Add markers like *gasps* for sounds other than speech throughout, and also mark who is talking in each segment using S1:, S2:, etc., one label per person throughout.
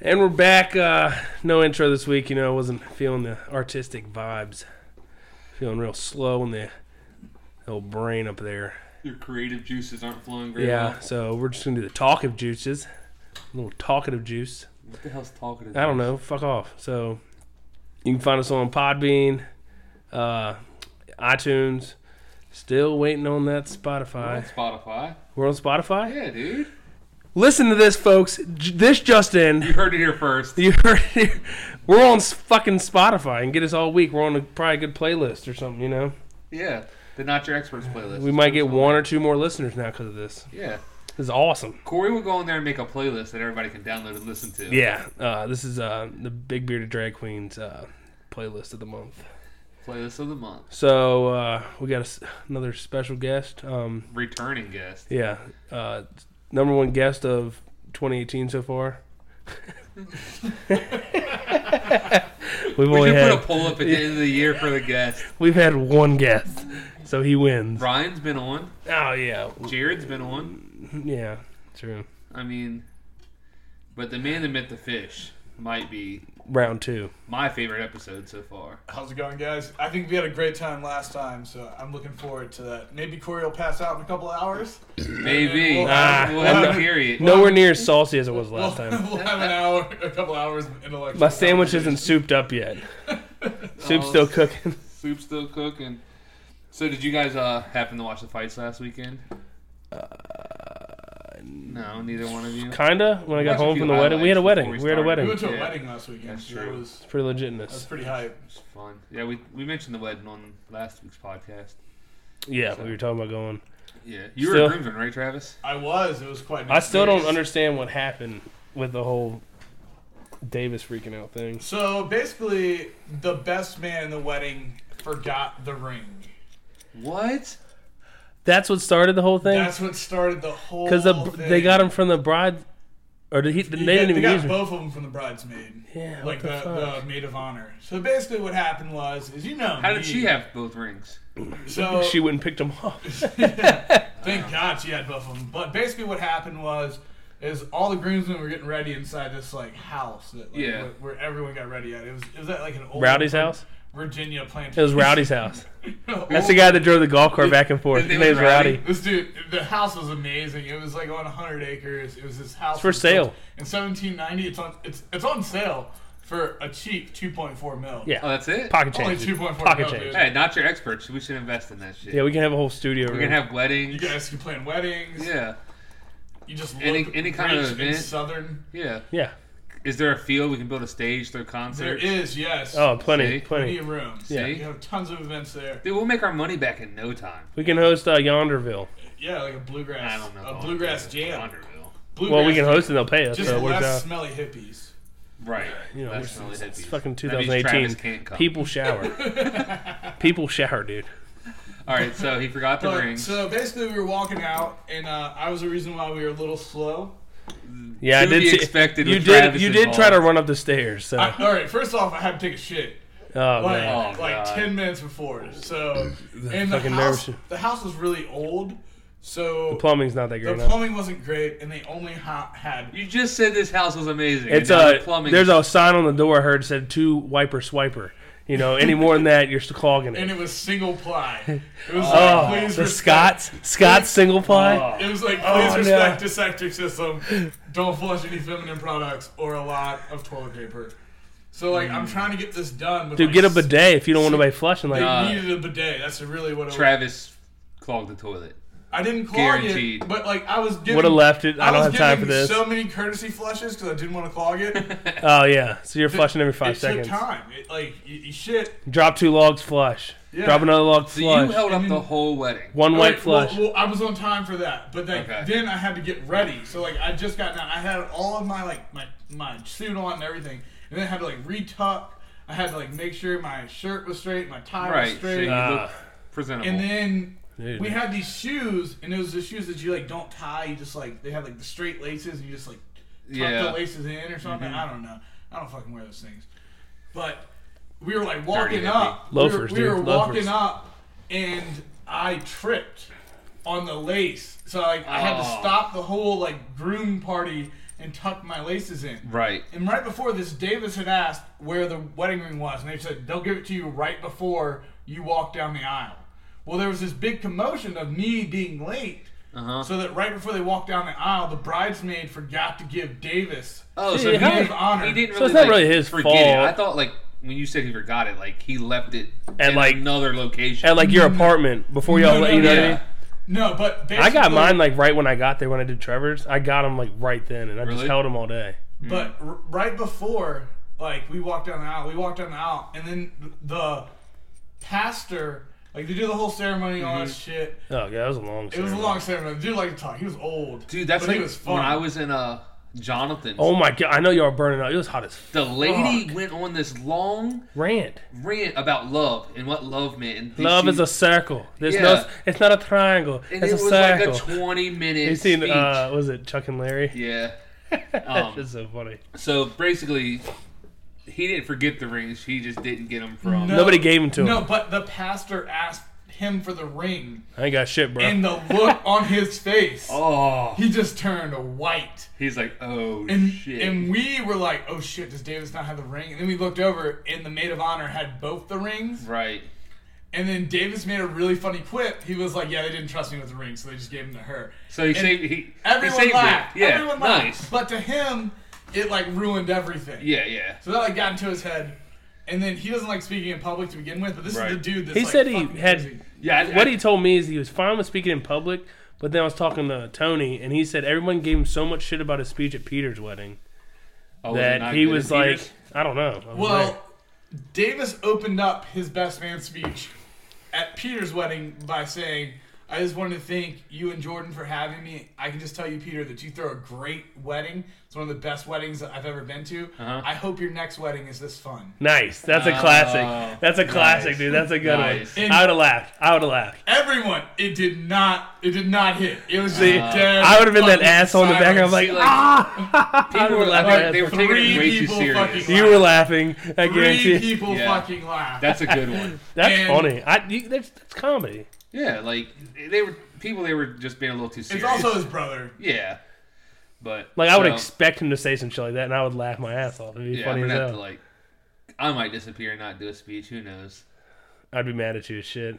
S1: And we're back. Uh, no intro this week. You know, I wasn't feeling the artistic vibes. Feeling real slow in the old brain up there.
S2: Your creative juices aren't flowing very
S1: Yeah,
S2: well.
S1: so we're just going to do the talkative juices. A little talkative juice.
S2: What the hell's talking
S1: I don't know. Fuck off. So you can find us on Podbean, uh, iTunes. Still waiting on that Spotify.
S2: Spotify.
S1: We're on Spotify?
S2: Yeah, dude.
S1: Listen to this, folks. J- this Justin.
S2: You heard it
S1: *laughs*
S2: here first.
S1: You heard it. here. We're on s- fucking Spotify and get us all week. We're on a, probably a good playlist or something, you know?
S2: Yeah. The Not Your Experts playlist.
S1: We might get one or two more listeners now because of this.
S2: Yeah.
S1: This is awesome.
S2: Corey will go on there and make a playlist that everybody can download and listen to.
S1: Yeah. Uh, this is uh, the Big Bearded Drag Queens uh, playlist of the month.
S2: Playlist of the month.
S1: So uh, we got a s another special guest. Um,
S2: Returning guest.
S1: yeah. Uh, number one guest of 2018 so far. *laughs* we've
S2: We
S1: only
S2: should
S1: had,
S2: put a poll up at the end of the year for the guest.
S1: we've had one guest, so he wins.
S2: Brian's been on.
S1: Oh yeah,
S2: Jared's been on.
S1: yeah, true.
S2: I mean, but the man that met the fish might be
S1: Round two.
S2: my favorite episode so
S1: *clears throat*
S2: far.
S3: How's it going, guys? I think we had a great time last time, so I'm looking forward to that. Maybe Corey will pass out in a couple
S1: *laughs*
S3: of hours.
S2: Maybe.
S3: We'll
S1: Ah.
S3: have,
S2: we'll have
S3: Well,
S2: a period.
S1: Nowhere near as salty as it was last
S3: we'll- *laughs*
S1: time.
S3: we'll have an hour, a couple hours of intellectual.
S1: My sandwich isn't
S3: conversation.
S1: souped up yet. Soup's
S2: Oh,
S1: still
S3: *laughs*
S1: cooking.
S2: Soup's still cooking. So, did you guys uh, happen to watch the fights last weekend?
S1: Uh,
S2: no, neither one of you.
S1: Kinda. When I
S2: We
S1: got
S2: watched a
S1: home
S2: few
S1: from the wedding, we had a
S2: highlights
S1: wedding.
S2: before
S1: We,
S2: we
S1: had a
S2: started.
S3: We
S1: wedding.
S3: went to a
S2: Yeah.
S3: wedding last weekend.
S2: That's
S3: so
S2: true.
S3: It was,
S1: It's pretty
S3: that was
S1: legitness.
S3: pretty hype.
S2: It's fun. Yeah, we we mentioned the wedding on last week's podcast.
S1: Yeah, we were talking about going.
S2: Yeah, you
S1: Still-
S2: were a groomsman, right, Travis?
S3: I was. It was quite.
S1: I
S3: nice.
S1: still don't understand what happened with the whole Davis freaking out thing.
S3: So basically, the best man in the wedding forgot the ring.
S2: What?
S1: That's what started the whole thing.
S3: That's what started the whole.
S1: Because the,
S3: thing.
S1: they got him from the bride, or did he, they didn't
S3: You get-
S1: even
S3: they
S1: use
S3: got
S1: him.
S3: both of them from the bridesmaid.
S1: Yeah, what
S3: like
S1: the
S3: the,
S1: fuck?
S3: the, maid of honor. So basically, what happened was, is you know,
S2: How did
S3: me.
S2: she have both rings?
S3: So
S1: She wouldn't picked him up.
S3: Thank God she had both of them. But basically, what happened was, is all the groomsmen were getting ready inside this like house that like,
S2: Yeah.
S3: where, where everyone got ready at. It was it was at like an old
S1: Rowdy's house.
S3: Virginia plantation.
S1: It was
S3: *laughs*
S1: Rowdy's house. That's
S3: That's
S1: the guy that drove the golf cart back and forth.
S2: His
S1: His
S2: name
S1: name's
S2: was Rowdy?
S1: Rowdy.
S3: This dude, the house was amazing. It was like on 100 acres. It was this house.
S1: for
S3: in-
S1: sale.
S3: In 1790, it's on it's it's on sale for a cheap 2.4 mil.
S1: Yeah.
S2: Oh, that's it.
S1: Pocket
S3: Only
S1: change.
S3: 2.4
S1: Pocket
S3: mil,
S1: change.
S3: dude.
S2: Hey, not your experts. We should invest in that shit.
S1: Yeah, we can have a whole studio.
S2: We're
S1: room.
S2: gonna have weddings.
S3: You guys can plan weddings.
S2: yeah,
S3: You just look
S2: Any- any kind of
S3: rich and
S2: event.
S3: southern.
S2: yeah.
S1: yeah.
S2: Is there a field we can build a stage, throw concerts?
S3: There is yes.
S1: Oh, plenty,
S2: See?
S3: plenty
S1: plenty.
S3: of room.
S2: Yeah.
S3: You have tons of events there.
S2: Dude, we'll make our money back in no time.
S1: We can host uh, Yonderville.
S3: Yeah, like a
S2: I
S3: bluegrass,
S2: don't know. if I
S3: a
S2: wanna
S3: bluegrass
S2: do that.
S3: jam.
S2: Underhill.
S3: Bluegrass
S1: Well, we can
S3: jam.
S1: host and they'll pay us,
S3: Just
S1: so it works
S3: less
S1: out.
S3: smelly hippies.
S2: Right.
S1: You know,
S2: That's
S1: it's,
S2: not
S1: it's
S2: hippies.
S1: fucking
S2: That means Travis
S1: 2018.
S2: can't come.
S1: People shower.
S2: *laughs*
S1: People shower, dude.
S2: All right, so he forgot the
S3: But,
S2: ring.
S3: so basically, we were walking out, and uh, I was the reason why we were a little slow.
S1: Yeah, I
S2: To
S1: did.
S2: be
S1: see-
S2: expected
S1: you
S2: with
S1: did.
S2: Travis
S1: you did
S2: involved.
S1: try to run up the stairs. So,
S3: I, all right, first off, I had to take a shit
S1: Uh. oh
S3: like
S1: man,
S2: Oh,
S3: like
S2: God.
S3: ten minutes before. So and the
S1: fucking
S3: house,
S1: nervous-
S3: the house was really old, so
S1: plumbing's not that
S3: the
S1: great. now.
S3: plumbing wasn't great, and they only ha- had
S2: you just said this house was amazing.
S1: It's
S2: and now the
S1: a
S2: plumbing.
S1: There's a sign on the door I heard said two wiper swiper. You know, any more than that, you're still clogging
S3: and
S1: it.
S3: it was single ply. It was
S1: *laughs* Oh,
S3: like please
S1: the
S3: respect-
S1: Scots, Scots single ply.
S3: It was like, please
S1: Oh,
S3: respect
S1: no.
S3: the septic system. Don't flush any feminine products or a lot of toilet paper. So like, I'm trying to get this done. With,
S1: Mm. Dude,
S3: like,
S1: get a
S3: s-
S1: bidet Uh, if you don't want nobody flushing. Like,
S3: They
S2: Nah.
S3: needed a bidet. That's really what it was.
S2: Travis clogged the toilet.
S3: I didn't clog
S2: Guaranteed.
S3: it, but like I was giving.
S1: would have left it. I, don't
S3: was
S1: have time for
S3: giving
S1: this.
S3: So many courtesy flushes because I didn't want to clog it. it
S1: oh yeah, so you're *laughs* flushing every five
S3: took
S1: seconds.
S3: time. It, like you, you shit.
S1: Drop two logs, flush.
S3: Yeah.
S1: Drop another log,
S2: So
S1: flush.
S2: you held up
S3: And
S2: the
S3: then-
S2: whole wedding.
S1: One white
S3: Wait, well-
S1: flush.
S3: Well, I was on time for that, but then,
S2: Okay.
S3: then I had to get ready. So like I just got down. I had all of my like my my suit on and everything, and then I had to like retuck. I had to like make sure my shirt was straight, my tie was
S2: Right. So
S3: straight,
S2: you
S1: Ah.
S2: look presentable.
S3: and then.
S1: Dude.
S3: We had these shoes, and it was the shoes that you like don't tie. You just like they had like the straight laces, and you just like tuck
S2: Yeah. Mm-hmm.
S3: the laces in or something. I don't know. I don't fucking wear those things. But we were like walking
S2: hippie.
S3: up.
S1: Loafers,
S3: we were, we
S1: dude,
S3: were
S1: loafers.
S3: walking up, and I tripped on the lace. So like, I had to
S2: Oh.
S3: stop the whole like groom party and tucked my laces in.
S2: Right.
S3: And right before this, Davis had asked where the wedding ring was, and they said they'll give it to you right before you walk down the aisle. Well, there was this big commotion of me being late,
S1: Uh-huh.
S3: so that right before they walked down the aisle, the bridesmaid forgot to give Davis.
S2: Oh,
S1: Yeah,
S2: so he,
S1: how-
S2: didn't-
S3: honor.
S2: he didn't really.
S1: So it's not
S2: like,
S1: really his
S2: forget It.
S1: fault.
S2: I thought like when you said he forgot it, like he left it
S1: At,
S2: in
S1: like-
S2: another location.
S1: At like your apartment before y'all,
S3: No,
S1: let
S3: no,
S1: you know what I
S2: yeah.
S1: mean?
S3: No, but
S1: I
S3: basically,
S1: got mine like right when I got there when I did Trevor's. I got them like right then, and I just
S2: Really?
S1: held them all day.
S3: But r- right before, like, we walked down the aisle, we walked down the aisle, and then the pastor, like, they do the whole ceremony and all that shit.
S1: Oh yeah, that was a long.
S3: It was a long ceremony. The dude liked to talk. He was old.
S2: Dude, that's
S3: but
S2: like
S3: he was fun.
S2: when I was in uh Jonathan.
S1: Oh my god, I know y'all are burning up. It was hot as f-
S2: the lady went on this long
S1: rant.
S2: rant about love and what love meant. And
S1: Love
S2: she-
S1: is a circle. There's no,
S2: Yeah.
S1: it's not a triangle.
S2: And
S1: it's
S2: it
S1: a
S2: was
S1: circle.
S2: like a twenty minute.
S1: you seen?
S2: speech.
S1: Uh, was it Chuck and Larry?
S2: yeah.
S1: *laughs* That's
S2: Um,
S1: just so funny.
S2: so basically, he didn't forget the rings. He just didn't get them from.
S3: No.
S1: Nobody gave them to him.
S3: No, but the pastor asked him for the ring,
S1: I ain't got shit, bro.
S3: and the look on his face,
S2: Oh,
S3: he just turned white.
S2: he's like, oh
S3: And,
S2: shit.
S3: and we were like, oh shit, does Davis not have the ring? And then we looked over, and the maid of honor had both the rings.
S2: right.
S3: And then Davis made a really funny quip. He was like, yeah, they didn't trust me with the ring, so they just gave him to her.
S2: So he
S3: And
S2: saved. He,
S3: Everyone
S2: he saved
S3: laughed.
S2: It. Yeah.
S3: Everyone laughed.
S2: nice.
S3: But to him, it like ruined everything.
S2: Yeah, yeah.
S3: So that like got into his head. And then he doesn't like speaking in public to begin with, but this
S2: Right.
S3: is the dude that's
S1: He
S3: like,
S1: said he
S3: fucking
S1: had-
S3: crazy.
S2: Yeah. I-
S1: what
S2: I-
S1: he told me is he was fine with speaking in public, but then I was talking to Tony, and he said everyone gave him so much shit about his speech at Peter's wedding
S2: oh, was it
S1: that
S2: not
S1: he
S2: good
S1: was
S2: at
S1: like,
S2: Peter's?
S1: I don't know. I was
S3: Well, Davis opened up his best man speech at Peter's wedding by saying, I just wanted to thank you and Jordan for having me. I can just tell you, Peter, that you throw a great wedding. It's one of the best weddings that I've ever been to.
S2: Uh-huh.
S3: I hope your next wedding is this fun.
S1: nice. That's a classic.
S2: Oh,
S1: That's a classic,
S2: nice.
S1: dude. That's a good
S2: Nice.
S1: one. I would have laughed. I would have laughed.
S3: Everyone, it did not, it did not hit. It was
S1: See,
S3: just dead.
S1: I would have been that
S3: fucking
S1: asshole in the
S3: silence.
S1: background, like,
S2: See, like,
S1: ah! I
S2: People
S1: would've
S2: were
S1: laughed
S2: like,
S1: my
S2: they were
S1: ass off.
S2: taking
S3: Three
S2: it way too
S3: people
S2: serious.
S3: fucking-
S1: you were laughing. I
S3: Three
S1: guarantee. you.
S3: people
S2: Yeah.
S3: fucking laughed.
S2: That's a good one.
S1: That's
S3: and-
S1: funny. I, you, that's, that's comedy.
S2: Yeah, like they were people. They were just being a little too
S3: it's
S2: serious.
S3: also his brother.
S2: yeah, but
S1: Like I would
S2: so,
S1: expect him to say some shit like that, and I would laugh my ass off. It'd be
S2: Yeah, I'm
S1: funny as
S2: gonna have
S1: hell.
S2: to like. I might disappear and not do a speech. Who knows?
S1: I'd be mad at you as shit.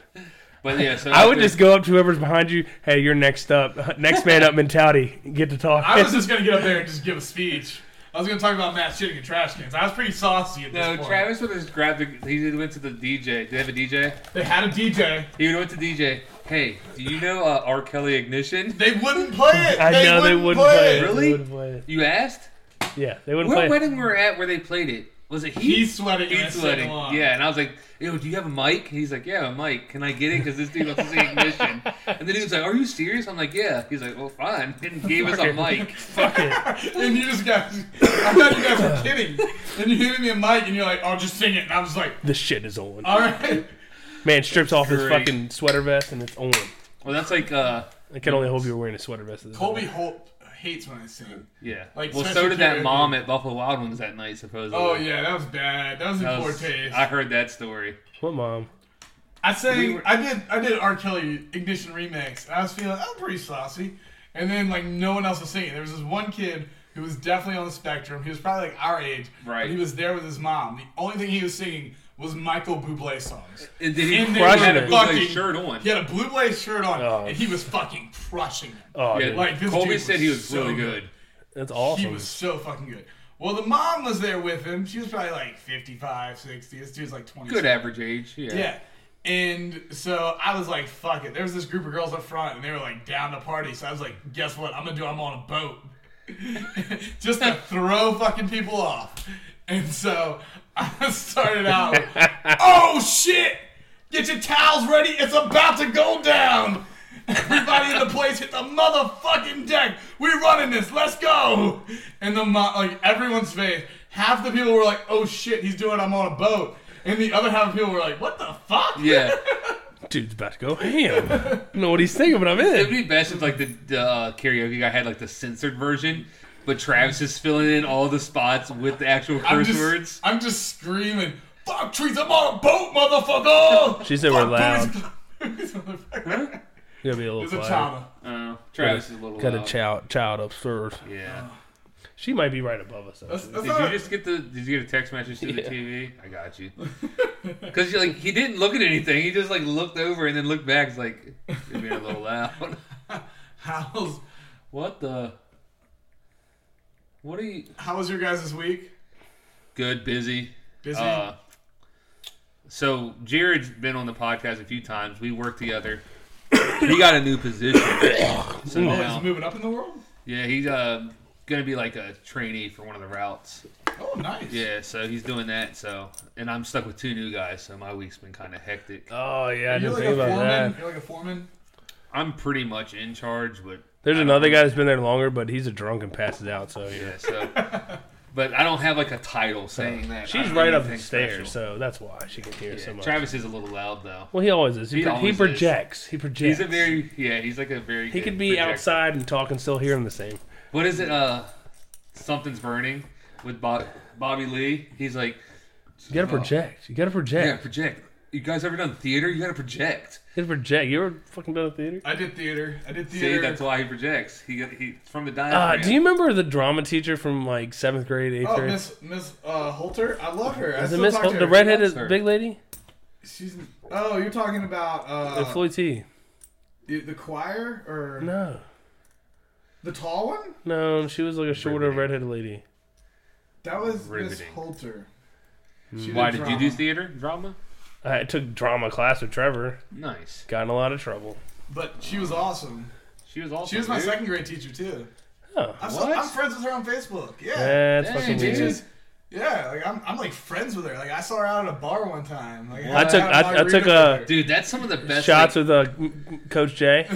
S2: But yeah, so
S1: *laughs* I would
S2: after-
S1: just go up to whoever's behind you. Hey, you're next up. *laughs* Next man up mentality. Get to talk. *laughs*
S3: I was just gonna get up there and just give a speech. I was gonna talk about Matt shitting in trash cans. I was pretty saucy at this
S2: No,
S3: point.
S2: Travis would have just grabbed. The, he went to the DJ. Did they have a DJ?
S3: they had a DJ.
S2: He went to DJ. Hey, do you know uh, R. Kelly Ignition?
S3: They wouldn't play it.
S1: I know they wouldn't play it. They
S2: Really?
S1: wouldn't play it.
S2: You asked.
S1: Yeah, they wouldn't play.
S2: What
S1: it.
S2: wedding we were at where they played it? Was it Heath?
S3: He's sweating. and I
S2: Heath's
S3: sang
S2: wedding.
S3: along. *laughs*
S2: Yeah, and I was like, yo, do you have a mic? He's like, yeah, a mic. Can I get it? Because this dude wants to
S1: *laughs*
S2: say ignition. And the dude's like, are you serious? I'm like, yeah. He's like, well, fine. *laughs* And gave us a
S1: *laughs*
S2: mic.
S1: Fuck it.
S3: And you just got. I thought you
S1: *laughs*
S3: guys were kidding. And you handed me a mic, and you're like, "I'll just sing it." And I was like,
S1: This shit is on.
S3: "All right."
S1: Man strips off his
S2: Great.
S1: fucking sweater vest and it's on.
S2: Well, that's like, uh,
S1: I can only hope you're wearing a sweater vest. At this
S3: Colby
S1: point.
S3: Holt hates when I sing.
S2: yeah.
S3: Like,
S2: well, so
S3: especially
S2: did
S3: karaoke.
S2: that mom at Buffalo Wild Wings that night, supposedly.
S3: Oh yeah, that was bad. That was in
S2: That
S3: poor
S2: was-
S3: taste.
S2: I heard that story.
S1: What mom?
S3: I sang.
S2: We were-
S3: I did. I did R. Kelly Ignition remix. I was feeling. I'm pretty saucy. And then like no one else was singing. There was this one kid who was definitely on the spectrum. He was probably like our age.
S2: Right.
S3: But he was there with his mom. The only thing he was singing was Michael Bublé songs.
S2: And did he
S3: And they
S2: he
S1: crushed
S2: had a
S1: it.
S2: Buble
S3: Fucking-
S2: shirt on?
S3: He had a blue blaze shirt on,
S1: Oh.
S3: and he was fucking crushing it.
S1: Oh,
S2: Yeah,
S1: dude,
S3: Like, this
S2: Colby
S3: dude
S2: said he
S3: was
S2: was
S3: so
S2: really
S3: good.
S2: good.
S1: that's
S3: He
S2: Oh,
S1: awesome.
S3: was so fucking good. Well, the mom was there with him. She was probably like 55, 60. This dude's like 20.
S2: Good average age. Yeah.
S3: Yeah. And so I was like, fuck it. There was this group of girls up front and they were like down to party. So I was like, guess what? I'm going to do, I'm on a boat. *laughs* Just to throw fucking people off. And so *laughs* I started
S1: *laughs*
S3: out, with, oh shit! Get your towels ready. It's about to go down. Everybody in the place hit the motherfucking deck. We're running this. Let's go. And the mo- like everyone's face. Half the people were like, "Oh shit, he's doing. I'm on a boat." And the other half of people were like, "What the fuck?"
S2: Yeah. *laughs*
S1: Dude's about to go ham. *laughs* I don't know what he's thinking, but I'm in.
S2: It'd be best if like the, the uh, karaoke guy had like the censored version, but Travis is filling in all the spots with the actual
S3: I'm
S2: curse
S3: just,
S2: words.
S3: I'm just screaming, "Fuck trees. I'm on a boat,
S1: *laughs*
S3: motherfucker."
S1: She said we're
S3: Fuck *laughs*
S1: loud.
S3: boobies, boobies, motherfucker.
S1: Gotta be a little
S3: There's a
S1: quiet.
S3: chama.
S2: Uh, Travis is a little
S1: Got a
S2: loud.
S1: child child upstairs.
S2: Yeah.
S1: She might be right above us.
S3: That's,
S1: actually.
S3: that's
S2: Did
S3: not
S2: you
S3: a-
S2: just get the? Did you get a text message through
S4: Yeah.
S2: the TV? I got *laughs* you. Because like he didn't look at anything. He just like looked over and then looked back. It's like you're being a little *laughs* loud.
S3: how's
S2: What the? What are you?
S3: how was your guys this week?
S2: Good, busy.
S3: Busy.
S2: Uh, so Jared's been on the podcast a few times. We work together. he got a new *coughs* position. so
S3: oh, he's
S2: now,
S3: moving up in the world.
S2: yeah, he's uh, gonna be like a trainee for one of the routes.
S3: Oh, nice.
S2: Yeah, so he's doing that. So, and I'm stuck with two new guys. So my week's been kind of hectic.
S1: oh yeah, I
S3: You're
S1: didn't
S3: like a
S1: think about
S3: foreman.
S1: that.
S3: You're like a foreman.
S2: I'm pretty much in charge, but
S1: There's another guy that's been there longer, but he's a drunk and passes out. So yeah,
S2: yeah. So, *laughs* but I don't have like a title saying that. I
S1: she's
S2: don't
S1: right
S2: do
S1: up the
S2: anything
S1: stairs,
S2: special.
S1: so that's why she can hear
S2: Yeah,
S1: so much.
S2: Travis is a little loud though.
S1: well, he always is. He,
S2: He
S1: pro- he
S2: always is.
S1: projects. He projects.
S2: He's a very yeah. He's like a very.
S1: he
S2: good
S1: could be
S2: projector.
S1: outside and talk and still hear him the same.
S2: What is it? Uh, something's burning with Bob, Bobby Lee. He's like,
S1: You gotta
S2: Oh.
S1: project. You gotta project.
S2: yeah, project. You guys ever done theater? You gotta project.
S1: You gotta project. You ever fucking been to theater?
S3: I did theater. I did
S2: See,
S3: theater.
S2: that's why he projects. He got he from the
S1: Uh,
S2: diaphragm.
S1: do you remember the drama teacher from like seventh grade, eighth
S3: Oh,
S1: grade?
S3: Miss Miss uh, Holter, I love her. I
S1: Is it
S3: still
S1: Miss
S3: talk
S1: Hol-
S3: to
S1: the
S3: her.
S1: redheaded
S2: That's her.
S1: big lady?
S3: She's oh, you're talking about
S2: Uh-huh.
S3: uh,
S1: Uh, Floyd T.
S3: the, the choir or
S1: No,
S3: the tall one?
S1: no, she was like a shorter
S2: Riveting.
S1: redheaded lady.
S3: That was Miss
S2: Riveting.
S3: Holter.
S1: Hmm.
S3: She
S2: why did you do
S3: drama.
S2: theater drama?
S1: I took drama class with Trevor.
S2: Nice.
S1: Got in a lot of trouble.
S3: But she was awesome.
S2: She was awesome.
S3: She was my
S2: dude.
S3: second grade teacher too.
S1: Oh,
S2: What?
S3: I'm, So, I'm friends with her on Facebook. Yeah.
S1: that's
S2: Dang,
S1: fucking
S2: dude.
S1: weird.
S3: Teachers. Yeah, like I'm, I'm like friends with her. Like I saw her out at a bar one time. Like
S1: I took-
S3: had
S1: I- I
S3: margarita
S1: took
S3: with
S1: a-
S3: her.
S2: Dude, that's some of the best
S1: Shots
S2: like-
S1: with uh, m- m- Coach
S2: *laughs*
S1: Jay.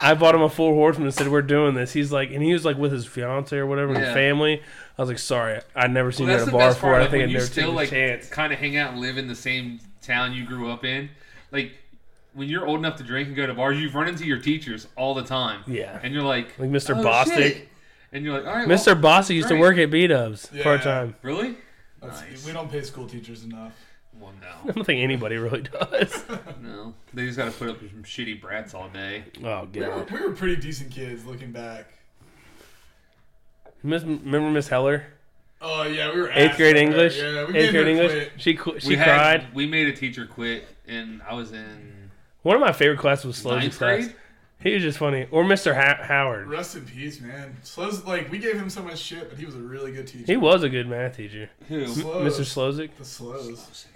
S1: I bought him a four horseman and said we're doing this. He's like, and he was like with his fiance or whatever, and
S2: Yeah.
S1: family. I was like, sorry, I'd never seen
S2: Well,
S1: you
S2: that's
S1: at a
S2: the
S1: bar
S2: best
S1: before.
S2: part.
S1: I
S2: Like,
S1: think
S2: when
S1: I'd
S2: you
S1: never
S2: still
S1: taken
S2: like
S1: a chance.
S2: kind of hang out and live in the same town you grew up in, like when you're old enough to drink and go to bars, you run into your teachers all the time.
S1: Yeah.
S2: and you're like,
S1: Like Mr.
S2: "Oh,
S1: Bostic."
S2: shit." and you're like, all right, well,
S1: Mr. Bossy used to
S2: great.
S1: work at B Dubs
S3: Yeah.
S1: part time.
S2: really?
S3: That's-
S2: Nice.
S3: We don't pay school teachers enough.
S2: Well,
S1: *laughs* *laughs* I don't think anybody really
S2: *laughs*
S1: does.
S2: no, no. They just got to put up with some shitty brats all day.
S1: oh
S3: We were,
S1: god.
S3: we were pretty decent kids looking back.
S1: Miss, remember Miss Heller?
S3: Oh yeah, we were
S1: Eighth grade
S3: ass-
S1: English.
S3: Yeah, we
S1: Eighth
S3: made her
S1: grade English.
S3: quit.
S1: She qu- she
S2: we had-
S1: cried.
S2: we made a teacher quit, and I was in
S1: One of my favorite classes was Sloan's
S2: ninth
S1: class.
S2: grade.
S1: He was just funny. Or Mr. Ha- Howard.
S3: Rest in peace, man. Slow's like we gave him so much shit, but he was a really good teacher.
S1: He was a good math teacher.
S2: Who?
S3: Slows,
S1: Mr. Slozik.
S3: the slows,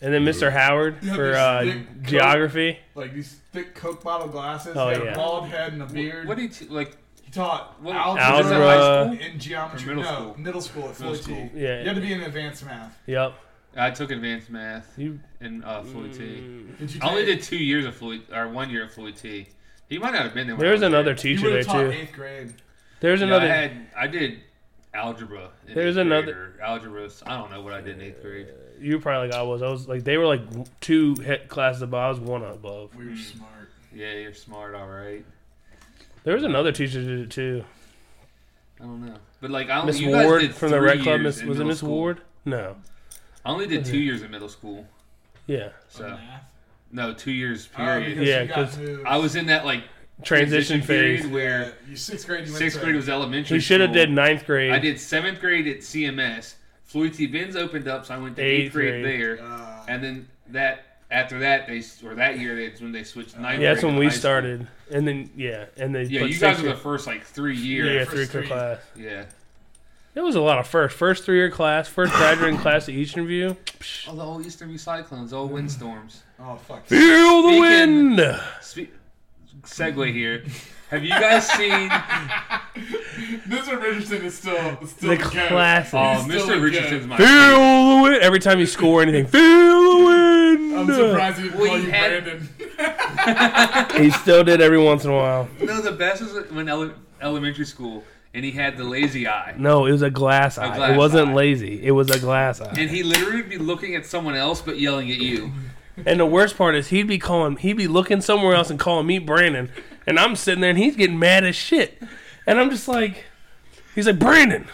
S1: And then Mr. Howard
S3: Yeah,
S1: for
S3: these
S1: uh,
S3: thick coat-
S1: geography.
S3: like these thick Coke bottle glasses.
S1: Oh,
S3: he had
S1: yeah.
S3: a bald head and a beard.
S2: What do you t- like?
S3: he taught
S2: What-
S1: Algebra.
S3: algebra, high school and geometry.
S2: Or middle
S3: no,
S2: school?
S3: middle school at
S2: Middle
S3: Floyd T.
S2: school.
S1: Yeah.
S3: You had to be in advanced math.
S1: Yep.
S2: I took advanced math
S1: You, mm,
S2: in uh, Floyd T.
S3: Did you?
S2: I only
S3: take-
S2: did two years of Floyd, or one year of Floyd T. He might not have been there. when
S1: there was
S2: I
S1: another
S3: You
S1: teacher
S3: would
S1: there
S3: have taught
S1: too.
S3: eighth grade.
S1: There's
S2: Yeah,
S1: another.
S2: I had. I did algebra. In
S1: There's
S2: eighth grade,
S1: another-
S2: or algebra. I don't know what I did in eighth grade.
S1: you were probably like I was. I was like they were like two hit classes above. I was one above.
S3: We
S2: Hmm.
S3: were smart.
S2: Yeah, you're smart. All right.
S1: There was another teacher that did it too.
S2: I don't know, but like I only
S1: Miss
S2: Oh, you guys
S1: Ward
S2: did
S1: from the
S2: three
S1: Red Club.
S2: years
S1: Miss,
S2: in
S1: was it
S2: middle
S1: Miss
S2: school.
S1: Ward? No.
S2: I only did two years in middle school.
S1: Yeah.
S2: So
S3: Math.
S2: no, two years
S3: Oh,
S2: period.
S3: because
S1: Yeah,
S3: you got
S1: 'cause
S3: moved.
S2: I was in that like
S1: Transition, phase.
S2: period where
S3: You sixth grade. You went
S2: sixth
S3: to-
S2: grade was elementary.
S1: He should have
S2: school.
S1: did ninth grade.
S2: I did seventh grade at CMS. Floyd T. Benz opened up, so I went to
S1: Eighth
S2: eighth, grade,
S1: grade.
S2: there.
S3: Uh,
S2: And then that after that they or that year that's when they switched ninth.
S1: Yeah, that's
S2: grade
S1: when
S2: to
S1: we
S2: high school.
S1: started, and then yeah, and they
S2: Yeah,
S1: put
S2: you guys
S1: six
S2: were the
S1: year-
S2: first like three
S1: yeah,
S2: years.
S3: first
S1: three year
S3: three.
S1: class.
S2: Yeah.
S1: It was a lot of first, first three year class, first graduating class at each interview.
S2: Oh, the old Easterby Cyclones, old windstorms.
S3: oh
S2: *laughs*
S3: fuck.
S1: Feel the
S2: Speaking-
S1: wind.
S2: Spe- segue here. Have you guys
S1: *laughs*
S2: seen?
S3: Mr. Richardson is still still
S1: The
S3: goat.
S1: classic.
S2: Oh,
S1: He's
S3: still a
S2: Mr.
S3: goat.
S2: Richardson's my. favorite.
S1: Feel the wind. Every time you score anything, feel the wind.
S3: I'm surprised he didn't
S2: Well,
S3: call
S2: you
S3: you
S2: had-
S3: Brandon. *laughs*
S1: He still did every once in a while.
S2: No, the best was when ele- elementary school, and he had the lazy eye,
S1: No, it was a glass eye.
S2: glass
S1: it wasn't
S2: eye.
S1: lazy. It was a glass eye.
S2: and he literally would be looking at someone else but yelling at you.
S1: And the worst part is he'd be calling, he'd be looking somewhere else and calling me Brandon, and I'm sitting there and he's getting mad as shit, and I'm just like, he's like Brandon,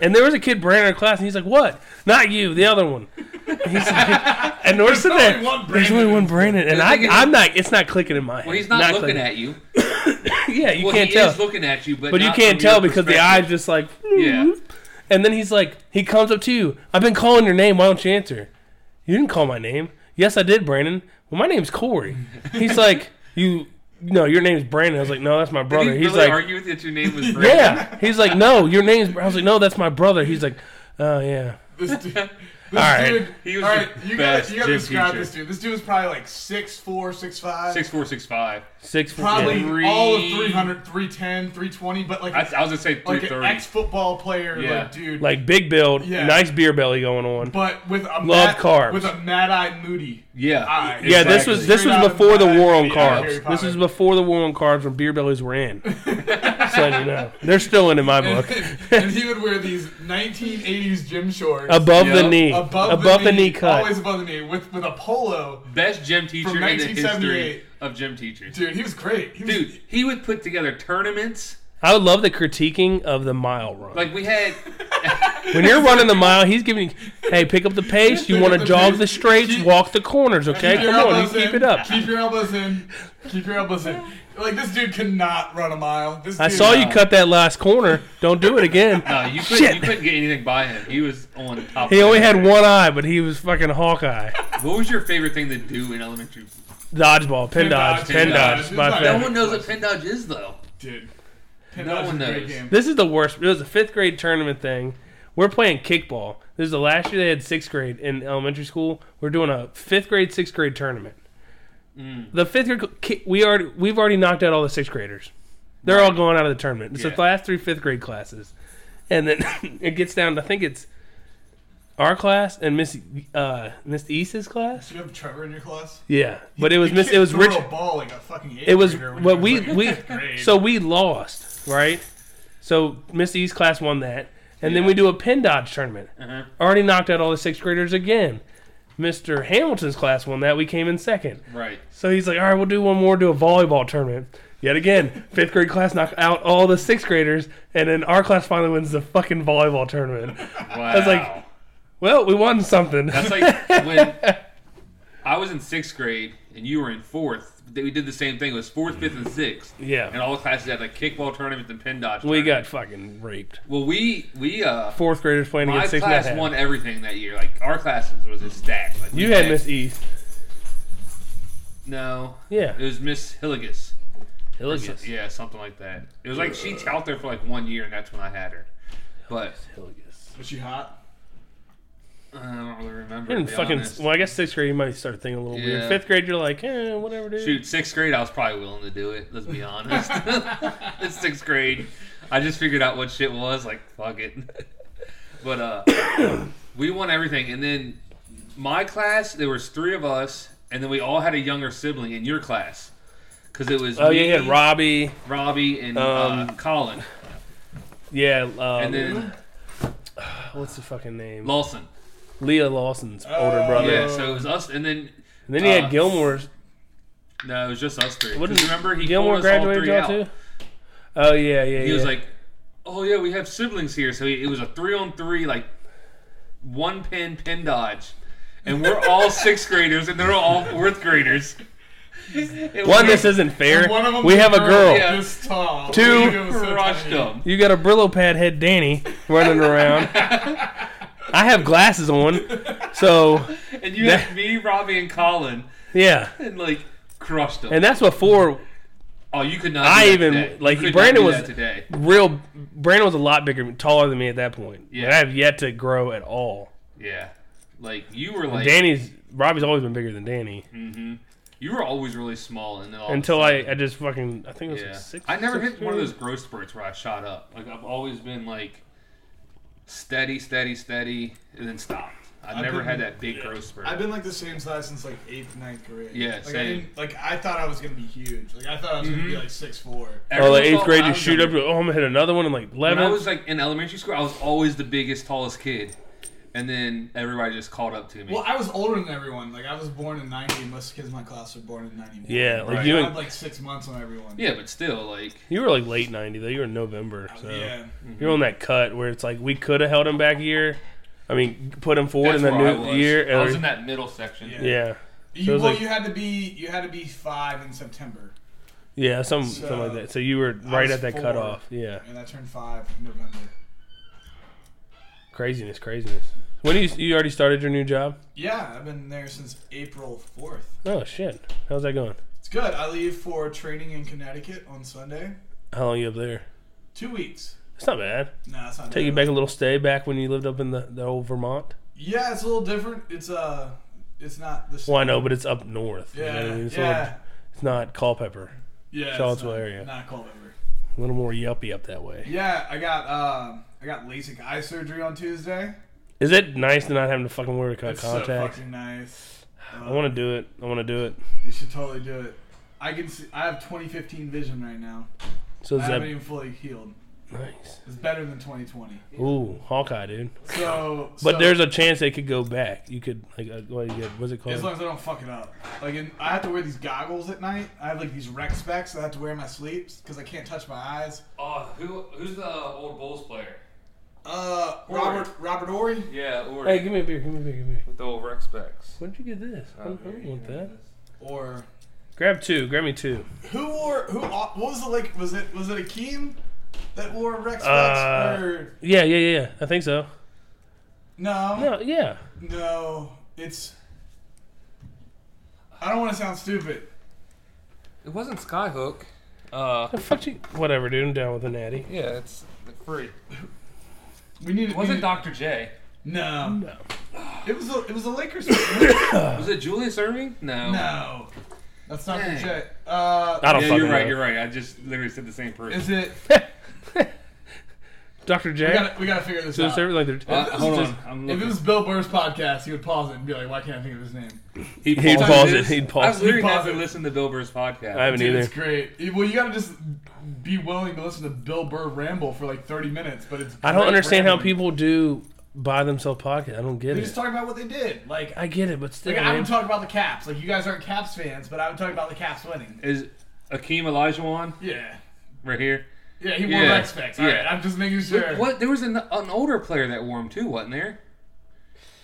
S1: and there was a kid Brandon in our class, and he's like, what? Not you, the other one. And He's like, *laughs* and we're sitting
S3: only
S1: there.
S3: one
S1: There's only
S3: Brandon."
S1: one Brandon, and
S2: The
S1: I,
S2: thing is-
S1: I'm not. It's not clicking in my head.
S2: Well, he's not,
S1: clicking.
S2: looking at you.
S1: yeah, you
S2: well,
S1: can't
S2: he
S1: tell.
S2: is looking at you, but
S1: but you
S2: not
S1: can't
S2: from your
S1: tell because the
S2: perspective.
S1: eye's just like. hmm.
S2: Yeah.
S1: And then he's like, he comes up to you. I've been calling your name. Why don't you answer? You didn't call my name. Yes, I did, Brandon. Well, my name's Corey.
S2: *laughs*
S1: He's like, you. No, your name's Brandon. I was like, no, that's my
S2: Did he
S1: brother. he's
S2: really
S1: like,
S2: argue with you that your name
S1: *laughs*
S2: was Brandon?
S1: yeah. He's like, no, your name's. I was like, no, that's my brother. He's like, oh yeah.
S3: This
S2: *laughs*
S3: dude. This
S1: right.
S3: dude.
S2: He was
S3: all right,
S2: the
S3: you
S2: best
S3: gotta, you gotta
S2: gym
S3: describe
S2: teacher.
S3: this dude. This dude was probably like 6'4, 6'5.
S2: Six four six five.
S1: Six. foot-
S3: probably
S1: yeah.
S2: Three-
S3: all of 300, 310, 320, but like,
S2: I, I was gonna say three
S3: like an
S2: thirty.
S3: ex football player,
S2: Yeah.
S3: like, dude.
S1: like big build,
S3: Yeah.
S1: nice beer belly going on.
S3: but with a
S1: Love
S3: mad,
S1: carbs.
S3: with a mad eyed moody.
S2: yeah.
S3: Eye.
S1: Yeah, this was this
S3: Straight
S1: was
S3: out of
S1: before the
S3: Mad
S1: war on
S3: Moody out of Harry
S1: carbs. This
S3: Potter.
S1: was before the war on carbs when beer bellies were
S3: *laughs*
S1: in. Just letting you know. They're still in in my book.
S3: and he would wear these 1980s gym shorts
S1: Above the
S2: Yeah.
S1: knee,
S3: above,
S1: the knee, cut.
S3: always above the knee, with with a polo.
S2: best gym teacher
S3: From
S2: in the history
S3: 1978.
S2: of gym teachers.
S3: Dude, he was great. He was,
S2: Dude, he would put together tournaments.
S1: I would love the critiquing of the mile run.
S2: Like we *laughs* had,
S1: when you're running
S3: *laughs*
S1: the mile, he's giving, hey, pick up the pace. You
S3: Pick
S1: want
S3: up
S1: to
S3: the
S1: jog
S3: pace.
S1: the straights,
S3: Keep-
S1: walk the corners. Okay,
S3: Keep your
S1: come on, you
S3: elbows
S1: keep
S3: in.
S1: it up.
S3: Keep your elbows in. Keep your elbows in. Like this dude could not run a mile. This
S1: I
S3: dude-
S1: saw you cut that last corner. Don't do it
S3: *laughs*
S1: again.
S2: no, uh, you couldn't,
S1: Shit.
S2: you couldn't get anything by him. He was on top.
S1: He
S2: of
S1: only
S2: it.
S1: had one eye, but he was fucking Hawkeye.
S2: What was your favorite thing to do in elementary?
S1: Dodgeball, pin
S3: Pin
S1: dodge,
S3: dodge,
S1: pin
S2: pin
S1: dodge.
S3: dodge.
S1: My
S3: No
S2: No
S1: favorite.
S2: one knows what pin dodge is though.
S3: Dude, Penn
S2: No
S3: Dodge
S2: one
S3: was a great
S2: knows.
S3: game.
S1: This is the worst. It was a fifth grade tournament thing. We're playing kickball. This is the last year they had sixth grade in elementary school. We're doing a fifth grade, sixth grade tournament. The fifth grade, ki- we already we've already knocked out all the sixth graders. They're all going out of the tournament. It's
S2: Yeah.
S1: the last three fifth grade classes, and then *laughs* it gets down. to, I think it's our class and Miss uh, Miss East's class.
S3: Did you have Trevor in your class?
S1: Yeah, but it was
S3: You
S1: Miss. It
S3: can't *laughs*
S1: was
S3: throw
S1: Rich.
S3: A ball like a fucking
S1: It was
S3: what
S1: what we we so we lost, right? So Miss East class won that, and then we do a pin dodge tournament.
S2: Uh-huh.
S1: Already knocked out all the sixth graders again. Mister Hamilton's class won that. We came in second.
S2: Right.
S1: So he's like, all right, we'll do one more, do a volleyball tournament. Yet again, fifth grade class knocked out all the sixth graders, and then our class finally wins the fucking volleyball tournament.
S2: Wow.
S1: was like- Well, we won something.
S2: That's like when I was in sixth grade and you were in fourth. that We did the same thing. It was fourth, fifth, and sixth.
S1: Yeah.
S2: And all the classes had like kickball tournaments and pin dodge.
S1: *laughs* we
S2: tournaments.
S1: got fucking raped.
S2: Well, we we uh.
S1: Fourth graders playing
S2: My
S1: against sixth and a
S2: class
S1: half.
S2: won everything that year. Like our classes was a stack. Like, we
S1: You had Miss East.
S2: No.
S1: Yeah.
S2: It was Miss Hilligus.
S1: Hilligus.
S2: Yeah, something like that. It was like she out there for like one year, and that's when I had her. But
S1: Hilligus.
S3: Was she hot?
S2: uh, I don't really remember.
S1: You're in
S2: to be
S1: fucking.
S2: honest.
S1: Well, I guess sixth grade you might start thinking a little weird.
S2: Yeah.
S1: Fifth grade you're like, eh, whatever, dude.
S2: Shoot, sixth grade, I was probably willing to do it. Let's be honest. *laughs* it's sixth grade. I just figured out what shit was. Like, fuck it. *laughs* But uh, *coughs* we won everything, and then my class, there was three of us, and then we all had a younger sibling in your class, because it was
S1: Oh yeah,
S2: me,
S1: you had Robbie.
S2: Robbie, and uh,
S1: Um,
S2: Colin,
S1: Yeah, um,
S2: and then
S1: what's the fucking name?
S2: Lawson.
S1: Leah Lawson's older
S3: Oh,
S1: brother.
S2: Yeah, so it was us, and then
S1: And then you
S2: Uh,
S1: had Gilmore's.
S2: no, it was just us three. 'Cause
S1: Wouldn't
S2: remember he
S1: Gilmore
S2: pulled us all
S1: graduated
S2: three
S1: y'all
S2: out.
S1: too? Oh yeah, yeah.
S2: He was
S1: yeah.
S2: like, "Oh yeah, we have siblings here." So he, it was a three on three, like one pin pin dodge, and we're
S1: *laughs*
S2: all sixth graders, and they're all fourth graders. It
S1: one,
S2: was
S1: this isn't fair.
S3: One of them
S1: We
S3: was
S1: have a girl.
S2: yeah.
S3: This tall.
S1: Two-
S3: Dude, it was so
S2: *laughs* crushed
S3: tiny.
S2: them.
S1: You got a Brillo pad head, Danny, running
S2: *laughs*
S1: around. I have glasses on, so
S2: and you
S1: *laughs*
S2: had me, Robbie, and Colin,
S1: yeah.
S2: and like crushed them.
S1: And that's before
S2: oh, you could not.
S1: I
S2: do that
S1: even-
S2: today. You
S1: like,
S2: could not
S1: Brandon
S2: do
S1: was-
S2: that today.
S1: real Brandon was a lot bigger, taller than me at that point.
S2: Yeah.
S1: Like, I have yet to grow at all.
S2: Yeah, like you were like
S1: Danny's Robbie's always been bigger than Danny
S2: you were always really small, and then all of a
S1: until
S2: sudden-
S1: I, I just fucking I think it was
S2: Oh, Yeah.
S1: like six.
S2: I never
S1: six
S2: hit one of
S1: years.
S2: those growth spurts where I shot up. Like I've always been like steady, steady, steady, and then stopped. I've,
S3: I've
S2: never
S3: been-
S2: had that big growth spurt.
S3: I've been like the same size since like eighth, ninth grade.
S2: Yeah,
S3: like, I
S2: same. Mm-hmm.
S3: didn't, like I thought I was gonna be huge. Like I thought I was gonna be like six four.
S1: Oh, like
S2: Everyone
S1: eighth
S2: thought
S1: grade,
S2: I
S1: you
S2: was
S1: shoot up.
S2: younger.
S1: You're like, oh, I'm gonna hit another one in like
S2: When I
S1: eleven.
S2: was like in elementary school, I was always the biggest, tallest kid, and then everybody just called up to me.
S3: Well, I was older than everyone. Like I was born in ninety. and Most kids in my class were born in ninety.
S1: Yeah, like
S2: Right.
S1: you
S3: I
S1: and
S3: had like six months on everyone.
S2: yeah, but still, like
S1: you were like late ninety though. You were in November,
S2: Oh,
S1: so
S3: yeah.
S1: you're on that cut where it's like we could have held him back a year. I mean, put him forward
S2: that's
S1: in the
S2: where I
S1: new
S2: was.
S1: year.
S2: I
S1: or-
S2: was in that middle section.
S3: Yeah.
S1: yeah,
S3: You,
S1: So it
S3: well,
S1: was like-
S3: you had to be you had to be five in September.
S1: Yeah, some
S3: So,
S1: something like that. So you were
S3: I
S1: right
S3: was
S1: at that
S3: four,
S1: cutoff. Yeah,
S3: and I turned five in November.
S1: craziness, craziness. When you you already started your new job?
S3: Yeah, I've been there since April fourth.
S1: Oh shit, how's that going?
S3: It's good. I leave for training in Connecticut on Sunday.
S1: How long you up there?
S3: Two weeks.
S1: It's not bad.
S3: No, it's not.
S1: Take you
S3: bad.
S1: back a little stay back when you lived up in the, the old Vermont.
S3: Yeah, it's a little different. It's uh, it's not the.
S1: Well, I know, but it's up north. you know
S3: Yeah,
S1: what I mean? It's, a
S3: yeah,
S1: little- it's not Culpeper.
S3: yeah.
S1: Charlottesville
S3: it's not,
S1: area.
S3: Not Culpeper.
S1: A little more yuppie up that way.
S3: Yeah, I got um, I got LASIK eye surgery on Tuesday.
S1: Is it nice to not having to fucking wear co-
S3: It's so
S1: contacts?
S3: fucking nice. Uh,
S1: I want to do it. I want to do it.
S3: You should totally do it. I can see. I have 2015 vision right now.
S1: So
S3: I
S1: is
S3: haven't
S1: that
S3: even fully healed.
S1: nice?
S3: It's better than 2020.
S1: Ooh, Hawkeye, dude.
S3: So,
S1: But
S3: so-
S1: there's a chance they could go back. You could like uh, what you get? What's it
S3: as long
S1: called?
S3: as I don't fuck it up. Like, in, I have to wear these goggles at night. I have like these rec specs that I have to wear in my sleeps because I can't touch my eyes.
S2: Oh, who who's the old Bulls player?
S3: Uh, Robert Robert Ory.
S2: Yeah, or
S1: Hey, give me a beer. Give me a beer. Give me. A beer.
S2: with the old Rex specs.
S1: Where'd you get this? I don't, I don't want that.
S3: Or
S1: Grab two. Grab me two.
S3: who wore who? uh, What was the like? Was it was it Akeem that wore rec specs?
S1: Uh,
S3: or
S1: Yeah, yeah, yeah. I think so.
S3: no,
S1: No, yeah.
S3: no, It's. I don't want to sound stupid.
S2: It wasn't Skyhook. Uh,
S1: The fuck you? Whatever, dude. I'm down with the natty.
S2: yeah, it's free.
S3: We need.
S2: It wasn't
S3: we need-
S2: Dr. J.
S3: No,
S1: No.
S3: it was a, it was a Lakers.
S2: Was it Julius Irving? No.
S3: Uh. no, that's not
S2: Dang.
S3: the check. Uh,
S1: I don't
S2: Yeah,
S1: fucking
S2: you're right.
S1: know.
S2: You're right. I just literally said the same person.
S3: Is it?
S1: Dr.
S3: We
S1: J.
S3: gotta, we gotta figure this
S1: so
S3: out.
S1: it's every- like they're,
S2: Uh, hold
S1: just-
S2: on. I'm
S3: If it
S2: looking.
S3: was Bill Burr's podcast, he would pause it and be like, "Why can't I think of his name?"
S2: He
S1: He'd
S2: paused
S1: pause
S2: his-
S1: it, he'd pause
S2: I've
S1: it.
S2: literally
S3: He'd pause
S2: never
S3: it.
S2: listened to Bill Burr's podcast.
S1: I haven't
S3: Dude,
S1: either.
S3: it's great. You- Well, you gotta just be willing to listen to Bill Burr ramble for like 30 minutes, but it's.
S1: I don't
S3: great
S1: understand how
S3: rambling.
S1: people do buy themselves pocket. I don't get
S3: They
S1: it.
S3: just talk about what they did. Like,
S1: I get it, but still,
S3: like I
S1: man.
S3: would talk about the Caps. Like, you guys aren't Caps fans, but I would talk about the Caps winning.
S2: Is Akeem Olajuwon
S3: Yeah.
S2: right here?
S3: Yeah, he wore
S2: Yeah.
S3: Rex specs. All right,
S2: Yeah.
S3: I'm just making sure.
S2: What? There was an, an older player that wore him too, wasn't there?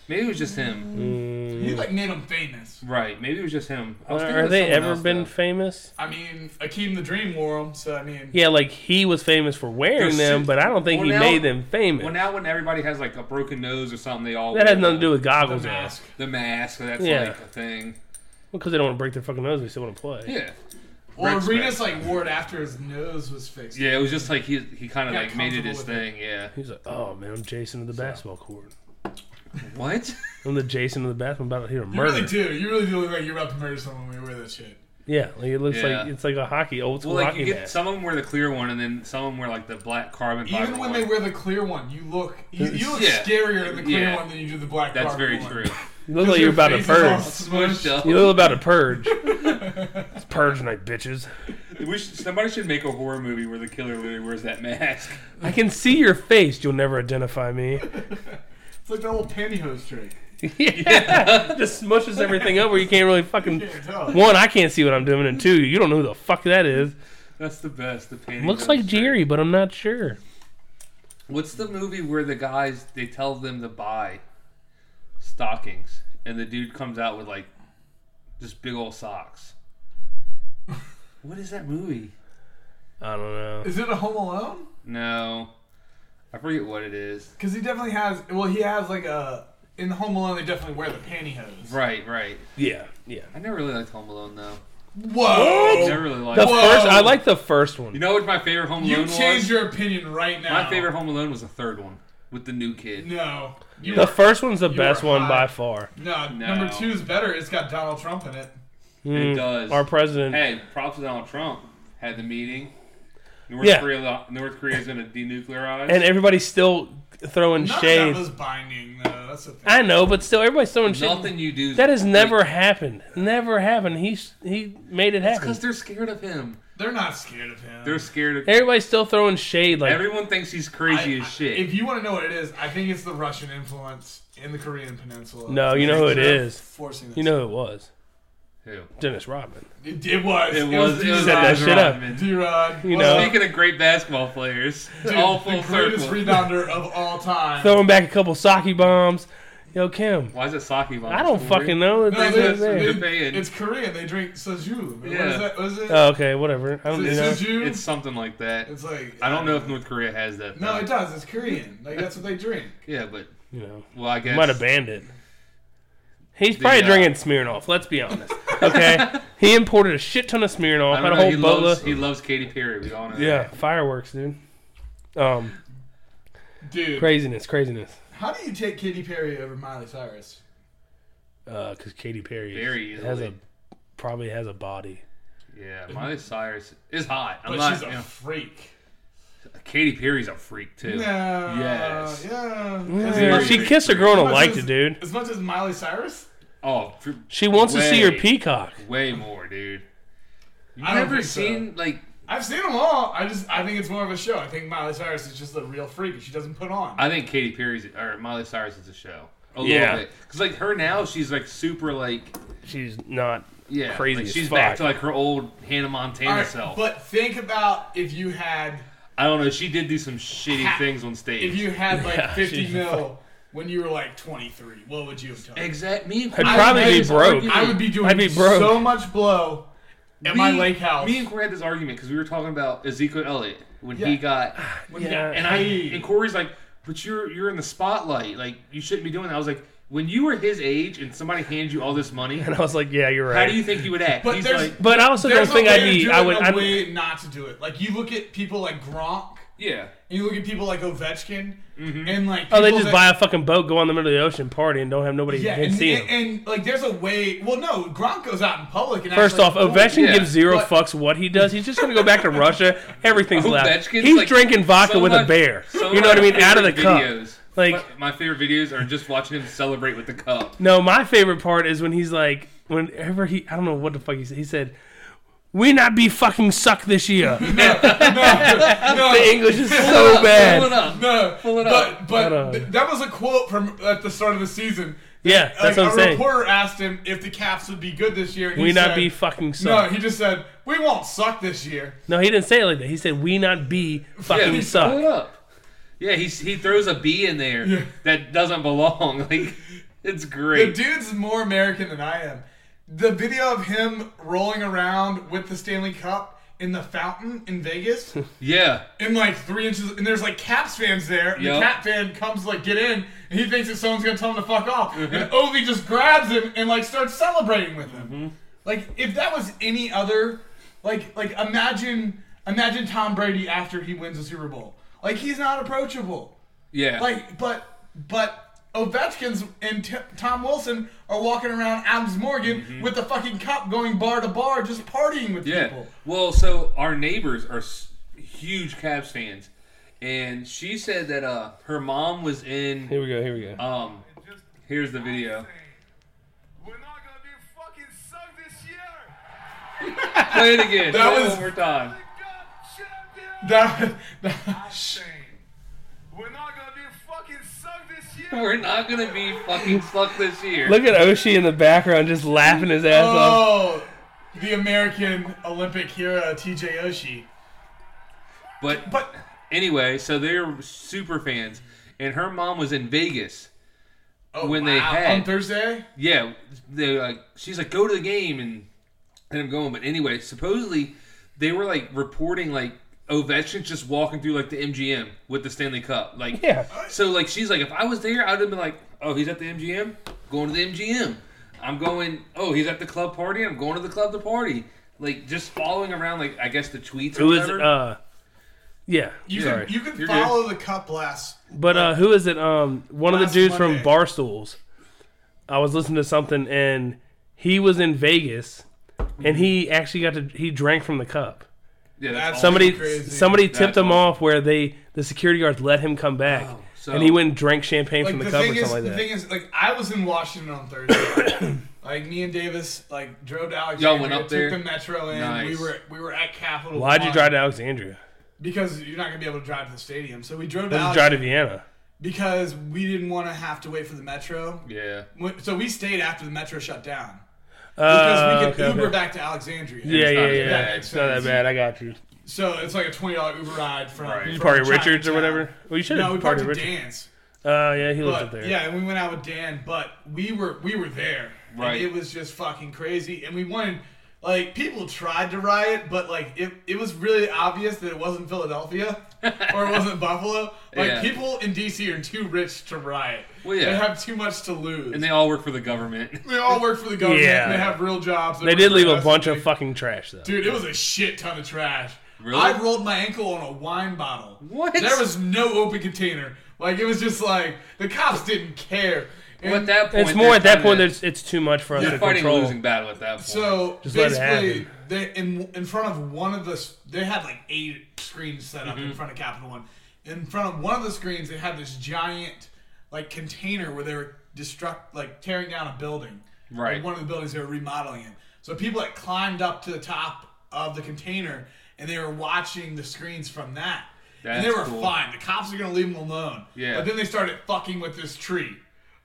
S2: Maybe it was just
S3: Mm.
S2: him.
S3: You like made him famous.
S2: Right. Maybe it was just him. I was thinking
S1: Mm. Are
S2: of
S1: they
S2: someone
S1: ever
S2: else,
S1: been
S2: though.
S1: famous?
S3: I mean, Akeem the Dream wore him, so I mean.
S1: Yeah, like he was famous for wearing
S2: There's
S1: them,
S2: su-
S1: but I don't think
S2: well,
S1: he
S2: now-
S1: made them famous.
S2: Well, now when everybody has like a broken nose or something, they all
S1: that
S2: wear
S1: has nothing to do with
S3: The
S1: goggles, now.
S3: mask.
S2: the mask. That's
S1: Yeah.
S2: like a thing.
S1: Because they don't want to break their fucking nose, they still want to play.
S2: Yeah.
S3: Well,
S2: Rex
S3: Arenas
S2: specs.
S3: like wore it after his nose was fixed.
S2: Yeah. It was just like he he kind of
S3: Got
S2: like made it his
S3: comfortable
S2: thing. Yeah.
S1: He's like, "Oh man, I'm Jason of the basketball court.
S2: What?
S1: I'm the Jason of the basketball. I'm about to hit a
S3: You
S1: murder."
S3: really do. You really do look like you're about to murder someone when you wear that shit.
S1: Yeah, like it looks
S2: Yeah.
S1: like it's like a hockey old
S2: Well,
S1: school
S2: like
S1: hockey
S2: you get
S1: mask.
S2: *laughs* some of them wear the clear one, and then some of them wear like the black carbon. fiber
S3: Even when they
S2: one.
S3: wear the clear one, you look you, you look
S2: Yeah.
S3: scarier in the clear
S2: Yeah.
S3: one than you do the black.
S2: That's
S3: carbon
S2: very
S3: one.
S2: true.
S3: *laughs*
S1: you look like you're
S3: Your
S1: about to
S3: face is all
S1: purge.
S2: Smushed
S3: *laughs* smushed.
S2: up.
S1: You look about to purge. it's purge night, bitches.
S2: We should, somebody should make a horror movie where the killer literally wears that mask. *laughs*
S1: I can see your face. You'll never identify me.
S3: It's like that old pantyhose trick.
S1: yeah, *laughs* just smushes everything up where you *laughs* can't really fucking.
S3: Can't tell.
S1: One, I can't see what I'm doing, and two, you don't know who the fuck that is.
S2: That's the best. The panty
S1: Looks like Jerry, but I'm not sure.
S2: What's the movie where the guys they tell them to buy stockings, and the dude comes out with like just big old
S3: *laughs*
S2: socks? what is that movie?
S1: I don't know.
S3: Is it a Home Alone?
S2: No, I forget what it is.
S3: Because he definitely has. Well, he has like a. In Home Alone, they definitely wear the pantyhose.
S2: Right, right.
S1: Yeah, yeah.
S2: I never really liked Home Alone though.
S3: Whoa!
S2: Never really liked.
S1: The
S2: it.
S3: Whoa.
S1: first, I like the first one.
S2: You know what my favorite Home
S3: You
S2: Alone
S3: changed
S2: was?
S3: your opinion right now.
S2: my favorite Home Alone was the third one with the new kid.
S3: No. You
S1: the first one's the
S3: You
S1: best
S3: were
S1: one
S3: hot.
S1: by far.
S3: no,
S2: No.
S3: Number two is better. It's got Donald Trump in it.
S2: It
S1: Mm,
S2: does.
S1: Our president.
S2: Hey, props to Donald Trump. Had the meeting. North
S1: Yeah.
S2: Korea, North Korea's going to denuclearize.
S1: And everybody's still throwing
S3: None of
S1: shade.
S3: that was binding though. That's the thing.
S1: I know, but still, everybody's throwing shade.
S2: Nothing you do.
S1: That has never happened. Never happened. He he made it happen.
S2: because they're scared of him.
S3: They're not scared of him.
S2: They're scared of.
S1: Everybody's still throwing shade. Like
S2: Everyone thinks he's crazy
S3: I-
S2: as
S3: I-
S2: shit.
S3: If you want to know what it is, I think it's the Russian influence in the Korean Peninsula.
S1: No, you know who it
S3: They're
S1: is.
S3: Forcing this.
S1: you know, who it was
S2: Who?
S1: Dennis Rodman.
S3: it, it was. uh,
S2: It was. It was
S1: Set that
S2: Dennis
S1: shit up.
S2: Rodman.
S3: D-Rod.
S1: You
S3: Well,
S1: know.
S2: Speaking of great basketball players,
S3: dude,
S2: all full
S3: the greatest
S2: circle.
S3: rebounder of all time.
S1: Throwing back a couple sake bombs. Yo, Kim.
S2: Why is it sake bottle?
S1: I don't fucking know. It's
S3: No,
S1: not
S3: they,
S1: there.
S2: it's- it's-
S3: they- it's Korean. They drink soju. What
S2: Yeah.
S3: is that? What is it?
S1: Oh, okay, whatever. I don't
S3: Is
S1: you
S3: it
S1: know.
S3: soju?
S2: It's something like that.
S3: It's like
S2: I don't know if North Korea has that.
S3: No,
S2: though.
S3: it does. It's Korean. Like that's what they drink.
S2: Yeah, but
S1: You know,
S2: well, I
S1: you
S2: guess
S1: might have banned it. He's probably
S2: uh,
S1: drinking Smirnoff. Let's be honest.
S2: *laughs*
S1: Okay, he imported a shit ton of Smirnoff. Had
S2: I don't
S1: a
S2: know.
S1: whole
S2: He
S1: boatload.
S2: loves, he loves Katy Perry. We don't know.
S1: Yeah, fireworks, dude. Um,
S3: Dude,
S1: craziness, craziness.
S3: how do you take Katy Perry over Miley Cyrus?
S1: Uh, cause Katy Perry is-
S2: Very
S1: has a
S2: easily.
S1: probably has a body.
S2: Yeah, Miley Cyrus is hot. I'm
S3: But
S2: not.
S3: she's a
S2: you know,
S3: freak.
S2: Katy Perry's a freak too.
S3: No.
S2: Yes.
S3: Yeah.
S2: very
S1: she
S2: big
S1: kissed a girl and I
S3: As much
S1: liked
S3: as-
S1: it, dude.
S3: As much as Miley Cyrus,
S2: Oh, fr-
S1: She wants to see her
S2: way-
S1: peacock.
S2: Way more, dude. You
S3: I
S2: have
S3: don't
S2: never
S3: think so.
S2: seen like
S3: I've seen them all. I just I think it's more of a show. I think Miley Cyrus is just a real freak and she doesn't put on.
S2: I think Katy Perry's or Miley Cyrus is a show. A
S1: Yeah.
S2: little bit. Because like her now, she's like super like
S1: She's not.
S2: yeah,
S1: Crazy
S2: like,
S1: as
S2: she's back
S1: fuck.
S2: to like her old Hannah Montana
S3: All right,
S2: self.
S3: but think about if you had
S2: I don't know. She did do some shitty things on stage.
S3: if you had like
S1: Yeah, *laughs*
S3: 50
S1: she's
S3: mil when you were like 23. What would you have done?
S2: exact me.
S1: I'd
S2: and Corey-
S1: probably
S2: had
S1: be
S2: this
S1: broke.
S2: argument.
S3: I would be doing
S1: I'd be broke.
S3: so much blow at my
S2: We-
S3: lake house.
S2: Me and Corey had this argument because we were talking about Ezekiel Elliott when
S3: Yeah.
S1: *sighs*
S2: he got
S3: When
S1: Yeah.
S3: you got
S2: and I
S3: paid.
S2: and Corey's like, but you're you're in the spotlight. Like you shouldn't be doing that. I was like, when you were his age and somebody hands you all this money,
S1: And *laughs* *laughs* I was like, yeah, you're right.
S2: how do you think you would act?
S3: But
S2: He's
S3: there's-
S2: like,
S1: but I also
S3: There's
S1: don't think
S3: a way
S1: I'd
S3: to
S1: be.
S3: do
S1: I
S3: it
S1: would.
S3: and a
S1: I'd,
S3: way not to do it. Like you look at people like Gronk,
S2: yeah,
S3: and you look at people like Ovechkin, and like
S1: oh, they
S3: people
S1: just
S3: that-
S1: buy a fucking boat, go on the middle of the ocean, party, and don't have nobody
S3: Yeah,
S1: can
S3: and,
S1: see
S3: and,
S1: them.
S3: and, like there's a way. Well, no, Gronk goes out in public. And
S1: First off,
S3: acts like a fool.
S1: Ovechkin
S2: oh, yeah,
S1: gives zero
S3: but-
S1: fucks what he does. He's just gonna go back to Russia. Everything's loud.
S2: *laughs* Ovechkin's
S1: He's
S2: like
S1: drinking vodka
S2: so
S1: with a
S2: much-
S1: bear.
S2: so
S1: you know what I
S2: much
S1: mean? Out of the
S2: favorite
S1: cup.
S2: videos.
S1: Like-
S2: my, my favorite videos are just watching him celebrate with the cup.
S1: No, my favorite part is when he's like, whenever he, I don't know what the fuck he said. He said, "We not be fucking suck this
S3: *laughs*
S1: year." the English is *laughs* so
S2: Pull it
S1: bad.
S2: up.
S3: No,
S2: Pull it
S3: but
S2: up.
S1: Hold on.
S3: but th- that was a quote from at the start of the season.
S1: Yeah, that's
S3: like,
S1: what I'm
S3: a
S1: saying.
S3: reporter asked him if the Caps would be good this year. and he
S1: We not
S3: said-
S1: be fucking
S3: No,
S1: suck.
S3: he just said we won't suck this year.
S1: No, he didn't say it like that. He said, "We not be fucking
S2: Yeah, Pull it
S1: suck."
S2: up. Yeah, he he throws a B in there that doesn't belong. *laughs* Like it's
S3: The
S2: great.
S3: dude's more American than I am. The video of him rolling around with the Stanley Cup in the fountain in Vegas,
S1: *laughs*
S2: Yeah,
S3: in like three inches, and there's like Caps fans there. And
S2: Yup.
S3: The Cap fan comes to, like get in, and he thinks that someone's gonna tell him to fuck off,
S2: Mm-hmm.
S3: and Ovi just grabs him and like starts celebrating with him. Like if that was any other, like like imagine imagine Tom Brady after he wins the Super Bowl. Like he's not approachable.
S2: yeah.
S3: Like, but but Ovechkin's and T- Tom Wilson are walking around Adams Morgan with the fucking cup, going bar to bar, just partying with
S2: Mm-hmm. Yeah.
S3: people.
S2: Well, so our neighbors are s- huge Cavs fans, and she said that uh, her mom was in.
S1: Here we go. Here we go.
S2: Um, here's the video.
S4: We're not gonna be fucking sucked this year.
S2: *laughs* Play it again.
S3: That
S2: Play it
S3: was-
S2: one more time.
S4: God champion.
S3: That, *laughs* that
S4: Shane. We're not gonna be fucking sucked this year.
S2: We're not gonna be fucking stuck this year.
S1: Look at Oshi in the background, just laughing his ass off.
S3: oh, the American Olympic hero T.J. Oshie.
S2: But
S3: But
S2: anyway, so they're super fans, and her mom was in Vegas.
S3: oh,
S2: When they
S3: wow,
S2: had-
S3: on Thursday,
S2: Yeah, they like she's like go to the game and and I'm going. But anyway, supposedly they were like reporting like Ovechkin's just walking through like the MGM with the Stanley Cup. Like
S1: Yeah.
S2: So like she's like if I was there, I'd have been like, oh, he's at the MGM, going to the MGM. I'm going. Oh, he's at the club party. I'm going to the club to party. Like just following around. Like I guess the tweets. Or
S3: Oh.
S1: Who is it?
S2: whatever.
S1: Uh, yeah.
S3: you
S1: sorry.
S3: can you can
S2: You're
S3: follow the cup last.
S1: But uh, who is it? Um, one of the
S3: Last
S1: dudes
S3: Monday.
S1: from Barstools. I was listening to something, and he was in Vegas, and he actually got to he drank from the cup.
S2: yeah, that's
S3: that's
S2: all.
S1: Somebody
S3: Crazy.
S1: somebody tipped
S2: That's
S1: him off where they the security guards let him come back,
S2: Oh, so-
S1: and he went and drank champagne
S3: Like
S1: from
S3: the,
S1: the, cup or something
S3: thing is,
S1: like
S3: the
S1: that.
S3: thing is, like I was in Washington
S1: *coughs*
S3: on Thursday. like me and Davis, like drove to Alexandria,
S2: went up
S3: took
S2: there?
S3: the metro in.
S2: Nice.
S3: We were we were at Capitol.
S1: Why'd you
S3: One.
S1: drive to Alexandria?
S3: Because you're not gonna be able to drive to the stadium. So we drove
S1: Let's
S3: down
S1: just drive to Vienna.
S3: because we didn't want to have to wait for the metro.
S2: Yeah.
S3: Wh- So we stayed after the metro shut down because
S1: Uh,
S3: we could
S1: okay,
S3: Uber
S1: okay.
S3: back to Alexandria.
S1: Yeah, yeah,
S2: not
S1: yeah.
S2: as bad.
S1: It's not that bad. I got you.
S3: So it's like a twenty dollar Uber ride from.
S2: Right. You
S1: You
S3: from
S1: party Richards or
S3: Chinatown.
S1: whatever. Well, you should
S3: No, we
S1: have
S3: parked
S1: party
S3: at
S1: Richards.
S3: Dan's.
S1: Oh yeah, he lives
S3: But,
S1: up there.
S3: Yeah, and we went out with Dan, but we were we were there. and
S2: Right.
S3: it was just fucking crazy. And we wanted like people tried to riot, but like it, it was really obvious that it
S2: *laughs*
S3: wasn't Philadelphia or it wasn't Buffalo. Like
S2: Yeah.
S3: people in DC are too rich to riot.
S2: Well, yeah.
S3: They have too much to lose.
S2: And they all work for the government. *laughs*
S3: They all work for the government.
S1: Yeah.
S3: and They have real jobs.
S1: They did leave a bunch of fucking trash though.
S3: Dude, it was a shit ton of trash.
S2: Really?
S3: I rolled my ankle on a wine bottle.
S2: What?
S3: There was no open container. Like it was just like the cops didn't care. And
S2: Well, at that point,
S1: It's more at that point.
S2: they're
S1: There's it's too much for us
S2: kinda-
S1: to
S2: they're fighting a
S1: control.
S2: losing battle at that point.
S3: so
S1: Just let it
S3: basically, they in in front of one of the s- they had like eight screens set
S2: Mm-hmm.
S3: up in front of Capital One. In front of one of the screens, they had this giant like container where they were destruct like tearing down a building.
S2: Right.
S3: Like, one of the buildings they were remodeling in. So people had climbed up to the top of the container and they were watching the screens from that. and they
S2: That's
S3: were
S2: cool.
S3: fine. The cops are gonna leave them alone.
S2: Yeah.
S3: But then they started fucking with this tree.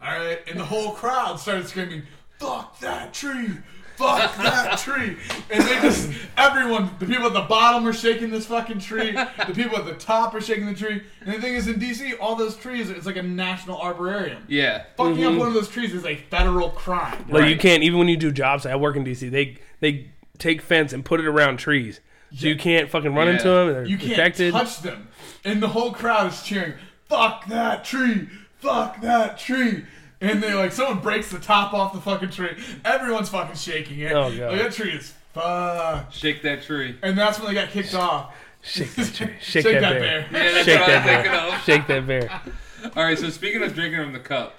S3: All right, and the whole crowd started screaming, "Fuck that tree! Fuck that tree!" And they just everyone, the people at the bottom are shaking this fucking tree. The people at the top are shaking the tree. And the thing is, in DC, all those trees, it's like a national arborarium.
S2: yeah,
S3: Fucking up one of those trees is a federal crime.
S1: Like you
S2: Right.
S1: can't even when you do jobs. I work in DC. They they take fence and put it around trees, so you can't fucking run
S2: Yeah.
S1: into them. They're
S3: You can't
S1: protected.
S3: touch them. And the whole crowd is cheering, fuck that tree, fuck that tree. And they like, someone breaks the top off the fucking tree. Everyone's fucking shaking it.
S1: Oh, God.
S3: Like, that tree is fucked.
S2: shake that tree.
S3: And that's when they got kicked off.
S1: Shake that
S3: *laughs*
S1: tree. Shake,
S3: Shake
S1: that,
S3: that
S1: bear.
S3: bear.
S2: Yeah, that's
S1: Shake
S2: what I
S1: that
S2: was thinking
S1: bear.
S2: of.
S1: Shake that bear.
S2: All right, so speaking of drinking from the cup,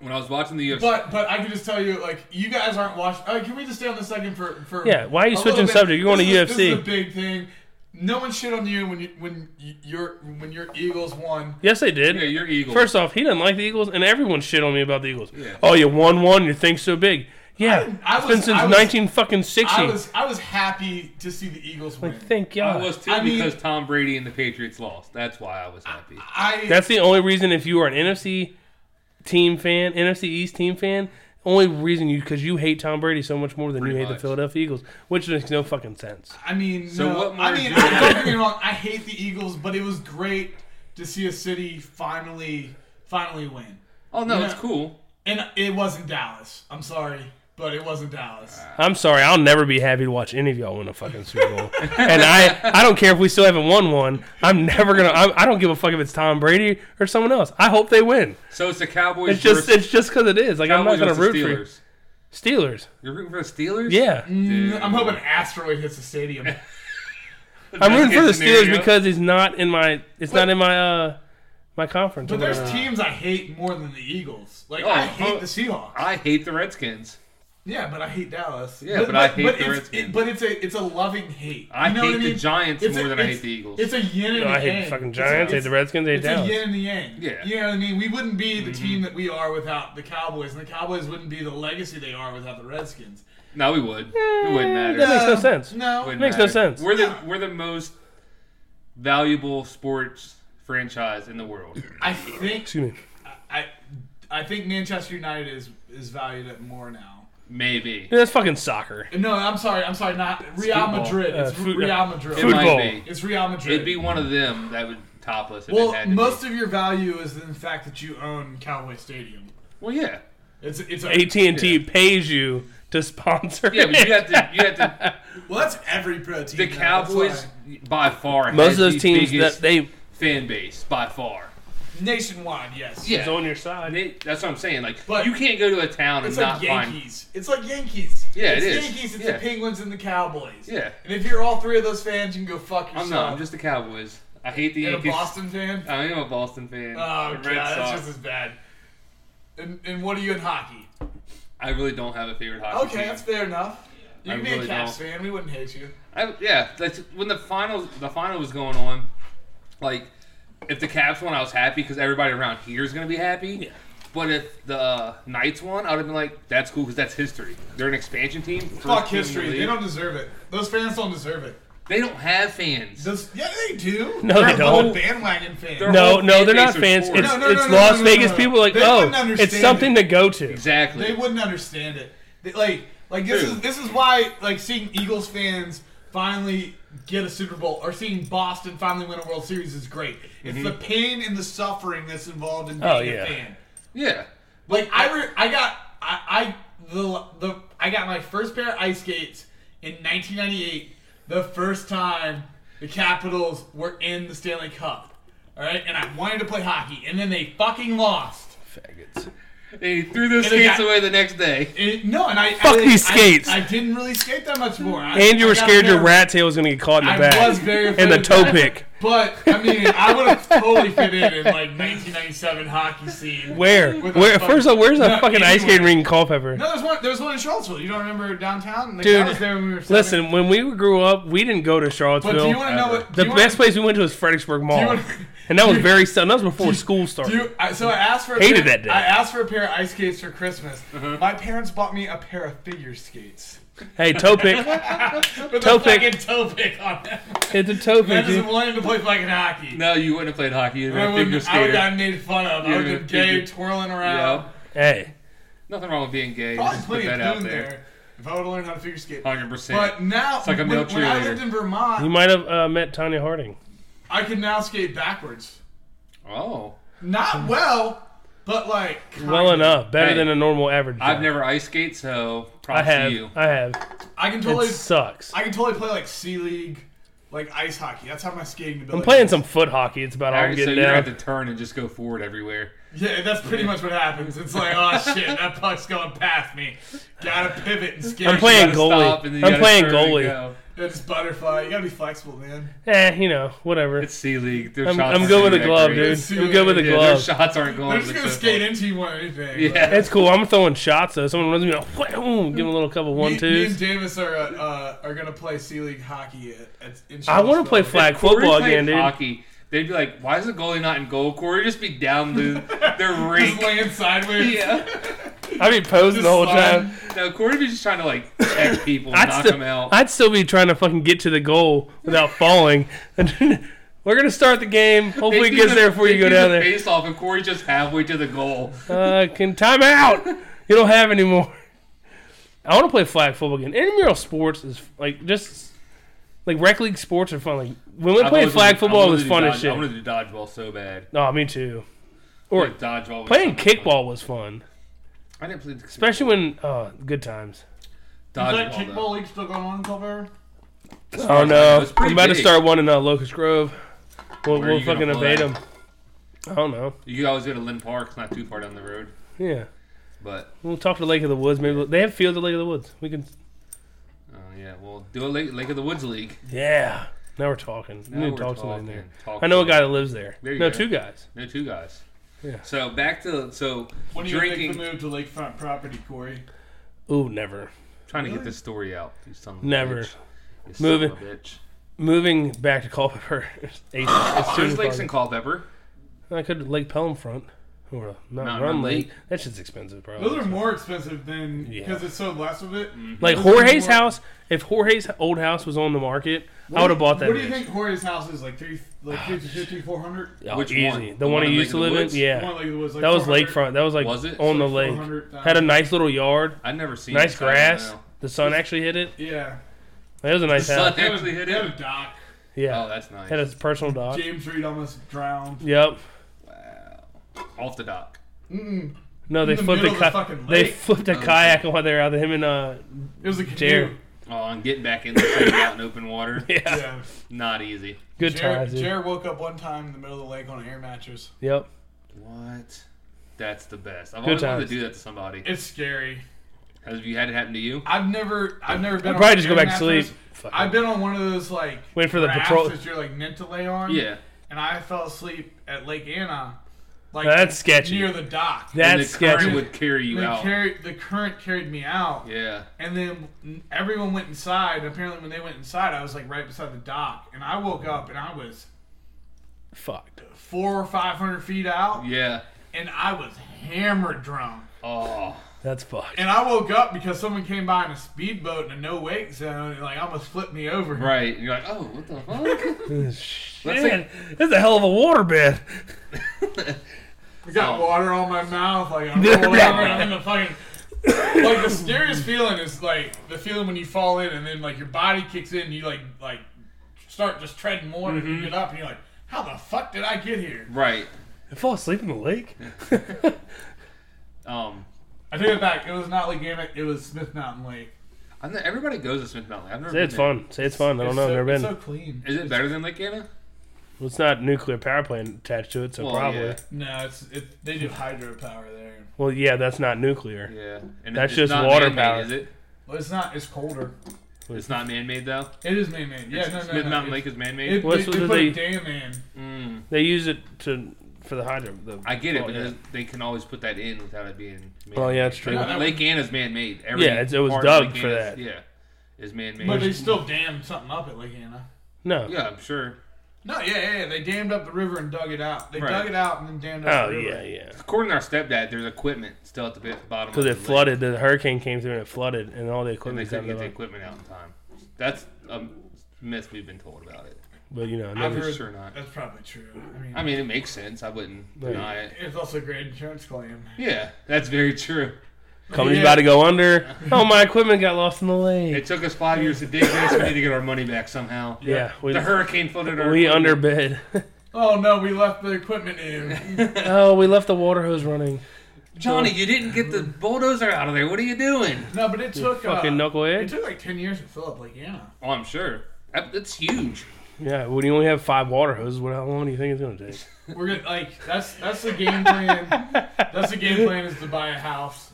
S2: when I was watching the UFC,
S3: But but I can just tell you, like, you guys aren't watching. Uh, can we just stay on this second for for?
S1: Yeah, why are you
S3: a
S1: switching
S3: little bit?
S1: subject? You're going
S3: This
S1: to
S3: is- This is
S1: UFC.
S3: a big thing. No one shit on you when you when you, your when your Eagles won.
S1: Yes, they did.
S2: yeah, you're Eagle.
S1: First off, he didn't like the Eagles, and everyone shit on me about the Eagles.
S2: Yeah.
S1: Oh, you won one. Your thing's so big. Yeah,
S3: I- I
S1: it's
S3: was-
S1: been since
S3: I was-
S1: nineteen fucking sixty.
S3: I was I was happy to see the Eagles win.
S1: Thank
S2: I
S1: God.
S2: was too
S3: I mean-
S2: because Tom Brady and the Patriots lost. That's why I was happy.
S3: I
S1: That's the only reason if you are an NFC team fan, NFC East team fan, only reason you because you hate Tom Brady so much more than you
S2: Pretty
S1: hate the
S2: much.
S1: Philadelphia Eagles, which makes no fucking sense.
S3: I mean,
S2: So
S3: no.
S2: what more
S3: I mean,
S2: do you
S3: I-
S2: have?
S3: don't get me wrong. I hate the Eagles, but it was great to see a city finally, finally win.
S2: Oh no, it's
S3: Yeah.
S2: cool.
S3: And it wasn't Dallas. I'm sorry, but it wasn't Dallas.
S2: Ah,
S1: I'm sorry, I'll never be happy to watch any of y'all win a fucking Super Bowl, and I I don't care if we still haven't won one. I'm never gonna. I'm, I don't give a fuck if it's Tom Brady or someone else. I hope they win.
S2: So it's the Cowboys.
S1: It's just
S2: versus,
S1: it's just because it is. Like I'm not
S2: Cowboys
S1: gonna root
S2: versus
S1: for you.
S2: Steelers.
S1: Steelers.
S2: You're rooting for the Steelers?
S1: Yeah,
S2: Dude.
S3: Mm, I'm hoping an asteroid hits
S2: *laughs*
S3: the stadium.
S1: I'm rooting for the
S2: Best case
S1: Steelers
S2: scenario.
S1: because it's not in my it's not in my uh my conference. or
S3: But there's
S1: whatever.
S3: teams I hate more than the Eagles. Like I
S2: Oh,
S3: hate
S2: oh.
S3: the Seahawks.
S2: I hate the Redskins.
S3: Yeah, but I hate Dallas.
S2: Yeah, but I hate the
S3: it's,
S2: Redskins.
S3: It, but it's a it's a loving hate.
S2: I
S3: you know
S2: hate
S3: what I
S2: the
S3: mean?
S2: Giants
S3: It's a-
S2: more than I
S3: it's-
S2: hate the Eagles.
S3: It's a yin and yang.
S1: I hate the fucking
S3: It's
S1: Giants.
S3: a-
S1: I hate
S3: it's-
S1: the Redskins. I hate
S3: It's a
S1: Dallas.
S3: yin and the yang.
S2: Yeah.
S3: You know what I mean? We wouldn't be
S1: Mm-hmm.
S3: the team that we are without the Cowboys, and the Cowboys wouldn't be the legacy they are without the Redskins. Um,
S2: No, we would. It wouldn't matter.
S1: Eh, that makes no sense.
S3: No.
S2: Wouldn't
S1: Makes no
S2: matter.
S1: sense.
S2: We're the we're the most valuable sports franchise in the world.
S3: I think
S1: Excuse me.
S3: I I think Manchester United is is valued at more now.
S2: Maybe.
S1: Dude, that's fucking soccer.
S3: No, I'm sorry. I'm sorry. Not Real
S2: football.
S3: Madrid.
S1: Uh,
S3: It's
S1: food-
S3: Real Madrid.
S2: It might
S1: Football.
S2: be.
S3: It's Real Madrid.
S2: It'd be one of them that would top us. If it
S3: well,
S2: had to
S3: most
S2: be.
S3: of your value is in the fact that you own Cowboy Stadium.
S2: Well, yeah,
S3: It's it's a,
S1: AT and T pays you to sponsor.
S2: yeah, but
S1: it.
S2: you have to. You have to.
S3: *laughs* Well, that's every pro team.
S2: The
S3: though,
S2: Cowboys
S3: that's why.
S2: by far.
S1: Most
S2: has
S1: of those
S2: the
S1: teams that
S2: biggest
S1: they
S2: fan base by far.
S3: nationwide, yes.
S2: Yeah,
S1: is on your side.
S2: And it- that's what I'm saying. Like,
S3: But-
S2: you can't go to a town and
S3: It's
S2: not
S3: like
S2: find.
S3: Yankees. It's like Yankees.
S2: Yeah,
S3: it's
S2: it is.
S3: Yankees. It's
S2: Yeah.
S3: the Penguins and the Cowboys.
S2: Yeah.
S3: And if you're all three of those fans, you can go fuck yourself.
S2: I'm not. I'm just the Cowboys. I hate the
S3: and a
S2: Yankees.
S3: Boston fan.
S2: I am a Boston fan.
S3: Oh god,
S2: The Red
S3: that's
S2: Sox.
S3: just as bad. And, and what are you in hockey?
S2: I really don't have a favorite hockey
S3: Okay,
S2: team.
S3: that's fair enough. You
S2: I
S3: can be
S2: really
S3: a Caps
S2: don't.
S3: fan. We wouldn't hate you.
S2: I, yeah, that's when the finals. The final was going on. Like, if the Caps won, I was happy because everybody around here is gonna be happy. Yeah. But if the uh, Knights won, I would have been like, "That's cool because that's history. They're an expansion team. first
S3: Fuck
S2: team in the
S3: history. They
S2: league.
S3: don't deserve it. Those fans don't deserve it.
S2: They don't have fans.
S3: Those, yeah, they do.
S1: No, they
S3: They're a whole
S1: don't.
S3: Bandwagon fans.
S2: They're-
S1: No,
S2: whole
S1: no,
S2: fan
S1: they're not
S2: base are
S1: fans.
S2: sports.
S1: It's
S3: No, no,
S1: it's
S3: no, no,
S1: Las
S3: no, no,
S1: Vegas
S3: no.
S1: people. Like,
S3: They
S1: oh,
S3: wouldn't
S1: it's
S3: understand
S1: something to go to.
S2: exactly.
S3: They wouldn't understand it. They, like, like this
S2: Dude.
S3: is this is why like seeing Eagles fans finally get a Super Bowl or seeing Boston finally win a World Series is great. It's the pain and the suffering that's involved in being
S1: Oh,
S3: a
S1: yeah.
S3: fan.
S2: Yeah.
S3: Like I, re- I got, I, I, the, the, I got my first pair of ice skates in 1998. The first time the Capitals were in the Stanley Cup. All right, and I wanted to play hockey, and then they fucking lost.
S1: Faggots.
S2: He threw those
S3: And they
S2: skates
S3: got-
S2: away the next day.
S3: It- no, and I
S1: Fuck
S3: I,
S1: these
S3: I-
S1: skates.
S3: I, didn't really skate that much more. I-
S1: And you
S3: I
S1: were
S3: got
S1: scared
S3: there-
S1: your rat tail was going to get caught in the
S3: I
S1: back.
S3: was very afraid
S1: And the
S3: of
S1: toe
S3: that.
S1: pick.
S3: But I mean, I would have totally fit in in like 1997 hockey scene.
S1: Where?
S3: With a
S1: Where?
S3: fucking-
S1: First of all, where's the
S3: No,
S1: fucking ice
S3: anywhere.
S1: skating ring in Culpeper?
S3: No, there's one. There's one in Charlottesville. You don't remember downtown? Like,
S1: Dude,
S3: I was there when we were. Seven.
S1: Listen, when we grew up, we didn't go to
S3: but do
S1: Charlottesville.
S3: you want to know what? do
S1: the
S3: you
S1: best
S3: wanna,
S1: place we went to was Fredericksburg Mall,
S3: you wanna-
S1: and that was
S3: do-
S1: very sudden. That was before school
S3: Do
S1: started.
S3: you, I, so I asked for a
S1: Hated
S3: pair,
S1: that day.
S3: I asked for a pair of ice skates for Christmas. My parents bought me a pair of figure skates.
S1: hey, toe
S3: *laughs*
S1: pick,
S3: With
S1: Toe
S3: a
S1: pick.
S3: fucking toe pick on them.
S1: hit the toe
S3: I
S1: pick.
S3: just
S1: dude.
S3: wanted to play fucking hockey.
S2: No, you wouldn't have played hockey. You'd
S3: I
S2: have been a figure
S3: would I would
S2: skater.
S3: have made fun of. I
S2: You're
S3: would have
S2: a
S3: been gay,
S2: figure-
S3: twirling
S2: Yeah.
S3: around.
S1: Hey,
S2: Nothing wrong with being gay.
S3: Probably
S2: Just put
S3: plenty of
S2: that out
S3: poon
S2: there.
S3: there. If I would have learned how to figure skate.
S2: Hundred percent.
S3: But now,
S2: like a
S3: when,
S2: male
S3: when I
S2: cheerleader.
S3: lived in
S1: you
S3: Vermont,
S1: might have uh, met Tanya Harding.
S3: I could now skate backwards.
S2: Oh,
S3: Not well, but like kind
S1: Well
S3: of.
S1: enough, better
S2: Hey,
S1: than a normal average.
S2: I've
S1: guy.
S2: never ice skate, so
S1: I
S2: props
S1: have.
S2: to you.
S1: I have.
S3: I can
S1: It
S3: totally,
S1: sucks.
S3: I can totally play like C League, like ice hockey. That's how my skating ability.
S1: I'm playing
S3: is.
S1: some foot hockey. It's about all I'm
S2: Alright, so
S1: getting
S2: you
S1: down.
S2: have to turn and just go forward everywhere.
S3: Yeah, that's pretty much what happens. It's like,
S2: *laughs*
S3: oh shit, that puck's going past me. Gotta pivot and skate.
S1: I'm playing
S2: You gotta
S1: goalie.
S2: stop and then you
S1: I'm
S2: gotta
S1: playing
S2: turn and
S1: goalie.
S2: go.
S3: It's butterfly. You gotta be flexible, man.
S1: eh, you know, whatever.
S2: It's C league. Their
S1: I'm,
S2: shots
S1: I'm
S2: aren't
S1: good with a
S2: that
S1: glove,
S2: great.
S1: dude.
S3: It's-
S1: I'm good with a
S2: Yeah, their
S1: glove.
S2: shots aren't going.
S3: They're just gonna skate into you more than anything.
S2: Yeah.
S3: like-
S1: It's cool. I'm throwing shots though. Someone runs me off. Boom, give him a little couple one
S3: me, me
S1: twos.
S3: and Davis are uh, uh, are gonna play C League hockey at, at
S1: I
S3: in
S1: want
S3: Charlottesville.
S1: to play flag football again, dude.
S2: Hockey. They'd be like, "Why is the goalie not in goal, Corey? Just be down
S3: *laughs*
S2: the their
S3: Just
S2: rink." *laughs*
S3: laying sideways.
S2: yeah.
S1: I'd be posing
S3: Just
S1: the whole
S3: sliding.
S1: time.
S2: No, Corey be just trying to like
S1: *laughs*
S2: check people,
S1: I'd
S2: knock
S1: still,
S2: them out.
S1: I'd still be trying to fucking get to the goal without falling. *laughs* We're gonna start the game. Hopefully, it
S2: They'd do
S1: gets
S2: the-
S1: there before you
S2: they'd
S1: go
S2: do
S1: down
S2: the
S1: there.
S2: Face off, and Corey's just halfway to the goal.
S1: Uh, can time out. You don't have any more. I want to play flag football again. Intramural sports is like just like rec league sports are fun. Like when we
S2: I've
S1: played
S2: always
S1: flag
S2: wanted-
S1: football,
S2: I
S1: it
S2: wanted
S1: was
S2: to
S1: fun
S2: do
S1: as
S2: dodge-
S1: shit.
S2: I wanted to do dodgeball so bad.
S1: No, me too. Or
S2: Like, dodgeball. was
S1: playing
S2: so much fun.
S1: kickball was fun,
S2: I didn't play the
S1: especially when oh, good times.
S3: Is that
S2: dodgeball.
S3: kickball
S2: though.
S3: league still going on in Culver?
S1: Oh no,
S2: It's pretty
S1: I'm about to
S2: big.
S1: start one in uh, Locust Grove. We'll,
S2: Where are
S1: we'll
S2: you gonna
S1: fucking evade
S2: play?
S1: them. I don't know.
S2: You could always go to Lynn Park. It's not too far down the road,
S1: Yeah,
S2: but
S1: we'll talk to Lake of the Woods. Maybe we'll- they have fields at Lake of the Woods. We can.
S2: uh, yeah, we'll do a Lake, Lake of the Woods league.
S1: Yeah. Now we're talking.
S2: Now
S1: we need to
S2: we're
S1: talk somebody in there.
S2: Talk
S1: I know a
S2: to-
S1: guy that lives there.
S2: There you
S1: no,
S2: go.
S1: two guys.
S2: No, two guys.
S1: Yeah.
S2: So back to so
S3: When do you
S2: drinking.
S3: make the move to lakefront property, Corey?
S1: Ooh, never.
S2: Trying to get this story out. You son of a
S1: Never.
S2: bitch. You son
S1: Moving.
S2: of a bitch.
S1: Moving back to Culpeper. *laughs* as- as soon
S2: There's
S1: as
S2: lakes in
S1: possible.
S2: Culpeper.
S1: I could Lake Pelham Front or uh, not
S2: Mountain
S1: Run
S2: Run
S1: Lake.
S2: Lake.
S1: That shit's expensive, probably.
S3: Those are more expensive than because
S1: Yeah.
S3: it's so less of it.
S1: Like
S3: Those are
S1: Jorge's
S3: more-
S1: house, if Jorge's old house was on the market, I would have bought that.
S3: What do you
S1: bitch. Ah,
S3: think Corey's house is like three, like 350, 400?
S1: Oh,
S2: Which
S1: easy.
S2: one?
S1: The,
S2: The
S1: one,
S2: one in
S1: he
S2: Lake
S1: used to
S2: of the
S1: live
S2: Woods?
S1: in? Yeah.
S3: One like it was, like,
S1: that was
S3: 400.
S1: lakefront. That was like
S2: Was it?
S1: on the
S2: It's
S1: lake.
S2: like
S1: Had a nice little yard,
S2: I've never seen
S1: nice
S2: this. I don't
S1: grass.
S2: know.
S1: The sun actually hit it.
S3: Yeah.
S1: That was a nice
S2: sun
S1: house.
S2: They actually hit
S3: They
S2: it?
S3: had a dock.
S1: Yeah.
S2: Oh, that's nice.
S1: Had his personal dock.
S3: James Reed almost drowned.
S1: Yep.
S2: wow. Off the dock.
S3: Mm-mm.
S1: No, they
S3: the
S1: flipped
S3: middle
S1: a
S3: of the
S1: ki-
S3: fucking
S1: they
S3: lake.
S1: flipped a
S2: Oh,
S1: kayak while they were out there. Him and uh,
S3: It was a canoe.
S1: Jared.
S2: Oh, I'm getting back in the city out in open water.
S1: *laughs* yeah,
S3: Yeah.
S2: Not easy.
S1: good
S3: Jared,
S1: times. dude.
S3: Jared woke up one time in the middle of the lake on an air mattress.
S1: Yep.
S2: What? That's the best. I've
S1: Good
S2: always wanted
S1: times.
S2: to do that to somebody.
S3: It's scary.
S2: Have you had it happen to you?
S3: I've never, I've never been.
S1: I'd
S3: on
S1: probably just
S3: an
S1: go
S3: air
S1: back to
S3: mattress.
S1: sleep. Fuck
S3: I've
S1: it.
S3: been on one of those like
S1: Wait for the
S3: rafts
S1: patrol-
S3: that you're like meant to lay on.
S2: Yeah.
S3: And I fell asleep at Lake Anna, like
S1: That's sketchy.
S3: near the dock.
S2: And the
S1: That's sketchy.
S2: current would carry you
S3: they
S2: out.
S3: carried the current carried me out,
S2: yeah.
S3: and then everyone went inside. And apparently, when they went inside, I was like right beside the dock, and I woke up and I was
S1: Fucked.
S3: four or five hundred feet out,
S2: Yeah.
S3: and I was hammered drunk.
S2: Oh.
S1: That's fucked.
S3: And I woke up because someone came by in a speedboat in a no wake zone and like almost flipped me over.
S2: Right. You're like, oh, what the
S1: *laughs*
S2: fuck?
S1: Shit. That's a hell of a waterbed. *laughs*
S3: I got
S1: Oh.
S3: water on my mouth, like I'm rolling over and I'm in the fucking. Like the scariest feeling is like the feeling when you fall in and then like your body kicks in, you like like start just treading more and
S1: Mm-hmm.
S3: you get up and you're like, how the fuck did I get here?
S2: Right.
S1: I fall asleep in the lake.
S2: Um,
S3: I take it back. It was not Lake Amick. It was Smith Mountain Lake.
S2: I know, everybody goes to Smith Mountain. I've never.
S1: Say *laughs*
S2: been
S1: it's
S2: there.
S1: fun. Say it's fun. I don't
S3: It's
S1: know.
S3: so,
S1: I've never been.
S3: It's so clean.
S2: Is it better than Lake Anna?
S1: Well, it's not nuclear power plant attached to it, so
S2: Well,
S1: probably.
S2: yeah.
S3: No, it's it, they do hydropower there.
S1: Well, yeah, that's not nuclear.
S2: Yeah. And
S1: That's
S2: it's
S1: just
S2: not
S1: water
S2: man-made,
S1: power.
S2: Is it?
S3: Well, it's not. It's colder.
S2: It's not man-made though.
S3: It is man-made. Yeah,
S2: It's-
S3: no, no,
S2: Smith
S3: no.
S2: Mountain
S3: It's-
S2: Lake is man-made.
S3: It,
S1: Well,
S3: they,
S1: so
S3: they
S1: do
S3: put a
S1: they-
S3: dam in.
S2: Mm,
S1: They use it to for the hydro. The,
S2: I get it,
S1: oh,
S2: but
S1: yeah.
S2: then they can always put that in without it being. Man-made.
S1: Well, yeah, that's true.
S3: Yeah, that
S2: Lake Anna's man-made. Every
S1: Yeah, it's- it was
S2: part of
S1: dug
S2: Lake
S1: for
S2: Anna's-
S1: that.
S2: Yeah, is man-made.
S3: But they still dammed something up at Lake Anna.
S1: No.
S2: yeah, I'm sure.
S3: No, yeah, yeah, yeah. They dammed up the river and dug it out. They
S2: Right.
S3: dug it out and then dammed up
S1: Oh
S3: the river.
S1: yeah, yeah.
S2: According to our stepdad, there's equipment still at the bit- bottom.
S1: Because
S2: of
S1: it
S2: the lake,
S1: flooded. The hurricane came through and it flooded, and all the
S2: and they
S1: equipment.
S2: couldn't get the
S1: They
S2: equipment out in time. That's a myth we've been told about it.
S1: but you know,
S3: I've
S1: never-
S3: heard-
S2: Sure or not.
S3: That's probably true. I mean,
S2: I mean, it makes sense. I wouldn't
S1: Right.
S2: deny it.
S3: it's also a great insurance claim.
S2: Yeah, that's very true.
S1: company's
S3: Yeah.
S1: about to go under. Oh, my equipment got lost in the lake.
S2: It took us five years to dig this. We need to get our money back somehow.
S1: yeah, we
S2: The hurricane flooded our.
S1: we
S2: equipment.
S1: underbid.
S3: Oh no, we left the
S1: *laughs*
S3: equipment in.
S1: oh, we left the water hose running.
S2: Johnny, you didn't get the bulldozer out of there. What are you doing?
S3: no, but it took uh,
S1: Fucking
S3: It
S1: knucklehead.
S3: took like ten years to fill up Lake Anna.
S2: Oh, I'm sure. That, that's huge.
S1: Yeah, when you only have five water hoses, what? How long do you think it's gonna take?
S3: We're gonna like that's that's the game plan. that's the game plan is to buy a house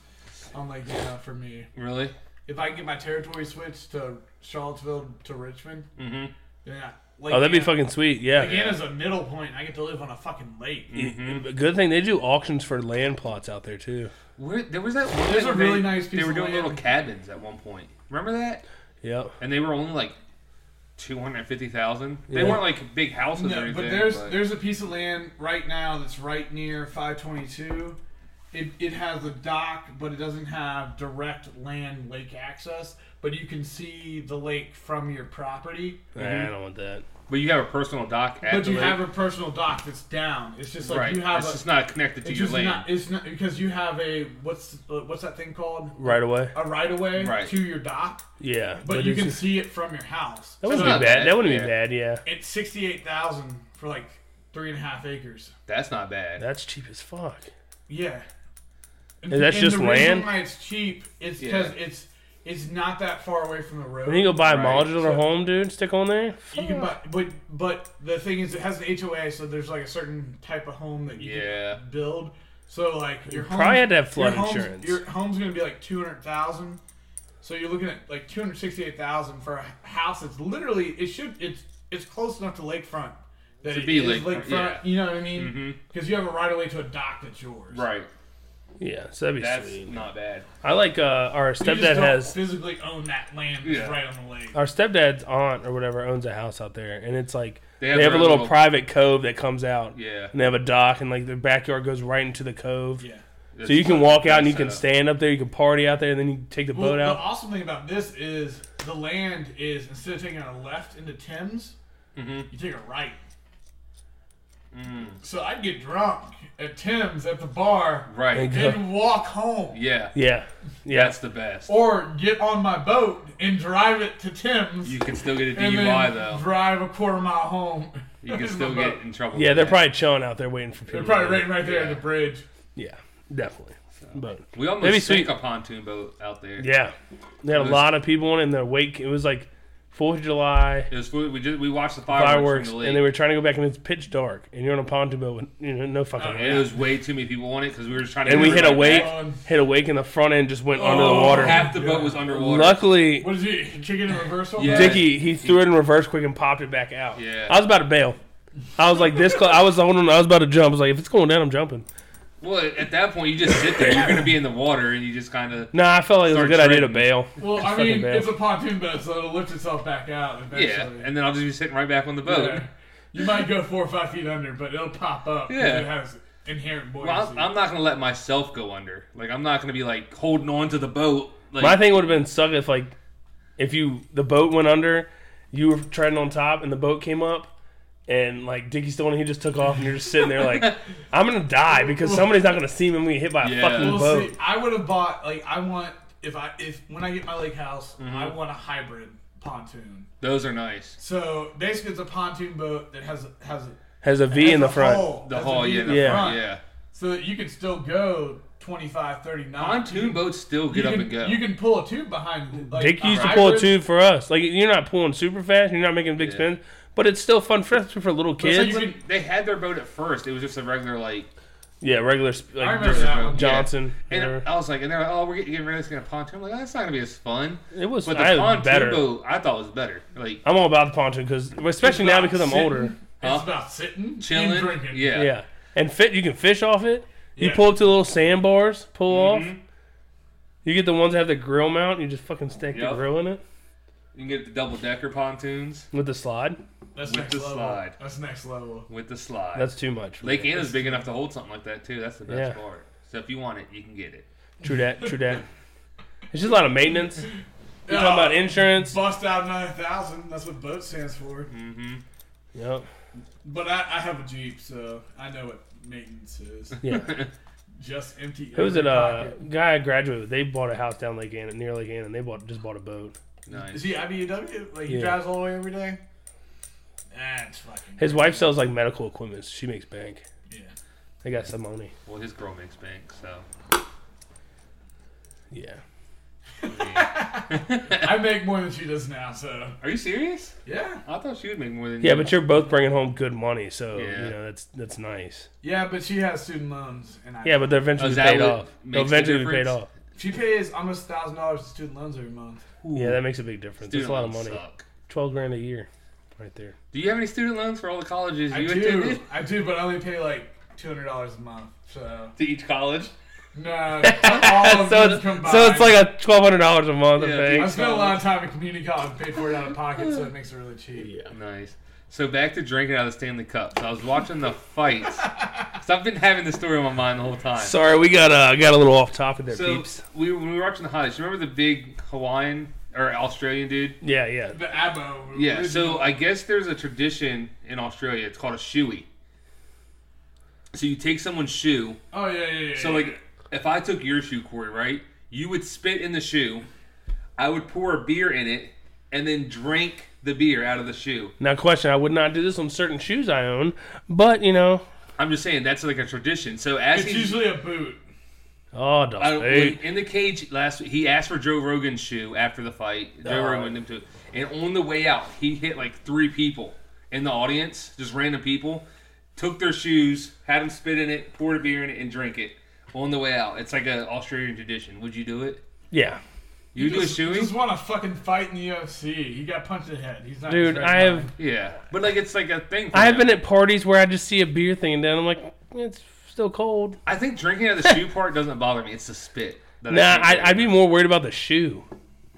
S3: on Lake Anna for me.
S2: Really?
S3: If I can get my territory switched to Charlottesville to Richmond,
S2: Mm-hmm.
S3: yeah. Lake
S1: Oh, that'd be
S3: Anna-
S1: fucking sweet. Yeah.
S3: Lake Anna's a middle point. I get to live on a fucking lake.
S1: Mm-hmm. Good thing they do auctions for land plots out there too.
S2: Where, there was that one.
S3: There's
S2: that
S3: a really
S2: they-
S3: nice piece
S2: They were
S3: of
S2: doing
S3: land.
S2: little cabins at one point. Remember that?
S1: Yep.
S2: And they were only like two hundred fifty thousand. They
S1: Yeah.
S2: weren't like big houses or
S3: No,
S2: anything.
S3: but there's there's a piece of land right now that's right near 522. It, it has a dock, but it doesn't have direct land lake access. But you can see the lake from your property.
S1: Nah, I don't want that.
S2: but you have a personal dock at
S3: But
S2: the
S3: you
S2: lake.
S3: have a personal dock that's down. It's just like
S2: right.
S3: you have
S2: it's
S3: a.
S2: just not connected to
S3: it's
S2: your
S3: just
S2: lane.
S3: not. It's not because you have a what's uh, what's that thing called?
S1: Right away.
S3: A right of way
S2: Right.
S3: to your dock,
S1: Yeah.
S3: but, you
S1: it's
S3: can
S1: just-
S3: see it from your house.
S1: That wouldn't
S2: That's
S1: be
S2: not
S1: bad.
S2: bad,
S1: That wouldn't
S2: yeah.
S1: be bad. Yeah.
S3: It's sixty-eight thousand for like three and a half acres.
S2: That's not bad.
S1: That's cheap as fuck.
S3: Yeah. And,
S1: that's just
S3: the
S1: land?
S3: Reason why it's cheap is
S2: Yeah.
S3: because it's it's not that far away from the road.
S1: Then you go buy a
S2: Right.
S1: modular home, dude. Stick on there.
S3: You can buy, but but the thing is, it has an HOA, so there's like a certain type of home that you
S2: Yeah.
S3: can build. So like your home,
S1: probably had to have flood
S3: your home's-
S1: insurance.
S3: Your home's gonna be like two hundred thousand. So you're looking at like two hundred sixty-eight thousand for a house that's literally it should it's it's close enough to lakefront that
S2: To
S3: it
S2: be
S3: is
S2: lakefront,
S3: lakefront.
S2: yeah. Mm-hmm.
S3: You know what I mean? Because you have a right of way to a dock that's yours.
S2: Right.
S1: Yeah, so that'd be
S2: That's
S1: sweet.
S2: not bad.
S1: I like uh, our
S3: You just
S1: stepdad
S3: don't
S1: has
S3: physically own that land that's
S2: Yeah.
S3: right on the lake.
S1: our stepdad's aunt or whatever owns a house out there, and it's like they have,
S2: their
S1: a
S2: own
S1: little, private cove that comes out.
S2: Yeah.
S1: and they have a dock, and like their backyard goes right into the cove.
S3: Yeah.
S1: So you can walk out and you can
S2: stay.
S1: stand up there, you can party out there, and then you take the
S3: Well,
S1: boat
S3: the
S1: out.
S3: awesome thing about this is the land is instead of taking a left into Thames,
S2: Mm-hmm.
S3: you take a right.
S2: Mm.
S3: So I'd get drunk at Tim's at the bar
S2: Right.
S1: And-
S3: and walk home.
S2: Yeah.
S1: Yeah, yeah.
S2: That's the best.
S3: Or get on my boat and drive it to Tim's
S2: You can still get a
S3: and
S2: DUI
S3: then
S2: though.
S3: drive a quarter mile home. *laughs*
S2: You can
S3: With
S2: still
S3: my
S2: get
S3: boat.
S2: in trouble.
S1: yeah,
S2: with
S1: they're
S2: that.
S1: probably chilling out there waiting for people.
S3: They're probably
S1: to-
S3: right, right there
S2: Yeah.
S3: at the bridge.
S1: Yeah, definitely. But
S2: We almost
S1: That'd be
S2: sank
S1: sweet.
S2: a pontoon boat out there.
S1: yeah, they had a
S2: was-
S1: lot of people on it, and their wake. It was like Fourth of July.
S2: It was we just we watched the fireworks,
S1: fireworks,
S2: from the lake.
S1: and they were trying to go back, and it's pitch dark, and you're on a pontoon boat with you know no fucking.
S2: And it was way too many people on Oh, it because we were just trying to.
S1: And
S2: get
S1: we hit a
S2: everybody
S1: wake,
S2: back.
S3: on.
S1: hit a wake, and the front end just went under the
S3: Oh,
S1: water.
S2: Half the boat was underwater.
S1: Luckily,
S3: What is it? Kick it in reversal?
S2: Yeah.
S1: Dickie he threw it in reverse quick and popped it back out.
S2: Yeah.
S1: I was about to bail. I was like this close. I was holding. I was about to jump. I was like, if it's going down, I'm jumping.
S2: Well, at that point you just sit there. You're gonna be in the water, and you just
S1: *laughs*
S2: kind of.
S1: Nah, I felt like it was a
S2: Start
S1: good idea to
S2: treading.
S1: bail.
S3: Well, I
S1: fucking
S3: mean,
S1: bad.
S3: it's a pontoon boat, so it'll lift itself back out eventually.
S2: Yeah, and then I'll just be sitting right back on the boat.
S3: Yeah. You might go four or five feet under, but it'll pop up. 'cause
S2: Yeah.
S3: It has inherent buoyancy.
S2: Well, I'm, I'm not gonna let myself go under. Like I'm not gonna be like holding on to the boat. Like,
S1: My thing would have been suck if like if you the boat went under, you were treading on top, and the boat came up. And like Dickie Stone, he just took off, and you're just sitting there like, I'm gonna die because somebody's not gonna see me. I'm gonna get hit by a
S2: Yeah.
S1: fucking
S3: Well,
S1: boat.
S2: Mm-hmm.
S3: see, I would have bought like I want if I if when I get my lake house, I want a hybrid pontoon.
S2: Those are nice.
S3: So basically, it's a pontoon boat that has has a
S1: Has a V in the
S3: has a
S1: front.
S3: hull,
S2: The
S3: has a
S2: hall,
S3: V
S2: yeah,
S3: in
S2: the
S3: the
S1: Yeah.
S2: front,
S3: front,
S2: yeah.
S3: so that you can still go 25, 30 knots.
S2: Pontoon
S3: You-
S2: boats still
S3: you
S2: get up
S3: can-
S2: and go.
S3: You can pull a tube behind. Like,
S1: Dick
S3: a
S1: used to pull a
S3: hybrid.
S1: tube for us. Like you're not pulling super fast, you're not making big
S2: Yeah.
S1: spins, but it's still fun for for little
S2: So
S1: kids.
S2: you can- they had their boat at first. It was just a regular like
S1: yeah, regular sp-
S3: I
S1: like
S3: remember that one.
S1: Johnson.
S2: And
S1: whatever.
S2: I was like, and they're like, oh, we're getting rid of this kind of pontoon. I'm like, that's not gonna be as fun.
S1: It was.
S2: But the
S1: I was
S2: pontoon
S1: better.
S2: boat, I thought was better. Like
S1: I'm all about the pontoon because, especially
S3: It's
S1: now
S3: about
S1: because I'm
S3: sitting-
S1: older.
S2: Huh?
S3: It's about sitting,
S2: Chilling,
S3: and drinking.
S2: yeah.
S1: Yeah. and fit. You can fish off it. You
S3: Yeah.
S1: pull up to the little sandbars, pull off. You get the ones that have the grill mount. You just fucking stick
S2: Yep.
S1: the grill in it
S2: you can get the double decker pontoons
S1: with the slide.
S3: That's
S2: With
S3: next
S2: the
S3: level.
S2: slide.
S3: That's next level.
S2: with the slide.
S1: That's too much.
S2: Lake Anna's big enough to hold something like that too. That's the best
S1: Yeah.
S2: part. So if you want it, you can get it.
S1: True that. True that. It's just a lot of maintenance. You're
S3: Oh,
S1: talking about insurance.
S3: Bust out another thousand. That's what boat stands for.
S2: Mm-hmm.
S1: Yep.
S3: But I, I have a Jeep, so I know what
S2: *laughs*
S3: maintenance is.
S1: Yeah.
S3: Just empty.
S1: Who was
S3: every
S1: it? Uh,
S3: pocket.
S1: guy I graduated with. They bought a house down Lake Anna, near Lake Anna, and they bought just bought a boat.
S2: Nice.
S3: Is he IBEW? Like, he
S1: Yeah.
S3: drives all the way every day? That's fucking.
S1: His wife sells like medical equipment. so she makes bank.
S3: Yeah.
S1: They got some money.
S2: Well, his girl makes bank,
S1: *laughs*
S2: so
S1: Yeah.
S3: I make more than she does now, so.
S2: Are you serious?
S3: Yeah.
S2: I thought she would make more than
S1: Yeah,
S2: you.
S1: but you're both bringing home good money, so
S2: Yeah.
S1: you know that's that's nice.
S3: Yeah, but she has student loans, and I.
S1: Yeah, but they're eventually
S2: Oh, is that
S1: paid
S2: what
S1: off. They'll
S2: makes the
S1: eventually be paid
S2: difference?
S1: off.
S3: She pays almost $1,000 to student loans every month.
S1: Yeah, that makes a big difference. That's
S2: student
S1: a lot of
S2: loans
S1: money.
S2: suck.
S1: Twelve grand a year, right there.
S2: Do you have any student loans for all the colleges
S3: I
S2: you
S3: do.
S2: attended?
S3: I do, but I only pay like $200 a month,
S1: *laughs*
S3: so.
S2: To each college.
S3: No, all of
S1: so,
S3: them
S1: it's,
S3: combined.
S1: so it's like a twelve hundred dollars a month.
S2: Yeah,
S1: I
S3: I
S1: think.
S3: spent a lot of time at community college and paid for it out of pocket, so it makes it really cheap.
S2: Nice. So back to drinking out of the Stanley Cup. So I was watching the *laughs* fights. so I've been having this story on my mind the whole time.
S1: Sorry, we got uh, got a little off topic there,
S2: so
S1: peeps.
S2: we when we were watching the highlights. Remember the big Hawaiian or Australian dude?
S1: Yeah, yeah.
S3: The Abo.
S2: Yeah. So
S3: original-
S2: I guess there's a tradition in Australia. It's called a shoey. So you take someone's shoe.
S3: Oh yeah, yeah, yeah.
S2: So
S3: yeah.
S2: like, if I took your shoe, Corey, right? You would spit in the shoe. I would pour a beer in it, and then drink the beer out of the shoe.
S1: Now, question: I would not do this on certain shoes I own, but you know,
S2: I'm just saying that's like a tradition. So as
S3: it's
S2: he's-
S3: usually a boot.
S1: oh, don't
S2: I,
S1: say.
S2: when- in the cage last week, he asked for Joe Rogan's shoe after the fight. Joe
S1: Oh.
S2: Rogan went into it. And on the way out, he hit like three people in the audience, just random people, took their shoes, had them spit in it, poured a beer in it, and drink it on the way out. It's like a Australian tradition. Would you do it?
S1: yeah,
S2: You, do
S3: just,
S2: a shoeing?
S3: Just want to fucking fight in the UFC. He got punched in the head. He's not. in his
S1: dude.
S3: right
S1: I have
S3: mind.
S2: Yeah. But like it's like a thing. for
S1: I have
S2: them.
S1: been at parties where I just see a beer thing and then I'm like, it's still cold.
S2: I think drinking out of the shoe part doesn't bother me. It's the spit. that
S1: Nah,
S2: can't
S1: I,
S2: do.
S1: I'd be more worried about the shoe.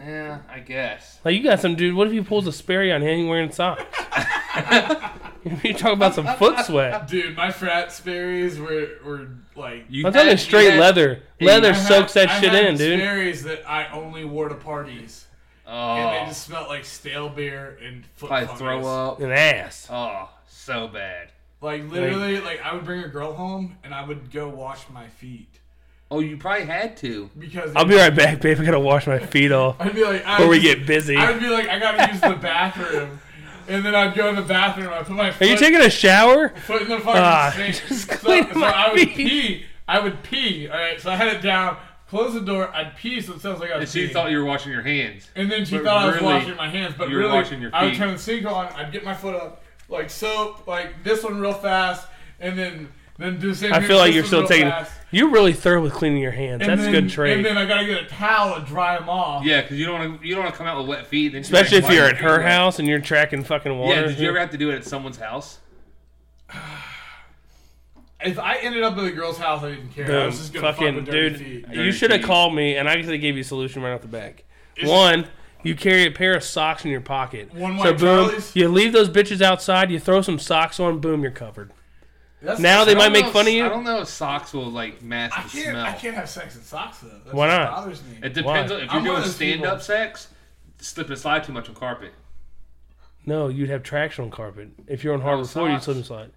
S2: Yeah, I guess.
S1: Like you got some dude. What if he pulls a Sperry on him wearing socks? *laughs* you talk about some foot sweat.
S3: Dude, my frat Sperry's were were like.
S2: You
S1: I'm
S2: had-
S1: talking
S2: you
S1: straight
S2: had-
S1: leather. Leather
S3: I had-
S1: soaks that
S3: I
S1: shit
S3: had
S1: in, dude.
S3: Sperry's that I only wore to parties, and they
S2: Oh,
S3: just smelled like stale beer and foot.
S2: I
S3: fungus.
S2: throw up.
S1: An ass.
S2: Oh, so bad.
S3: Like literally, like I would bring a girl home and I would go wash my feet
S2: Oh, you probably had to.
S3: because
S1: I'll be right back, babe. I gotta wash my feet off
S3: I'd be like, I
S1: before
S3: would
S1: we
S3: just-
S1: get busy.
S3: I
S1: Are
S3: would be like, I gotta use the bathroom. And then I'd go in the bathroom. I put my foot,
S1: you taking a shower?
S3: foot in the fucking
S1: Ah,
S3: sink.
S1: *laughs* just
S3: so,
S1: clean
S3: so
S1: my
S3: I would
S1: feet.
S3: pee. I would pee. All right. So I had it down. Close the door. I'd pee. So it sounds like I
S2: And
S3: was
S2: she
S3: peeing.
S2: thought you were washing your hands.
S3: and then she
S2: but
S3: thought I
S2: really,
S3: was washing my hands, but
S2: you were
S3: really,
S2: washing your
S3: I would
S2: feet.
S3: turn the sink on. I'd get my foot up, like soap, like this one real fast, and then then do the same.
S1: I
S3: here,
S1: feel like
S3: this
S1: you're
S3: one
S1: still
S3: real
S1: taking.
S3: fast.
S1: You're really thorough with cleaning your hands.
S3: And
S1: That's
S3: then,
S1: good
S3: And
S1: trade.
S3: then I gotta get a towel and dry them off.
S2: Yeah, because you don't want to. You don't want to come out with wet feet. and Then she's
S1: Especially
S2: like,
S1: if
S2: "Why
S1: you're
S2: are
S1: at
S2: your
S1: her
S2: feet wet?"
S1: house and you're tracking fucking water.
S2: Yeah. Did you ever have to do it at someone's house?
S3: If I ended up at the girl's house, I didn't care. I
S1: Boom.
S3: was just gonna
S1: um, Fucking
S3: fucking fuck with
S1: dude,
S3: dirty feet.
S1: you
S2: Dirty
S1: should have
S2: feet.
S1: called me, and I could have gave you a solution right off the back. One, you carry a pair of socks in your pocket.
S3: One
S1: so
S3: white
S1: boom,
S3: Charlies?
S1: you leave those bitches outside. You throw some socks on. Boom, you're covered. Now they
S2: I
S1: might
S2: don't
S1: make
S2: know if-
S1: fun of you.
S2: I don't know if socks will like mask
S3: I
S2: the
S3: can't.
S2: smell.
S3: I can't have sex in socks though. That's
S1: Why
S3: what
S1: not?
S3: Bothers me.
S2: It depends
S1: Why?
S2: on if you're
S3: I'm one
S2: doing
S3: of those
S2: stand-up
S3: people.
S2: sex. Slip and slide too much on carpet.
S1: No, you'd have traction on carpet. If you're on harbor floor, you'd
S2: Oh, socks.
S1: slip and slide.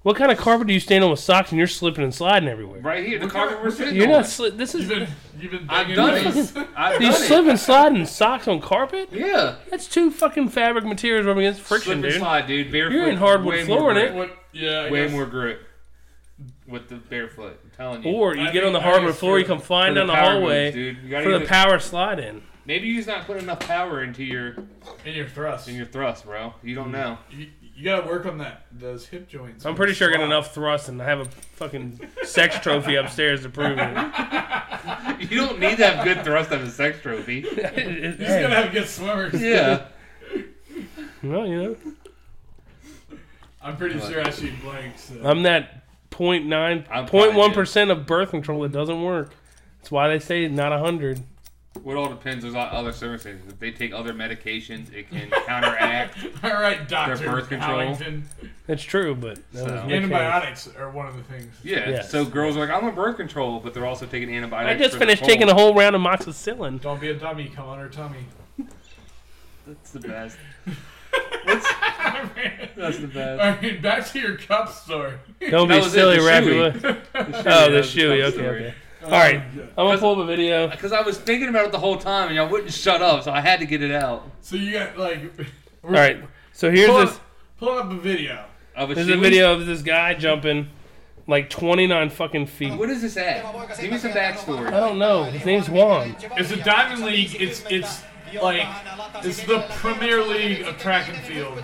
S1: What kind of carpet do you stand on with socks and you're slipping and sliding everywhere?
S2: Right here, the
S3: Look
S2: carpet
S3: at-
S2: we're sitting
S1: You're
S2: on.
S1: not sli- This
S3: You've
S1: is
S3: been, you've been
S2: I've
S3: begging
S2: done
S3: me.
S1: *laughs*
S2: it. I've
S1: you slip
S2: done it.
S1: and slide in socks on carpet.
S2: Yeah.
S1: That's two fucking fabric materials rubbing against friction,
S2: Slip and
S1: dude.
S2: slide, dude. Barefoot.
S1: in hardwood
S2: way
S1: floor
S2: more
S1: in it.
S2: grip.
S3: *laughs* What, yeah, I
S2: Way
S3: guess.
S2: more grip with the barefoot. I'm telling you.
S1: Or you
S3: I
S1: get on
S3: mean,
S1: the
S3: I
S1: hardwood
S3: guess
S1: floor, you
S3: you're-
S1: come flying
S2: for the
S1: down the
S2: power
S1: hallway
S2: moves, dude. You gotta
S1: for the
S2: use it.
S1: power slide in.
S2: maybe you just not putting enough power into your
S3: in your thrust.
S2: in your thrust, bro. You
S1: Mm.
S2: don't know. *laughs*
S3: you, you gotta work on that those hip joints.
S1: I'm pretty sure I got enough thrust, and I have a fucking sex trophy upstairs to prove it.
S2: You don't need to have good thrust on a sex
S1: *laughs*
S2: trophy.
S3: He's gonna have good swimmers.
S2: Yeah.
S1: Well, you know,
S3: I'm pretty sure I shoot blanks. So.
S1: I'm that 0.9,
S2: I'm
S1: 0.1% of birth control that doesn't work. That's why they say not 100.
S2: Well, it all depends. There's on other services. If they take other medications, it can
S1: *laughs*
S2: counteract.
S3: *laughs* All right, Doctor
S2: birth control.
S3: Allington.
S1: That's true, but that
S2: So-
S1: was Nick Cage.
S3: Antibiotics are one of the things.
S2: Yeah.
S1: Yes.
S2: So girls are like, I'm on birth control, but they're also taking antibiotics.
S1: I just
S2: for their
S1: finished
S2: cold.
S1: taking a whole round of moxicillin.
S3: Don't be a dummy. Come on her tummy. *laughs*
S2: That's the best.
S3: I
S2: That's the best.
S3: mean, back to your cup story.
S1: Don't be
S2: That was it,
S1: silly,
S2: the
S1: Rappy.
S2: shoey.
S1: Wood. *laughs* Oh, the shoey. Okay, okay. All
S3: *laughs* Oh
S1: right, I'm gonna
S2: Uh, Cause-
S1: pull up a video.
S2: Because I was thinking about it the whole time, and y'all wouldn't shut up, so I had to get it out.
S3: So you got like.
S1: *laughs* All right, so here's
S3: Pull
S1: this.
S3: up, pull up a video.
S2: Of
S1: This is a
S2: shoey?
S1: video of this guy jumping like 29 fucking feet.
S2: What is this at? Give me some
S1: I
S2: backstory.
S1: don't know. His name's Juan.
S3: It's a Diamond League. It's it's like it's the Premier League of track and field.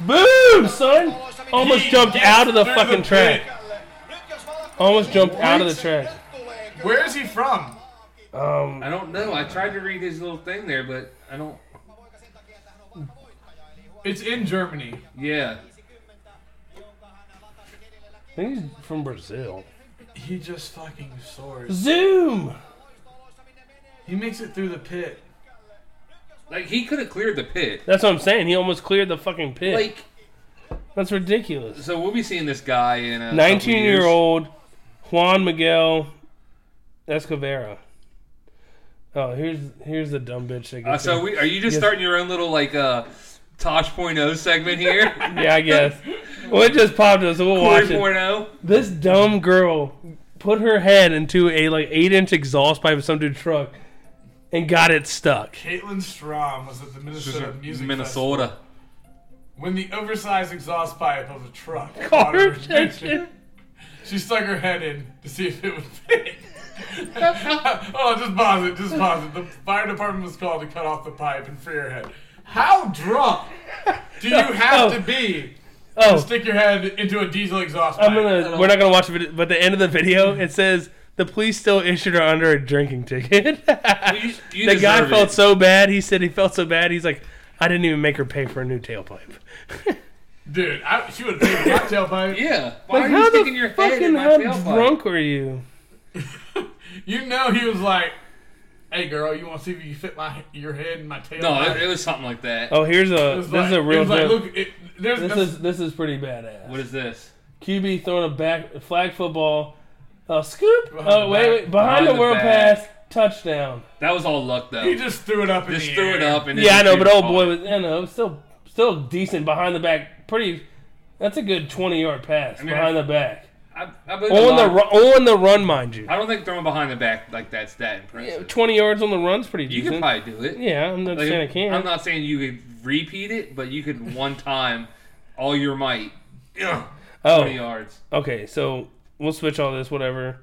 S1: Boom, son! Almost
S3: He
S1: jumped
S3: gets
S1: out of the
S3: through
S1: fucking
S3: pit.
S1: track. Almost jumped out of the track.
S3: Where is he from?
S1: Um,
S2: I don't know. I tried to read his little thing there, but I don't.
S3: It's in Germany.
S2: Yeah.
S1: I think he's from Brazil.
S3: He just fucking soars.
S1: Zoom.
S3: He makes it through the pit.
S2: Like he could have cleared the pit.
S1: That's what I'm saying. He almost cleared the fucking pit.
S2: Like
S1: That's ridiculous.
S2: so, we'll be seeing this guy in a couple
S1: 19 year
S2: years.
S1: old Juan Miguel Escovera. Oh, here's here's the dumb bitch. that
S2: Uh,
S1: gets
S2: so
S1: in.
S2: we, are you just
S1: Yes.
S2: starting your own little like uh, Tosh.0 segment
S1: *laughs*
S2: here?
S1: yeah, I guess. Well, it just popped up, so we'll watch it.
S2: 3.0?
S1: This dumb girl put her head into a like eight inch exhaust pipe of some dude's truck and got it stuck.
S3: Caitlin Strom was at the Minnesota Music Festival
S2: Minnesota.
S3: when the oversized exhaust pipe of a
S1: *laughs*
S3: truck
S1: Caught
S3: caught
S1: her
S3: her
S1: attention.
S3: attention. She stuck her head in to see if it
S1: *laughs*
S3: would fit. oh, just pause it, just pause it. The fire department was called to cut off the pipe and free her head. How drunk
S1: *laughs*
S3: do you have to be to
S1: *laughs* Oh,
S3: stick your head into a diesel exhaust pipe?
S1: I'm gonna. We're not gonna watch the video, but the end of the video it says the police still issued her under a drinking ticket. *laughs*
S2: You, you
S1: the guy
S2: deserve
S1: felt
S2: it.
S1: so bad. He said he felt so bad. He's like, I didn't even make her pay for a new tailpipe.
S3: Dude, I, she would have taken
S1: *laughs*
S3: my tailpipe.
S2: Yeah. Why
S1: Like,
S2: are you
S1: how
S2: sticking your
S1: the
S2: head in
S1: fucking
S2: my
S1: how
S2: tailpipe?
S1: drunk are you?
S3: You know he was like, hey girl, you want to see if you can fit my your head in my tailpipe?
S2: No, it, it was something like that.
S1: Oh, here's a. This
S3: It was like-
S1: is a real
S3: it was like,
S1: joke.
S3: look, it, there's,
S1: this
S3: that's-
S1: is this is pretty badass.
S2: What is this?
S1: QB throwing a back flag football, uh, scoop.
S3: Behind
S1: Oh
S3: the
S1: wait,
S3: back.
S1: wait, behind,
S2: Behind
S1: the
S2: the
S1: world
S2: back.
S1: pass, touchdown.
S2: That was all luck though.
S3: *laughs* He just threw it up in
S2: Just
S3: the
S2: threw it
S3: air.
S2: up and
S1: Yeah, I
S2: then
S1: know, but
S2: threw the
S1: old
S2: ball.
S1: boy was you know still still decent behind the back. Pretty, that's a good twenty yard pass
S2: mean,
S1: behind
S2: I-
S1: the back.
S2: I, I believe a
S1: On the
S2: lot-
S1: ru- on the run, mind you,
S2: I don't think throwing behind the back like that's that impressive.
S1: twenty yards on the run's pretty
S2: you
S1: decent.
S2: can probably do it.
S1: yeah, I'm not
S2: Like,
S1: saying I can't.
S2: I'm not saying you could repeat it, but you
S1: *laughs*
S2: could one time, all your might, ugh, twenty
S1: oh,
S2: yards.
S1: okay. So we'll switch all this, whatever.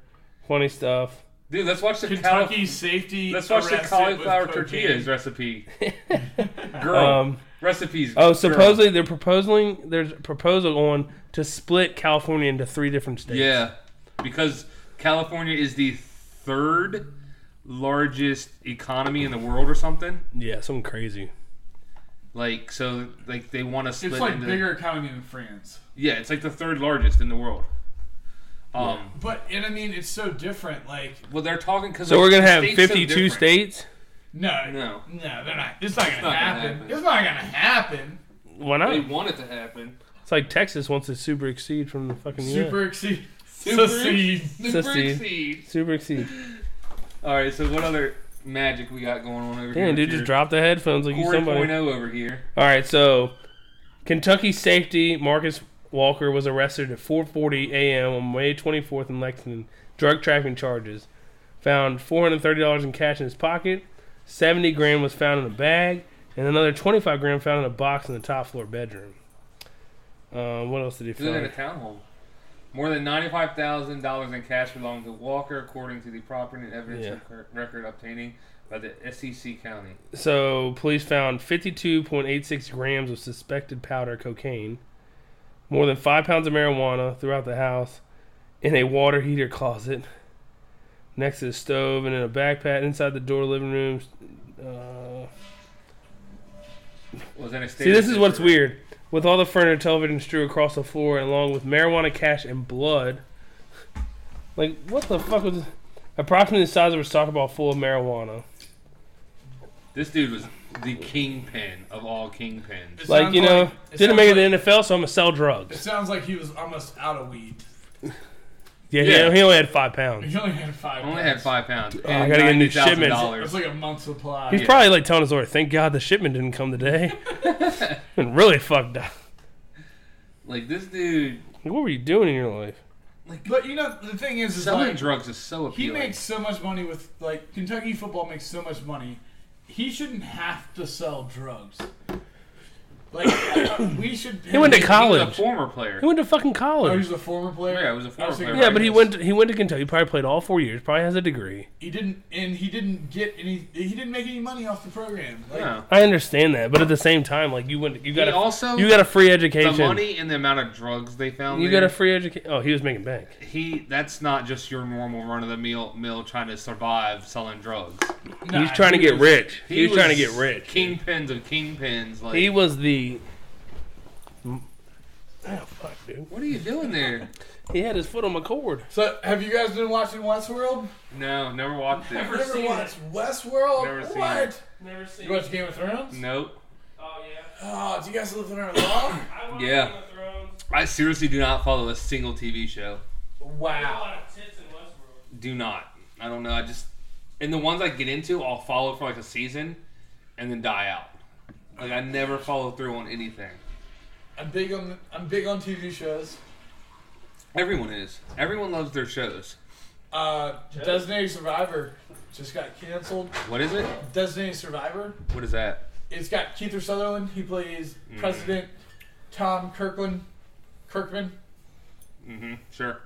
S1: Funny stuff.
S2: Dude, let's watch the
S3: Kentucky
S2: cauliflower.
S3: safety.
S2: Let's watch the
S3: arrested
S2: cauliflower
S3: with cocaine.
S1: *laughs*
S2: tortillas recipe. Girl,
S1: Um,
S2: recipes.
S1: Oh,
S2: girl.
S1: supposedly they're proposing there's a proposal on to split California into three different states.
S2: Yeah, because California is the third largest economy in the world, or something.
S1: Yeah, something crazy.
S2: Like so, like they want to split
S3: It's like
S2: into.
S3: bigger economy than France.
S2: Yeah, it's like the third largest in the world. Um,
S3: But and I mean, it's so different. Like
S2: well, they're talking because
S1: So we're gonna have fifty-two states.
S3: no,
S2: No.
S3: no, they're not. It's not gonna,
S2: not gonna
S3: happen.
S2: happen.
S3: It's not gonna happen.
S1: Why
S2: They
S1: not?
S2: want it to happen.
S1: It's like Texas wants to super exceed from the fucking
S3: Super
S1: US.
S3: exceed.
S2: Super-
S3: Succeed.
S2: Super
S1: Sissy.
S2: exceed.
S1: Super exceed.
S2: All right, so what other magic we got going on over here? oh
S1: Damn, dude, just drop the headphones like you
S2: Corey
S1: somebody.
S2: point oh over here.
S1: All right, so Kentucky safety Marcus Walker was arrested at 4:40 a.m. on May 24th in Lexington, drug trafficking charges. Found $430 in cash in his pocket, 70 grand was found in a bag, and another 25 grand found in a box in the top floor bedroom. Uh, what else did he
S2: He lived in a
S1: find?
S2: townhome. More than ninety-five thousand dollars in cash belonged to Walker, according to the property and evidence
S1: Yeah.
S2: rec- record obtaining by the SEC County.
S1: So police found 52.86 grams of suspected powder cocaine, more than five pounds of marijuana throughout the house, in a water heater closet, next to the stove, and in a backpack inside the door living room. Uh,
S2: Was in a state.
S1: see,
S2: of
S1: this is what's
S2: disarray.
S1: weird. With all the furniture, television strewn across the floor, along with marijuana, cash, and blood. Like, what the fuck was? Approximately the size of a soccer ball full of marijuana.
S2: This dude was the kingpin of all kingpins.
S3: It
S1: Like,
S3: sounds
S1: you know,
S3: it
S1: didn't
S3: sounds
S1: make it
S3: like-
S1: to the NFL, so I'm gonna sell drugs.
S3: It sounds like he was almost out of weed. *laughs*
S1: Yeah, he-
S2: Yeah.
S1: He, only had five pounds.
S3: He only had five.
S2: Only
S3: pounds.
S2: had five pounds.
S1: I gotta get new shipments.
S3: It's like a month's supply.
S1: He's probably like telling his lawyer, "Thank God the shipment didn't come today." Been really fucked up.
S2: Like this dude
S1: Like, What were you doing in your life?
S3: But you know, the thing is, is
S2: selling
S3: like,
S2: drugs is so
S3: he
S2: appealing.
S3: makes so much money with like Kentucky football makes so much money. He shouldn't have to sell drugs. Like *coughs* we should.
S1: He went to
S2: He was
S1: college.
S2: a former player.
S1: He went to fucking
S3: Oh,
S1: college.
S3: he's a former player.
S2: Yeah, he was a former
S3: I thinking
S2: player.
S1: Yeah, but he
S3: about
S1: went. To, he went to Kentucky. Probably played all four years. Probably has a degree.
S3: He didn't, and he didn't get any. He didn't make any money off the program. Like,
S2: No.
S1: I understand that, but at the same time, like you went. You got
S2: He
S1: a.
S2: also
S1: you got a free
S2: the
S1: education.
S2: money and the amount of drugs they found.
S1: you
S2: there,
S1: got a free education. Oh, he was making bank.
S2: he that's not just your normal run of the meal mill trying to survive selling drugs.
S3: nah,
S1: he's trying to
S3: he
S1: get
S3: was-
S1: rich. He, was, trying to get rich.
S2: Kingpins of kingpins. Like
S1: He was the. Oh, fuck, dude.
S2: what are you
S1: *laughs*
S2: doing there?
S1: He had his foot on my cord.
S3: So, have you guys been watching Westworld?
S2: No, never watched it.
S3: Never watched Westworld.
S2: Never seen
S3: what?
S2: it.
S1: Never seen.
S3: You watch Game of Thrones?
S2: Nope.
S1: Oh yeah.
S3: Oh, do you guys live in our law?
S1: I
S2: watched Yeah. Game I seriously do not follow a single TV show.
S3: *coughs* wow.
S2: Do not. I don't know. I just and the ones I get into, I'll follow for like a season, and then die out. Like I never follow through on anything.
S3: I'm big on I'm big on TV shows.
S2: Everyone is. Everyone loves their shows.
S3: Uh, Designated Survivor just got canceled.
S2: What is it?
S3: Designated Survivor.
S2: What is that?
S3: It's got Keith Sutherland. He plays
S2: Mm-hmm.
S3: President Tom Kirkland. Kirkman.
S2: Mm-hmm. Sure.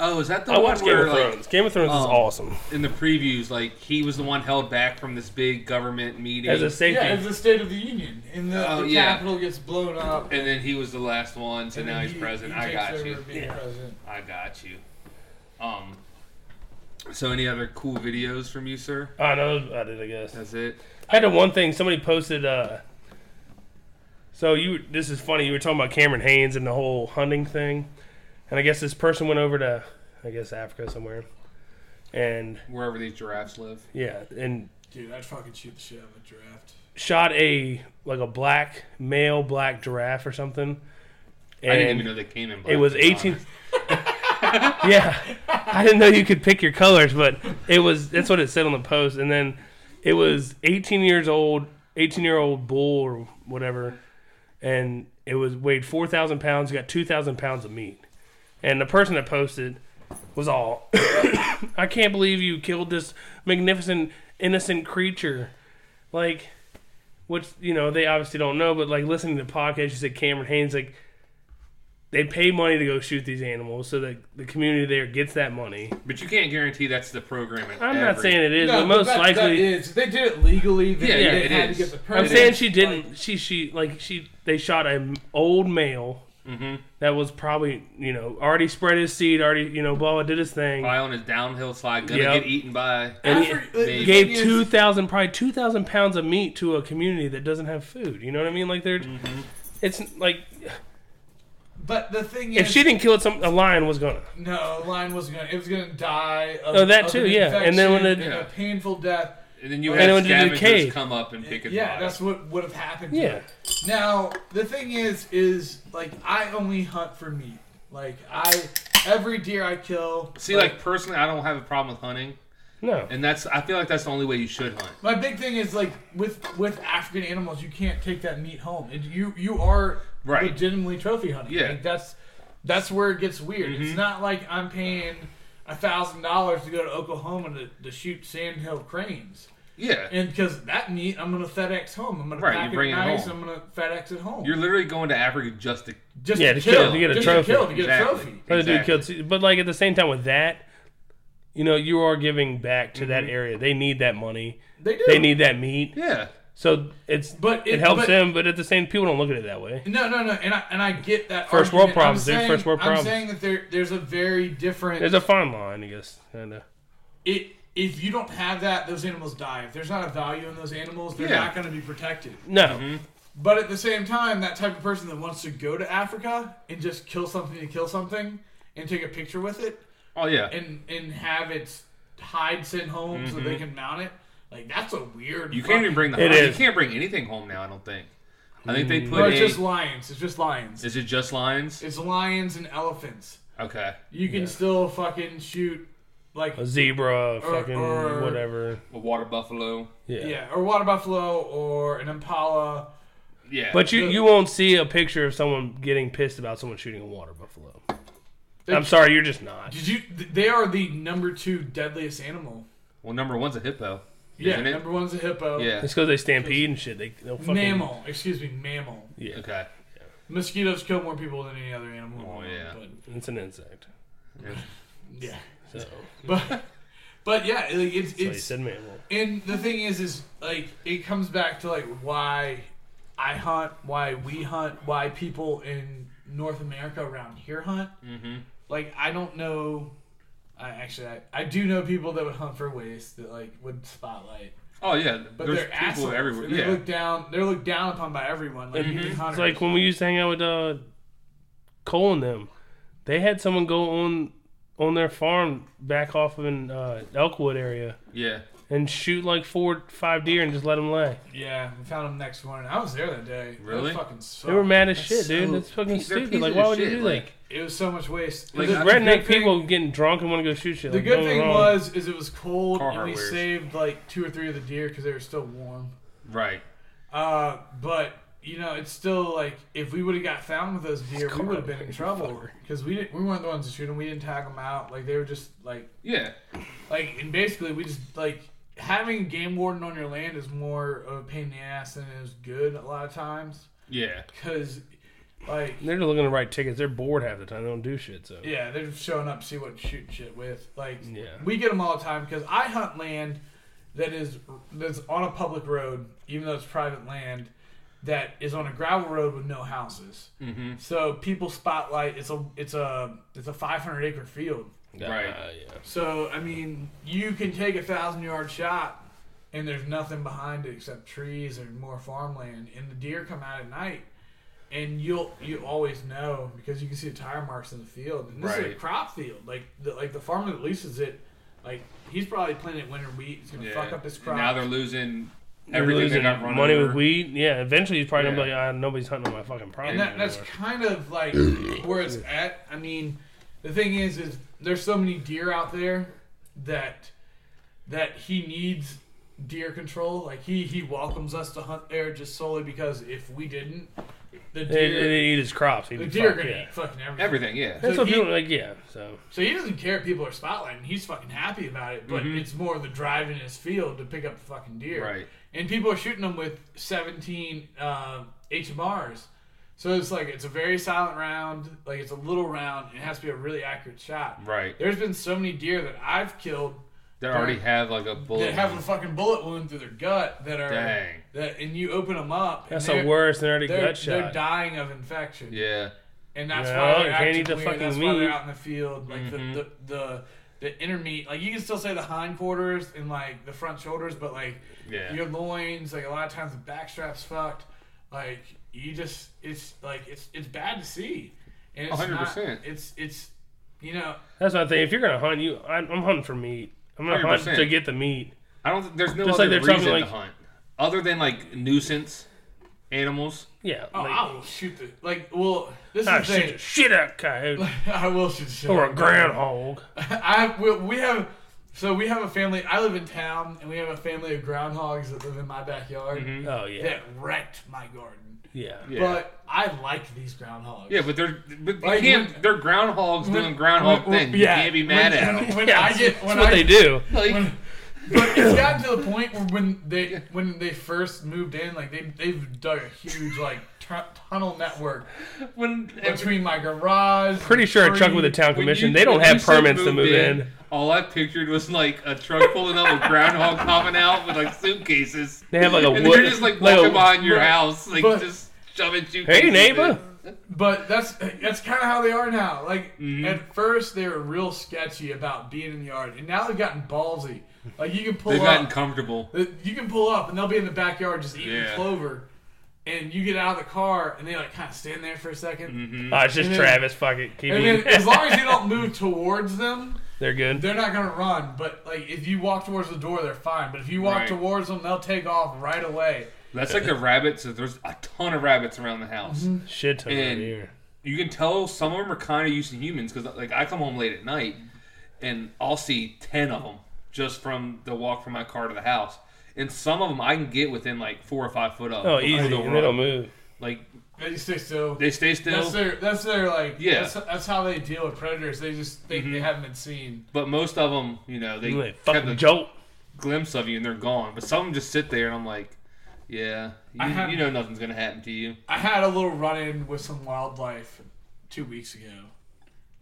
S2: Oh, is that the
S1: I
S2: one
S1: watched Game
S2: where,
S1: of
S2: like,
S1: Thrones. Game of Thrones is
S2: um,
S1: awesome.
S2: in the previews, like he was the one held back from this big government meeting,
S1: As a safety,
S3: Yeah, it's the State of the Union, and the,
S2: Oh,
S3: the
S2: yeah.
S3: Capitol gets blown up.
S2: and then he was the last one, so
S3: and
S2: now
S3: then
S2: he's
S3: he-
S2: president.
S3: he
S2: I
S3: takes
S2: got
S3: over
S2: you.
S3: being
S1: Yeah.
S3: president.
S2: I got you. Um. So, any other cool videos from you, sir?
S1: I know about it. I guess
S2: That's it.
S1: I had a one thing. Somebody posted. uh So you, this is funny. You were talking about Cameron Haynes and the whole hunting thing, and I guess this person went over to, I guess Africa somewhere, and
S2: Wherever these giraffes live.
S1: yeah, and
S3: Dude, I'd fucking shoot the shit out of a draft.
S1: shot a like a black male black giraffe or something. And
S2: I didn't even know they came in. Black,
S1: It was
S2: to be
S1: 18.
S2: honest.
S1: yeah, I didn't know you could pick your colors, but it was that's what it said on the post. And then it was 18 years old, 18 year old bull or whatever, and it was weighed 4,000 pounds. Got 2,000 pounds of meat, and the person that posted was all, *coughs* I can't believe you killed this magnificent innocent creature, like. Which you know they obviously don't know, but like listening to the podcast, you said Cameron Haynes like they pay money to go shoot these animals so that the community there gets that money.
S2: But you can't guarantee that's the program. in
S1: I'm not
S2: every-
S1: saying it is,
S3: No,
S1: but most
S3: that- that
S1: likely
S3: is- they did it legally. They,
S2: Yeah,
S3: they
S2: yeah, it
S3: had
S2: is.
S3: to get the
S1: I'm
S3: permit.
S1: saying she didn't she she like she they shot an old male that was probably, you know, already spread his seed, already, you know, blah blah did his thing.
S2: Fly on his downhill slide, gonna
S1: Yep.
S2: get eaten by.
S1: And he
S3: Afri- the
S2: they
S3: thing
S1: gave
S3: is-
S1: two thousand probably two thousand pounds of meat to a community that doesn't have food. You know what I mean? Like they're it's like
S3: But the thing is,
S1: if she didn't kill it some a lion was gonna.
S3: no, the lion wasn't gonna. It was gonna die. Of,
S1: Oh, that
S3: of
S1: too,
S3: an
S1: yeah. And then when
S3: infection
S1: it-
S3: and a painful death.
S2: And then you
S1: And it
S2: had
S1: went to the
S2: scavengers
S1: cave.
S2: come up and pick it.
S3: Yeah, that's what would have happened. to
S1: Yeah.
S3: it. Now the thing is, is like I only hunt for meat. Like I, every deer I kill.
S2: See, like personally, I don't have a problem with hunting,
S1: No.
S2: and that's I feel like that's the only way you should hunt.
S3: my big thing is like with with African animals, you can't take that meat home. It, you you are
S2: Right.
S3: legitimately trophy hunting.
S2: Yeah. Mm-hmm.
S3: Like, that's that's where it gets weird. It's not like I'm paying a thousand dollars to go to Oklahoma to, to shoot sandhill cranes.
S2: Yeah.
S3: And because that meat, I'm gonna FedEx home. I'm gonna
S2: Right,
S3: pack
S2: you bring
S3: it
S2: it
S3: nice.
S2: home.
S3: I'm gonna FedEx it home.
S2: You're literally going to Africa just to.
S3: just
S1: Yeah, to kill-
S2: to get a
S3: just
S1: trophy.
S3: Oh, To kill, to get
S2: Exactly.
S3: a trophy.
S1: But the dude
S2: Exactly.
S1: killed. se- But like at the same time with that, you know, you are giving back to that area. They need that money.
S3: Mm-hmm. They do.
S1: They need that meat.
S2: Yeah.
S1: So it's
S3: But
S1: it,
S3: it-
S1: helps
S3: but-
S1: them. But at the same, people don't look at it that way.
S3: No, no, no, and I and I get that.
S1: First world
S3: argument.
S1: problems,
S3: I'm
S1: dude,
S3: saying-
S1: first world
S3: I'm
S1: problems.
S3: saying that there, there's a very different.
S1: There's a fine line, I guess. Kind of.
S3: it, if you don't have that, those animals die. If there's not a value in those animals, they're
S2: Yeah.
S3: not going to be protected.
S1: No,
S3: Mm-hmm. But at the same time, that type of person that wants to go to Africa and just kill something to kill something and take a picture with it
S2: Oh yeah.
S3: and and have its hide sent home so they can mount it, like that's a weird.
S2: Mm-hmm. you can't even
S3: *laughs*
S2: bring the.
S1: It
S2: you
S1: is. Mm.
S2: can't bring anything home now. I don't think. I think they put
S3: Bro,
S2: a.
S3: it's just lions. It's just lions.
S2: is it just lions?
S3: It's lions and elephants.
S2: Okay.
S3: You can still fucking shoot, like
S1: a zebra,
S3: Or-
S1: fucking
S3: or-
S1: whatever.
S2: A water buffalo.
S1: Yeah.
S3: Yeah, or water buffalo or an impala.
S2: Yeah.
S1: But you you won't see a picture of someone getting pissed about someone shooting a water buffalo. I'm sorry, you're just not.
S3: Did you? th- They are the number two deadliest animal.
S2: well, number one's a hippo.
S3: Yeah,
S2: Isn't it?
S3: number one's a hippo.
S2: Yeah.
S1: It's because they stampede and shit. They they'll fucking
S3: mammal. Excuse me, mammal.
S1: Yeah,
S2: Okay.
S3: Mosquitoes kill more people than any other animal. in the
S2: Oh,
S3: world,
S2: yeah.
S3: but,
S1: it's an insect.
S3: yeah,
S1: So,
S3: but but yeah, like, it's
S1: so you
S3: it's
S1: said mammal.
S3: and the thing is is like it comes back to like why I hunt, why we hunt, why people in North America around here hunt.
S2: Mm-hmm.
S3: like I don't know. I actually I, I do know people that would hunt for waste that like would spotlight,
S2: Oh yeah.
S3: but
S2: There's
S3: they're
S2: people
S3: assholes.
S2: everywhere.
S3: and They're
S2: Yeah.
S3: looked down. They're looked down upon by everyone. Like even hunters.
S1: Mm-hmm. It's like when we used to hang out with uh, Cole and them. They had someone go on on their farm back off in uh, Elkwood area
S2: yeah.
S1: and shoot like four, five deer and just let them lay.
S3: yeah, we found them next morning. I was there that day. That
S2: Really?
S3: fucking sucked.
S1: They were mad as shit,
S2: so-
S1: dude. That's
S2: They're
S1: fucking stupid.
S2: pieces
S1: Like, why
S2: of
S1: would you
S2: shit,
S1: do that?
S2: like-
S3: It was so much waste.
S2: Like,
S3: the,
S2: I-
S3: the good
S1: Redneck
S3: thing-
S1: people getting drunk and want to go shoot shit.
S3: The
S1: like,
S3: good
S1: don't get me
S3: thing
S1: wrong.
S3: was is it was cold
S2: Carhartt
S3: and we
S2: wears.
S3: saved like two or three of the deer because they were still warm.
S2: Right.
S3: Uh, but you know, it's still like if we would have got found with those deer, we would have been in trouble because we didn't. We weren't the ones to shoot them. We didn't tag them out. Like they were just like
S2: Yeah.
S3: like and basically we just like having a game warden on your land is more of a pain in the ass than it is good a lot of times
S2: Yeah.
S3: because like
S1: They're just looking to write tickets. They're bored half the time. They don't do shit. So
S3: yeah they're just showing up to see what to shoot shit with like
S1: Yeah.
S3: we get them all the time because I hunt land that is that's on a public road even though it's private land that is on a gravel road with no houses.
S2: Mm-hmm.
S3: So people spotlight it's a it's a it's a 500 acre field.
S2: Right.
S1: Uh, yeah.
S3: So I mean, you can take a thousand yard shot, and there's nothing behind it except trees and more farmland, and the deer come out at night, and you'll you always know because you can see the tire marks in the field. And this is a
S2: Right.
S3: crop field, like the, like the farmer that leases it, like he's probably planting winter wheat. It's gonna
S2: Yeah.
S3: fuck up his
S2: And
S3: crop.
S2: Now they're losing
S1: They're
S2: everything
S1: losing
S2: they got running
S1: money
S2: over.
S1: with weed. Yeah, eventually he's probably gonna be
S2: Yeah.
S1: like, ah, nobody's hunting on my fucking property.
S3: and that, that's
S1: anymore."
S3: kind of like where it's at. I mean, the thing is, is there's so many deer out there that that he needs deer control. Like he he welcomes us to hunt there just solely because if we didn't, the
S1: They,
S3: deer
S1: they eat his crops. He'd
S3: the
S1: be
S3: deer are
S1: fucked,
S3: gonna
S1: yeah.
S3: eat fucking everything.
S2: Everything. Yeah.
S1: That's
S3: So
S1: what
S3: he-
S1: people like. Yeah. So
S3: So he doesn't care if people are spotlighting. He's fucking happy about it, but it's more the drive in his field to pick up the fucking deer.
S2: Mm-hmm. Right.
S3: And people are shooting them with 17 uh, HMRs. So it's like, it's a very silent round. Like, it's a little round. And it has to be a really accurate shot.
S2: Right.
S3: There's been so many deer that I've killed
S2: They already have like a bullet.
S3: that have a fucking bullet wound through their gut that are.
S2: Dang.
S3: That, and you open them up.
S1: that's
S3: and
S1: the
S3: they're-
S1: worst. They're already
S3: They're,
S1: gut
S3: they're
S1: shot.
S3: dying of infection
S2: Yeah.
S3: and that's
S1: No,
S3: why they're
S1: you can't
S3: acting
S1: eat the
S3: weird.
S1: fucking Mm-hmm.
S3: that's why
S1: meat.
S3: they're out in the field. Like the, the the the inner meat, like you can still say the hindquarters and like the front shoulders, but like
S2: Yeah.
S3: your loins, like a lot of times the backstrap's fucked. Like you just, it's like it's it's bad to see, and it's not.
S2: 100%.
S3: It's it's you know
S1: that's my thing. If you're gonna hunt, you, I, I'm hunting for meat. I'm gonna hunt
S2: 100%.
S1: to get the meat.
S2: I don't. think There's no
S1: Just like they're
S2: other
S1: talking,
S2: reason
S1: like-
S2: to hunt other than like nuisance animals.
S1: Yeah.
S3: oh,
S1: like,
S3: I will shoot the like. Well, this
S1: I
S3: is the
S1: shoot
S3: thing.
S1: the
S3: *laughs*
S1: shit out of coyote
S3: I will shoot the shit
S1: or
S3: out
S1: a
S3: of them. *laughs*
S1: groundhog.
S3: I we, we have So we have a family. I live in town, and we have a family of groundhogs that live in my backyard
S1: Oh yeah,
S3: that wrecked my garden.
S1: yeah.
S2: Yeah.
S3: But I like these groundhogs.
S2: yeah, but they're but you
S3: Like,
S2: can't.
S3: when-
S2: they're groundhogs doing
S3: When-
S2: groundhog
S3: when-
S2: things.
S3: yeah,
S2: You can't be mad
S3: when-
S2: at them.
S3: *laughs*
S1: *laughs*
S3: When
S1: Yeah,
S3: I get when
S1: That's what they
S3: I
S1: do.
S2: *laughs* Like,
S3: But it's gotten to the
S2: *laughs*
S3: point where when they when they first moved in, like they they've dug a huge like tu- tunnel network
S2: when every,
S3: between my garage.
S1: Pretty
S3: and
S1: sure a truck
S3: tree.
S1: with a town
S2: when
S1: commission.
S2: you-
S1: they don't
S2: when you
S1: have
S2: said
S1: permits to move in.
S2: All I pictured was like a truck pulling up with groundhog *laughs* coming out with like suitcases.
S1: They have like a
S2: and
S1: wood.
S2: they're just like
S1: like
S2: walking
S1: a-
S2: behind your
S3: Right.
S2: house, like
S3: But-
S2: just shoving you.
S1: Hey neighbor.
S3: But that's that's kind of how they are now. Like
S2: Mm-hmm.
S3: at first they were real sketchy about being in the yard, and now they've gotten ballsy. Like you can pull
S2: They've
S3: up,
S2: gotten comfortable.
S3: Uh, You can pull up and they'll be in the backyard just eating
S2: Yeah.
S3: clover. And you get out of the car and they like kind of stand there for a 2nd
S2: Mm-hmm.
S1: Oh, it's just
S3: And then-
S1: Travis. Fuck it. Keep
S3: And then
S1: eating.
S3: as long as you don't move towards them,
S1: *laughs* They're good.
S3: they're not gonna run. But like if you walk towards the door, they're fine. But if you walk
S2: Right.
S3: towards them, they'll take off right away.
S2: That's like the rabbits. so There's a ton of rabbits around the house.
S3: Mm-hmm.
S1: Shit ton right
S2: And-
S1: here.
S2: You can tell some of them are kind of used to humans because like I come home late at night and I'll see ten of them just from the walk from my car to the house. And some of them I can get within like four or five foot of.
S1: Oh,
S2: before
S1: easy.
S2: they'll
S1: And
S2: run.
S1: they don't move.
S2: Like
S3: They just stick still.
S2: they stay still.
S3: that's their that's their like
S2: Yeah. Mm-hmm.
S3: that's, that's how they deal with predators. They just think they haven't been seen.
S2: But most of them, you know, they,
S1: You like
S2: have
S1: fucking
S2: a
S1: jolt.
S2: glimpse of you and they're gone. But some of them just sit there, and I'm like, yeah, you,
S3: I have-
S2: you know nothing's gonna happen to you.
S3: I had a little run in with some wildlife two weeks ago.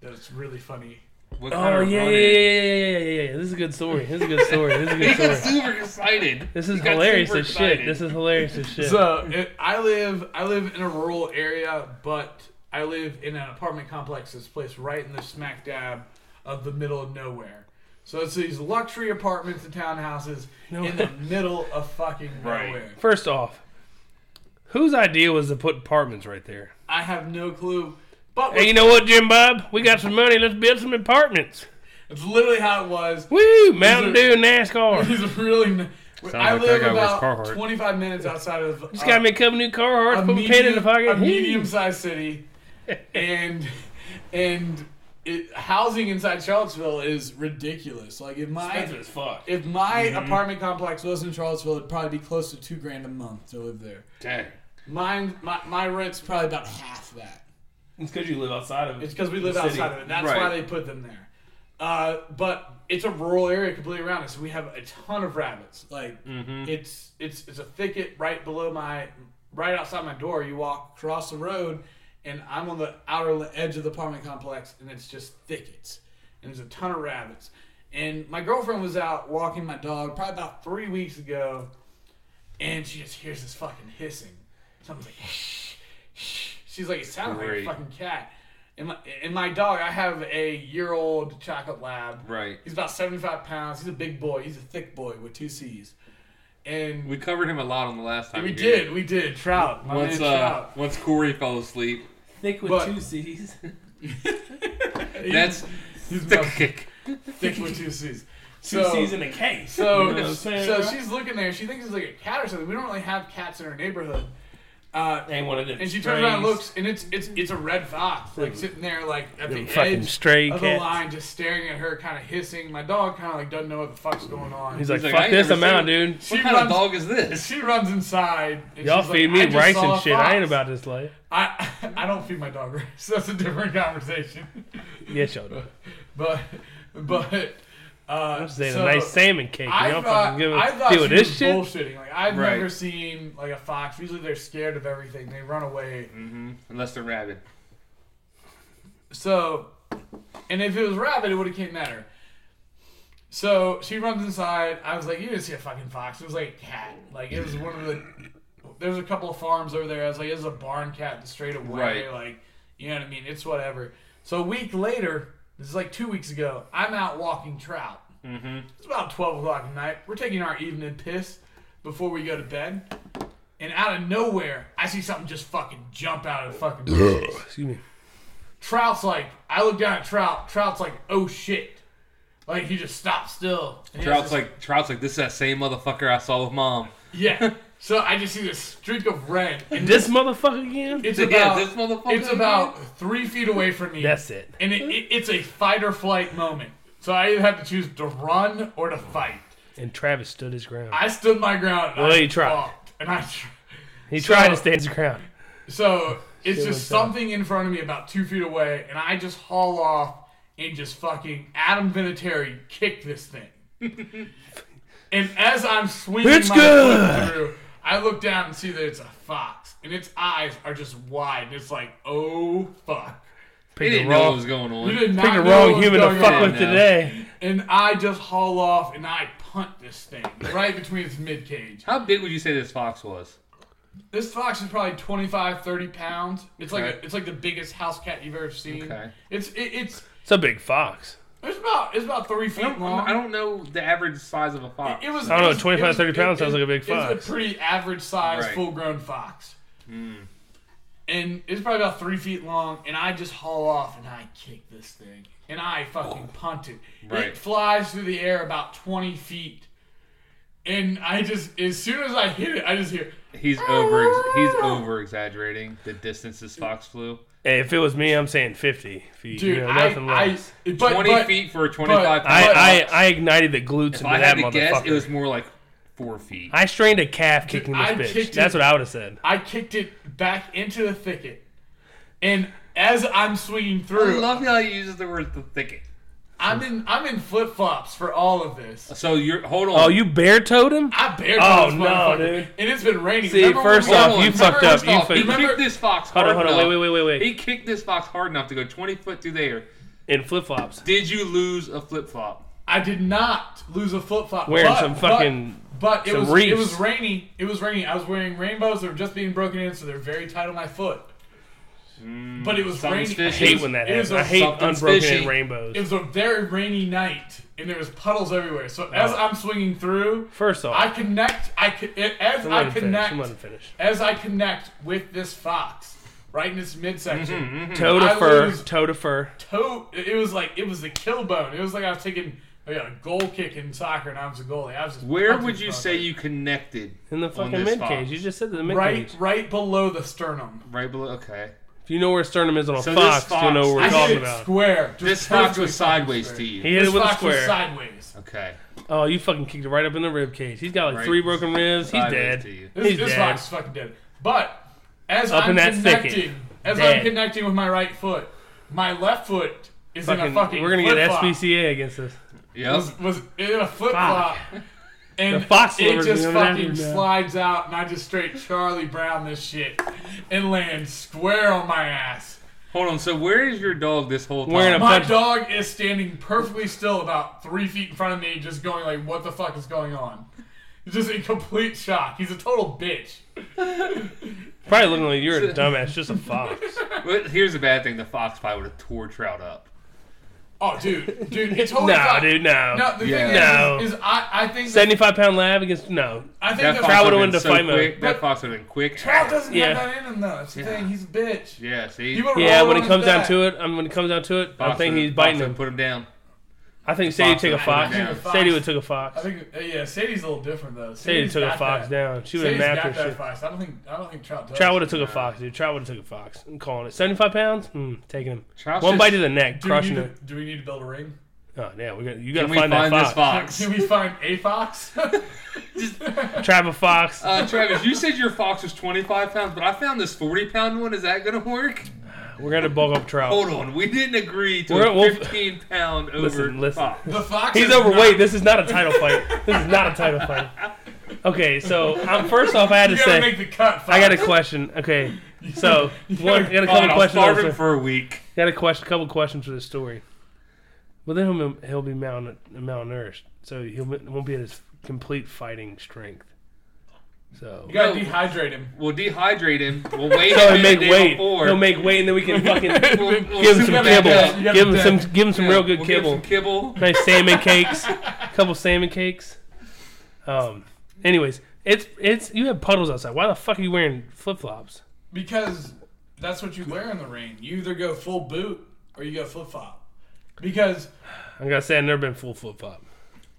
S3: That's really funny.
S2: What
S1: Oh
S2: of
S1: yeah, yeah,
S2: running?
S1: yeah, yeah, yeah, yeah, yeah, yeah. This is a good story. This is a good story. This is a
S2: He got
S1: good story.
S2: super excited.
S1: This is
S2: He got
S1: hilarious
S2: super
S1: as shit.
S2: excited.
S1: This is hilarious as shit.
S3: So it, I live I live in a rural area, but I live in an apartment complex that's placed right in the smack dab of the middle of nowhere. So it's these luxury apartments and townhouses
S2: *laughs*
S3: in the middle of fucking
S2: Right.
S3: nowhere.
S1: First off, whose idea was to put apartments right there?
S3: I have no clue, but
S1: Hey, you know what, Jim Bob? We got some money. Let's build some apartments.
S3: it's literally how it was. *laughs*
S1: Woo! Mountain
S3: These
S1: Dew NASCAR.
S3: *laughs* It's really. n- I
S2: like that
S3: live
S2: guy wears
S3: about
S2: Carhartt.
S3: 25 minutes outside of.
S1: Just got me a couple new Carhartts. Put a pin in the pocket.
S3: a medium-sized city, and and it, housing inside Charlottesville is ridiculous. Like if my
S1: Expensive as fuck.
S3: if my apartment complex was in Charlottesville, it'd probably be close to two grand a month to live there.
S2: Dang.
S3: Mine, my, my rent's probably about half that.
S1: It's because you live outside of
S3: It's because we live
S1: The city.
S3: outside of it. That's
S2: Right.
S3: why they put them there. Uh, but it's a rural area completely around us. We have a ton of rabbits. Like it's it's it's a thicket right below my right outside my door. You walk across the road, and I'm on the outer le- edge of the apartment complex, and it's just thickets, and there's a ton of rabbits. And my girlfriend was out walking my dog probably about three weeks ago, and she just hears this fucking hissing. Someone's like, shh, shh. She's like, it sounded like a
S2: Great.
S3: fucking cat. And my, and my dog, I have a year old chocolate lab.
S2: Right.
S3: He's about 75 pounds. He's a big boy. He's a thick boy with two C's. And
S2: We covered him a lot on the last time.
S3: we
S2: you were here.
S3: did, we did. Trout. My
S2: Once
S3: man,
S2: uh,
S3: Trout.
S2: once Corey fell asleep,
S1: Thick with
S3: But- two *laughs*
S1: C's.
S2: that's
S3: He's
S2: the *laughs*
S3: about
S2: kick.
S3: thick with two C's. So,
S1: a case.
S3: *laughs* So, so she's looking there. She thinks it's like a cat or something. We don't really have cats in our neighborhood. Uh,
S1: ain't one of them.
S3: and she turns around and looks, and it's it's it's a red fox, like sitting there, like at the
S1: Them fucking
S3: edge
S1: stray
S3: of the
S1: cats.
S3: line, just staring at her, kind of hissing. My dog kind of like doesn't know what the fuck's going on.
S1: He's like,
S2: like, I
S1: "Fuck
S2: ain't
S1: this
S2: never
S1: amount,
S2: seen-
S1: dude.
S3: she
S2: What kind of
S3: runs,
S2: dog is this?
S3: she runs inside. and
S1: Y'all
S3: she's
S1: feed
S3: like,
S1: me
S3: "I just
S1: rice
S3: saw
S1: and
S3: a
S1: shit. I ain't
S3: fox."
S1: about this life."
S3: I I don't feed my dog rice. *laughs* That's a different conversation. *laughs*
S1: Yes, y'all do.
S3: But but uh,
S1: I'm just saying
S3: so-
S1: a nice salmon cake.
S3: I
S1: and Y'all
S3: thought,
S1: fucking give
S3: I
S1: a
S3: thought
S1: deal
S3: she
S1: with
S3: was
S1: this shit.
S3: bullshitting. Like I've
S2: Right.
S3: never seen like a fox. Usually they're scared of everything. They run away.
S2: Unless they're rabid.
S3: So, and if it was rabbit, it would have came at her. So she runs inside. I was like, "You didn't see a fucking fox. It was like a cat. Like it was one of the. There's a couple of farms over there. I was like, it's a barn cat that straight away.
S2: Right.
S3: Like, you know what I mean? It's whatever. So a week later, this is like two weeks ago. I'm out walking trout. Mm-hmm. It's about twelve o'clock at night. We're taking our evening piss before we go to bed. And out of nowhere, I see something just fucking jump out of the fucking bushes.
S1: Excuse me.
S3: Trout's like, I look down at Trout. Trout's like, oh shit. Like he just stops still. And he has
S2: Trout's
S3: this-
S2: like Trout's like this is that same motherfucker I saw with mom. *laughs*
S3: yeah. So I just see this streak of red, and
S1: This motherfucker again.
S3: it's about
S2: yeah, this motherfucker.
S3: it's about three feet away from me.
S1: That's it.
S3: and it, it, it's a fight or flight moment. So I either had to choose to run or to fight.
S1: And Travis stood his ground.
S3: I stood my ground. And
S1: Well,
S3: I
S1: you tried.
S3: fought, and I. *laughs* Tr-
S1: he
S3: so-
S1: tried to stand his ground. *sighs*
S3: So
S1: Shit
S3: it's just
S1: went down.
S3: something in front of me about two feet away, and I just haul off and just fucking Adam Vinatieri kick this
S1: *laughs*
S3: thing. and as I'm swinging
S1: It's
S3: my
S1: good.
S3: foot through, I look down and see that it's a fox, and its eyes are just wide, and it's like, oh fuck.
S2: He
S1: Picked the
S2: didn't know what
S1: wrong,
S2: was going
S3: You
S2: on.
S3: did not
S1: picked the
S3: know what
S1: wrong
S3: was
S1: human to
S3: going
S1: fuck
S3: on.
S1: with
S2: No.
S1: today.
S3: And I just haul off and I punt this thing right between its mid cage.
S2: How big would you say this fox was?
S3: This fox is probably 25, 30 pounds. It's like a,
S2: Okay.
S3: it's like the biggest house cat you've ever seen.
S2: Okay.
S3: It's it, it's
S1: It's a big fox.
S3: It's about it's about three feet
S2: I don't,
S3: long.
S2: I don't know the average size of a fox.
S3: It was.
S1: I don't know,
S3: it was-
S1: 25,
S3: it was-
S1: 30 pounds
S3: it-
S1: sounds like a big
S3: it was
S1: fox.
S3: a pretty average size,
S2: Right. Hmm.
S3: full grown fox. And it's probably about three feet long, and I just haul off and I kick this thing, and I fucking punt it.
S2: Right.
S3: It flies through the air about twenty feet, and I just as soon as I hit it, I just hear.
S2: He's
S3: Ah!
S2: over. He's over exaggerating the distance this fox flew.
S1: Hey, if it was me, I'm saying 50 feet.
S3: Dude,
S1: you know,
S3: I,
S1: nothing
S3: I,
S1: less.
S3: but,
S2: Twenty
S3: but-
S2: feet for a twenty-five.
S3: but-
S2: pound
S1: I,
S2: fox.
S1: I, I ignited the glutes
S2: if
S1: into
S2: I
S1: that
S2: had to guess,
S1: motherfucker.
S2: it was more like four feet.
S1: I strained a calf kicking
S3: I
S1: this bitch.
S3: kicked
S1: That's
S3: it.
S1: what I would have said.
S3: I kicked it back into the thicket, and as I'm swinging through,
S2: I love how he uses the word the thicket.
S3: I'm in I'm in flip flops for all of this.
S2: So you're hold on.
S1: Oh, you bear toed him?
S3: I bare
S1: Oh,
S3: this
S1: no,
S3: motherfucker,
S1: dude.
S3: and it's been raining.
S1: See,
S3: Remember
S1: first
S3: when-
S2: hold
S1: off,
S2: on.
S1: you fucked
S2: First
S1: up. You
S2: off,
S1: fucked-
S2: he
S3: Remember-
S2: kicked this fox
S1: Hold on,
S2: hard
S1: hold on.
S2: enough.
S1: Wait, wait, wait, wait, wait.
S2: He kicked this fox hard enough to go twenty foot through the air.
S1: In flip flops.
S2: Did you lose a flip flop?
S3: I did not lose a flip flop.
S1: Wearing
S3: but,
S1: some
S3: but-
S1: fucking-
S3: But, it
S1: some
S3: was it
S1: reefs.
S3: was rainy. It was rainy. I was wearing rainbows that were just being broken in, so they're very tight on my foot. but it was
S2: Mm, something's
S3: rainy.
S2: fishy.
S1: hate when that
S3: It was
S1: happens. I
S3: a-
S1: hate
S2: something's
S1: unbroken
S2: fishy.
S1: rainbows.
S3: It was a very rainy night, and there was puddles everywhere. So as
S2: Oh.
S3: I'm swinging through,
S1: First off,
S3: I connect. I co- as
S1: I'm letting him finish.
S3: I
S1: I'm
S3: connect
S1: letting him finish.
S3: as I connect with this fox right in its midsection.
S1: Toe to
S3: I
S1: fur,
S3: lose-
S1: toe to fur.
S3: toe. It was like it was the kill bone. It was like I was taking I got a goal kick in soccer, and I was a goalie. I was just
S2: Where
S3: punching
S2: would you
S3: fuckers.
S2: say you connected
S1: In the
S2: on
S1: fucking
S2: this
S1: mid
S2: fox?
S1: cage. You just said the mid
S3: right,
S1: cage.
S3: right below the sternum?
S2: right below. Okay,
S1: If you know where sternum is on a
S2: So this
S1: fox, you'll know what we're
S2: fox-
S3: I
S1: talking
S3: hit it
S1: about.
S3: square. Just
S2: this fox
S3: perfectly
S2: was
S3: fucking
S2: sideways
S3: square.
S2: to you.
S1: He hit
S3: This
S1: it with a
S3: fox was
S1: square.
S3: sideways.
S2: Okay,
S1: Oh, you fucking kicked it right up in the rib cage. He's got like
S2: Right.
S1: three broken ribs. He's
S2: Sideways
S1: dead.
S2: to you.
S3: This,
S1: He's
S3: this
S1: dead.
S3: fox is fucking dead. But as
S1: Up
S3: I'm
S1: in that thicket.
S3: connecting, as
S1: Dead.
S3: I'm connecting with my right foot, my left foot is in
S1: Fucking-
S3: a fucking.
S1: we're gonna get
S3: flip-flop.
S1: SPCA against this.
S2: yep.
S3: was, was in a flip flop. And
S1: The fox
S3: it
S1: lovers
S3: just
S1: doing
S3: fucking
S1: that now.
S3: slides out, and I just straight Charlie Brown this shit and lands square on my ass.
S2: Hold on. So where is your dog this whole time?
S1: Wearing a-
S3: My
S1: But-
S3: dog is standing perfectly still, about three feet in front of me, just going like, "What the fuck is going on?" He's Just in complete shock. He's a total bitch.
S1: Probably looking like
S3: *laughs*
S1: you're a dumbass, just a fox.
S2: But here's the bad thing: the fox probably would have tore Trout up.
S3: Oh, dude, dude, it's
S1: *laughs*
S3: totally
S1: no,
S3: fine.
S1: dude, no.
S3: Oh No, the
S2: Yeah.
S3: thing is,
S1: No.
S3: is, I, I think that,
S1: Seventy-five pound lab against no.
S3: I think
S2: That
S3: that,
S1: would've
S2: fox would have
S1: went
S2: been
S1: to
S2: so
S1: fight mode.
S2: quick. That
S3: But-
S2: fox would have been quick.
S3: Trout doesn't
S1: Yeah.
S3: have that in him though. That's the thing. He's a bitch.
S2: Yeah. See.
S3: He would've
S1: Yeah,
S3: rolled
S1: when it
S3: on
S1: comes
S3: his
S1: down
S3: back.
S1: to it, I'm when it comes down to it, I
S2: Fox
S1: think
S2: would-
S1: he's
S2: fox
S1: biting
S2: would
S1: him.
S2: Put him down.
S1: I think Sadie
S2: fox
S1: took a
S2: would have
S1: fox.
S2: been
S3: down.
S1: Sadie would took a fox.
S3: I think uh, yeah, Sadie's a little different though.
S1: Sadie
S3: Sadie's
S1: took a
S3: got
S1: fox
S3: that.
S1: down. She would have
S3: Sadie's got
S1: mapped
S3: that
S1: her shit.
S3: fox. I don't think I don't think Trout does.
S1: Trout would have took a fox, dude. Trout would have took a fox. I'm calling it. Seventy-five pounds. Mm, taking him.
S2: Trout's
S1: One
S2: just-
S1: bite to the neck,
S3: do we, need
S1: crushing
S3: to,
S1: it.
S3: do we need to build a ring?
S1: Oh yeah, we got you got to
S2: Can we
S1: find that
S2: find
S1: fox.
S2: this fox?
S3: *laughs* Can we find a fox? *laughs*
S1: Trap a fox.
S2: Uh, Travis, you said your fox was 25 pounds, but I found this 40 pound one. Is that going to work?
S1: We're gonna bulk up Trout.
S2: Hold on. We didn't agree to
S1: We're-
S2: a
S1: we'll-
S2: 15 pound over
S1: Listen, listen. *laughs*
S2: fox.
S3: the fox.
S1: He's
S3: is
S1: overweight.
S3: Not,
S1: This is not a title fight. This is not a title fight. Okay, so um, first off, I had to
S3: you gotta
S1: say
S3: make the cut. Fox.
S1: I got a question. Okay,
S2: *laughs*
S1: so one, I got a
S2: Fine,
S1: couple
S2: I'll
S1: questions.
S2: starve him
S1: Also.
S2: for a week.
S1: Got a question, couple questions for this story. Well, then he'll he'll be mal- malnourished, so he won't be at his complete fighting strength. So
S3: You gotta dehydrate him.
S2: We'll dehydrate him.
S1: *laughs*
S2: We'll weigh
S1: so
S2: him
S1: he'll
S2: the
S1: make
S2: day
S1: weight.
S2: before.
S1: He'll make weight, and then we can *laughs* fucking
S2: We'll- we'll
S1: give him some
S2: soup him
S1: kibble.
S2: up.
S3: You
S1: Give him
S3: gotta
S1: some.
S3: bet.
S1: Give him some
S2: Yeah,
S1: real good
S2: we'll give him
S1: kibble.
S2: some kibble.
S1: nice salmon cakes, *laughs* a couple salmon cakes. Um. Anyways, it's it's you have puddles outside. Why the fuck are you wearing flip flops?
S3: Because that's what you wear in the ring. You either go full boot or you go flip flop. Because
S1: I'm gonna say I've never been full flip flop.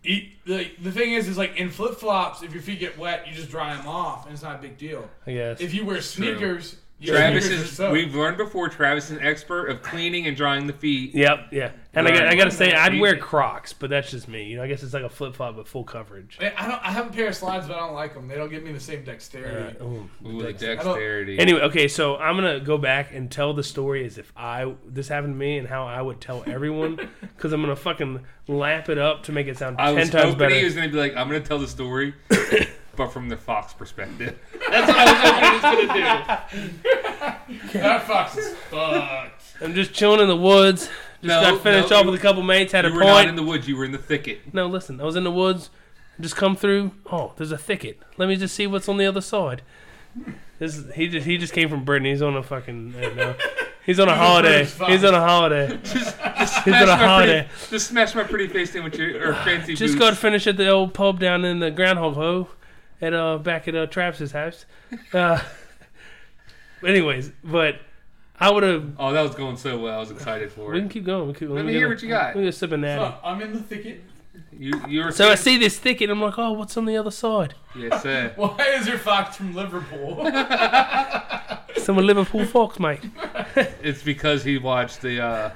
S3: e the, the thing is, is like in flip flops, if your feet get wet, you just dry them off, and it's not a big deal.
S1: I guess.
S3: If you wear sneakers, Yeah,
S2: Travis
S3: yours are
S2: is.
S3: so-
S2: We've learned before. Travis is an expert of cleaning and drying the feet.
S1: Yep, yeah. And I, got, I gotta say, I'd
S2: Right.
S1: wear Crocs, but that's just me. You know, I guess it's like a flip flop but full coverage.
S3: I I don't. I have a pair of slides, but I don't like them. They don't give me the same dexterity.
S1: Ooh.
S2: Ooh, the dexterity.
S1: Anyway, okay, so I'm gonna go back and tell the story as if I this happened to me and how I would tell
S2: *laughs*
S1: everyone because I'm gonna fucking lap it up to make it sound
S2: I
S1: ten
S2: was
S1: times
S2: hoping
S1: better.
S2: he was going to be like, I'm going to tell
S1: *coughs*
S2: the story, but from the fox perspective. That's what I was hoping he was going to do. *laughs*
S5: That fox is fucked.
S1: I'm just chilling in the woods. Just
S2: No,
S1: got finished
S2: no,
S1: off
S2: you-
S1: with a couple mates. Had a
S2: You were not
S1: point.
S2: in the woods. You were in
S1: *laughs*
S2: the thicket.
S1: no, listen, I was in the woods. Just come through. Oh, there's a thicket. Let me just see what's on the other side. This he just he just came from Britain. He's on a fucking I don't know. he's
S2: *laughs*
S1: on a holiday.
S5: British fox.
S1: He's on a holiday.
S2: Just, just
S1: He's
S2: smash
S1: on a
S2: my
S1: holiday.
S2: Pretty, just smash my pretty face in
S1: *sighs*
S2: with your or fancy
S1: Just
S2: boots.
S1: got finished at the old pub down in the Groundhog Ho, at uh back at uh, Travis's house.
S2: *laughs*
S1: Uh, anyways, but I would have.
S2: Oh, that was going so well. I was excited for
S1: We can
S2: it.
S1: keep going. We keep,
S2: Let me hear what you got.
S1: We can sip a natty.
S3: Huh, I'm in the thicket.
S2: You, you were
S1: So I see this thicket. and I'm like, oh, what's on the other side?
S2: yes, sir.
S3: Why is your fox from Liverpool? Ah,
S1: Some Liverpool fox, mate.
S2: It's because he watched the uh,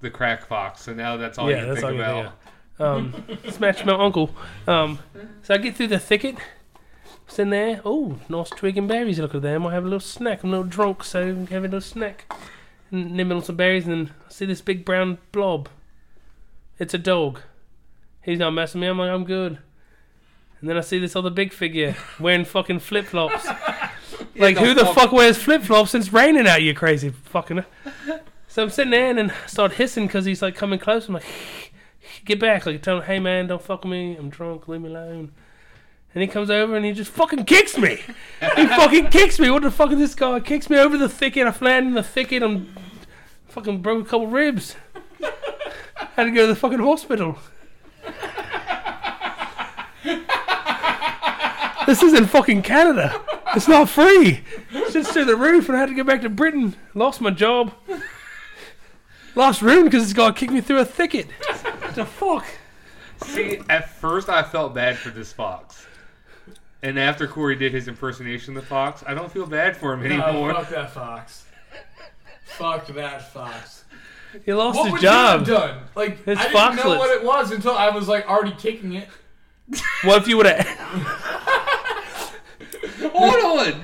S2: the crack fox, so now that's all
S1: Yeah,
S2: you
S1: that's
S2: think
S1: all you
S2: about.
S1: think Um, *laughs* smash my uncle. Um, so I get through the thicket. Sitting there. Oh, nice twig and berries. Look at them. I have a little snack. I'm a little drunk, so I'm having a little snack. N- Nibbling on some berries, and then I see this big brown blob. It's a dog. He's not messing with me. I'm like, I'm good. And then I see this other big figure wearing fucking flip flops. like,
S2: no,
S1: who the
S2: fuck.
S1: fuck wears flip flops? It's raining out, you crazy fucking. So I'm sitting there and then I start hissing because he's like coming close. I'm like, get back. Like, tell him, hey man, don't fuck with me. I'm drunk. Leave me alone. And he comes over and he just fucking kicks me. he fucking kicks me. What the fuck is this guy? Kicks me over the thicket. I land in the thicket. I'm fucking broke a couple ribs. Had to go to the fucking hospital. this isn't fucking Canada. It's not free. It's just through the roof, and I had to go back to Britain. Lost my job. Lost room because this guy kicked me through a thicket. The fuck?
S2: See, at first I felt bad for this fox. And after Corey did his impersonation of the fox, I don't feel bad for him
S3: Oh,
S2: anymore.
S3: fuck that fox. Fuck that fox.
S1: He lost
S3: What
S1: his
S3: would
S1: job.
S3: you have done? Like
S1: His
S3: I didn't
S1: foxlets.
S3: know what it was until I was like already kicking it.
S1: What if you
S3: *laughs*
S1: would have
S2: Hold on!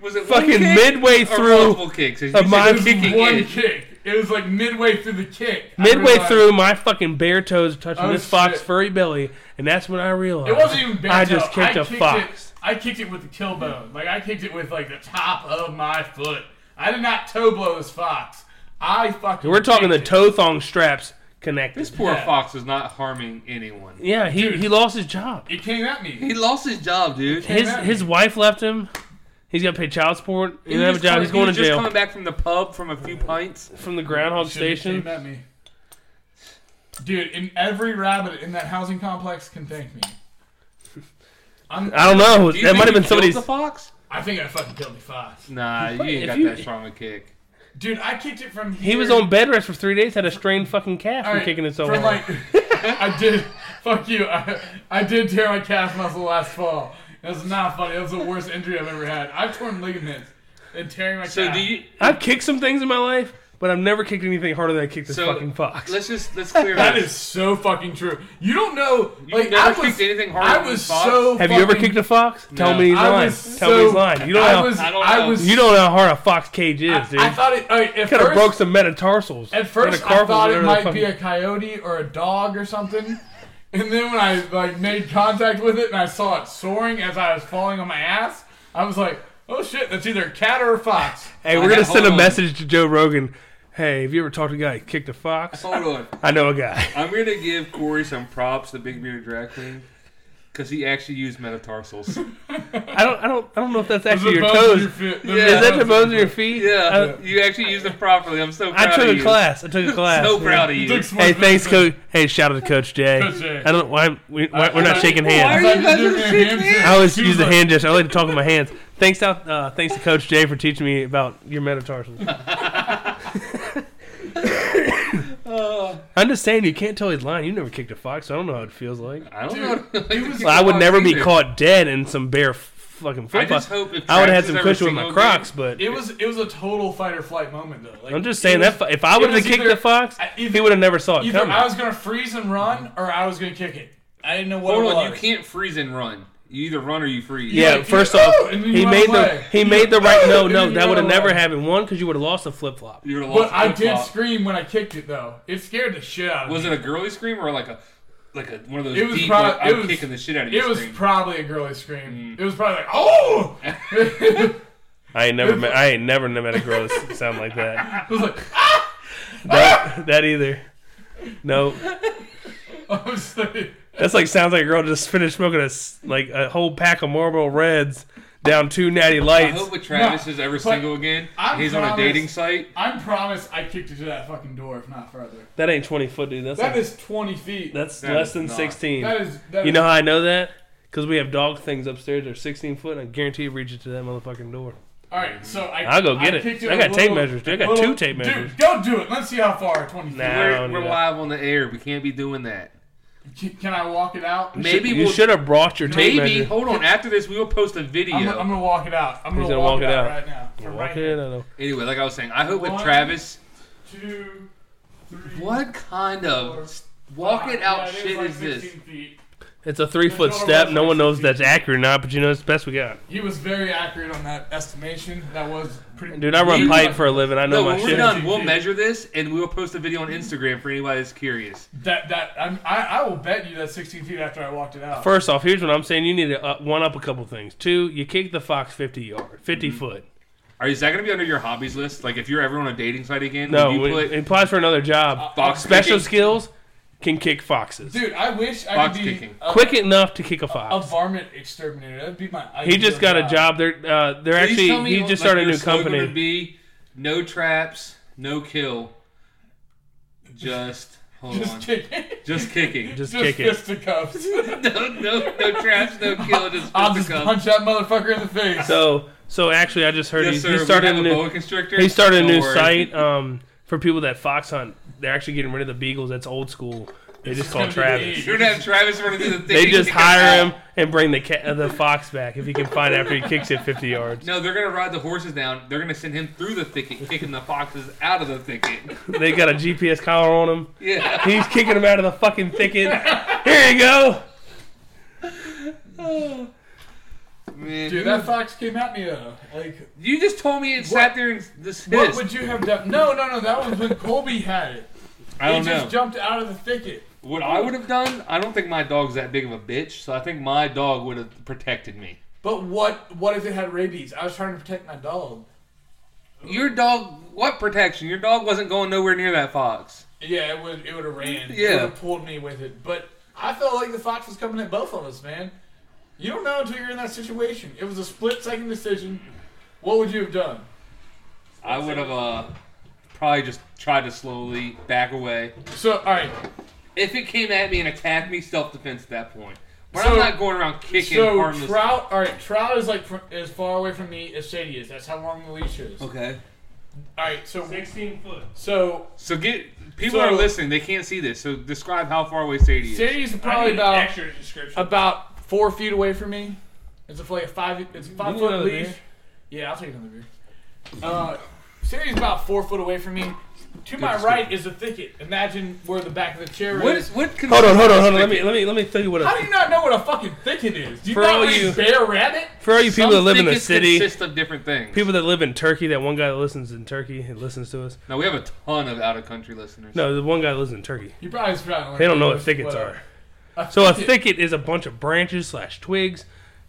S2: Was it one
S1: fucking
S2: kick
S1: midway
S2: or
S1: through
S2: multiple kicks? You
S1: a
S2: said
S1: mine-
S2: kicking
S3: One
S2: it.
S3: kick. It was like midway through the kick. I
S1: midway
S3: realized-
S1: through my fucking bare toes touching
S3: Oh,
S1: this fox
S3: shit.
S1: furry belly, and that's when I realized
S3: It wasn't even bare
S1: I
S3: toe.
S1: just kicked
S3: I
S1: a
S3: kicked
S1: fox.
S3: It, I kicked it with the kill bone. Like I kicked it with like the top of my foot. I did not toe blow this fox. I fucking.
S1: We're talking the
S3: kicked
S1: toe thong straps connected.
S2: This poor
S3: Yeah.
S2: fox was not harming anyone.
S1: yeah, he,
S3: Dude.
S1: he lost his job.
S3: It. it came at me.
S2: He lost his job, dude. He
S1: His
S3: at me.
S1: his wife left him. He's got to pay child support. He doesn't have a
S2: was
S1: job. He's
S2: coming- he
S1: going to
S2: was just
S1: jail
S2: coming back from the pub from a few pints.
S1: from the Groundhog
S3: Should've
S1: Station.
S3: came at me. Dude, and every rabbit in that housing complex can thank me. I'm,
S1: I don't know.
S2: Do you
S1: that
S2: think
S1: might have
S2: he
S1: been
S2: killed
S1: somebody's.
S2: the fox.
S3: I think I fucking killed the fox.
S2: Nah, you
S1: if
S2: ain't got
S1: you-
S2: that strong a kick.
S3: Dude, I kicked it from
S1: He
S3: here-
S1: was on bed rest for three days. Had a strained fucking calf
S3: All
S1: from
S3: right,
S1: kicking it so
S3: from
S1: hard.
S3: like- *laughs* I did. Fuck you. I, I did tear my calf muscle last fall. That's not funny. That was the worst injury I've ever had. I've torn ligaments and tearing my
S2: So
S3: calf.
S2: do you?
S1: I've kicked some things in my life, but I've never kicked anything harder than I kicked this
S2: So
S1: fucking fox.
S2: Let's
S1: *laughs*
S2: just let's clear
S3: That
S2: this.
S3: is so fucking true. You don't know.
S2: You
S3: like
S2: never
S3: I was,
S2: kicked anything harder
S3: I
S2: than
S3: was
S2: the fox?
S3: so.
S1: Have you ever
S3: fucking-
S1: kicked a fox? Tell
S2: No.
S1: me he's
S3: I
S1: lying.
S3: was
S1: Tell me he's
S3: so-
S1: lying. You don't
S3: I
S1: know.
S3: was.
S2: I don't
S3: I
S2: know.
S3: was.
S1: you don't know how hard a fox cage is, dude.
S3: I thought it. all right, at
S1: Could have
S3: first-
S1: broke some metatarsals.
S3: At first,
S1: and a
S3: I
S1: carpal,
S3: thought it
S1: whatever the
S3: might
S1: fuck-
S3: be a coyote or a dog or something. And then when I like made contact with it and I saw it soaring as I was falling on my ass, I was like, "Oh shit, that's either a cat or a fox."
S1: Hey,
S2: I
S1: we're gonna
S2: got-
S1: send a
S2: hold on.
S1: message to Joe Rogan. Hey, have you ever talked to a guy who kicked a fox?
S2: Hold on.
S1: I know a guy.
S2: I'm gonna give Corey some props, the big bearded drag queen, because he actually used metatarsals. *laughs*
S1: I don't. I don't. I don't know if that's actually
S3: The
S1: your
S3: bones
S1: toes.
S3: of your feet- the
S2: Yeah.
S1: Is that
S3: bones
S1: the
S3: of
S1: bones of
S3: your
S1: your
S3: feet.
S1: feet?
S2: Yeah,
S1: Uh,
S2: you actually used them properly. I'm so
S1: I
S2: proud
S1: took
S2: of
S1: a
S2: you.
S1: class. I took a class.
S2: *laughs* So
S1: yeah.
S2: proud of you.
S3: Dick Swanson-
S1: Hey, thanks, coach. Hey, shout out to Coach Jay.
S3: Coach Jay.
S1: I don't. Why we, why, we're not shaking
S2: Why are
S1: hands.
S2: you
S3: Like,
S2: guys
S3: dude,
S2: just
S3: man,
S2: shaking
S3: hands-
S1: I
S2: hands?
S1: always use the
S3: Tuesday.
S1: hand gesture. I like to talk with my hands. Thanks out. Uh, thanks to Coach Jay for teaching me about your
S2: *laughs*
S1: metatarsals. I'm just saying, you can't tell he's lying. You never kicked a fox, so I don't know how it feels like.
S2: I don't know. *laughs*
S3: Dude, he was-
S1: Well, I would never be caught dead in some bare f- fucking
S2: I
S1: flip
S2: just hope if
S1: I would have had
S2: Travis
S1: some
S2: every
S1: cushion with my
S2: single
S1: Crocs,
S2: game-
S1: but
S3: It was it was a total fight or flight moment though. Like,
S1: I'm just
S3: it
S1: saying
S3: was-
S1: that if I would
S3: was
S1: have kicked
S3: either-
S1: the fox,
S3: I- either-
S1: he would have never saw it
S3: Either
S1: coming.
S3: I was gonna freeze and run, or I was gonna kick it. I didn't know what
S2: Hold
S3: it
S2: on,
S3: was.
S2: you can't freeze and run. You either run or you freeze.
S1: yeah,
S3: like,
S1: first
S3: you-
S1: off,
S3: "Oh," and then you
S1: he
S3: run
S1: made the
S3: away.
S1: he
S3: You-
S1: made
S3: *laughs*
S1: the right. No,
S3: and
S1: no,
S3: then you
S1: that
S3: run
S1: would have never
S3: away.
S1: happened. One, because you would have lost a flip flop.
S2: you would have lost.
S3: But I
S2: flip
S3: did
S2: flop.
S3: scream when I kicked it though. It scared the shit out of
S2: Was
S3: me.
S2: it a girly scream or like a like a one of those
S3: It was
S2: deep?
S3: prob-
S2: like,
S3: it
S2: I'm
S3: was-
S2: kicking the shit out of you.
S3: It was
S2: scream? Mm.
S3: probably a girly scream. It was probably like, oh! *laughs* it
S1: I ain't never met. I ain't never met a girl *laughs* that s- sound like that.
S3: was like, *laughs*
S1: That, that either. No,
S3: I was like,
S1: that's like sounds like a girl just finished smoking a s- like a whole pack of Marlboro Reds down two natty
S2: I
S1: lights.
S2: hope with Travis
S3: No,
S2: is ever
S3: but
S2: single again.
S3: I
S2: and he's on a
S3: promise-
S2: dating site.
S3: I promise I kicked it to that fucking door, if not further.
S1: That ain't twenty foot, dude. That's
S3: That
S1: like-
S3: is 20 feet.
S1: that's
S2: that
S1: less
S2: is
S1: than
S2: not-
S1: sixteen.
S3: That is. That
S1: You
S3: is-
S1: know how I know that? Because we have dog things upstairs. They're 16 foot, and I guarantee you reach it to that motherfucking door.
S3: All right, so I.
S1: I'll go get it.
S3: kicked
S1: I
S3: a
S1: got tape
S3: little-
S1: measures, dude. I got
S3: little-
S1: two tape measures.
S3: Dude, go do it. Let's see how far. 20 feet.
S1: Nah. I
S2: We're,
S1: don't
S2: we're
S1: do that.
S2: live on the air. We can't be doing that.
S3: Can, can I walk it out?
S2: Maybe
S1: you
S2: we'll
S1: should have brought your tape
S2: maybe
S1: measure.
S2: hold on. After this, we will post a video.
S3: I'm, gonna- I'm gonna walk it out. I'm gonna,
S1: He's gonna
S3: walk,
S1: walk
S3: it
S1: it
S3: out,
S1: out.
S3: right now. From right
S1: Okay, I
S3: here.
S1: don't know.
S2: anyway, like I was saying, I hope with
S3: One.
S2: Travis.
S3: Two, three.
S2: What kind of walk it
S3: Yeah,
S2: out
S3: it was
S2: shit
S3: like
S2: is this?
S3: 16 feet.
S1: It's a three foot
S3: There's no
S1: step. No one knows if
S3: reference.
S1: that's accurate or not, but you know it's the best we got.
S3: He was very accurate on that estimation. That was pretty.
S1: Dude, I run
S2: You-
S1: pipe for a living. I know
S2: No,
S1: my
S2: when we're
S1: shit.
S2: done, we'll measure this and we'll post a video on Instagram for anybody that's curious.
S3: That that I'm, I I will bet you that 16 feet after I walked it out.
S1: First off, here's what I'm saying. You need to up, one up a couple things. Two, you kick the fox 50 yard, 50
S2: Mm-hmm.
S1: foot.
S2: Are is that gonna be under your hobbies list? Like if you're ever on a dating site again,
S1: No,
S2: would you
S1: when-
S2: put
S1: it applies for another job.
S2: box
S1: Special
S2: kicking?
S1: skills can kick foxes.
S3: Dude, I wish I
S2: Box
S3: could be
S2: kicking.
S3: a,
S1: Quick enough to kick a fox.
S3: a varmint exterminator. That'd be my.
S1: He
S3: ideal
S1: just got a job. They're uh, they're
S2: Please tell
S1: actually
S2: me
S1: he just
S2: like,
S1: started a
S2: your
S1: new
S2: slogan
S1: company.
S2: Would be no traps, no kill, just hold on,
S3: *laughs* Just kicking.
S2: just kicking.
S1: just,
S3: Just
S1: kick it.
S2: *laughs*
S3: fisticuffs. *laughs*
S2: no, no, no traps, no
S1: *laughs*
S2: kill, just
S3: I'll just
S2: fisticuffs.
S3: punch that motherfucker in the face.
S1: So so actually, I just heard
S2: Yes,
S1: he's,
S2: sir.
S1: he started
S2: we
S1: a
S2: have a
S1: new
S2: boa constrictor.
S1: he started a
S2: Don't
S1: new
S2: worry.
S1: site um for people that fox hunt. They're actually getting rid of the beagles. That's old school. They just call
S3: gonna be
S1: Travis.
S3: the-
S2: You're gonna have Travis running through the
S1: *laughs*
S2: thing.
S1: They
S2: He can *laughs*
S1: just
S2: get
S1: hire
S2: out.
S1: him and bring the cat, uh, the fox back if he can find it after he kicks it 50 yards.
S2: No, they're gonna ride the horses down. They're gonna send him through the thicket, kicking the foxes out of the thicket. *laughs*
S1: They got a GPS collar on him.
S2: Yeah.
S1: He's kicking him out of the fucking thicket. Here you go.
S2: Man,
S3: Dude, that fox came at me though. Like,
S2: you just told me it sat there and this
S3: what
S2: hissed.
S3: would you have done? No, no, no. That was when Colby had it.
S2: I don't
S3: he
S2: know.
S3: just jumped out of the thicket.
S2: What I would have done, I don't think my dog's that big of a bitch, so I think my dog would have protected me.
S3: But what? What if it had rabies? I was trying to protect my dog.
S2: Your dog, what protection? Your dog wasn't going nowhere near that fox.
S3: Yeah, it would. It would have ran.
S2: Yeah.
S3: it would have pulled me with it. But I felt like the fox was coming at both of us, man. You don't know until you're in that situation. It was a split second decision. What would you have done?
S2: I would have uh, probably just tried to slowly back away.
S3: So, all right.
S2: If it came at me and attacked me, self defense at that point. But
S3: So-
S2: I'm not going around kicking
S3: So
S2: harmless.
S3: trout. All right, trout is like fr- as far away from me as Sadie is. That's how long the leash is. All
S2: okay.
S3: right. So,
S1: 16 foot.
S3: so
S2: So get people
S3: So-
S2: are listening; they can't see this. So describe how far away Sadie is.
S3: Sadie's probably about
S1: description.
S3: about four feet away from me. It's a like a five. It's a five
S1: need
S3: foot
S1: another
S3: leash.
S1: beer?
S3: Yeah, I'll take another beer. Uh, Siri's about four foot away from me. To my
S2: description.
S3: right is a thicket. Imagine where the back of the chair
S2: What?
S3: is.
S2: What?
S1: Hold on, hold on, hold on. Let me let me let me tell you what.
S3: How
S1: A,
S3: do you not know what a fucking thicket is? Do you
S1: For all
S3: not read
S1: you-
S3: Bear Rabbit?
S1: for all you people that live in the city,
S2: consist of different things.
S1: people that live in Turkey, that one guy that listens in Turkey and listens to us.
S2: No, we have a ton of out of country listeners.
S1: No, the one guy that lives in Turkey.
S3: You probably just forgot.
S1: They don't know what thickets are. So a thicket is a bunch of branches slash twigs,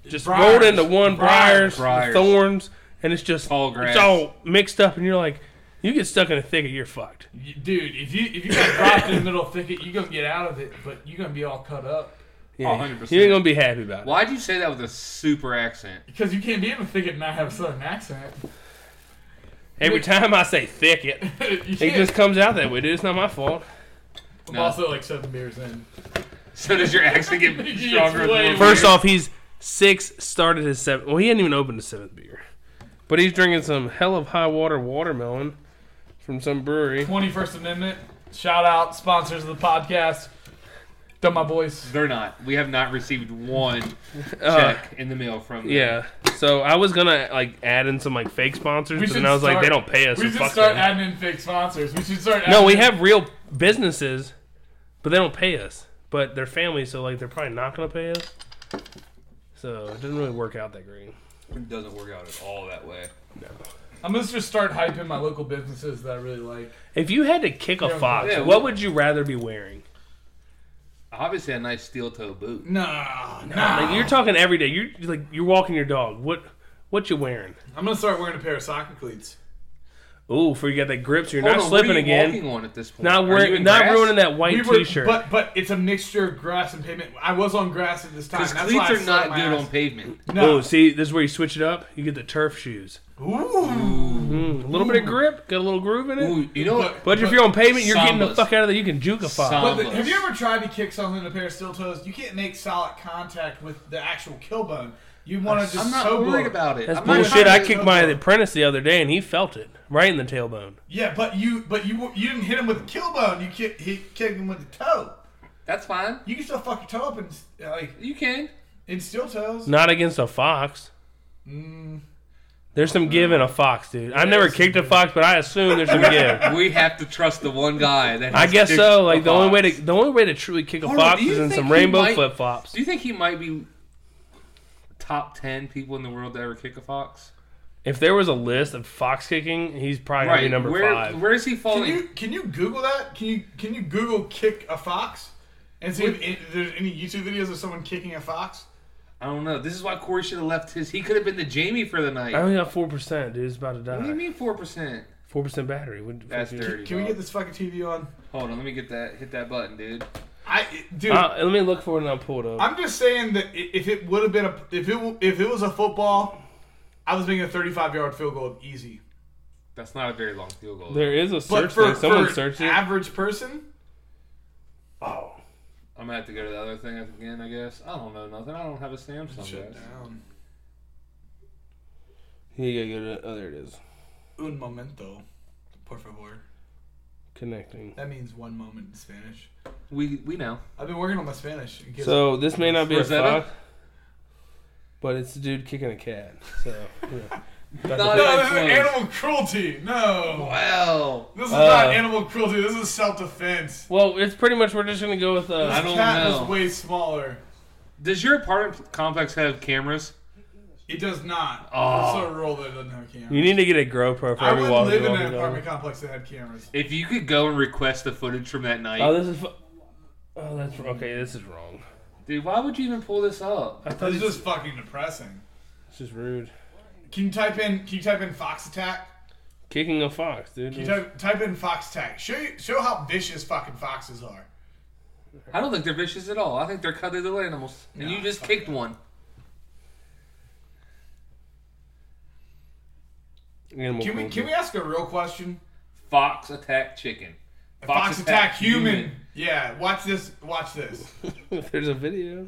S1: just rolled
S3: Briars.
S1: into one,
S3: Briars.
S1: briars,
S2: Briars.
S1: thorns, and it's just
S2: Tall grass.
S1: It's all mixed up, and you're like, you get stuck in a thicket, you're fucked.
S3: You- Dude, if you if you got dropped in the middle of thicket, you gonna get out of it, but you gonna be all cut up
S1: Yeah,
S2: 100%.
S1: you ain't gonna be happy about it.
S2: Why'd you say that with a super accent? *laughs*
S3: because you can't be in the thicket and not have a southern accent. *laughs*
S1: Every time I say thicket,
S3: you can't.
S1: it just comes out that way, dude. It's not my fault.
S3: I'm
S2: No.
S3: also like seven beers in.
S2: So does your accent get
S3: *laughs* It's
S2: stronger? with
S3: way
S2: more
S1: First
S2: beer?
S1: off, he's six, started his seventh. Well, he hadn't even opened his seventh beer, but he's drinking some hell of high water watermelon from some brewery.
S3: 21st Amendment. Shout out sponsors of the podcast. Done my boys.
S2: They're not. We have not received one
S1: Uh,
S2: check in the mail from them.
S1: Yeah. So I was gonna like add in some like fake sponsors,
S3: We
S1: but then
S3: should
S1: I was like,
S3: start-
S1: they don't pay us.
S3: We
S1: so
S3: should
S1: fuck
S3: start
S1: them.
S3: adding in fake sponsors. We should start.
S1: No,
S3: adding
S1: we
S3: in-
S1: have real businesses, but they don't pay us. But they're families, so like they're probably not gonna pay us. So it doesn't really work out that great.
S2: It doesn't work out at all that way.
S3: I'm gonna just start hyping my local businesses that I really like.
S1: If you had to kick a fox,
S2: yeah,
S1: what
S2: we-
S1: would you rather be wearing?
S2: Obviously, a nice steel toe boot.
S3: Nah, nah.
S1: Like you're talking every day. You're you're, like you're walking your dog. What what you wearing?
S3: I'm gonna start wearing a pair of soccer cleats.
S1: Ooh, for you got that grip, so you're not
S2: Hold on, what are
S1: slipping
S2: you
S1: again.
S2: Walking on at this point.
S1: Not
S2: Are you
S1: wearing,
S2: in
S1: not
S2: grass?
S1: ruining that white
S3: We were-
S1: t-shirt.
S3: but but it's a mixture of grass and pavement. I was on grass at this time.
S2: Because
S3: That's why
S2: cleats
S3: I
S2: are not
S3: slapped my
S2: good on
S3: ass.
S2: *laughs* pavement.
S1: Oh,
S3: No.
S1: see, this is where you switch it up. You get the turf shoes.
S3: Ooh.
S1: Mm, a little bit of grip, got a little groove in it.
S2: Ooh, you know what?
S1: but, if you're on pavement, you're getting the
S2: Sambas.
S1: fuck out of there. You can juke a fox.
S2: Sam-
S3: But the- have you ever tried to kick something in a pair of steel toes? You can't make solid contact with the actual kill bone. You want to just
S2: I'm not
S3: toe
S2: worried
S3: blow.
S2: about it.
S1: That's
S2: I'm not
S1: bullshit. I
S2: trying to-
S1: kicked my apprentice the other day, and he felt it right in the tailbone.
S3: Yeah, but you but you you didn't hit him with the kill bone. You kicked hit, kicked him with the toe.
S2: That's fine.
S3: You can still fuck your toe up in s- like
S2: You can.
S3: in steel toes.
S1: Not against a fox.
S2: Mm.
S1: There's some give in a fox, dude. I've never kicked a fox, but I assume there's
S2: *laughs*
S1: some give.
S2: We have to trust the one guy that.
S1: I
S2: has
S1: guess
S2: kicked *laughs*
S1: so.
S2: a
S1: Like the only way
S2: box.
S1: to the only way to truly kick a
S2: Hold on,
S1: fox
S2: do you
S1: is in
S2: think
S1: some
S2: he
S1: rainbow
S2: might-
S1: flip flops.
S2: Do you think he might be top ten people in the world to ever kick a fox?
S1: If there was a list of fox kicking, he's probably gonna be number
S2: where
S1: five.
S2: where is he
S3: Can
S2: falling?
S3: you can you Google that? Can you can you Google kick a fox and see if, if there's any YouTube videos of someone kicking a fox?
S2: I don't know. This is why Corey should have left his. He could have been the Jamie for the night.
S1: I only got four percent, dude. It's about to
S2: what do you
S1: die.
S2: mean four percent?
S1: Four percent battery. What,
S2: That's
S1: what-
S2: dirty.
S3: Can we
S2: dog.
S3: get this fucking TV on?
S2: Hold on. Let me get that. Hit that button, dude.
S3: I dude,
S1: Uh, let me look for it and I'll pull it up.
S3: I'm just saying that i- if it would have been a if it w- if it was a football, I was making a 35 yard field goal easy.
S2: That's not a very long field goal.
S1: there is a
S3: But
S1: search
S3: for,
S1: thing. Someone
S3: for
S1: searched it.
S3: average person,
S1: Oh.
S2: I'm gonna have to go to the other thing again. I guess. I don't know nothing. I don't have a Samsung.
S3: shut
S2: Guys.
S3: down.
S1: Here you go. to- Oh, there it is.
S3: Un momento, por favor.
S1: Connecting.
S3: That means one moment in Spanish.
S2: We we know.
S3: I've been working on my Spanish. It gives-
S1: So this may not be a
S2: Rosetta?
S1: fox, but it's a dude kicking a cat. So
S3: *laughs*
S1: yeah.
S2: No,
S3: no, this is
S2: Close.
S3: animal cruelty. No,
S2: Wow.
S3: this is
S1: Uh,
S3: not animal cruelty. This is self defense.
S1: well, it's pretty much we're just gonna go with
S2: I
S1: uh,
S2: don't
S3: cat
S2: know.
S3: was way smaller.
S2: Does your apartment complex have cameras?
S3: It does not.
S2: Oh.
S3: It's a rural that doesn't have cameras.
S1: you need to get a GoPro for
S3: I
S1: every
S3: would
S1: walk.
S3: live
S1: you
S3: in
S1: walk
S3: an
S1: your
S3: apartment
S1: dog.
S3: complex that had cameras.
S2: If you could go and request the footage from that night,
S1: Oh, this is. Fu- oh, that's okay. This is wrong.
S2: dude, why would you even pull this up?
S1: I thought it's
S3: This is
S1: just,
S3: just fucking depressing.
S1: it's just rude.
S3: Can you type in? Can you type in fox attack?
S1: Kicking a fox, dude.
S3: Can you type, type in fox attack? Show you, show how vicious fucking foxes are.
S2: I don't think they're vicious at all. I think they're cuddly little animals, and
S3: No,
S2: you just
S3: fuck
S2: kicked
S3: that.
S2: one.
S1: Animal
S3: Can we
S1: cruelty.
S3: can we ask a real question?
S2: Fox attack chicken.
S3: Fox, attack, human. Yeah, watch this. Watch this.
S1: If *laughs* There's a video.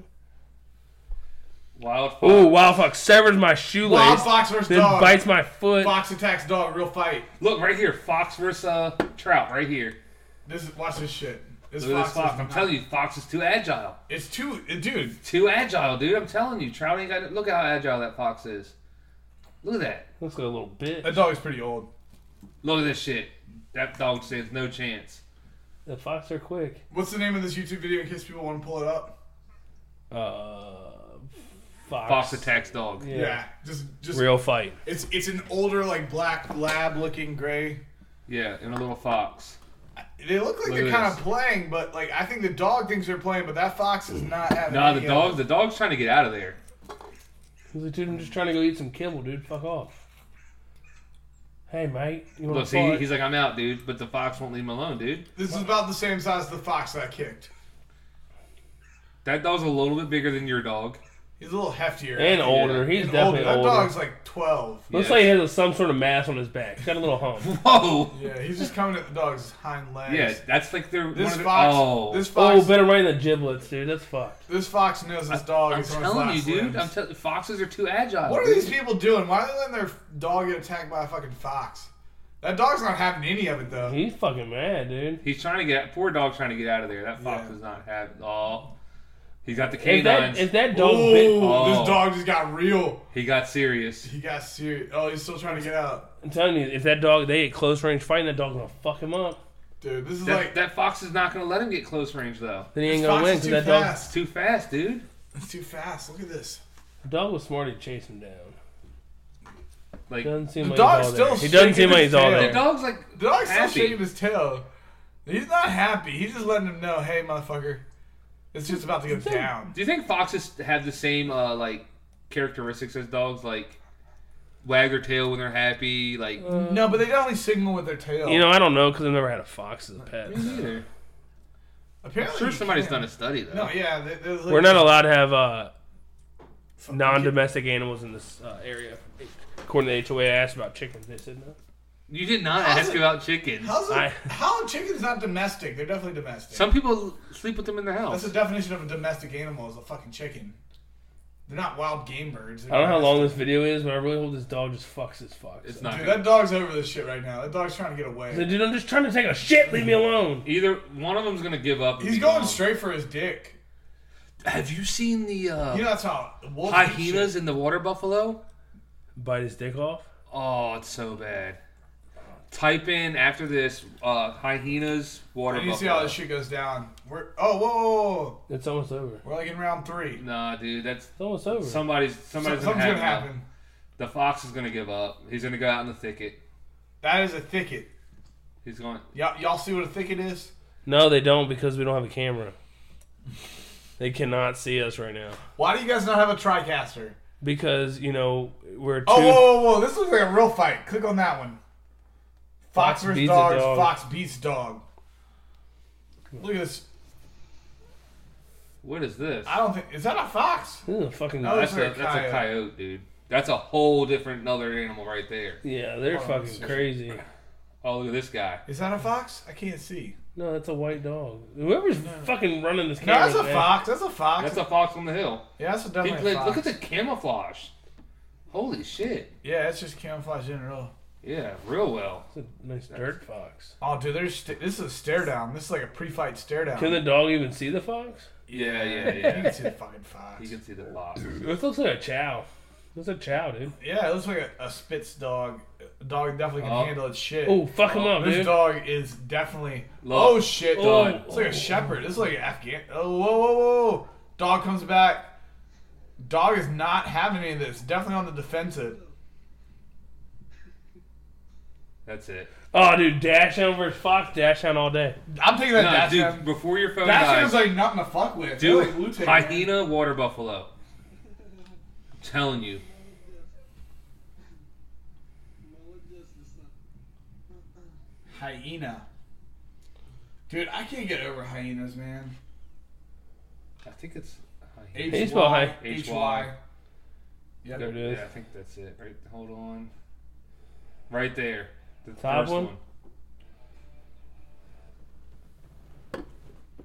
S2: Wild fox.
S1: Ooh, wild fox severs my shoelace.
S3: Wild fox versus
S1: then
S3: dog.
S1: bites my foot.
S3: Fox attacks dog. Real fight.
S2: Look right here, fox versus uh, trout. Right here.
S3: This is watch this shit. This
S2: Look at this
S3: fox.
S2: fox.
S3: is
S2: I'm
S3: not-
S2: telling you, fox is too agile.
S3: It's too, uh, dude.
S2: Too agile, dude. I'm telling you, trout ain't got. Look how agile that fox is. Look at that.
S1: Looks like a little bit.
S3: That dog is pretty old.
S2: Look at this shit. That dog stands no chance.
S1: The fox are quick.
S3: What's the name of this YouTube video in case people want to pull it up?
S1: Uh, fox.
S2: Fox attacks dog.
S1: Yeah.
S3: Yeah, just just
S1: Real fight.
S3: It's it's an older like black lab looking gray.
S2: Yeah, and a little fox.
S3: They look like
S2: Look
S3: they're
S2: at
S3: kind of
S2: this.
S3: playing, but like I think the dog thinks they're playing, but that fox is not having.
S2: Nah,
S3: any
S2: the
S3: of
S2: dog.
S3: it.
S2: The dog's trying to get out of there.
S1: He's like, dude, I'm just trying to go eat some kibble, dude. Fuck off. Hey, mate. You want
S2: Look,
S1: to
S2: see,
S1: fight?
S2: he's like, I'm out, dude. But the fox won't leave him alone, dude.
S3: This is about the same size as the fox that I kicked.
S2: That dog's a little bit bigger than your dog.
S3: He's a little heftier
S1: and older. He's
S3: And
S1: definitely
S3: older. That
S1: older.
S3: dog's like twelve.
S1: Looks
S2: Yeah.
S1: like he has some sort of mass on his back. He's got a little
S3: *laughs*
S1: hump.
S2: Whoa.
S3: Yeah, he's just coming at the dog's hind legs.
S2: Oh, Yeah, that's like their one
S3: This
S2: of the,
S3: fox.
S2: Oh,
S3: This fox.
S1: oh, better right in the giblets, dude. That's fucked.
S3: This fox knows this dog.
S2: I'm
S3: is on his
S2: telling you,
S3: last
S2: dude.
S3: limbs.
S2: I'm tell foxes are too agile.
S3: what are
S2: dude.
S3: these people doing? Why are they letting their dog get attacked by a fucking fox? That dog's not having any of it though.
S1: He's fucking mad, dude.
S2: He's trying to get poor dog trying to get out of there. That fox
S3: Yeah.
S2: does not have oh. He got the
S1: If that,
S2: canines.
S1: if that
S3: Ooh,
S1: dog bit,
S2: Oh.
S3: this dog just got real.
S2: he got serious.
S3: He got serious. Oh, he's still trying to get out,
S1: I'm telling you, if that dog, they get close range fighting, that dog's gonna fuck him up.
S3: dude. This is
S2: That,
S3: like
S2: that fox is not going to let him get close range though.
S1: Then he
S3: this
S1: ain't gonna
S3: fox
S1: win
S3: is
S1: because
S3: too
S1: that dog,
S2: It's
S3: fast.
S2: too fast, dude.
S3: It's too fast. Look at this.
S1: dog was smart to chase him down.
S2: Like
S1: Doesn't seem
S3: The
S1: like he's all
S3: dog's
S1: there.
S3: still
S1: He doesn't
S3: shaking
S1: seem like
S3: his
S1: he's all
S3: tail.
S2: the
S1: there.
S2: dog's like
S3: The dog's still
S2: happy.
S3: shaking his tail. He's not happy. He's just letting him know, hey, motherfucker, it's just about to go down.
S2: Do you think foxes have the same uh, like characteristics as dogs? Like wag their tail when they're happy. Like
S3: No, but they only signal with their tail.
S1: You know, I don't know because I've never had a fox as a pet.
S2: me neither.
S3: apparently
S2: I'm sure
S3: you
S2: somebody's
S3: can.
S2: done a study though.
S3: No, yeah, they, they're like-
S1: We're not allowed to have uh,
S3: Fuck,
S1: non-domestic animals in this uh, area. According to HOA, I asked about chickens. They said no.
S2: You did not
S3: How's
S2: ask
S3: it-
S2: about chickens.
S3: How's a,
S1: I-
S3: how are chickens not domestic? They're definitely domestic.
S2: Some people sleep with them in their
S3: That's
S2: house.
S3: the definition of a domestic animal is a fucking chicken. They're not wild game birds. They're
S1: I don't know how long
S3: domestic.
S1: this video is, but I really hope this dog just fucks this fox.
S2: It's not
S3: Dude,
S2: gonna-
S3: that dog's over this shit right now. That dog's trying to get away.
S1: Dude, I'm just trying to take a shit. Leave me alone.
S2: either one of them's gonna give up. and
S3: He's
S2: be
S3: going
S2: gone.
S3: straight for his dick.
S2: Have you seen the uh,
S3: You know that's how wolves eat
S2: hyenas
S3: shit.
S2: in the water buffalo?
S1: Bite his dick off.
S2: Oh, it's so bad. Type in after this uh, hyenas water
S3: And you see
S2: buffalo.
S3: how this shit goes down. We're oh whoa, whoa, whoa, whoa.
S1: It's almost over. It's
S3: we're like in round three.
S2: Nah, dude, that's
S1: almost over.
S2: somebody's somebody's
S3: Something's
S2: gonna,
S3: gonna
S2: happen.
S3: happen.
S2: The fox is gonna give up. He's gonna go out in the thicket.
S3: That is a thicket.
S2: He's going.
S3: Y'all, y'all see what a thicket is?
S1: no, they don't because we don't have a camera. They cannot see us right now
S3: Why do you guys not have a TriCaster?
S1: because you know we're two.
S3: Oh, whoa, whoa, whoa. This looks like a real fight. Click on that one.
S1: Fox
S3: Fox, versus
S1: beats a
S3: dogs.
S1: dog.
S3: Fox beats dog. Look at this.
S2: What is this?
S3: I don't think is that a fox?
S1: This is a fucking.
S3: Oh,
S2: that's a
S3: those are
S2: that's a
S3: coyote.
S2: coyote, dude. That's a whole different another animal right there.
S1: yeah, they're
S3: Oh, this
S1: fucking
S3: is-
S1: crazy.
S2: Oh, look at this guy.
S3: Is that a fox? I can't see.
S1: No, that's a white dog. Whoever's fucking running this
S3: No,
S1: camera.
S3: that's a
S1: man.
S3: fox. That's a fox.
S2: That's a fox on the hill.
S3: yeah, that's a
S2: He
S3: definitely a
S2: played-
S3: fox.
S2: look at the camouflage. Holy shit.
S3: Yeah, it's just camouflage in real.
S2: Yeah, real well.
S1: It's a nice dirt fox.
S3: Oh, dude, there's st- this is a stare down. This is like a pre-fight stare down.
S1: Can the dog even see the fox?
S2: Yeah, *laughs* yeah,
S3: you
S2: yeah.
S3: can see the fucking
S1: *laughs*
S3: fox.
S2: you can see the fox.
S1: This looks like a chow. It's a chow, dude.
S3: Yeah, it looks like a, a Spitz dog. A dog definitely can
S2: Oh.
S3: handle its shit.
S1: Oh, fuck him
S2: Oh,
S1: up,
S3: this
S1: dude.
S3: dog is definitely.
S2: Look.
S3: Oh shit,
S1: Oh.
S3: dog! It's like a shepherd. It's like an Afghan. Oh, whoa, whoa, whoa! Dog comes back. Dog is not having any of this. Definitely on the defensive.
S2: That's it.
S1: Oh, dude, dash down versus fox, dash down all day.
S3: I'm taking that
S2: No,
S3: dash
S2: dude,
S3: down.
S2: before your phone
S3: Dash
S2: dies,
S3: down is like nothing to fuck with.
S2: do
S3: That's like Wu-Tang.
S2: hyena water buffalo. I'm telling you.
S3: Hyena. Dude, I can't get over hyenas, man.
S2: I think it's. hyena.
S1: Hey, spell hy-
S3: H
S2: HY.
S3: Y. Yep.
S1: There it is.
S2: Yeah, I think that's it. Right, hold on. Right there, the
S1: Top
S2: first
S1: one?
S2: one. Oh,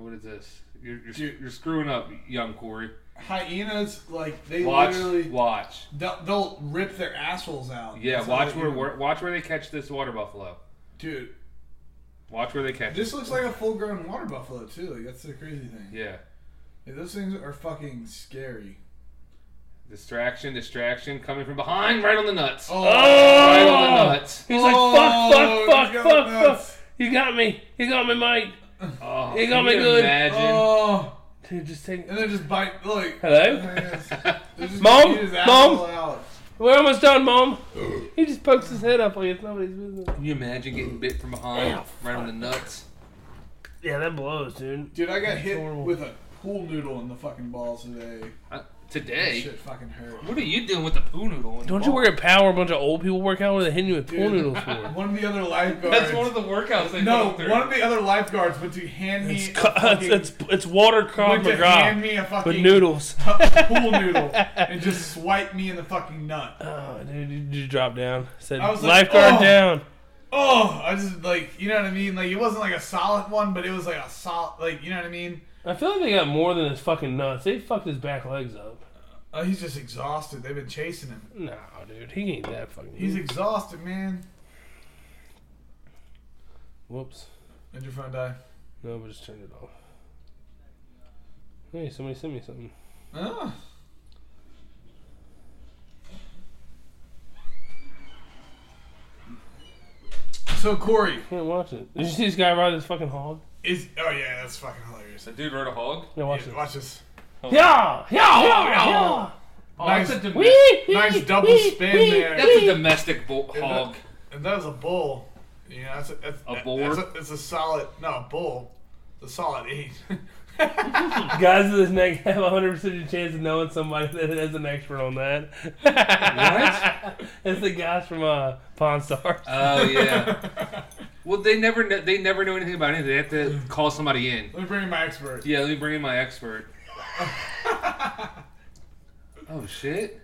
S2: What is this? You're, you're,
S3: Dude.
S2: you're screwing up, young Corey.
S3: Hyenas, like they
S2: Watch,
S3: literally,
S2: watch.
S3: they'll, they'll rip their assholes out.
S2: Yeah,
S3: That's how
S2: watch
S3: they
S2: where,
S3: do it.
S2: where watch where they catch this water buffalo.
S3: Dude,
S2: Watch where they catch.
S3: this
S2: it.
S3: looks like a full-grown water buffalo too. Like that's the crazy thing.
S2: Yeah,
S3: Yeah, those things are fucking scary.
S2: distraction, distraction, coming from behind, right on the nuts.
S1: Oh!
S2: Right on the
S3: *laughs*
S2: nuts.
S1: He's like,
S3: Oh,
S1: fuck, fuck,
S3: you
S1: fuck,
S3: got
S1: fuck,
S3: nuts.
S1: fuck. You got me. You got me, mate.
S2: Oh,
S1: It
S2: can
S1: got me
S2: you
S1: good.
S2: Imagine.
S3: Oh,
S1: Dude, just take.
S3: and they just bite. Like
S1: Hello? *laughs*
S3: hyenas. They're just
S1: Mom?
S3: gonna eat his asshole out.
S1: We're almost done,
S3: *gasps*
S1: Mom. He just pokes his head up like it's nobody's business.
S2: Can you imagine getting bit from behind,
S3: Oh,
S2: right on the nuts?
S1: Yeah, that blows, dude.
S3: Dude, I got hit
S1: horrible.
S3: with a pool noodle in the fucking balls today.
S2: Uh,
S3: That
S2: today,
S3: Shit fucking hurt.
S2: what are you doing with the poo noodle? in the
S1: Don't you
S2: ball?
S1: worry, power a bunch of old people work out where they hitting you with pool
S3: Dude.
S1: noodles
S3: *laughs*
S1: for.
S3: One of the
S1: *laughs*
S3: other lifeguards.
S2: That's one of the workouts they
S3: no,
S2: put them through.
S3: one of the other lifeguards went to hand me
S1: *laughs* It's,
S3: a
S1: cu- *laughs*
S3: fucking,
S1: it's, it's, it's water Krav
S3: went to hand
S1: McGraw
S3: me a
S1: with
S3: fucking
S1: noodles.
S3: *laughs*
S1: *laughs*
S3: pool noodle and just swiped me in the fucking nut.
S1: Oh, dude, you, you dropped down. Said
S3: I was like,
S1: lifeguard
S3: oh.
S1: down.
S3: Oh, I just like you know what I mean. Like it wasn't like a solid one, but it was like a solid like you know what I mean.
S1: I feel like they got more than his fucking nuts. They fucked his back legs up.
S3: Uh, he's just exhausted. They've been chasing him.
S1: No, dude, he ain't that fucking.
S3: He's exhausted, man.
S1: Whoops.
S3: Did your phone die?
S1: No, but just turned it off. Hey, somebody sent me something.
S3: Oh. So Corey
S1: Can't watch it. Did you see this guy ride this fucking hog?
S3: is. Oh yeah, that's fucking hilarious.
S2: The dude rode a hog.
S1: No, watch
S3: Yeah, watch this.
S1: this. Yeah, yeah, yeah, yeah.
S3: yeah.
S2: Oh,
S3: Nice.
S2: that's, a dom-
S1: Wee, wee,
S3: Nice double
S1: wee,
S3: spin
S1: wee,
S3: there.
S2: that's a
S1: wee.
S2: domestic bull-
S3: And that-
S2: hog.
S3: And that was a bull. You know, that's a, that's,
S2: A
S3: that-
S2: boar?
S3: That's a, it's a solid. No, a bull. It's a solid eight. *laughs*
S1: Guys of this neck have a hundred percent chance of knowing somebody that is an expert on that. what? *laughs* It's the guys from uh, Pawn Stars.
S2: Oh yeah.
S3: *laughs*
S2: well, they never kn- they never know anything about anything. They have to call somebody in.
S3: Let me bring in my expert.
S2: Yeah, let me bring in my
S3: *laughs*
S2: expert. oh shit!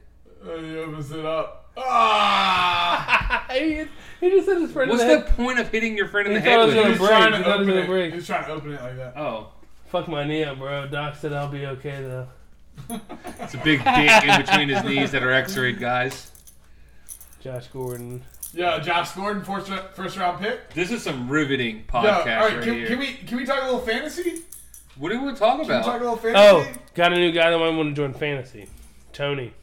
S3: Oh, he opens it up.
S1: *laughs*
S3: Ah!
S1: *laughs* he, he just hit his friend
S2: What's
S1: in the
S2: the
S1: head.
S2: point of hitting your friend in the
S1: He
S2: head
S1: thought
S2: with?
S1: it
S3: He
S1: was
S3: was
S1: Break,
S3: trying
S1: he
S3: to
S1: thought he was
S3: open
S1: gonna
S3: it.
S1: break.
S3: He was trying to open it like that.
S2: Oh,
S1: Fuck my knee up, bro. Doc said I'll be okay though.
S2: it's a big dick in between his knees that are X-rayed, guys.
S1: Josh Gordon.
S3: Yeah, Josh Gordon, first, ra- first round pick.
S2: This is some riveting
S3: Yeah,
S2: podcast
S3: all right,
S2: right
S3: can,
S2: here.
S3: can we can we talk a little fantasy? Can
S2: what do we want to talk
S3: we
S2: about?
S3: talk a little
S1: Oh,
S3: fantasy?
S1: got a new guy that might want to join fantasy. Tony.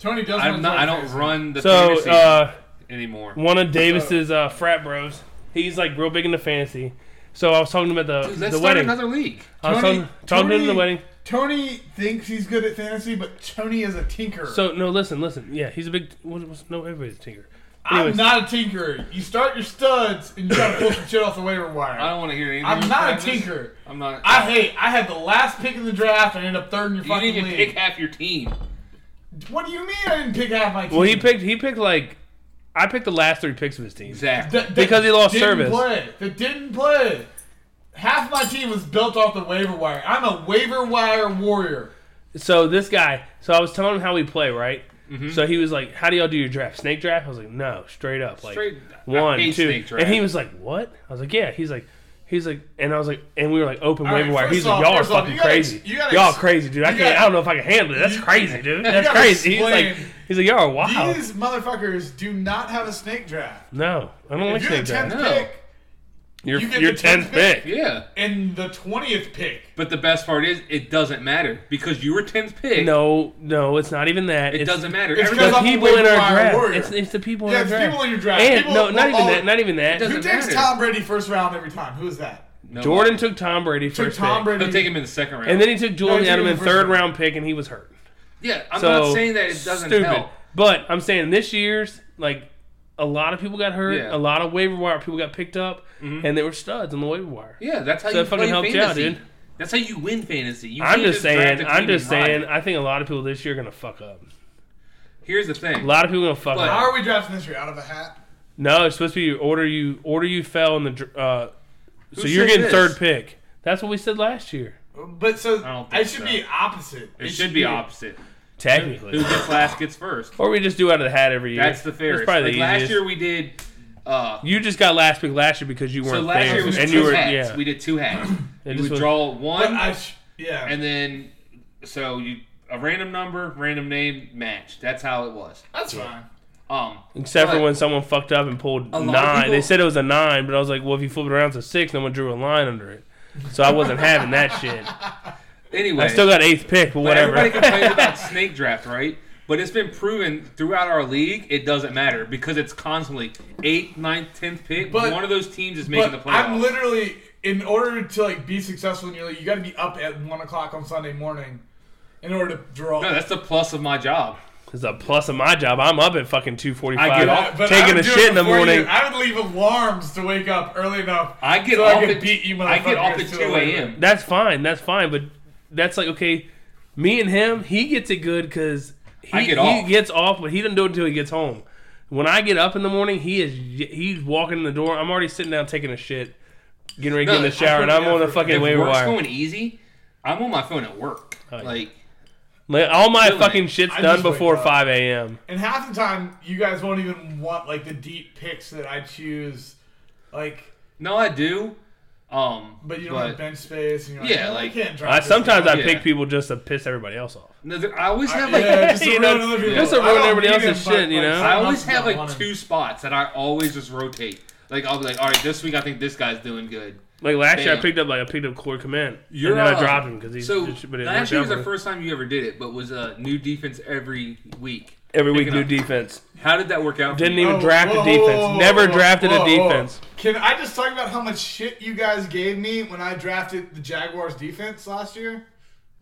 S3: Tony does.
S2: I'm not. I don't
S3: fantasy.
S2: run the
S1: So,
S2: fantasy
S1: uh,
S2: anymore.
S1: one of Davis's uh, frat bros. He's like real big into fantasy. So I was talking to him at the
S2: Dude, let's
S1: the
S2: start
S1: wedding.
S2: another league.
S1: I was
S3: Tony-
S1: talking, talking to him at the
S3: Tony-
S1: wedding.
S3: Tony thinks he's good at fantasy, but Tony is a tinkerer.
S1: So no, listen, listen. Yeah, he's a big. What, what's, no, everybody's a tinker.
S3: I'm not a tinkerer. You start your studs and you try to pull some shit off the waiver wire.
S2: *laughs* I don't want to hear anything.
S3: I'm not a
S2: Travis.
S3: tinker.
S2: I'm not.
S3: I hate. I had the last pick in the draft and ended up third in your
S2: You
S3: fucking
S2: didn't even
S3: league.
S2: pick half your team.
S3: what do you mean I didn't pick half my team?
S1: Well, he picked. He picked like. I picked the last three picks of his team.
S2: Exactly.
S3: that, that
S1: because he lost
S3: didn't
S1: service.
S3: Play. That didn't play. Half my team was built off the waiver wire. I'm a waiver wire warrior.
S1: So this guy. So I was telling him how we play, right?
S3: Mm-hmm.
S1: So he was like, "How do y'all do your draft? Snake draft?" I was like, "No, straight up, like
S2: Straight- I
S1: one,
S2: hate
S1: two.
S2: snake draft.
S1: And he was like, "What?" I was like, "Yeah." He's like, "He's like," and I was like, "And we were like open
S3: right,
S1: waiver wire."
S3: first
S1: He's like,
S3: off-
S1: "Y'all are
S3: first off,
S1: fucking
S3: you gotta-
S1: crazy.
S3: you gotta-
S1: y'all are crazy, dude. I
S3: you
S1: can't. I
S3: gotta-
S1: don't know if I can handle it. That's crazy, dude. That's
S3: gotta
S1: crazy." He's like,
S3: explain-
S1: "He's like, y'all are wild."
S3: These motherfuckers do not have a snake draft.
S1: no, I don't like
S3: If you're
S1: snake
S3: the
S1: draft.
S3: tenth
S2: No.
S3: pick
S1: You're
S3: you get
S1: your
S3: the tenth
S1: tenth pick.
S2: Yeah.
S3: and the twentieth pick.
S2: But the best part is, it doesn't matter because you were tenth pick.
S1: No, no, it's not even that.
S2: it
S1: it's
S2: doesn't matter.
S3: it's
S1: the
S2: Everybody,
S3: 'cause I'm a
S1: people in
S3: waiver
S1: our
S3: wire warrior.
S1: draft. It's, it's the people in
S3: Yeah,
S1: our
S3: it's
S1: draft.
S3: people in your draft.
S1: And
S3: People-
S1: no, not even
S3: all-
S1: that. Not even that.
S3: Who
S2: doesn't-
S3: takes
S2: matter.
S3: Tom Brady first round every time? Who is that?
S2: no.
S1: Jordan took Tom Brady
S3: Took
S1: first
S3: Tom
S1: pick,
S3: Brady.
S2: They'll take him in the second round.
S1: and then he took
S3: No,
S1: Julian
S3: he took him
S1: Edelman
S3: in the
S1: third
S3: first round.
S1: round pick, and he was hurt.
S2: yeah, I'm
S1: So
S2: not saying that it doesn't
S1: stupid.
S2: help.
S1: But I'm saying this year's like a lot of people got hurt.
S2: Yeah.
S1: A lot of waiver wire people got picked up,
S3: Mm-hmm.
S1: and they were studs on the waiver wire.
S2: Yeah, that's how
S1: So
S2: you
S1: it fucking
S2: play
S1: helped you
S2: fantasy.
S1: out, dude.
S2: That's how you win fantasy. You
S1: I'm
S2: can't
S1: just
S2: draft
S1: saying.
S2: a
S1: I'm
S2: team
S1: just
S2: and ride.
S1: saying. I think a lot of people this year are gonna fuck up.
S2: Here's the thing.
S1: A lot of people are gonna fuck
S2: But-
S1: up.
S3: How are we drafting this year? Out of a hat?
S1: No, it's supposed to be you order you order you fell in the dr- uh, so
S2: Who
S1: you're
S2: said
S1: getting
S2: this?
S1: third pick. That's what we said last year.
S3: But so I,
S2: don't think
S3: should
S2: so.
S3: be opposite.
S2: it should be opposite. Who
S1: Technically,
S2: gets last gets first.
S1: or we just do out of the hat every year.
S2: That's the fairest.
S1: That's probably
S2: like
S1: the
S2: last
S1: easiest.
S2: year we did. Uh,
S1: you just got last pick last year because you weren't
S2: so last
S1: there,
S2: year was
S1: and
S2: two
S1: you were
S2: hats.
S1: yeah.
S2: We did
S1: *clears throat*
S2: two hats. you
S1: just
S2: would
S1: was-
S2: draw
S3: But
S2: one,
S3: I sh- yeah.
S2: and then so you a random number, random name match. That's how it was.
S3: that's fine.
S2: Um,
S1: Except for
S2: but-
S1: when someone fucked up and pulled
S2: lot of
S1: nine. they
S2: people-
S1: said it was a nine, but I was like, well, if you flip it around to six, no one drew a line under it. So I wasn't having that shit.
S2: anyway,
S1: I still got eighth pick, but
S2: But
S1: whatever.
S2: Everybody complains about snake draft, right? But it's been proven throughout our league it doesn't matter because it's constantly eighth, ninth, tenth pick.
S3: But-
S2: one of those teams is making
S3: But
S2: the playoffs.
S3: I'm literally in order to like be successful in your league, you got to be up at one o'clock on Sunday morning in order to draw.
S2: no, that's the plus of my job.
S1: *laughs* It's a plus of my job. I'm up at fucking two forty
S2: I
S1: five,
S2: get off-
S3: Uh, But- but I
S1: taking
S3: would
S1: a
S3: do it
S1: shit in the
S3: before
S1: morning.
S3: you. I would leave alarms to wake up early enough.
S2: I get
S3: So I
S2: off
S3: could
S2: at
S3: beat you
S2: I get off
S3: motherfuckers
S2: at
S3: to
S2: two
S3: the waiver.
S2: a.m.
S1: That's fine. That's fine. But that's like okay, me and him, he gets it good because
S2: I
S1: he, he
S2: get off.
S1: gets off, but he doesn't do it until he gets home. When I get up in the morning, he is he's walking in the door. I'm already sitting down taking a shit, getting ready to
S2: No,
S1: get in the
S2: I
S1: shower, and
S3: put
S1: I'm
S3: the
S1: on the
S3: effort
S1: fucking
S2: If
S1: waiver
S2: work's
S1: wire.
S2: going easy, I'm on my phone at work.
S1: Oh, yeah.
S2: Like
S1: Like, all my
S2: Really?
S1: fucking shit's
S3: I
S1: done
S3: just wake
S1: before
S3: up.
S1: 5 a.m.
S3: And half the time, you guys won't even want like the deep picks that I choose. Like
S2: no, I do. Um,
S3: But you don't
S2: but,
S3: have bench space. And you're like,
S2: Yeah,
S3: yeah,
S2: like,
S3: I can't drive.
S1: I,
S3: this
S1: sometimes I
S2: Yeah.
S1: pick people just to piss everybody else off.
S2: no, there- I always have
S3: Yeah,
S2: like
S3: just
S1: *laughs*
S3: to
S1: You
S3: ruin
S1: know,
S3: other people.
S1: just to
S3: I
S1: ruin
S3: don't
S1: everybody
S3: need
S1: else's
S3: him, but,
S1: shit, you
S3: like,
S1: know?
S2: I
S3: someone
S2: always
S3: else
S2: have
S3: don't
S2: like
S3: want him.
S2: two spots that I always just rotate. Like I'll be like, all right, this week I think this guy's doing good.
S1: Like last year, I
S2: Damn.
S1: picked up like I picked up Cord Command,
S2: You're,
S1: and then
S2: uh,
S1: I dropped him because he's
S2: So
S1: but it
S2: last
S1: worked
S2: year
S1: out for
S2: was the
S1: me.
S2: first time you ever did it, but was a new defense every week.
S1: every week
S2: picking
S1: new
S2: up.
S1: defense.
S2: How did that work out?
S1: Didn't
S2: for you?
S3: Oh,
S1: even draft a defense. Never drafted a defense.
S3: Can I just talk about how much shit you guys gave me when I drafted the Jaguars defense last year?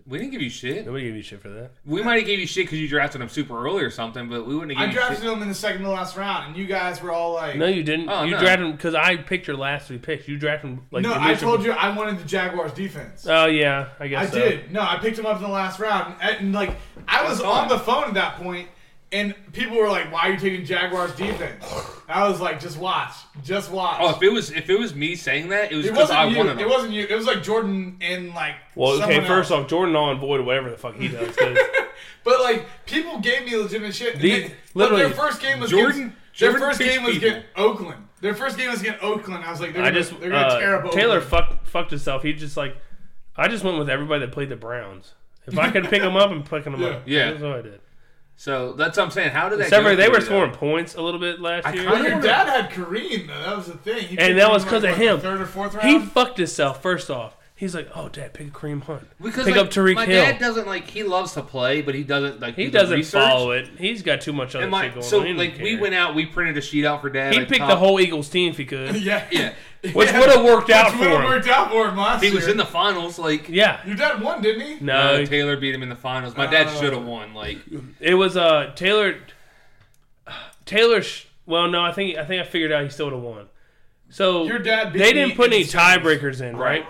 S2: We didn't give you shit.
S1: Nobody gave you shit for that.
S2: We might have gave you shit because you drafted him super early or something, but we wouldn't
S3: I
S2: have given you
S3: drafted
S2: shit.
S3: them in the second to last round, and you guys were all like,
S1: No, you didn't.
S2: Oh,
S1: you
S2: no.
S1: drafted him because I picked your last three picks. You drafted him like.
S3: "No, I told you I wanted the Jaguars defense."
S1: Oh yeah, I guess
S3: I
S1: so.
S3: did. No, I picked him up in the last round, and, and, like I was
S2: fine.
S3: on the phone at that point, and people were like, "Why are you taking Jaguars
S1: *sighs*
S3: defense?" I was like, "Just watch, just watch."
S2: Oh, if it was if it was me saying that, it was
S3: it
S2: because
S3: wasn't
S2: I
S3: you.
S2: wanted
S3: It
S2: him.
S3: wasn't you. It was like Jordan and like.
S1: Well, okay.
S3: someone
S1: First
S3: else.
S1: off, Jordan All and Void, or whatever the fuck he does.
S3: *laughs*
S1: 'cause-
S3: but like people gave me legitimate shit. and
S1: These-
S3: they- but their
S1: literally,
S3: first game was
S2: Jordan-
S3: Against, their
S2: Jordan
S3: first
S2: picks
S3: game was
S2: people.
S3: against Oakland. Their first game was against Oakland. I was like, they're
S1: I
S3: gonna,
S1: just
S3: they're gonna
S1: uh,
S3: tear up
S1: Taylor
S3: Oakland.
S1: fucked fucked himself. He just like, I just went with everybody that played the Browns. If I could pick them up and picking them up,
S2: Yeah.
S1: that's what I did.
S2: So that's what I'm saying. How did that?
S1: Except
S2: go
S1: for they
S2: for
S1: were
S2: you, though?
S1: scoring points a little bit last
S2: I
S1: year.
S2: kinda
S3: But your dad had Kareem though. That was the thing. He picked
S1: and that
S3: him,
S1: was
S3: like,
S1: because
S3: what,
S1: of
S3: the
S1: him.
S3: Third or fourth round.
S1: He fucked himself. First off, he's like, "Oh, Dad, pick Kareem Hunt.
S2: Because
S1: pick
S2: like,
S1: up Tariq
S2: my
S1: Hill."
S2: dad doesn't like he loves to play, but he doesn't like
S1: he
S2: do the
S1: doesn't
S2: research.
S1: follow it. He's got too much other
S2: And my,
S1: shit going
S2: so
S1: on. He
S2: like we went out, we printed a sheet out for dad.
S1: He
S2: like,
S1: picked
S2: top-
S1: the whole Eagles team if he could,
S3: *laughs* *laughs* Yeah.
S2: yeah.
S1: which would have worked out
S3: That's
S1: for
S3: what it
S1: him.
S3: worked out for him last
S2: He was
S3: year.
S2: in the finals, like
S1: Yeah.
S3: Your dad won, didn't he?
S1: No,
S2: Uh, Taylor beat him in the finals. My dad
S3: Oh.
S2: should have won. Like
S1: it was uh Taylor. Taylor. Sh- well, no, I think I think I figured out he still would have won. So
S3: Your dad beat
S1: they
S3: me
S1: didn't put
S3: in
S1: any
S3: series.
S1: tiebreakers in,
S3: *laughs*
S1: right?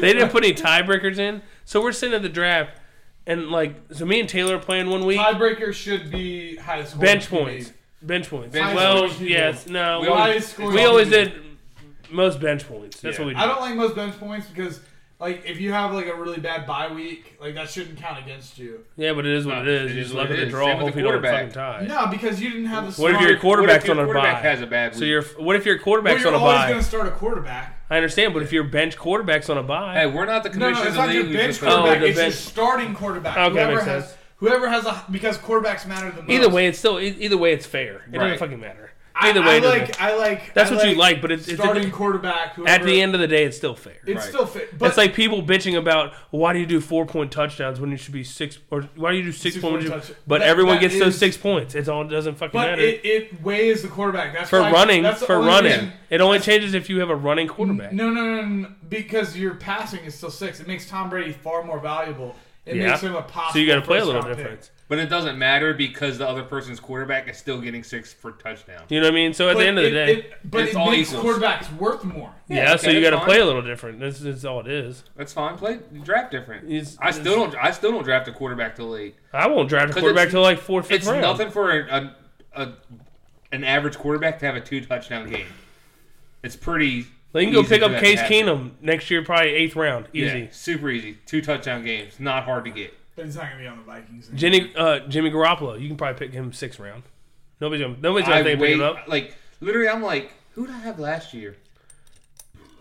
S1: they didn't put any tiebreakers in, so we're sitting at the draft, and like, so me and Taylor are playing one week.
S3: Tiebreaker should be highest score
S1: bench
S3: on TV.
S1: points. Bench points.
S2: Bench
S1: well,
S3: points.
S1: yes, no.
S2: We
S1: We
S2: always-
S1: always,
S3: Highest score.
S1: we
S3: on
S1: always
S3: TV.
S1: did most bench points. That's
S2: Yeah.
S1: what we
S3: I
S1: did.
S3: don't like most bench points because, like, if you have like a really bad bye week, like that shouldn't count against you.
S1: Yeah, but it is what it is.
S2: It
S1: You
S2: is
S1: just
S2: what
S1: look
S2: it
S1: at the
S2: is.
S1: draw.
S2: Same with
S1: Hope
S2: the
S1: you don't
S2: quarterback.
S1: fucking tie.
S3: No, because you didn't have the.
S1: What if
S3: strong-
S1: your quarterback's
S2: what if your
S1: on a
S2: quarterback
S1: bye?
S2: has a bad week?
S1: So your what if your
S3: Well,
S1: quarterback's
S3: you're
S1: on a
S3: always
S1: bye?
S3: going to start a quarterback.
S1: I understand, but if your bench quarterback's on a bye,
S2: hey, we're not the
S3: No, no,
S2: commissioners
S3: it's not
S2: of the
S3: your
S2: league. We
S3: bench
S2: just-
S1: Oh,
S3: quarterback.
S1: the
S3: it's
S1: bench.
S3: your starting quarterback.
S1: Okay,
S3: whoever
S1: makes
S3: has
S1: sense.
S3: whoever has a because quarterbacks matter the most.
S1: either way, it's still e- either way it's fair. It
S2: Right.
S1: doesn't fucking matter.
S3: I-
S1: Either way,
S3: I,
S1: it doesn't matter.
S3: like I like.
S1: That's
S3: I
S1: what you like, but it's- it's-
S3: starting quarterback. Whoever,
S1: at the end of the day, it's still fair.
S3: it's
S2: Right.
S3: still fit. But
S1: it's like people bitching about why do you do four point touchdowns when you should be six or why do you do six,
S3: Six
S1: point?
S3: point
S1: when you-
S3: touch-
S1: But
S3: that-
S1: everyone
S3: that
S1: gets those
S3: is-
S1: six points. It's all it doesn't fucking
S3: But
S1: matter.
S3: it, it weighs the quarterback. That's
S1: for
S3: why-
S1: running,
S3: that's the
S1: for
S3: only
S1: running,
S3: reason-
S1: it only changes if you have a running quarterback.
S3: No, no, no, no, because your passing is still six. It makes Tom Brady far more valuable. It
S1: Yeah.
S3: makes him a possible.
S1: so you got to play a
S3: first
S1: little
S3: round pick.
S1: different.
S2: But it doesn't matter because the other person's quarterback is still getting six for touchdown.
S1: You know what I mean? So at
S3: But
S1: the end of the
S3: it-
S1: day,
S3: it- but
S2: It's
S3: it
S2: all
S3: makes
S2: equals.
S3: quarterbacks worth more.
S1: yeah.
S2: okay,
S1: so you got
S2: that's
S1: to
S2: fine.
S1: play a little different. That's, that's all it is.
S2: That's fine. Play draft different.
S1: It's-
S2: I still don't. I still don't draft a quarterback till late.
S1: I won't draft a
S2: 'Cause
S1: quarterback
S2: it's-
S1: till like fourth, fifth
S2: It's
S1: round.
S2: nothing for a, a, a an average quarterback to have a two touchdown game. It's pretty.
S1: They can go
S2: easy
S1: pick
S2: for
S1: up
S2: that to
S1: Case
S2: happen.
S1: Keenum next year, probably eighth round,
S2: Yeah,
S1: easy.
S2: super easy. Two touchdown games, not hard to get.
S3: But he's not going to be on the Vikings.
S1: Jenny, uh, Jimmy Garoppolo, you can probably pick him sixth round. Nobody's gonna, nobody's
S2: I
S1: gonna think of
S2: wait,
S1: picking him up.
S2: like literally, I'm like, who did I have last year?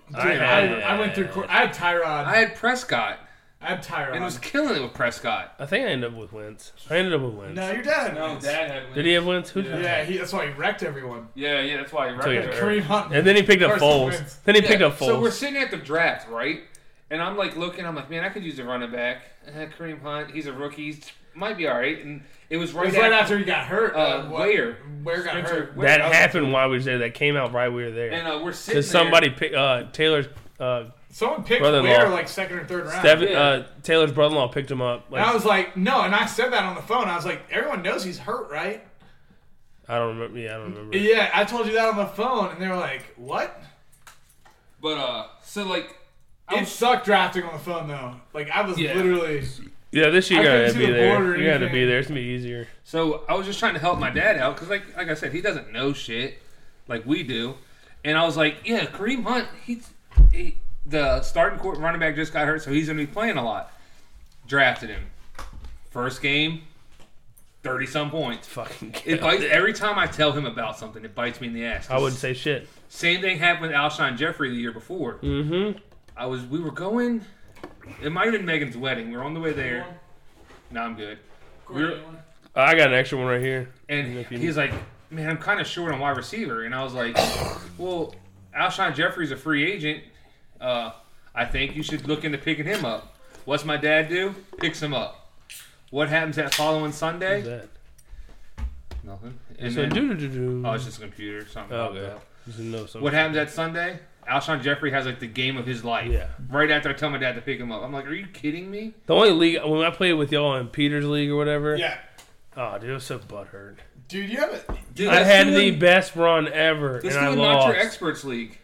S3: Dude, I, I went through. quar- I had Tyrod.
S2: I had Prescott
S3: I had Tyrod.
S2: and was killing it with Prescott.
S1: I think I ended up with Wentz. I ended up with Wentz.
S3: no, your dad. No,
S6: Dad
S1: Did
S6: had.
S1: he have Wentz? Who?
S3: Yeah, he, that's why he wrecked everyone.
S6: Yeah, yeah, that's why he
S1: So, yeah.
S6: record.
S3: Kareem Hunt.
S1: And then he picked up
S3: Carson
S1: Foles.
S3: Wentz.
S1: Then he picked
S2: Yeah,
S1: up Foles.
S2: So we're sitting at the draft, right? And I'm like looking, I'm like, man, I could use a running back. Uh, Kareem Hunt, he's a rookie, he's, might be all right. And it was
S3: it
S2: right,
S3: was right
S2: after,
S3: after he got hurt.
S2: uh,
S3: what-
S2: Ware.
S3: Ware got
S2: Spencer
S3: hurt.
S2: Ware.
S1: that
S2: I was-
S1: happened while we were there. That came out right we were there.
S2: And uh, we're sitting there.
S1: Because somebody picked uh, Taylor's uh,
S3: Someone picked
S1: Brother-in-law.
S3: Ware like second or third round.
S1: Devin,
S2: Ah, yeah.
S1: uh, Taylor's brother-in-law picked him up. Like,
S3: And I was like, no, and I said that on the phone. I was like, everyone knows he's hurt, right?
S1: I don't remember. Yeah, I don't remember.
S3: Yeah, I told you that on the phone, and they were like, what?
S2: But uh, so like,
S3: It sucked drafting on the phone though. Like I was
S2: Yeah.
S3: literally
S1: Yeah, this year
S3: I
S1: you gotta
S3: couldn't see
S1: be
S3: the board
S1: there.
S3: or
S1: You gotta be
S3: anything.
S1: there. It's gonna be easier.
S2: so I was just trying to help my dad out because like, like I said, he doesn't know shit like we do. And I was like, yeah, Kareem Hunt, he's he, the starting court running back just got hurt, so he's gonna be playing a lot. Drafted him. First game, thirty some points.
S1: Fucking
S2: It
S1: kill.
S2: bites every time I tell him about something. It bites me in the ass.
S1: I wouldn't say shit.
S2: Same thing happened with Alshon Jeffrey the year before.
S1: Mm.
S2: Mm-hmm. I was. We were going. It might have been Megan's wedding. We were on the way there. No, I'm good. We were,
S1: I got an extra one right here.
S2: and
S1: If you-
S2: he's like, "Man, I'm kind of short on wide receiver." And I
S1: *coughs*
S2: was like, "Well, Alshon Jeffrey's a free agent. Uh, I think you should look into picking him up." What's my dad do? Picks him up. What happens that following Sunday?
S1: What's that?
S2: Nothing. And
S1: So
S2: then,
S1: do do do do.
S2: oh, it's just a computer. Something.
S1: Oh,
S2: popped
S1: okay.
S2: up.
S1: Just a no, something.
S2: What happens that Sunday? Alshon Jeffrey has like the game of his life.
S1: Yeah.
S2: Right after I tell my dad to pick him up, I'm like, "Are you kidding me?"
S1: The only league when I played with y'all in Peter's league or whatever.
S7: Yeah,
S1: Oh, dude, I was so butthurt.
S7: dude, you have it.
S2: Dude,
S1: I
S2: let's
S1: had
S2: do
S1: the
S2: a-
S1: best run ever, and
S2: Let's
S1: I
S2: do a not
S1: lost.
S2: your experts league.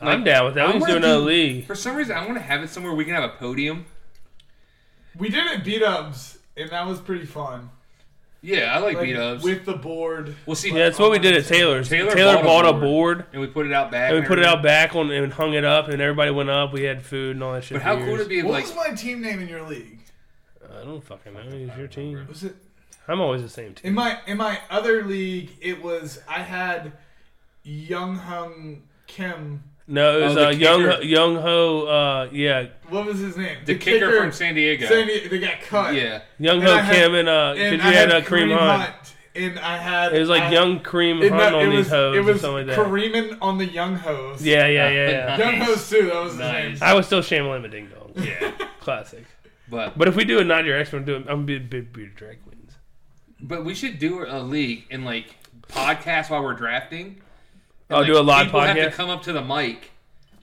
S1: I'm down with that.
S2: I
S1: We can
S2: wanna
S1: do another
S2: do-
S1: league.
S2: For some reason, I want to have it somewhere we can have a podium.
S3: We did it beat ups, and that was pretty fun.
S2: Yeah, I like,
S3: Like,
S2: beat ups.
S3: with the board.
S2: we'll see.
S1: Yeah, that's what we did at Taylor's.
S2: Taylor
S1: Taylor,
S2: bought
S1: bought,
S2: a
S1: a board,
S2: and we put it out back.
S1: and we put it
S2: everything.
S1: out back on and hung it up, and everybody went up. We had food and all that shit.
S2: But how
S1: for
S2: cool would
S1: years.
S2: it be if
S7: What
S2: like
S7: was my team name in your league?
S1: I don't fucking know. It's your team.
S7: Was it
S1: I'm always the same team.
S3: In my in my other league, it was I had Young Hung Kim.
S1: No, it was
S2: Oh, the
S1: uh, young
S2: kicker.
S1: Ho- young ho. Uh, yeah,
S3: What was his name?
S2: the, kicker, from San Diego?
S3: San Diego- They got cut.
S2: yeah,
S1: young
S3: And I
S1: ho
S3: had-
S1: Kim and uh,
S3: And
S1: because
S3: I
S1: you had,
S3: had
S1: uh, Kareem Hunt.
S3: And I had
S1: It was like
S3: I-
S1: young Kareem
S3: it-
S1: Hunt
S3: no,
S1: on
S3: it
S1: these
S3: was,
S1: hoes
S3: it
S1: or
S3: was
S1: something like that.
S3: Kareeman on the Young Hoes.
S1: Yeah, yeah, yeah, yeah.
S3: Young
S2: Nice.
S3: Hoes too. That was his
S2: Nice.
S3: name.
S1: I was still Shamalama Ding Dong.
S2: yeah.
S1: Classic.
S2: But
S1: But if we do a not your expert, I'm doing. I'm gonna be a big beard drag queens.
S2: but we should do a league and like podcast while we're drafting.
S1: I'll
S2: like,
S1: do a live
S2: people Have
S1: podcast.
S2: to come up to the mic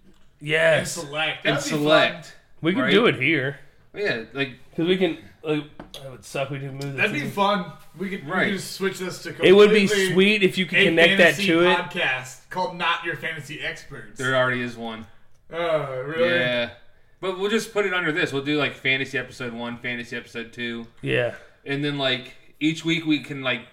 S7: And
S1: Yes,
S7: select.
S2: and
S7: That'd be fun.
S2: select.
S1: we can
S2: right?
S1: do it here
S2: Yeah, like
S1: because we can. Like, it would suck. We could move. The
S3: That'd be
S1: team.
S3: fun. We could, we
S2: Right.
S3: could just switch this to
S1: It would be
S3: completely
S1: sweet if you could
S3: a
S1: connect that
S3: fantasy
S1: to it.
S3: podcast called Not Your Fantasy Experts.
S2: there already is one.
S3: Oh, really?
S2: Yeah. But we'll just put it under this. We'll do like fantasy episode one, fantasy episode two,
S1: Yeah.
S2: and then like each week we can like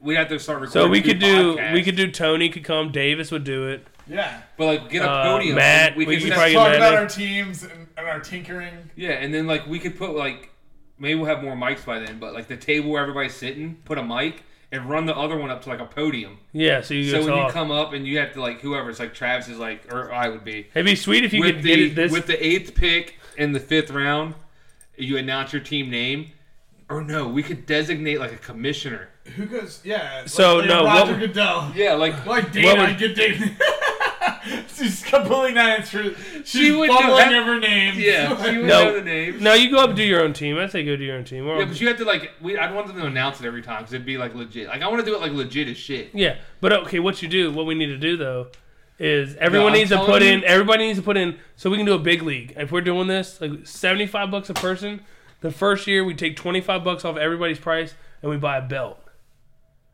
S2: we have to start recording.
S1: So we
S2: two
S1: could do.
S2: podcasts.
S1: We could do. Tony could come. Davis would do it.
S3: Yeah.
S2: But like get a
S1: Uh,
S2: podium.
S1: Matt,
S2: and we,
S1: we
S2: could
S1: should
S2: just-
S1: probably-
S3: Let's
S1: get
S3: talk
S1: mad
S3: about
S1: at-
S3: our teams and, and our tinkering.
S2: yeah, and then like we could put like maybe we'll have more mics by then, but like the table where everybody's sitting, put a mic and run the other one up to like a podium.
S1: Yeah. So you
S2: so
S1: could
S2: when you
S1: talk.
S2: come up and you have to like whoever's like Travis is like or I would be
S1: It'd be sweet if you
S2: with
S1: could get
S2: the
S1: it this.
S2: with the eighth pick in the fifth round, you announce your team name. Or no, we could designate like a commissioner.
S3: Who goes? Yeah. like-
S1: So,
S3: like
S1: no,
S3: Roger
S1: what-
S3: Goodell.
S2: Yeah, like
S3: Like
S1: What
S3: Dana.
S1: would-
S3: get Dana. *laughs* She's completely not answer. She's
S2: She would know
S3: bumbling
S2: that-
S3: over
S2: *laughs* *laughs*
S3: names.
S2: yeah, she would
S1: No.
S2: know the names.
S1: no, you go up and do your own team. I say go do your own team. We're all-
S2: Yeah, but you have to like. We, I'd want them to announce it every time because it'd be like legit. Like I want to do it like legit as shit.
S1: Yeah, but okay, what you do, what we need to do though, is everyone
S2: I'm
S1: needs to
S2: telling
S1: put
S2: you-
S1: in. Everybody needs to put in, so we can do a big league. If we're doing this, like seventy-five bucks a person, the first year we take twenty-five bucks off everybody's price, and we buy a belt.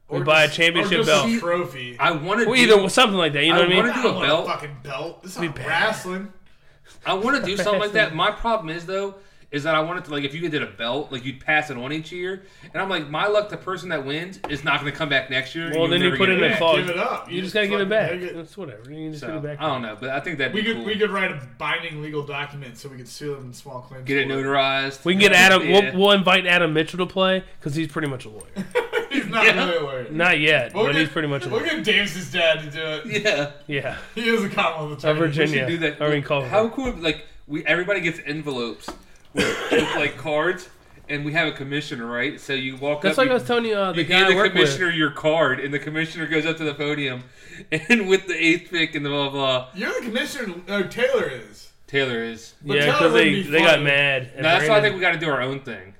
S1: We
S3: Or
S1: buy
S3: just-
S1: a championship
S3: or just
S1: belt.
S3: A trophy.
S2: I want to
S1: Well,
S2: do,
S1: either something like that. You know
S2: I
S1: what I mean?
S2: wanna
S3: I
S2: do
S3: don't
S2: a
S3: want
S2: belt.
S3: a fucking belt. This is not
S1: bad.
S3: wrestling.
S2: I want to do something
S1: *laughs*
S2: like that. My problem is though, is that I wanted to like if you did a belt, like you'd pass it on each year, and I'm like, my luck, the person that wins is not going to come back next year. and
S1: Well,
S2: you'll
S1: then you
S2: never
S1: put
S2: get
S1: in a
S2: back.
S1: clause.
S3: Give it up.
S1: You just gotta give it
S3: fucking
S1: back.
S3: take it.
S1: It's whatever. You just
S2: So,
S1: give it
S2: I
S1: back.
S2: don't know, but I think that'd
S3: We
S2: be
S3: could
S2: cool.
S3: we could write a binding legal document so we could sue them in small claims.
S2: get it
S3: court.
S2: notarized.
S1: We can get Adam.
S2: Yeah.
S1: We'll, we'll invite Adam Mitchell to play because he's pretty much a lawyer.
S3: *laughs* He's not
S2: Yeah.
S3: really a lawyer.
S1: Not yet,
S3: We'll
S1: but
S3: get-
S1: he's pretty much a
S3: We'll
S1: lawyer.
S3: get Davis's dad to do
S2: *laughs*
S3: it.
S2: yeah,
S1: Yeah,
S3: He is a Commonwealth
S1: a
S3: attorney.
S1: Virginia.
S2: should do that.
S1: I mean,
S2: Like,
S1: Colorado.
S2: how cool! if, Like we, everybody gets envelopes with, with like cards, and we have a commissioner, right? So you walk
S1: That's
S2: up.
S1: like I
S2: you,
S1: was telling you, uh, the
S2: you
S1: guy
S2: hand
S1: I
S2: the
S1: work with.
S2: commissioner your card, and the commissioner goes up to the podium, *laughs* and with the eighth pick and the blah blah.
S3: You're the commissioner. No, Taylor is.
S2: Taylor is.
S3: But
S1: yeah,
S3: that
S1: because
S3: would
S1: they,
S3: be
S1: they got
S3: funny.
S1: mad. at
S2: No, that's why I
S1: Brandon.
S2: think we got to do our own thing.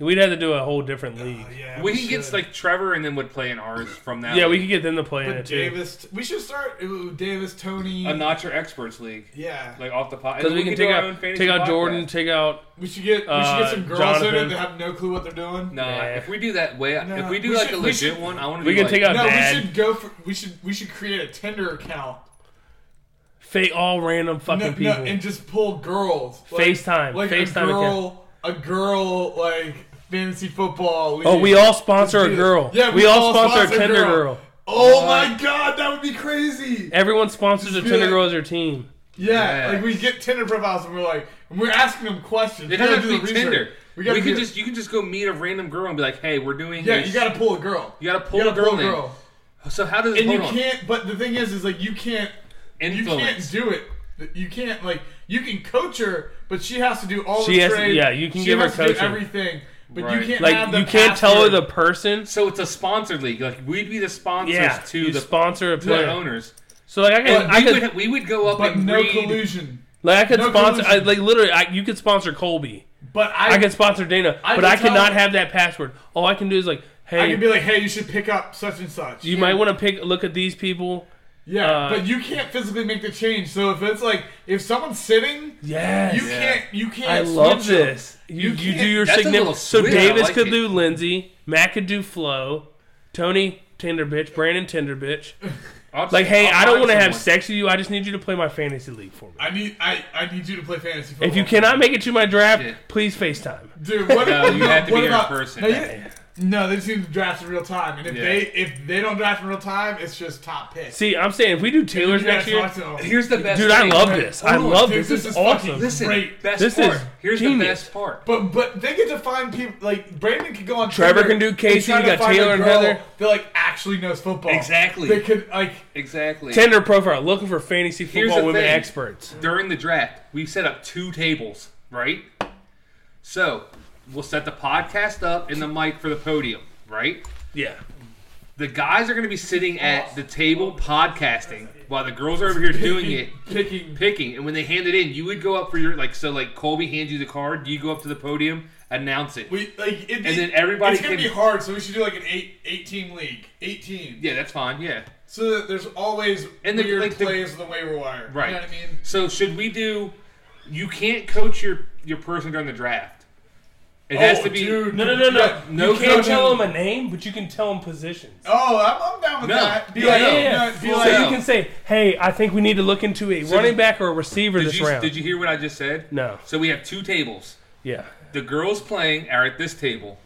S1: We'd have to do a whole different league.
S3: Oh, yeah,
S2: We, can
S3: should.
S2: get like Trevor, and then would play in ours from that.
S1: yeah, we
S2: league.
S1: could get them to play in
S3: But
S1: it too.
S3: Davis. We should start ooh, Davis, Tony.
S2: a not your experts league,
S3: yeah.
S2: like off the pot.
S1: Because we, can take out take out Jordan, take out
S3: we should get we should
S1: Uh,
S3: get some girls in
S1: Jonathan.
S3: it that have no clue what they're doing.
S2: No,
S1: Nah.
S2: if we do that way, if
S3: No,
S2: we do
S3: we
S2: like
S3: should-
S2: a
S3: we
S2: legit
S3: should-
S2: one, I want to.
S1: We
S2: do,
S1: can
S2: like,
S1: take out
S3: No,
S1: Dad.
S3: we should go for we should we should create a Tinder account.
S1: fake all random fucking
S3: No, no,
S1: people.
S3: and just pull girls.
S1: FaceTime,
S3: Like
S1: FaceTime
S3: a girl, a girl like fantasy football.
S1: oh,
S3: league.
S1: we all sponsor
S3: Let's
S1: a
S3: do
S1: girl.
S3: it. Yeah,
S1: we, all sponsor, a Tinder girl.
S3: Oh my god, that would be crazy.
S1: Everyone sponsors a
S3: do
S1: Tinder
S3: that.
S1: girl as their team.
S3: Yeah,
S2: Yeah.
S3: like we get Tinder profiles and we're like, and we're asking them questions.
S2: It
S3: We gotta
S2: doesn't have to
S3: do
S2: be
S3: the research.
S2: Tinder.
S3: We gotta
S2: We could
S3: get-
S2: just you can just go meet a random girl and be like, hey, we're doing.
S3: Yeah,
S2: this.
S3: you gotta pull a girl.
S2: You gotta pull
S3: you
S2: a
S3: gotta
S2: girl
S3: pull a
S2: in.
S3: girl.
S2: So how does
S3: And you
S2: hold on.
S3: can't. But the thing is, is like you can't. You can't
S2: Influence.
S3: do it. You can't like you can coach her, but she has to do all
S1: She
S3: the
S1: has to-
S3: trade.
S1: yeah, you can
S3: she
S1: give her
S3: has to do
S1: coaching.
S3: everything, but
S2: Right.
S3: you can't have
S1: Like
S3: the
S1: you can't tell her
S3: password.
S1: the person.
S2: So it's a sponsored league. Like we'd be the sponsors
S1: Yeah,
S2: to
S1: you
S2: the,
S1: sponsor a
S2: to the
S1: player.
S2: owners.
S1: So like I could,
S3: But
S1: I
S2: we,
S1: could,
S2: would, we would go up
S3: but
S2: and
S3: no
S2: read.
S3: collusion.
S1: like I could
S3: no
S1: sponsor. I,
S3: collusion.
S1: like literally, I, you could sponsor Colby.
S3: But I,
S1: I could sponsor Dana, but
S3: I could
S1: I could
S3: tell-
S1: not have that password. All I can do is like,
S3: I
S1: hey,
S3: could be like, hey, you should pick up such and such.
S1: you might want to pick look at these people.
S3: yeah,
S1: uh,
S3: but you can't physically make the change. So if it's like if someone's sitting,
S1: Yes.
S3: you can't. You can't.
S1: I love
S3: switch them.
S1: this. You
S3: You
S1: you, do
S3: can't-
S1: your
S2: that's a little
S1: significant. So
S2: switch. I
S1: Davis
S2: like
S1: could
S2: it.
S1: do Lindsay, Matt could do Flo, Tony Tinder bitch, Brandon Tinder bitch.
S2: I'll just-
S1: Like, hey,
S2: I'll
S1: I don't
S2: find
S1: want to have
S2: someone.
S1: sex with you. I just need you to play my fantasy league for me.
S3: I need. I, I need you to play fantasy football.
S1: If you cannot make it to my draft,
S2: Shit.
S1: please FaceTime.
S3: dude, what,
S2: No, you
S3: no,
S2: have to
S3: what
S2: be there in
S3: about,
S2: person.
S3: No, you- no, they just need to draft in real time, and if
S2: Yeah.
S3: they if they don't draft in real time, it's just top pick.
S1: See, I'm saying if we do
S3: You
S1: Taylor's
S3: gotta
S1: next year,
S3: talk to them.
S2: Here's the best.
S1: dude, I
S2: thing.
S1: love this. I
S2: Hold on,
S1: love
S3: dude,
S1: this.
S3: this
S1: This is
S3: is fucking-
S1: awesome.
S2: Listen,
S3: Great.
S2: best
S1: This
S2: part.
S1: is
S2: Here's the
S1: genius.
S2: best part.
S3: But but they get to find people like Brandon could go on.
S1: Trevor
S3: Tinder
S1: can do
S3: and
S1: Casey,
S3: try
S1: you
S3: to
S1: got
S3: find a
S1: Taylor and
S3: girl
S1: Heather.
S3: That like actually knows football.
S2: Exactly.
S3: They could like
S2: Exactly.
S1: Tinder profile looking for fantasy
S2: Here's
S1: football
S2: the
S1: women
S2: thing.
S1: experts.
S2: during the draft, we set up two tables, right? So we'll set the podcast up and the mic for the podium, right?
S1: Yeah,
S2: The guys are going to be sitting at the table podcasting while the girls are over here doing it,
S3: picking.
S2: picking. And when they hand it in, you would go up for your like. So like Colby hands you the card, you go up to the podium, announce it.
S3: We like it, and
S2: then everybody
S3: It's gonna
S2: can-
S3: be hard, so we should do like an eight eight team league, eighteen.
S2: Yeah, that's fine. Yeah,
S3: So that there's always
S2: And
S3: and
S2: the-
S3: weird
S2: like the-
S3: plays on the waiver wire.
S2: right.
S3: You know what I mean?
S2: So should we do? You can't coach your your person during the draft. It has
S1: Oh,
S2: to be
S3: Oh, dude.
S1: no, no, no, no.
S3: Yeah,
S2: no
S1: you can't
S2: coaching.
S1: tell them a name, but you can tell them positions.
S3: Oh, I'm, I'm down with
S2: No.
S3: that. Be
S2: Yeah,
S3: like,
S2: yeah,
S3: no,
S1: yeah.
S3: be
S2: Full
S1: So
S3: like,
S2: down.
S1: you can say, "Hey, I think we need to look into a running
S2: did-
S1: back or a receiver
S2: Did
S1: this
S2: you,
S1: round."
S2: did you hear what I just said?
S1: No.
S2: So we have two tables.
S1: Yeah,
S2: The girls playing are at this table.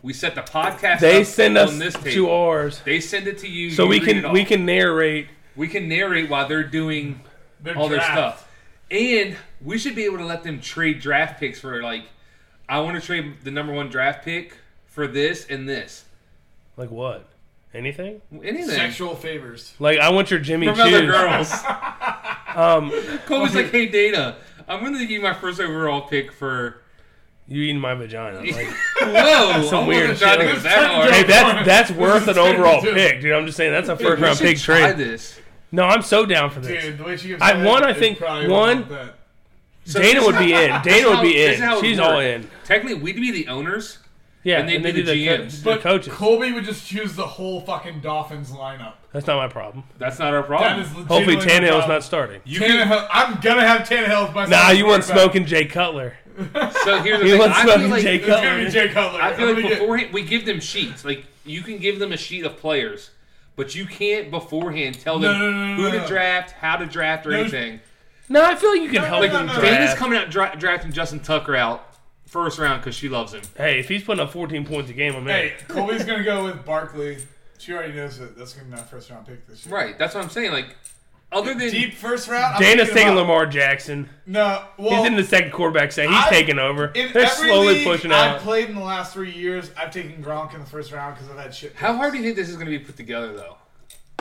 S2: We set the podcast.
S1: they
S2: up
S1: send
S2: on
S1: us
S2: this table.
S1: to ours,
S2: they send it to you.
S1: so
S2: you
S1: we
S2: read it
S1: can
S2: off.
S1: we can narrate.
S2: we can narrate while they're doing
S3: their
S2: all
S3: draft.
S2: their stuff, and we should be able to let them trade draft picks for like, I want to trade the number one draft pick for this and this.
S1: Like what? Anything?
S2: Anything
S3: Sexual favors.
S1: Like I want your Jimmy
S2: from other
S1: Choo.
S2: girls.
S1: *laughs* Um,
S2: Kobe's like, hey Dana, I'm going to give you my first overall pick for. *laughs*
S1: you eating my vagina? Like,
S2: Whoa,
S1: some
S2: I
S1: weird
S2: wasn't trying
S1: shit.
S2: to go that hard.
S1: hey, that's that's
S3: This
S2: *laughs*
S1: worth an
S3: is terrible,
S1: overall
S3: too.
S1: pick, dude. I'm just saying that's a first
S2: We
S1: round
S2: should
S1: pick
S2: try
S1: trade.
S2: this.
S1: No, I'm so down for this.
S3: Dude, the way she gives
S1: I-
S3: head
S1: one, I
S3: is
S1: think-
S3: probably
S1: one-
S3: like that.
S2: So
S1: Dana
S2: this
S1: would
S2: is
S1: be
S2: how-
S1: in.
S2: this is
S1: Dana would
S2: how-
S1: be
S2: this
S1: in.
S2: is how it
S1: She's
S2: would work.
S1: all in.
S2: Technically, we'd be the owners.
S1: Yeah,
S2: And they'd be the
S1: co-
S2: GMs.
S1: the
S3: But
S1: coaches.
S3: Colby would just choose the whole fucking Dolphins lineup.
S1: That's not my problem.
S2: That's not our
S3: That
S2: problem.
S3: is legitimately
S1: Oh, Hopefully,
S3: no
S1: Tannehill's
S3: problem.
S1: not starting.
S2: you can,
S3: Tannehill, I'm gonna have Tannehill as my.
S1: Nah,
S3: starting
S1: you weren't
S3: quarterback.
S1: smoking Jay Cutler.
S2: so here's the
S1: You
S2: thing.
S1: weren't
S2: I feel
S1: smoking
S2: like,
S1: Jay
S3: It's gonna
S1: Cutler.
S3: be Jay Cutler.
S2: I feel
S3: I'm
S2: like
S3: gonna get-
S2: beforehand we give them sheets. Like you can give them a sheet of players, but you can't beforehand tell them
S3: No, no, no, no,
S2: who
S3: no,
S2: to
S3: no.
S2: draft, how to draft, or
S3: No,
S2: anything.
S1: No, I feel like you can help
S2: Like
S3: no,
S1: him
S3: no, no.
S2: Dana's
S1: draft.
S2: coming out dra- drafting Justin Tucker out first round because she loves him.
S1: Hey, if he's putting up 14 points a game, I'm in.
S3: Hey, Colby's gonna go with Barkley. She already knows that that's gonna be my first round pick this year.
S2: Right. That's what I'm saying. Like other than
S3: Deep first round. I'm
S1: Dana's
S3: thinking
S1: taking
S3: about-
S1: Lamar Jackson.
S3: No, well,
S1: He's in the second quarterback set. He's
S3: I-
S1: taking over.
S3: in
S1: They're
S3: every
S1: slowly
S3: league
S1: pushing
S3: I've
S1: out.
S3: played in the last three years. I've taken Gronk in the first round because I've had shit.
S2: how hard do you think this is going to be put together though?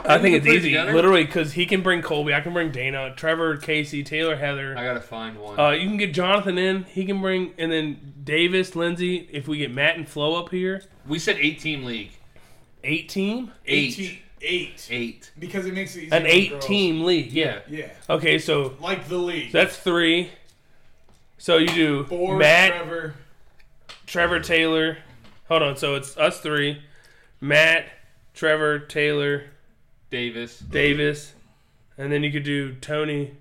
S1: I think it's
S2: put it
S1: easy,
S2: together?
S1: literally, because he can bring Colby. I can bring Dana, Trevor, Casey, Taylor, Heather.
S2: I gotta find one.
S1: Uh, you can get Jonathan in. He can bring, and then Davis, Lindsay. If we get Matt and Flo up here,
S2: we said eight team league.
S1: eight team,
S2: Eight.
S3: 18 eight.
S2: Eight.
S3: Because it makes it easier.
S1: an
S3: on
S1: eight
S3: girls.
S1: team league. Yeah.
S2: Yeah.
S3: Yeah,
S1: Okay, so
S3: like the league.
S1: that's three. So you do
S3: Four,
S1: Matt, Trevor.
S3: Trevor.
S1: Taylor. Hold on. So it's us three: Matt, Trevor, Taylor,
S2: Davis.
S1: Davis, and then you could do Tony.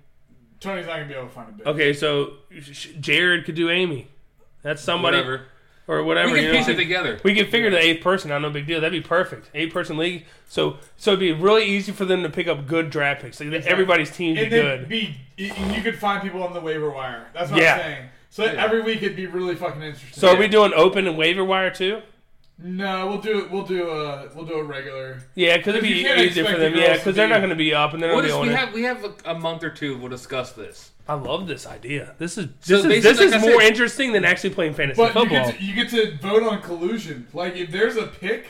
S3: Tony's not gonna be able to find a bit.
S1: Okay, so sh- Jared could do Amy. That's somebody
S2: Whatever.
S1: or whatever.
S2: We can
S1: you know
S2: piece
S1: what I
S2: it
S1: mean?
S2: together.
S1: We can figure the eighth person out, no big deal. That'd be perfect. Eight person league. So so it'd be really easy for them to pick up good draft picks. Like everybody's teams be
S3: And then
S1: good.
S3: be y- you could find people on the waiver wire. That's what
S1: Yeah.
S3: I'm saying. So that
S2: Yeah.
S3: every week it'd be really fucking interesting.
S1: So are we doing open and waiver wire too?
S3: No, we'll do we'll do a we'll do a regular.
S1: Yeah, because it'd
S3: You
S1: be
S3: can't
S1: easier for
S3: expect
S1: them.
S3: the
S1: Yeah,
S3: girls to
S1: because they're
S3: be-
S1: not going to be up and they're not
S2: What
S1: going to
S2: is,
S1: be
S2: we
S1: on it.
S2: have we have a, a month or two. We'll discuss this.
S1: I love this idea. This is
S2: So
S1: this is this
S2: basically,
S1: is
S2: like I
S1: more
S2: said-
S1: interesting than actually playing fantasy
S3: But you
S1: football.
S3: get, to, you get to vote on collusion. Like if there's a pick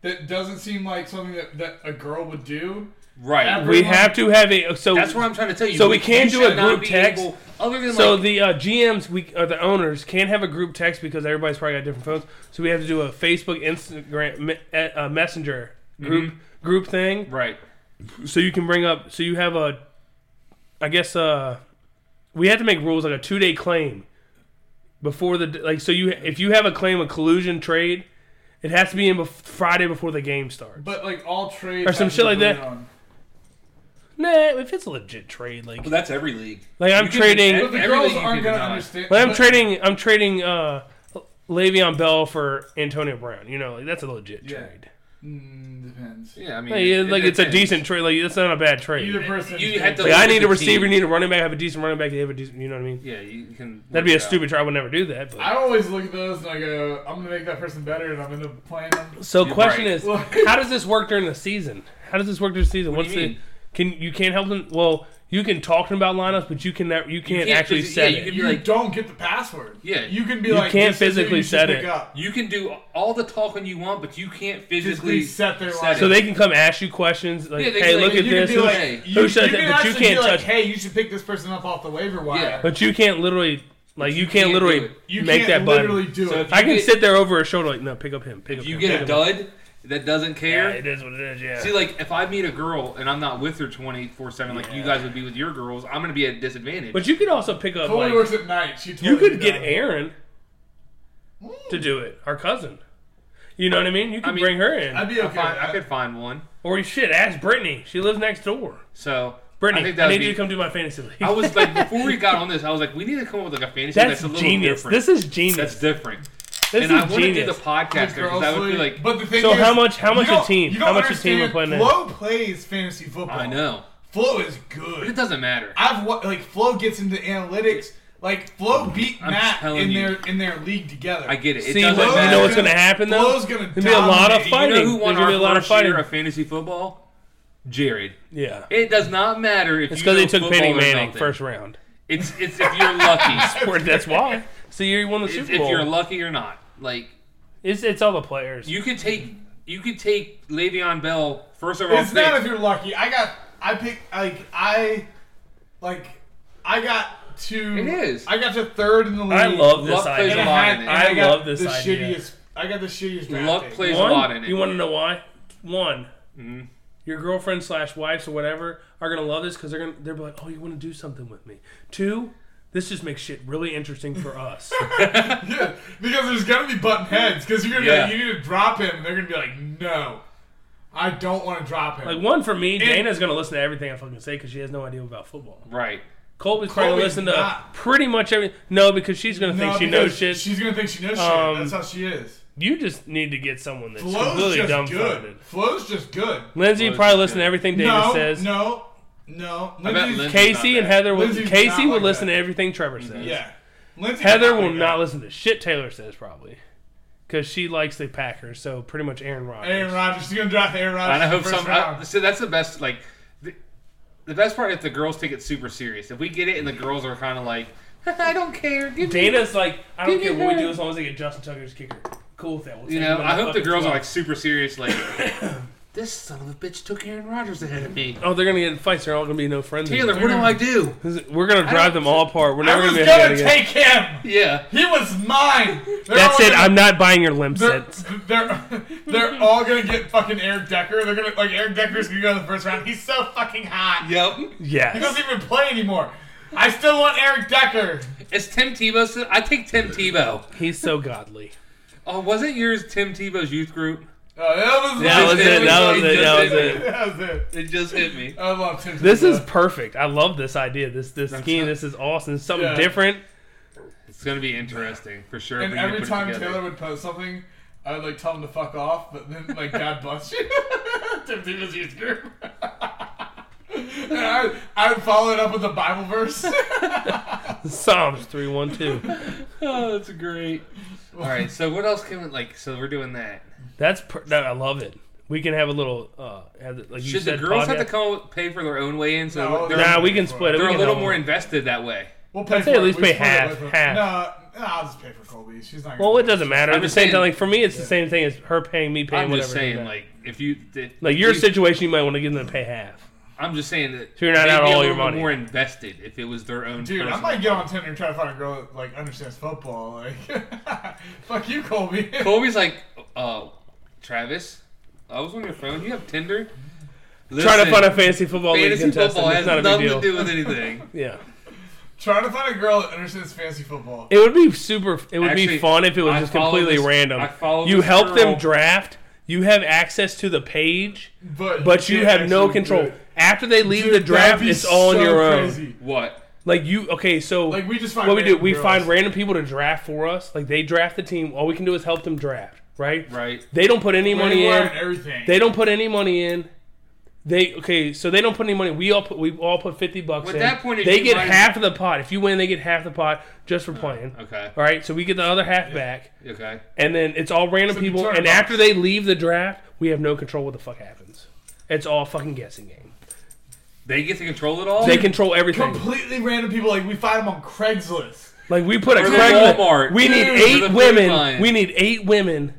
S3: that doesn't seem like something that, that a girl would do,
S2: Right.
S3: Ab-
S1: we have to have a so
S2: That's what I'm trying to tell you.
S1: So we can't
S2: you
S1: do a
S2: should not
S1: group
S2: be
S1: text.
S2: able- other than
S1: So
S2: like,
S1: the uh, GMs we or the owners can't have a group text because everybody's probably got different phones. So we have to do a Facebook, Instagram, me, uh, uh, Messenger group
S2: Mm-hmm.
S1: group thing.
S2: right.
S1: So you can bring up. So you have a, I guess uh, we have to make rules like a two day claim before the like. So you if you have a claim of collusion trade, it has to be in bef- Friday before the game starts.
S3: but like all trades
S1: Or some
S3: have to
S1: shit
S3: be
S1: like
S3: voted
S1: that.
S3: on.
S1: Nah, if it's a legit trade, like
S2: Well, that's every league.
S1: like I'm
S2: you can-
S1: trading.
S3: But the
S2: Everything
S3: girls
S2: you
S3: aren't
S2: can
S3: gonna
S2: deny.
S3: understand.
S1: But I'm
S3: but-
S1: trading. I'm trading uh, Le'Veon Bell for Antonio Brown. You know, like that's a legit
S3: Yeah.
S1: trade.
S3: Mm, depends.
S2: Yeah, I mean,
S1: Like, it-
S2: it-
S1: like
S2: it
S1: it's a
S2: depends.
S1: decent trade. Like it's not a bad trade.
S3: Either person.
S2: You had to-
S1: Like I need a
S2: team.
S1: receiver, need a running back, have a decent running back, they have a decent. You know what I mean?
S2: Yeah, you can.
S1: That'd be a
S2: work it out.
S1: stupid trade. I would never do that. But.
S3: I always look at those and I go, I'm gonna make that person better, and I'm gonna plan them.
S1: So
S2: You're
S1: question
S2: right.
S1: is,
S3: Well-
S1: how does this work during the season? How does this work during the season?
S2: What do
S1: What's
S2: you
S1: the
S2: mean?
S1: can you can't help them? Well, you can talk to them about lineups, but you can never, you can't,
S2: can't
S1: actually
S2: phys-
S1: set
S2: yeah, you
S1: it.
S2: can-
S3: You
S2: Like-
S3: don't get the password.
S2: Yeah.
S3: You can be
S1: You
S3: like,
S1: can't
S3: this is who
S1: physically
S3: you should
S1: set
S3: pick
S1: it.
S3: Up.
S2: You can do all the talking you want, but you can't physically
S3: Physically set their lineup.
S1: so they can come ask you questions like,
S2: Yeah, they
S1: "Hey,
S2: can, like,
S1: look at
S3: you can
S1: this."
S3: be
S1: Who's-
S3: like,
S2: Hey,
S3: you,
S1: who should I take?
S3: you can
S1: But you
S3: actually be
S1: can't
S3: like,
S1: touch-
S3: Hey, you should pick this person up off the waiver wire.
S2: Yeah.
S1: But you can't literally like you, can't,
S2: can't do
S1: literally
S2: it.
S3: you
S1: make that
S3: can't
S1: button.
S3: literally do
S2: So
S3: it.
S2: if
S1: I can
S2: get-
S1: sit there over her shoulder like, no, pick up him. Pick up
S2: you
S1: him,
S2: get a
S1: pick up him."
S2: dud that doesn't
S1: Yeah,
S2: care.
S1: it is what it is. Yeah.
S2: See, like if I meet a girl and I'm not with her 24 seven, like you guys would be with your girls, I'm gonna be at a disadvantage.
S1: but you could also pick up.
S3: Chloe
S1: Like,
S3: works at night. She
S1: you
S3: totally
S1: could get
S3: does.
S1: Aaron to do it. Our cousin. You know what I mean? You could
S2: mean,
S1: bring her in,
S3: I'd be
S2: I,
S3: okay.
S2: find, I
S3: with
S2: could find one.
S1: or shit, ask Brittany. She lives next door.
S2: So I
S1: Brittany,
S2: think
S1: I,
S2: that would
S1: need
S2: be.
S1: you to come do my fantasy league.
S2: I was like
S1: *laughs*
S2: before we got on this, I was like, we need to come up with like a fantasy
S1: that's
S2: that's, a little
S1: genius.
S2: different.
S1: This is genius.
S2: that's different.
S1: this
S2: and I
S1: is
S2: want to do the
S1: genius.
S2: podcast
S3: that.
S2: because that would be like.
S3: but the thing
S1: So
S3: is,
S1: how much- how much
S3: you
S1: a
S3: don't-
S1: team-
S3: you don't
S1: how much a team
S3: understand,
S1: we're playing in?
S3: Flo plays fantasy football.
S2: I know,
S3: Flo is
S2: but it
S3: good.
S2: doesn't matter.
S3: I've wa- like Flo gets into analytics. Like Flo beat
S2: I'm
S3: Matt
S2: telling
S3: in
S2: you.
S3: their in their league together.
S2: I get it. It
S1: See,
S2: doesn't
S1: what-
S3: Flo's
S1: you
S2: matter.
S1: know what's gonna happen though?
S3: Flo's gonna
S1: There'll be a lot of
S3: dominate. You know
S1: fighting.
S2: You know who
S1: There's
S2: won
S1: gonna
S2: our
S1: be a lot of
S2: first year
S1: fighting.
S2: of fantasy football? Jared.
S1: Yeah.
S2: It does not matter if
S1: It's
S2: you
S1: because they
S2: know
S1: took Peyton
S2: football or
S1: Manning
S2: nothing.
S1: first round. *laughs*
S2: It's it's if you're lucky.
S1: Or that's why. So you won the
S2: if,
S1: Super
S2: if
S1: Bowl.
S2: you're lucky or not. Like
S1: It's, it's all the players.
S2: you could take you could take Le'Veon Bell first overall
S3: It's
S2: pick.
S3: not if you're lucky. I got. I picked. Like I, like I got to.
S2: It is.
S3: I got to third in the league.
S1: I love this
S2: Luck plays
S3: And
S2: a
S3: I
S1: idea.
S2: lot
S3: had-
S2: in it.
S3: and I,
S1: I
S3: got
S1: love this
S3: the
S1: idea.
S3: Shittiest, I got the shittiest draft
S2: Luck
S3: pick.
S2: plays
S1: One,
S2: a lot in it.
S1: you want to know why? One,
S3: Mm.
S1: your girlfriend slash wives or whatever are gonna love this because they're gonna they're like, oh, you want to do something with me. Two, this just makes shit really interesting for
S3: *laughs*
S1: us.
S3: Yeah, because there's gonna be button heads. Because you're gonna
S2: Yeah.
S3: be like, you need to drop him. and They're gonna be like, no, I don't want to drop him.
S1: like one for me, Dana's gonna listen to everything I fucking say because she has no idea about football.
S2: right.
S1: Colby's probably gonna
S3: Colby's
S1: listen
S3: not.
S1: to pretty much every. No, because she's gonna
S3: No,
S1: think she
S3: because
S1: knows shit.
S3: She's gonna think she knows
S1: Um,
S3: shit. That's how she is.
S1: you just need to get someone that's
S3: Flo's
S1: completely
S3: just
S1: dumbfounded.
S3: good. Flo's just good.
S1: Lindsay
S2: Flo's
S1: probably
S2: just
S1: listens
S2: good.
S1: to everything Dana
S3: No,
S1: says.
S3: no, no.
S2: bet
S3: Lindsay's-
S2: Lindsay-
S1: Casey
S2: Not
S1: and
S2: bad.
S1: Heather will.
S3: Lindsay's not
S1: Casey will
S3: like
S1: listen
S3: that. Mm-hmm.
S1: to everything Trevor says.
S3: Yeah. Lindsay
S1: Heather
S3: Oh
S1: will
S3: my
S1: not
S3: God.
S1: listen to shit Taylor says probably, because she likes the Packers. So pretty much Aaron Rodgers.
S3: Aaron Rodgers. She's gonna draft Aaron Rodgers.
S2: And I
S3: in the
S2: hope
S3: first
S2: some. I,
S3: round.
S2: so that's the best. Like the, the best part if the girls take it super serious. If we get it and the girls are kind of like, *laughs* I don't care. Give me
S1: Dana's like, I don't
S2: Give
S1: care
S2: me
S1: what we
S2: her.
S1: do as long as they get Justin Tucker's kicker. Cool with that. We'll
S2: You
S1: take
S2: know,
S1: him in
S2: I hope the
S1: fucking
S2: girls are
S1: 12.
S2: like super
S1: *coughs*
S2: serious. Like, this son of a bitch took Aaron Rodgers ahead of me.
S1: Oh, they're gonna get in fights. They're all gonna be no friends.
S2: Taylor,
S1: anymore.
S2: what do I do?
S1: we're gonna drive them all apart. We're
S3: I
S1: never
S3: was
S1: gonna be
S3: gonna,
S1: together again.
S3: take him.
S2: Yeah,
S3: He was mine. They're
S1: That's
S3: all
S1: it.
S3: gonna-
S1: I'm not buying your limb
S3: They're,
S1: sets.
S3: they're they're all gonna get fucking Eric Decker. They're gonna like Eric Decker's gonna go in the first round. He's so fucking hot.
S2: yep.
S3: He
S1: Yes.
S3: doesn't even play anymore. I still want Eric Decker.
S2: It's Tim Tebow. so- I take Tim Tebow.
S1: He's so godly.
S2: Oh, wasn't yours Tim Tebow's youth group?
S3: Oh, that was
S1: That was it. That was it. That was it.
S3: That was it.
S2: It just hit me.
S3: I love Tim.
S1: This
S3: Tebow.
S1: is perfect. I love this idea. This this scheme.
S2: not-
S1: This is awesome. It's something
S3: Yeah.
S1: different.
S2: It's gonna be interesting for sure.
S3: and
S2: if we can
S3: every
S2: put it
S3: time
S2: together.
S3: Taylor would post something, I would like tell him to fuck off, but then like God bless you. *laughs* Tim Tebow's youth group. and I, would- I would follow it up with a Bible verse. *laughs*
S1: Psalms three one two.
S2: oh, that's great. All right, so what else can we like? So we're doing that.
S1: That's per- that, I love it. We can have a little. Uh, have the, like you
S2: Should the
S1: said,
S2: girls have to
S1: podcast.
S2: come up- pay for their own way in? So
S3: No,
S2: they're,
S3: no.
S1: Nah, we can split it.
S2: they're
S1: We
S2: a
S1: can
S2: little
S1: have
S2: more invested that way.
S3: We'll
S1: say
S3: pay for
S1: at
S3: it.
S1: least
S3: We
S1: pay
S3: split it
S1: half,
S3: with her.
S1: half.
S3: No, no, I'll just pay for Colby. She's not. Gonna
S1: Well, it doesn't matter. At
S2: I'm
S1: the
S2: just
S1: same
S2: saying-
S1: time, like for me, it's the same thing as her paying me paying
S2: I'm
S1: whatever.
S2: just
S1: it is
S2: saying,
S1: that.
S2: like if you if
S1: like your
S2: you-
S1: situation, you might want to give them to pay half.
S2: I'm just saying that
S1: So you're not
S2: they'd
S1: out
S2: be a
S1: all your
S2: little bit
S1: money.
S2: More invested if it was their own.
S3: Dude, I
S2: personal
S3: might get
S2: money.
S3: on Tinder and try to find a girl that like understands football. Like, *laughs* fuck you, Colby. *laughs*
S2: Colby's like, uh, Travis, Oh, I was on your phone. You have Tinder.
S1: Trying to
S2: Listen,
S1: find a fantasy football league
S2: fantasy
S1: contestant.
S2: football
S1: It's
S2: has
S1: not a big
S2: nothing to
S1: deal.
S2: do with anything. *laughs*
S1: Yeah,
S3: Trying to find a girl that understands fantasy football.
S1: it would be super. It would be
S2: Actually,
S1: fun if it was
S2: I
S1: just
S2: follow
S1: completely
S2: this- I
S1: random.
S2: follow
S1: You
S2: this
S1: help
S2: girl.
S1: them draft. You have access to the page,
S3: But
S1: but you
S3: can't
S1: have no
S3: actually
S1: control.
S3: do it.
S1: After they leave
S3: Dude,
S1: the draft,
S3: that'd be
S1: it's all
S3: so
S1: on your own.
S3: crazy.
S2: What?
S1: Like you, okay, so
S3: Like, we just find
S1: what we do.
S3: random
S1: We
S3: girls.
S1: find random people to draft for us. Like they draft the team. All we can do is help them draft, right?
S2: Right.
S1: They don't put any money
S3: Anywhere
S1: in.
S3: and everything.
S1: They don't put any money in. They okay, so they don't put any money. We all put we all put fifty bucks
S2: At
S1: in.
S2: that point, if
S1: they
S2: you
S1: get
S2: win-
S1: half of the pot. If you win, they get half the pot just for playing.
S2: Okay.
S1: All right, so we get the other half back,
S2: Okay.
S1: and then it's all random
S3: So
S1: people.
S3: turn
S1: And
S3: box.
S1: after they leave the draft, we have no control what the fuck happens. It's all fucking guessing game.
S2: They get to control it all.
S1: They control everything.
S3: completely random people. Like we find them on Craigslist.
S1: Like we put a
S2: We're the
S1: Craigslist.
S2: Walmart.
S1: We need
S2: Dude, we're
S1: eight
S2: the food
S1: women.
S2: line.
S1: We need eight women.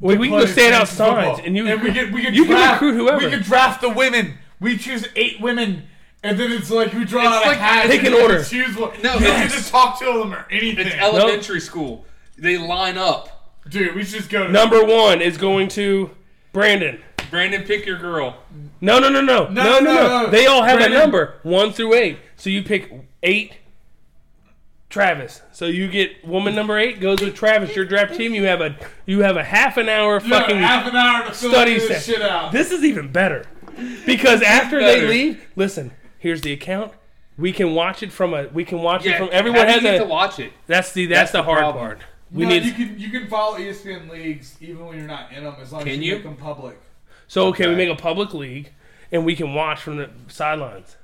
S1: Like we can go
S3: Playing
S1: stand
S3: fantasy
S1: outside,
S3: football.
S1: and you
S3: we could we could
S1: you can
S3: draft,
S1: recruit whoever.
S3: We could draft the women. We choose eight women, and then it's like we draw out
S2: like
S3: a hat.
S1: pick
S3: and
S1: an
S3: you
S1: order.
S3: Choose one.
S2: No,
S3: you can
S2: it's-
S3: just talk to them or anything.
S2: It's elementary school. They line up.
S3: Dude, we should just go to
S1: Number one is going to Brandon.
S2: Brandon, pick your girl.
S1: No, no, no, no, no, no, no.
S3: no, no.
S1: They all have
S3: Brandon.
S1: a number one through eight. So you pick eight. Travis. So you get woman number eight goes with Travis. Your draft team. You have a you have a half an hour
S3: Yeah,
S1: fucking
S3: half an hour to fill
S1: study
S3: this
S1: session.
S3: shit out.
S1: This is even better because after they
S2: better.
S1: leave, listen. Here's the account. We can watch it from a. We can watch it from everyone
S2: how do
S1: has
S2: you get to
S1: a. *laughs*
S2: watch it.
S1: That's the that's,
S2: that's
S1: the,
S2: the
S1: hard
S2: problem.
S1: part. We
S3: no,
S1: need
S3: you can you can follow E ESPN leagues even when you're not in them as long as
S2: Can
S3: you,
S2: you?
S3: make them public.
S1: so okay, We
S2: Okay.
S1: make a public league, and we can watch from the sidelines.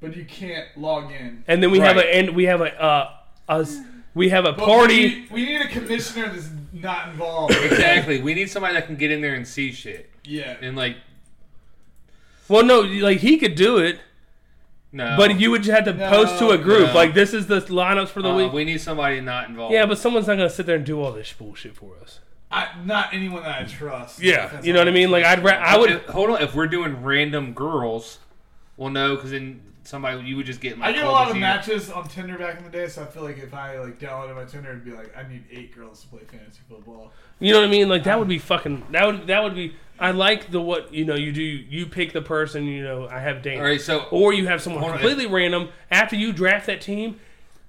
S3: But you can't log in.
S1: and then we have
S2: Right.
S1: a and we have a uh us we have a
S3: But
S1: party.
S3: We need, we need a commissioner that's not involved.
S2: Exactly. We need somebody that can get in there and see shit.
S3: yeah.
S2: And like,
S1: well, no, like he could do it,
S2: no.
S1: but you would just have to
S3: No,
S1: post to a group
S2: no.
S1: like this is the lineups for the
S2: Uh,
S1: week.
S2: we need somebody not involved.
S1: yeah, but someone's not gonna sit there and do all this bullshit for us.
S3: I, not anyone that I trust. That's
S1: you know
S3: all.
S1: what I mean. Like I'd ra- I would.
S2: If- hold on. If we're doing random girls, well, no, because then somebody you would just get. Like,
S3: I get a lot of
S2: Colby's
S3: matches on Tinder back in the day, so I feel like if I like downloaded my Tinder, it'd be like I need eight girls to play fantasy football.
S1: You know what I mean? Like that would be fucking. That would that would be. I like the what you know. You do. You pick the person. You know. I have Dan.
S2: All right, so-
S1: or you have someone
S2: Hold on.
S1: completely random. After you draft that team,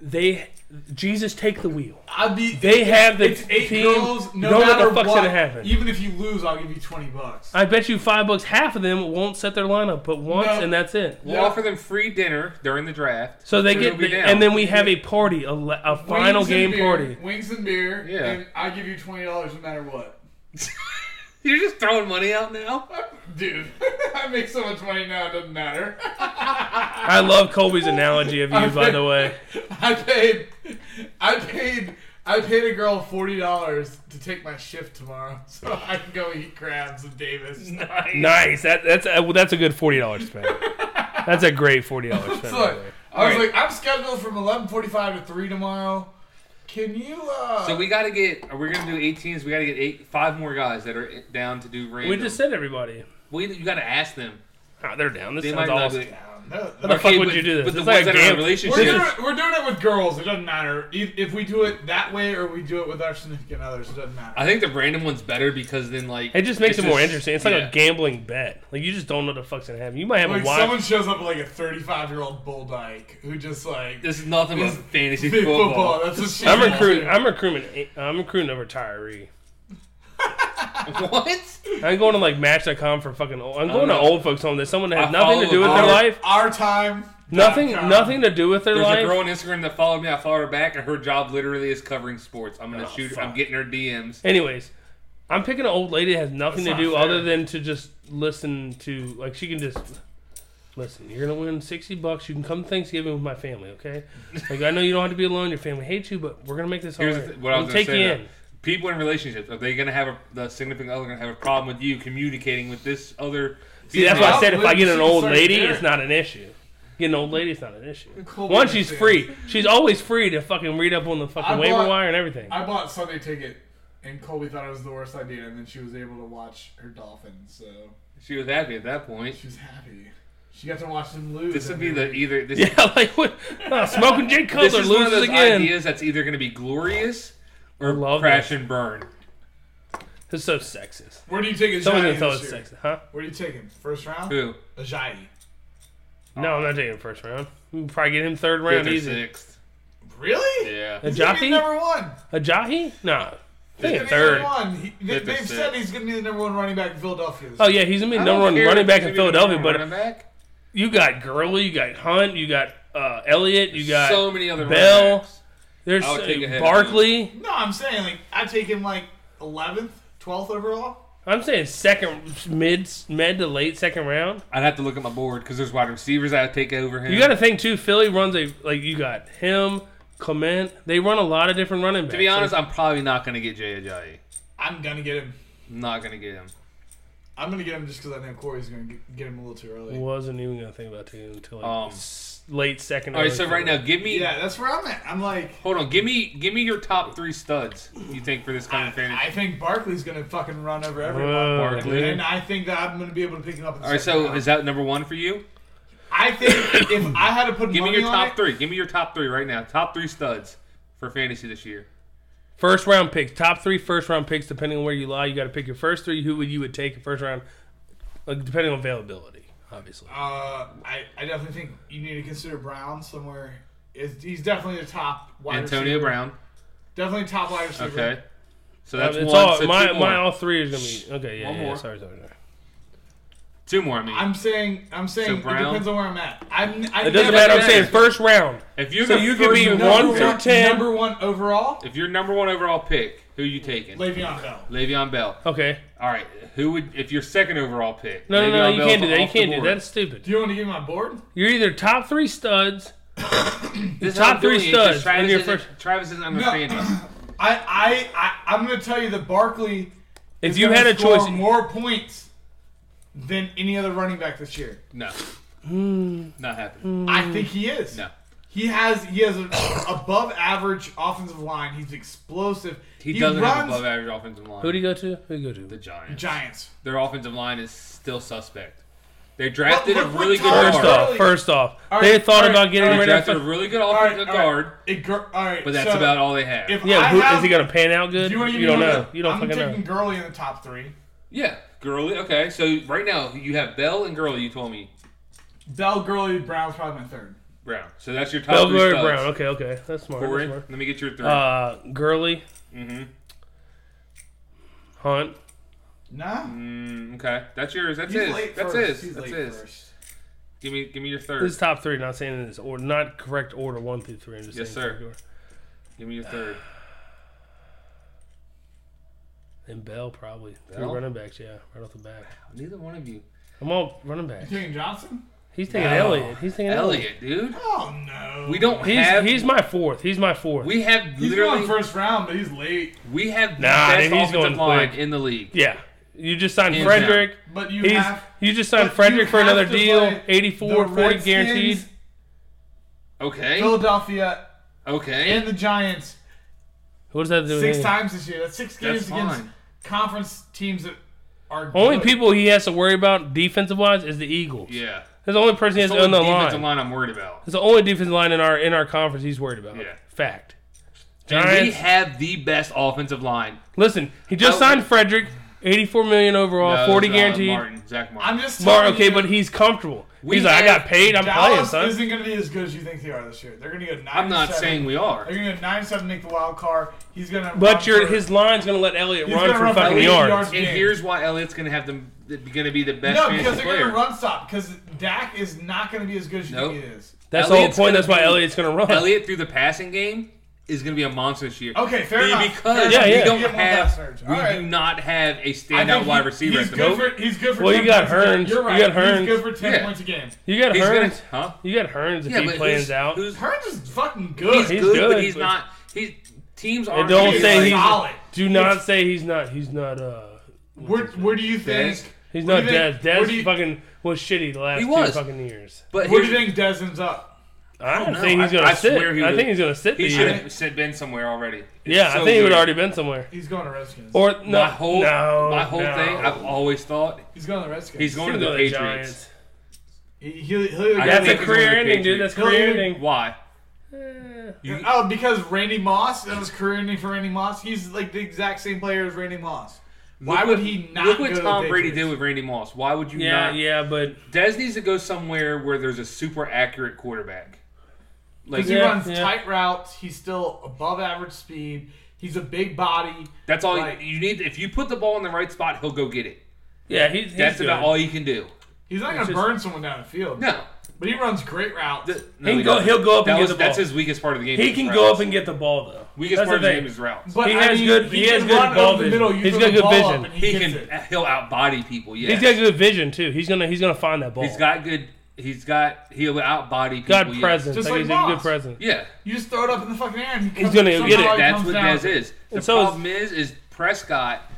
S1: they Jesus take the wheel.
S3: I'd be.
S1: They have the
S3: it's eight
S1: team.
S3: girls. No
S1: don't
S3: matter
S1: know what the fuck's
S3: what,
S1: gonna happen.
S3: Even if you lose, I'll give you twenty bucks.
S1: I bet you five bucks, half of them won't set their lineup but once,
S3: No.
S1: and that's it.
S2: We'll
S3: Yeah.
S2: offer them free dinner during the draft.
S1: So they
S2: We'll
S1: get,
S2: be down.
S1: and then we have a party, a, le- a final
S3: Wings
S1: game
S3: and beer,
S1: party.
S3: Wings and beer.
S2: Yeah.
S3: And I give you twenty dollars no matter what.
S2: *laughs* you're just throwing money out now.
S3: Dude, *laughs* I make so much money now it doesn't matter.
S1: I love Colby's analogy
S2: *laughs*
S1: of *laughs* you, by the way.
S3: I paid, I paid, I paid a girl forty dollars to take my shift tomorrow, *laughs* so I can go eat crabs with
S1: *laughs*
S3: Davis.
S1: Nice. That, that's a, well, that's a good forty dollars
S2: *laughs*
S1: spend. That's a great forty dollars spend.
S3: So
S1: by
S3: look,
S1: the way.
S3: I was
S2: Alright.
S3: like, I'm scheduled from eleven forty-five to three tomorrow. Can you? uh...
S2: So we got to get. We're gonna do 18s. We got to get eight, five more guys that are down to do random.
S1: We just said everybody.
S2: We, you got to ask them.
S1: Ah, they're down. This
S2: They might
S1: sounds awesome.
S2: not. Be,
S3: No,
S1: How the
S3: no.
S1: fuck
S2: Okay,
S1: would
S2: but-
S1: you do this?
S2: but the
S1: It's like
S2: ones that are in
S1: a game.
S2: relationships-
S1: We're
S3: We're doing,
S1: just-
S3: it, we're doing it with girls. It doesn't matter if, if we do it that way or we do it with our significant others. It doesn't matter.
S2: I think the random one's better because then like
S1: It just makes
S2: it's
S1: it more
S2: just-
S1: interesting. It's like
S2: yeah.
S1: a gambling bet. Like you just don't know what the fuck's gonna happen. You might have
S3: Like
S1: a wild.
S3: someone shows up with like a 35 year old bull dyke who just like *laughs*
S2: This is nothing but
S3: This-
S2: fantasy
S3: big
S2: football.
S3: football. That's what she
S1: I'm
S3: wants.
S1: recruiting. I'm recruiting. I'm recruiting a retiree.
S2: *laughs* What?
S1: I'm going to like Match.com for fucking. Old, I'm going
S2: don't
S1: to
S2: know.
S1: old folks home. There's someone that has
S2: I
S1: nothing to
S2: follow
S1: do with
S2: a
S1: their
S2: girl-
S1: life.
S3: Our time.
S1: Nothing.
S3: com.
S1: Nothing to do with their
S2: There's a
S1: life.
S2: girl on Instagram that followed me. I followed her back, and her job literally is covering sports. I'm gonna shoot. her. I'm
S1: Oh, fuck.
S2: getting her DMs.
S1: Anyways, I'm picking an old lady that has nothing
S3: That's
S1: to do
S3: not fair.
S1: other than to just listen to. Like she can just listen. You're gonna win sixty bucks. You can come to Thanksgiving with my
S2: *laughs*
S1: family. Okay. Like I know you don't have to be alone. Your family hates you, but we're gonna make this.
S2: Here's
S1: all right.
S2: the th- what I was
S1: We'll
S2: gonna
S1: take
S2: say.
S1: you
S2: though.
S1: in.
S2: people in relationships are they gonna have a the significant other gonna have a problem with you communicating with this other?
S1: See, that's why I said if I get an old
S3: Started
S1: lady,
S3: there.
S1: it's not an issue. Getting an old lady, it's not an issue.
S3: Cool
S1: Once she's
S3: understand.
S1: free, she's always free to fucking read up on the fucking
S3: I
S1: waiver
S3: bought-
S1: wire and everything.
S3: I bought Sunday ticket, and Colby thought it was the worst idea, and then she was able to watch her Dolphins, so
S2: She was happy at that point.
S3: she was happy. She got to watch them lose.
S2: This would
S3: and
S2: be
S3: they-
S2: the either this,
S1: *laughs* Yeah, like what? *laughs* Oh, smoking Jay
S2: *laughs* this
S1: Cutler
S2: is one of
S1: loses
S2: those
S1: again.
S2: ideas that's either gonna be glorious or
S1: love
S2: crash
S1: this.
S2: and burn.
S1: It's so sexist.
S3: Where do you take
S1: Someone's
S3: Ajayi
S1: gonna tell us
S3: this year?
S1: sexist, huh?
S3: Where do you take him? First round?
S2: Who?
S3: Ajayi.
S1: No, I'm not taking him first round. We can probably get him third round
S2: Fifth or
S1: easy.
S2: sixth.
S3: Really?
S2: Yeah.
S1: A
S3: He's gonna
S1: jockey?
S3: be number one.
S1: Ajahi? No.
S3: He's
S1: Think
S3: gonna be
S1: third.
S3: number one. He- they,
S2: Fifth or
S3: they've said
S2: sixth.
S3: he's going to be the number one running back in Philadelphia. this
S1: Oh
S3: year.
S1: yeah, he's gonna be
S2: I
S1: number
S2: don't
S1: one
S2: care
S1: running
S2: if
S1: back
S2: he's
S1: in
S2: gonna be the
S1: Philadelphia,
S2: number
S1: but
S2: one running back.
S1: you got Gurley, you got Hunt, you got uh, Elliott, you got
S2: so many other
S1: Bell.
S2: running backs.
S1: there's
S2: I would
S1: uh,
S2: take ahead of
S1: Barkley.
S3: No, I'm saying, like, I take him, like, 11th, 12th overall.
S1: I'm saying second mid mid to late second round.
S2: I'd have to look at my board because there's wide receivers I would take over him.
S1: You got to think too. Philly runs a like you got him, Clement. They run a lot of different running backs.
S2: to be honest, I'm probably not going to get Jay Ajayi.
S3: I'm going to get him.
S2: I'm not going to get him.
S3: I'm going to get him just because I know Corey's going to get him a little too early.
S1: wasn't even gonna think about taking him until like
S2: Um,
S1: s- late second.
S2: All right,
S1: early
S2: so
S1: third.
S2: right now, give me
S3: Yeah, that's where I'm at. I'm like,
S2: hold on, give me give me your top three studs you think for this coming fantasy.
S3: I think Barkley's going to fucking run over everyone.
S1: Whoa.
S2: Barkley.
S3: And I think that I'm going to be able to pick him up. In the
S2: All right,
S3: second
S2: so
S3: round.
S2: is that number one for you?
S3: I think if I had to
S2: *laughs*
S3: put
S2: Give me
S3: money
S2: your
S3: on
S2: top
S3: it,
S2: three. Give me your top three right now. Top three studs for fantasy this year.
S1: First round picks, top three first round picks, depending on where you lie, you got to pick your first three. Who would you would take in first round, like, depending on availability, obviously.
S3: Uh, I, I definitely think you need to consider Brown somewhere. Is he's definitely the top wide
S2: Antonio
S3: receiver.
S2: Brown.
S3: Definitely top wide receiver.
S2: Okay, so that's
S1: Uh, it's
S2: one.
S1: all
S2: so
S1: my
S2: two more.
S1: my all three is gonna be okay. Yeah,
S2: One
S1: yeah,
S2: more.
S1: Sorry, sorry, sorry.
S2: two more. I mean,
S3: I'm saying I'm saying it
S2: Brown?
S3: depends on where I'm at. I'm, I
S1: It doesn't
S2: but
S1: matter. I'm
S2: yeah.
S1: saying first round.
S2: if you're
S1: So
S2: the
S1: you could
S2: first
S1: be
S2: number
S1: one
S2: pick-
S1: for
S3: number,
S1: 10.
S3: number one overall.
S2: If you're number one overall pick, who you taking?
S3: Le'Veon Bell.
S2: Le'Veon Bell.
S1: Okay.
S2: All right, who would if your second overall pick?
S1: Oh. No, no, no.
S2: Le'Veon
S1: You
S2: Bell
S1: can't do that. You
S2: off
S1: can't
S2: the
S1: do that.
S2: board.
S1: That's stupid.
S3: Do you want to give me my board?
S1: You're either top three studs.
S2: This is
S1: Top
S2: how I'm doing
S1: three
S2: it, 'cause
S1: studs in
S2: Travis,
S1: your
S2: isn't-
S1: first-
S2: Travis isn't understanding.
S3: I I, I I'm going to tell you that Barkley.
S1: If
S3: is
S1: you
S3: gonna
S1: had a
S3: score
S1: choice,
S3: more points than any other running back this year.
S2: No.
S1: Hmm.
S2: Not happening.
S3: I think he is.
S2: No.
S3: He has he has an *coughs* above average offensive line. He's explosive.
S2: He, doesn't have above average offensive line.
S1: who do you go to? Who do you go
S2: The
S1: to?
S2: Giants.
S3: Giants.
S2: Their offensive line is still suspect. They drafted
S3: But
S2: a
S3: look
S2: really
S3: what
S2: good
S3: Tom
S1: First
S2: guard.
S1: off,
S3: Really?
S1: first off,
S3: All
S1: they
S3: right,
S1: thought
S3: all right,
S1: about getting
S3: all right,
S2: They
S1: rid of.
S2: drafted a
S1: fuck-
S2: really good
S3: All right,
S2: offensive
S3: all right.
S2: guard,
S3: It gr- all right.
S2: but that's
S3: so
S2: about all they have.
S3: If
S1: Yeah,
S3: I
S1: who,
S3: have,
S1: is he gonna pan out good?
S3: Do you,
S1: You,
S3: want to
S1: don't know. You don't
S3: I'm
S1: fucking
S3: taking
S1: know.
S3: Gurley in the top three.
S2: yeah, Gurley. Okay, so right now you have Bell and Gurley. You told me
S3: Bell, Gurley, Brown's probably my third.
S2: Brown. So that's your top three
S1: Belgrade
S2: studs.
S1: Brown. Okay, okay, that's smart. That's
S2: Corey,
S1: smart.
S2: let me get your three.
S1: Uh, Gurley,
S2: mm-hmm.
S1: Hunt.
S3: Nah,
S2: Mm, okay, that's yours. That's
S3: he's
S2: his.
S3: late
S2: That's
S3: first.
S2: his.
S3: He's
S2: That's
S3: late
S2: his.
S3: first.
S2: Give me, give me your third.
S1: This is top three. Not saying in this or not correct order one through three. I'm just
S2: Yes,
S1: saying
S2: sir.
S1: correct order.
S2: Give me your third.
S1: And Bell probably three
S2: Bell?
S1: running backs. Yeah, right off the bat.
S2: Neither one
S3: *sighs*
S2: of you.
S1: I'm all running back.
S3: You taking Johnson?
S1: He's taking
S2: No.
S1: Elliott. He's taking Elliott.
S2: Elliott, dude.
S3: Oh no.
S2: We don't
S1: He's
S2: have.
S1: he's my fourth. He's my fourth.
S2: we have
S3: He's
S2: literally.
S3: going first round, but he's late.
S2: we have the
S1: Nah,
S2: best
S1: dude, he's
S2: offensive
S1: going
S2: line
S1: quick.
S2: in the league.
S1: yeah, you just signed
S2: Hands
S1: Frederick.
S3: But you
S1: He's,
S3: have
S1: you just signed
S3: but
S1: Frederick
S3: you
S1: for
S3: have
S1: another
S3: to
S1: deal,
S3: play
S1: 84,
S3: the
S1: 40
S3: Redskins,
S1: guaranteed.
S2: Okay.
S3: Philadelphia
S2: Okay.
S3: and the Giants
S1: What does that do? with
S3: six
S1: anything?
S3: times this year. That's six
S2: That's
S3: games against
S2: fine.
S3: conference teams that are
S1: Only
S3: good.
S1: people he has to worry about defensive wise is the Eagles.
S2: Yeah.
S1: That's the only person he has
S2: It's only
S1: on the
S2: defensive
S1: line.
S2: line I'm worried about.
S1: It's the only defensive line in our in our conference he's worried about.
S2: Yeah.
S1: Fact.
S2: And we
S1: Giants.
S2: have the best offensive line.
S1: Listen, he just
S2: I-
S1: signed Frederick, eighty-four million overall,
S2: No,
S1: forty
S2: uh,
S1: guaranteed. Mark,
S2: Martin, Zach Martin.
S3: I'm just telling
S1: okay,
S3: you,
S1: but he's comfortable.
S2: We
S1: he's like, I
S2: have
S1: got paid. I'm playing,
S3: Dallas
S1: son.
S3: isn't going to be as good as you think they are this year. They're going to go nine.
S2: I'm not
S3: seven.
S2: saying we are.
S3: They're going to go nine seven, make the wild card. He's going to.
S1: but your his line's gonna let Elliott
S3: He's
S1: run
S3: gonna
S1: for
S3: run for
S1: fucking
S3: 80
S1: yards.
S3: yards.
S2: And here's why Elliott's going to have them going to be the best
S3: No,
S2: fantasy
S3: because they're going
S2: player.
S3: to run stop because Dak is not going to be as good as you
S2: Nope.
S3: think he is.
S1: That's
S2: Elliott's
S1: the whole point.
S2: gonna
S1: That's why
S2: be-
S1: Elliott's gonna run.
S2: Elliott through the passing game is going to be a monster this year.
S3: Okay, fair
S2: Be-
S3: enough.
S2: Because
S1: Yeah, yeah.
S2: we don't
S3: Give him all that
S2: have
S3: surge.
S2: we
S3: All right.
S2: do not have a
S3: I
S2: standout
S3: think
S2: wide
S3: he-
S2: receiver
S3: He's
S2: at the
S3: good
S2: moment.
S3: for he's good for.
S1: Well,
S3: 10
S1: you got
S3: points a game.
S1: Hearns.
S3: You're
S1: You
S3: right.
S1: got Hearns.
S3: He's good for ten
S2: Yeah.
S3: points a game.
S1: You got
S2: He's gonna,
S1: Hearns.
S2: huh?
S1: You got Hearns if
S2: Yeah,
S1: he
S2: but
S1: plans
S2: who's,
S1: out.
S2: who's
S3: Hearns is fucking good.
S2: he's
S1: He's
S2: good,
S1: good,
S2: but he's
S1: but-
S2: not. He's teams
S1: And
S2: aren't
S1: don't
S2: gonna be
S1: say
S2: like-
S1: he's
S3: solid.
S1: Do not say he's not. He's not. Uh,
S3: Where, where do you think?
S2: Dez?
S1: he's
S3: What
S1: not
S3: do you
S1: Dez.
S3: think- what
S1: Dez
S3: do you-
S1: fucking was shitty the last
S2: He
S1: two
S2: was.
S1: fucking years.
S2: But
S3: Where do
S2: here's-
S3: you think Dez ends up?
S1: I don't
S2: know.
S1: think he's
S2: I-
S1: gonna
S2: I
S1: sit.
S2: swear he
S1: I
S2: would-
S1: think he's gonna sit
S2: he
S1: the
S2: should
S1: year.
S2: have said been somewhere already. It's
S1: Yeah,
S2: so
S1: I think he would
S2: good.
S1: already been somewhere.
S3: He's going to Redskins.
S1: Or no,
S2: My whole
S1: no,
S2: my whole
S1: no.
S2: thing. I've always thought
S3: he's going to Redskins.
S2: he's going to the
S1: He's
S2: Patriots.
S1: gonna
S3: He, he'll, he'll,
S2: I
S1: That's a
S2: think he's
S1: career
S2: going to the
S1: ending, dude. That's
S2: Patriots.
S1: career
S3: Career-
S1: ending.
S2: Why?
S3: oh, because Randy Moss, that was career ending for Randy Moss. He's like the exact same player as Randy Moss. Why
S2: Look
S3: would
S2: what-
S3: he not
S2: Look
S3: go
S2: what
S3: to
S2: Tom
S3: the
S2: Brady did
S3: Patriots?
S2: with Randy Moss. Why would you
S1: Yeah,
S2: not?
S1: yeah, but
S2: Des needs to go somewhere where there's a super accurate quarterback. Like
S3: Because he
S1: Yeah,
S3: runs
S1: yeah.
S3: tight routes. He's still above average speed. He's a big body.
S2: that's all
S3: Like-
S2: you need. If you put the ball in the right spot, he'll go get it.
S1: yeah, he's, he's
S2: That's
S1: good.
S2: about all he can do.
S3: He's not going to
S1: just-
S3: burn someone down the field.
S2: No,
S3: But he runs great routes.
S2: Th- no,
S1: He can go-
S2: doesn't.
S1: he'll go up
S2: That
S1: and get
S2: was-
S1: the ball.
S2: That's his weakest part of the game.
S1: He
S2: is
S1: can
S2: routes.
S1: go up and get the ball though.
S2: Weakest
S1: That's
S2: part of
S1: the
S2: the game
S1: thing.
S2: is routes.
S3: but
S1: he
S3: I
S1: has
S3: mean,
S1: good- he has
S3: can
S1: good
S3: run
S1: ball
S3: over the
S1: vision.
S3: middle. You
S1: He's
S3: throw
S1: got
S3: the
S1: good
S3: ball up
S1: vision.
S3: and
S2: he
S3: gets
S2: can.
S3: it.
S2: He'll outbody people. Yeah,
S1: He's got good vision too. He's gonna he's gonna find that ball.
S2: He's got good. He's got. He'll outbody people.
S1: God
S2: yeah.
S1: presence.
S3: Just
S1: Like,
S3: like
S1: he's a good
S3: Moss.
S1: presence.
S2: Yeah.
S3: You just throw it up in the fucking air and he comes,
S1: gonna go get it.
S3: somehow he
S2: That's
S3: comes
S2: what
S3: down.
S2: Dez is. The
S1: And so is-
S2: problem is, is Prescott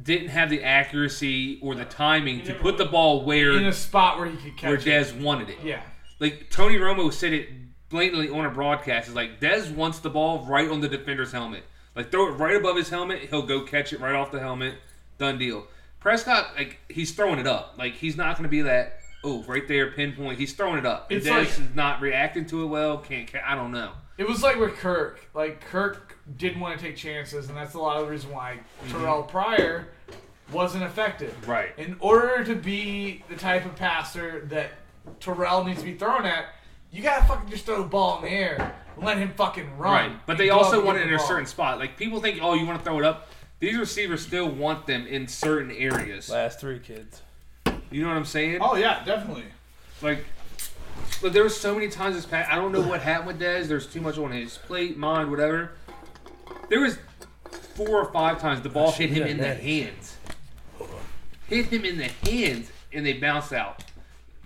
S2: didn't have the accuracy or the timing to put the ball
S3: In a
S2: where
S3: spot where he could
S2: where
S3: catch it.
S2: Dez wanted it.
S3: Yeah.
S2: Like Tony Romo said it blatantly on a broadcast. Is like Dez wants the ball right on the defender's helmet. Like throw it right above his helmet. He'll go catch it right off the helmet. Done deal. Prescott, like he's throwing it up. Like he's not going to be that. Oh, right there, pinpoint. He's throwing it up. And
S3: It's
S2: Dez
S3: like-
S2: is not reacting to it well. Can't. ca- I don't know.
S3: It was like with Kirk. Like Kirk didn't want to take chances, and that's a lot of the reason why Terrell Pryor wasn't effective.
S2: Mm-hmm. Right.
S3: In order to be the type of passer that Terrell needs to be thrown at, you gotta fucking just throw the ball in the air and let him fucking run.
S2: Right, but
S3: and
S2: they
S3: go up
S2: also
S3: and
S2: want
S3: get
S2: it
S3: the
S2: in a
S3: ball.
S2: certain spot. Like people think, oh, you want to throw it up. These receivers still want them in certain areas.
S1: Last three kids.
S2: You know what I'm saying?
S3: Oh yeah, definitely.
S2: Like, but there were so many times this past. I don't know what happened with Dez. There's too much on his plate, mind, whatever. There was four or five times the ball hit him in the
S1: that.
S2: hands. Hit him in the hands, and they bounce out.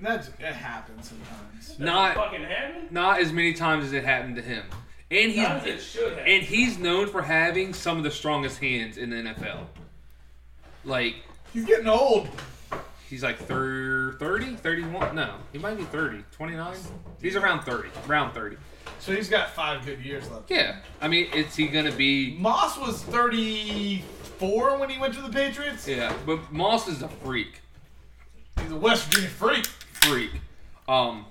S3: That's it happens sometimes.
S2: Not
S1: Fucking happened.
S2: not as many times as it happened to him. And
S1: Times it
S2: he's
S1: should happen.
S2: and he's known for having some of the strongest hands in the NFL. Like
S3: He's getting old.
S2: he's like thir- 30, 31. No, he might be 30, 29. He's around 30, around 30.
S3: So he's got five good years left.
S2: Yeah. I mean, is he going to be
S3: Moss was 34 when he went to the Patriots.
S2: Yeah, but Moss is a freak.
S3: He's a West Virginia freak.
S2: Freak. Um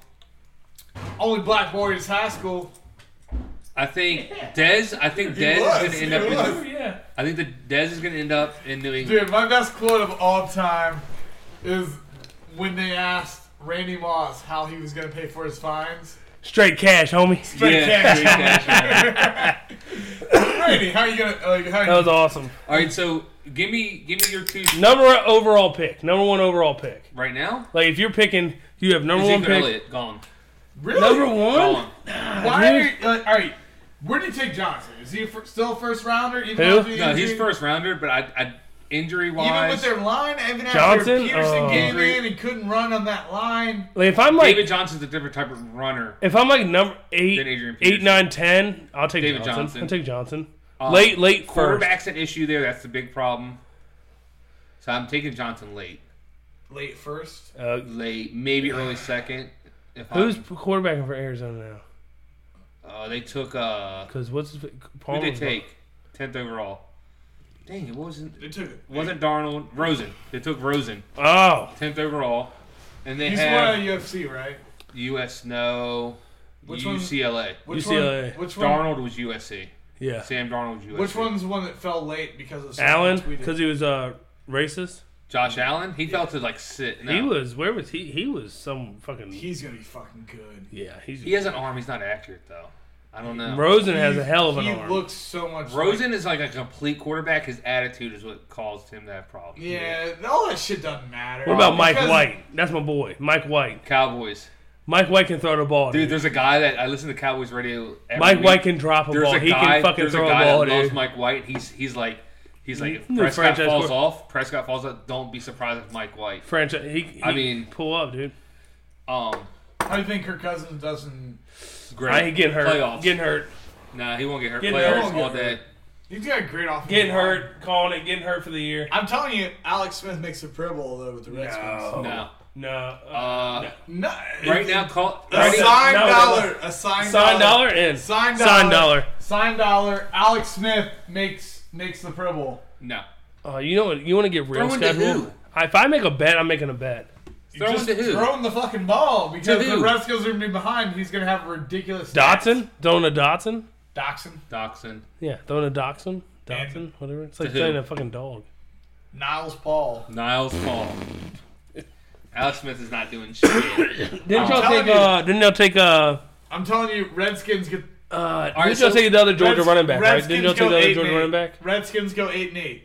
S3: Only black boy in his high school.
S2: I think Dez, I think
S3: He
S2: Dez
S3: was,
S2: is going
S3: he
S2: to end up
S3: was.
S2: in,
S1: Yeah.
S2: I think the Dez is going to end up in New England.
S3: Dude, my best quote of all time is when they asked Randy Moss how he was going to pay for his fines.
S1: Straight cash, homie.
S3: Straight
S2: yeah,
S3: cash.
S2: straight cash, man.
S3: Randy, how are you going to. Like, how
S1: That was awesome.
S2: All right, so give me give me your two
S1: Number overall pick. Number one overall pick.
S2: right now.
S1: Like if you're picking, you have number one
S2: Ezekiel
S1: pick.
S2: Elliott gone,
S3: really?
S1: Number one.
S2: gone.
S3: Why are
S1: dude.
S3: you. Like, all right. Where do you take Johnson? Is he a fir- still a first rounder? Even
S1: Who?
S3: after the
S2: No, he's
S3: injury?
S2: first rounder, but I, I injury
S3: Even with
S2: wise,
S3: their line, even after
S1: Johnson?
S3: Peterson
S1: Oh.
S3: came in and couldn't run on that line.
S1: Like if I'm like
S2: David Johnson's a different type of runner.
S1: if I'm like number eight,
S2: Then Adrian
S1: eight,
S2: Peterson.
S1: nine, ten, I'll take
S2: David
S1: Johnson.
S2: Johnson.
S1: I'll take Johnson. late, late first.
S2: Um, Quarterback's an issue there. That's the big problem. So I'm taking Johnson late,
S3: Late first.
S1: Uh,
S2: late, maybe early second. If
S1: who's
S2: I'm,
S1: quarterbacking for Arizona now?
S2: uh, they took uh,
S1: Because what's his,
S2: who
S1: Palmer?
S2: they take tenth overall? Dang, it wasn't
S3: They took it.
S2: wasn't Darnold Rosen. They took Rosen
S1: Oh,
S2: tenth overall, and they
S3: He's
S2: have
S3: one of the UFC, right?
S2: U.S. No,
S3: Which one-
S2: UCLA.
S3: Which
S1: UCLA.
S3: One, which one?
S2: Darnold was USC.
S1: yeah.
S2: Sam Darnold was USC.
S3: Which one's the one that fell late because of something
S1: Allen,
S3: tweeted?
S1: because he was uh, racist.
S2: Josh Allen. He fell to like sit. No.
S1: He was. Where was he? He was some fucking.
S3: He's gonna be fucking good.
S1: yeah, he's.
S2: He has an arm. He's not accurate though. I don't know.
S1: Rosen has a hell of an
S3: he
S1: arm.
S3: looks so much.
S2: Rosen is like a complete quarterback. His attitude is what caused him to have problems.
S3: yeah, all that shit doesn't matter.
S1: what
S3: Uh,
S1: about Mike
S3: Because-
S1: White? That's my boy, Mike White.
S2: Cowboys.
S1: Mike White can throw the ball,
S2: Dude,
S1: dude.
S2: there's a guy that I listen to Cowboys radio. Every
S1: Mike
S2: week.
S1: White can drop a
S2: There's
S1: ball.
S2: a
S1: He
S2: guy.
S1: can fucking
S2: there's
S1: throw a,
S2: a guy
S1: ball,
S2: that loves
S1: dude.
S2: Mike White. He's he's like he's like if
S1: New
S2: Prescott
S1: franchise
S2: falls
S1: quarter-
S2: off. Prescott falls off. Don't be surprised if Mike White.
S1: Franchise. He, he
S2: I mean-
S1: pull up, dude.
S2: Um,
S3: How do you think Kirk Cousins doesn't?
S2: great.
S1: I ain't getting hurt.
S2: Playoffs.
S1: Getting hurt.
S2: Nah, he won't get hurt.
S1: Get
S2: Players
S1: hurt.
S2: all day.
S3: He's got a great offense.
S1: Getting hurt, calling it, getting hurt for the year.
S8: I'm telling you, Alex Smith makes the Pro Bowl though with the Redskins.
S2: No.
S1: No.
S2: Uh,
S1: no.
S8: No,
S2: Right now, call.
S8: a
S2: Right now,
S8: signed
S1: no, no,
S8: dollar, a signed,
S1: Sign dollar in.
S8: Sign
S1: Sign
S8: dollar.
S1: dollar.
S3: Sign dollar. Alex Smith makes makes the Pro Bowl.
S2: no.
S1: Oh, you know what? You want to get real
S2: Throw into
S1: schedule?
S2: who?
S1: If I make a bet, I'm making a bet.
S2: Throw
S3: Just
S2: into who?
S3: throw him the fucking ball because
S2: To
S3: the
S2: who?
S3: Redskins are gonna be behind. He's gonna have ridiculous. stats.
S1: Dotson? Dona Dotson?
S3: Dotson.
S2: Dachshund.
S1: Yeah, Dona Dotson? Dotson? Whatever. It's like
S2: who?
S1: saying a fucking dog.
S3: Niles Paul.
S2: Niles
S1: *laughs*
S2: Paul. Alex Smith is not doing shit.
S1: *coughs* Didn't y'all
S3: telling
S1: take, uh, didn't y'all take, uh,
S3: I'm telling you, Redskins get.
S1: uh, didn't
S2: right,
S1: y'all
S2: so
S1: take the other Georgia
S3: Reds-
S1: running back, right? Didn't
S3: Redskins
S1: y'all take
S3: go
S1: the other
S3: eight
S1: Georgia
S3: and
S1: running
S3: eight.
S1: back?
S3: Redskins go eight and eight.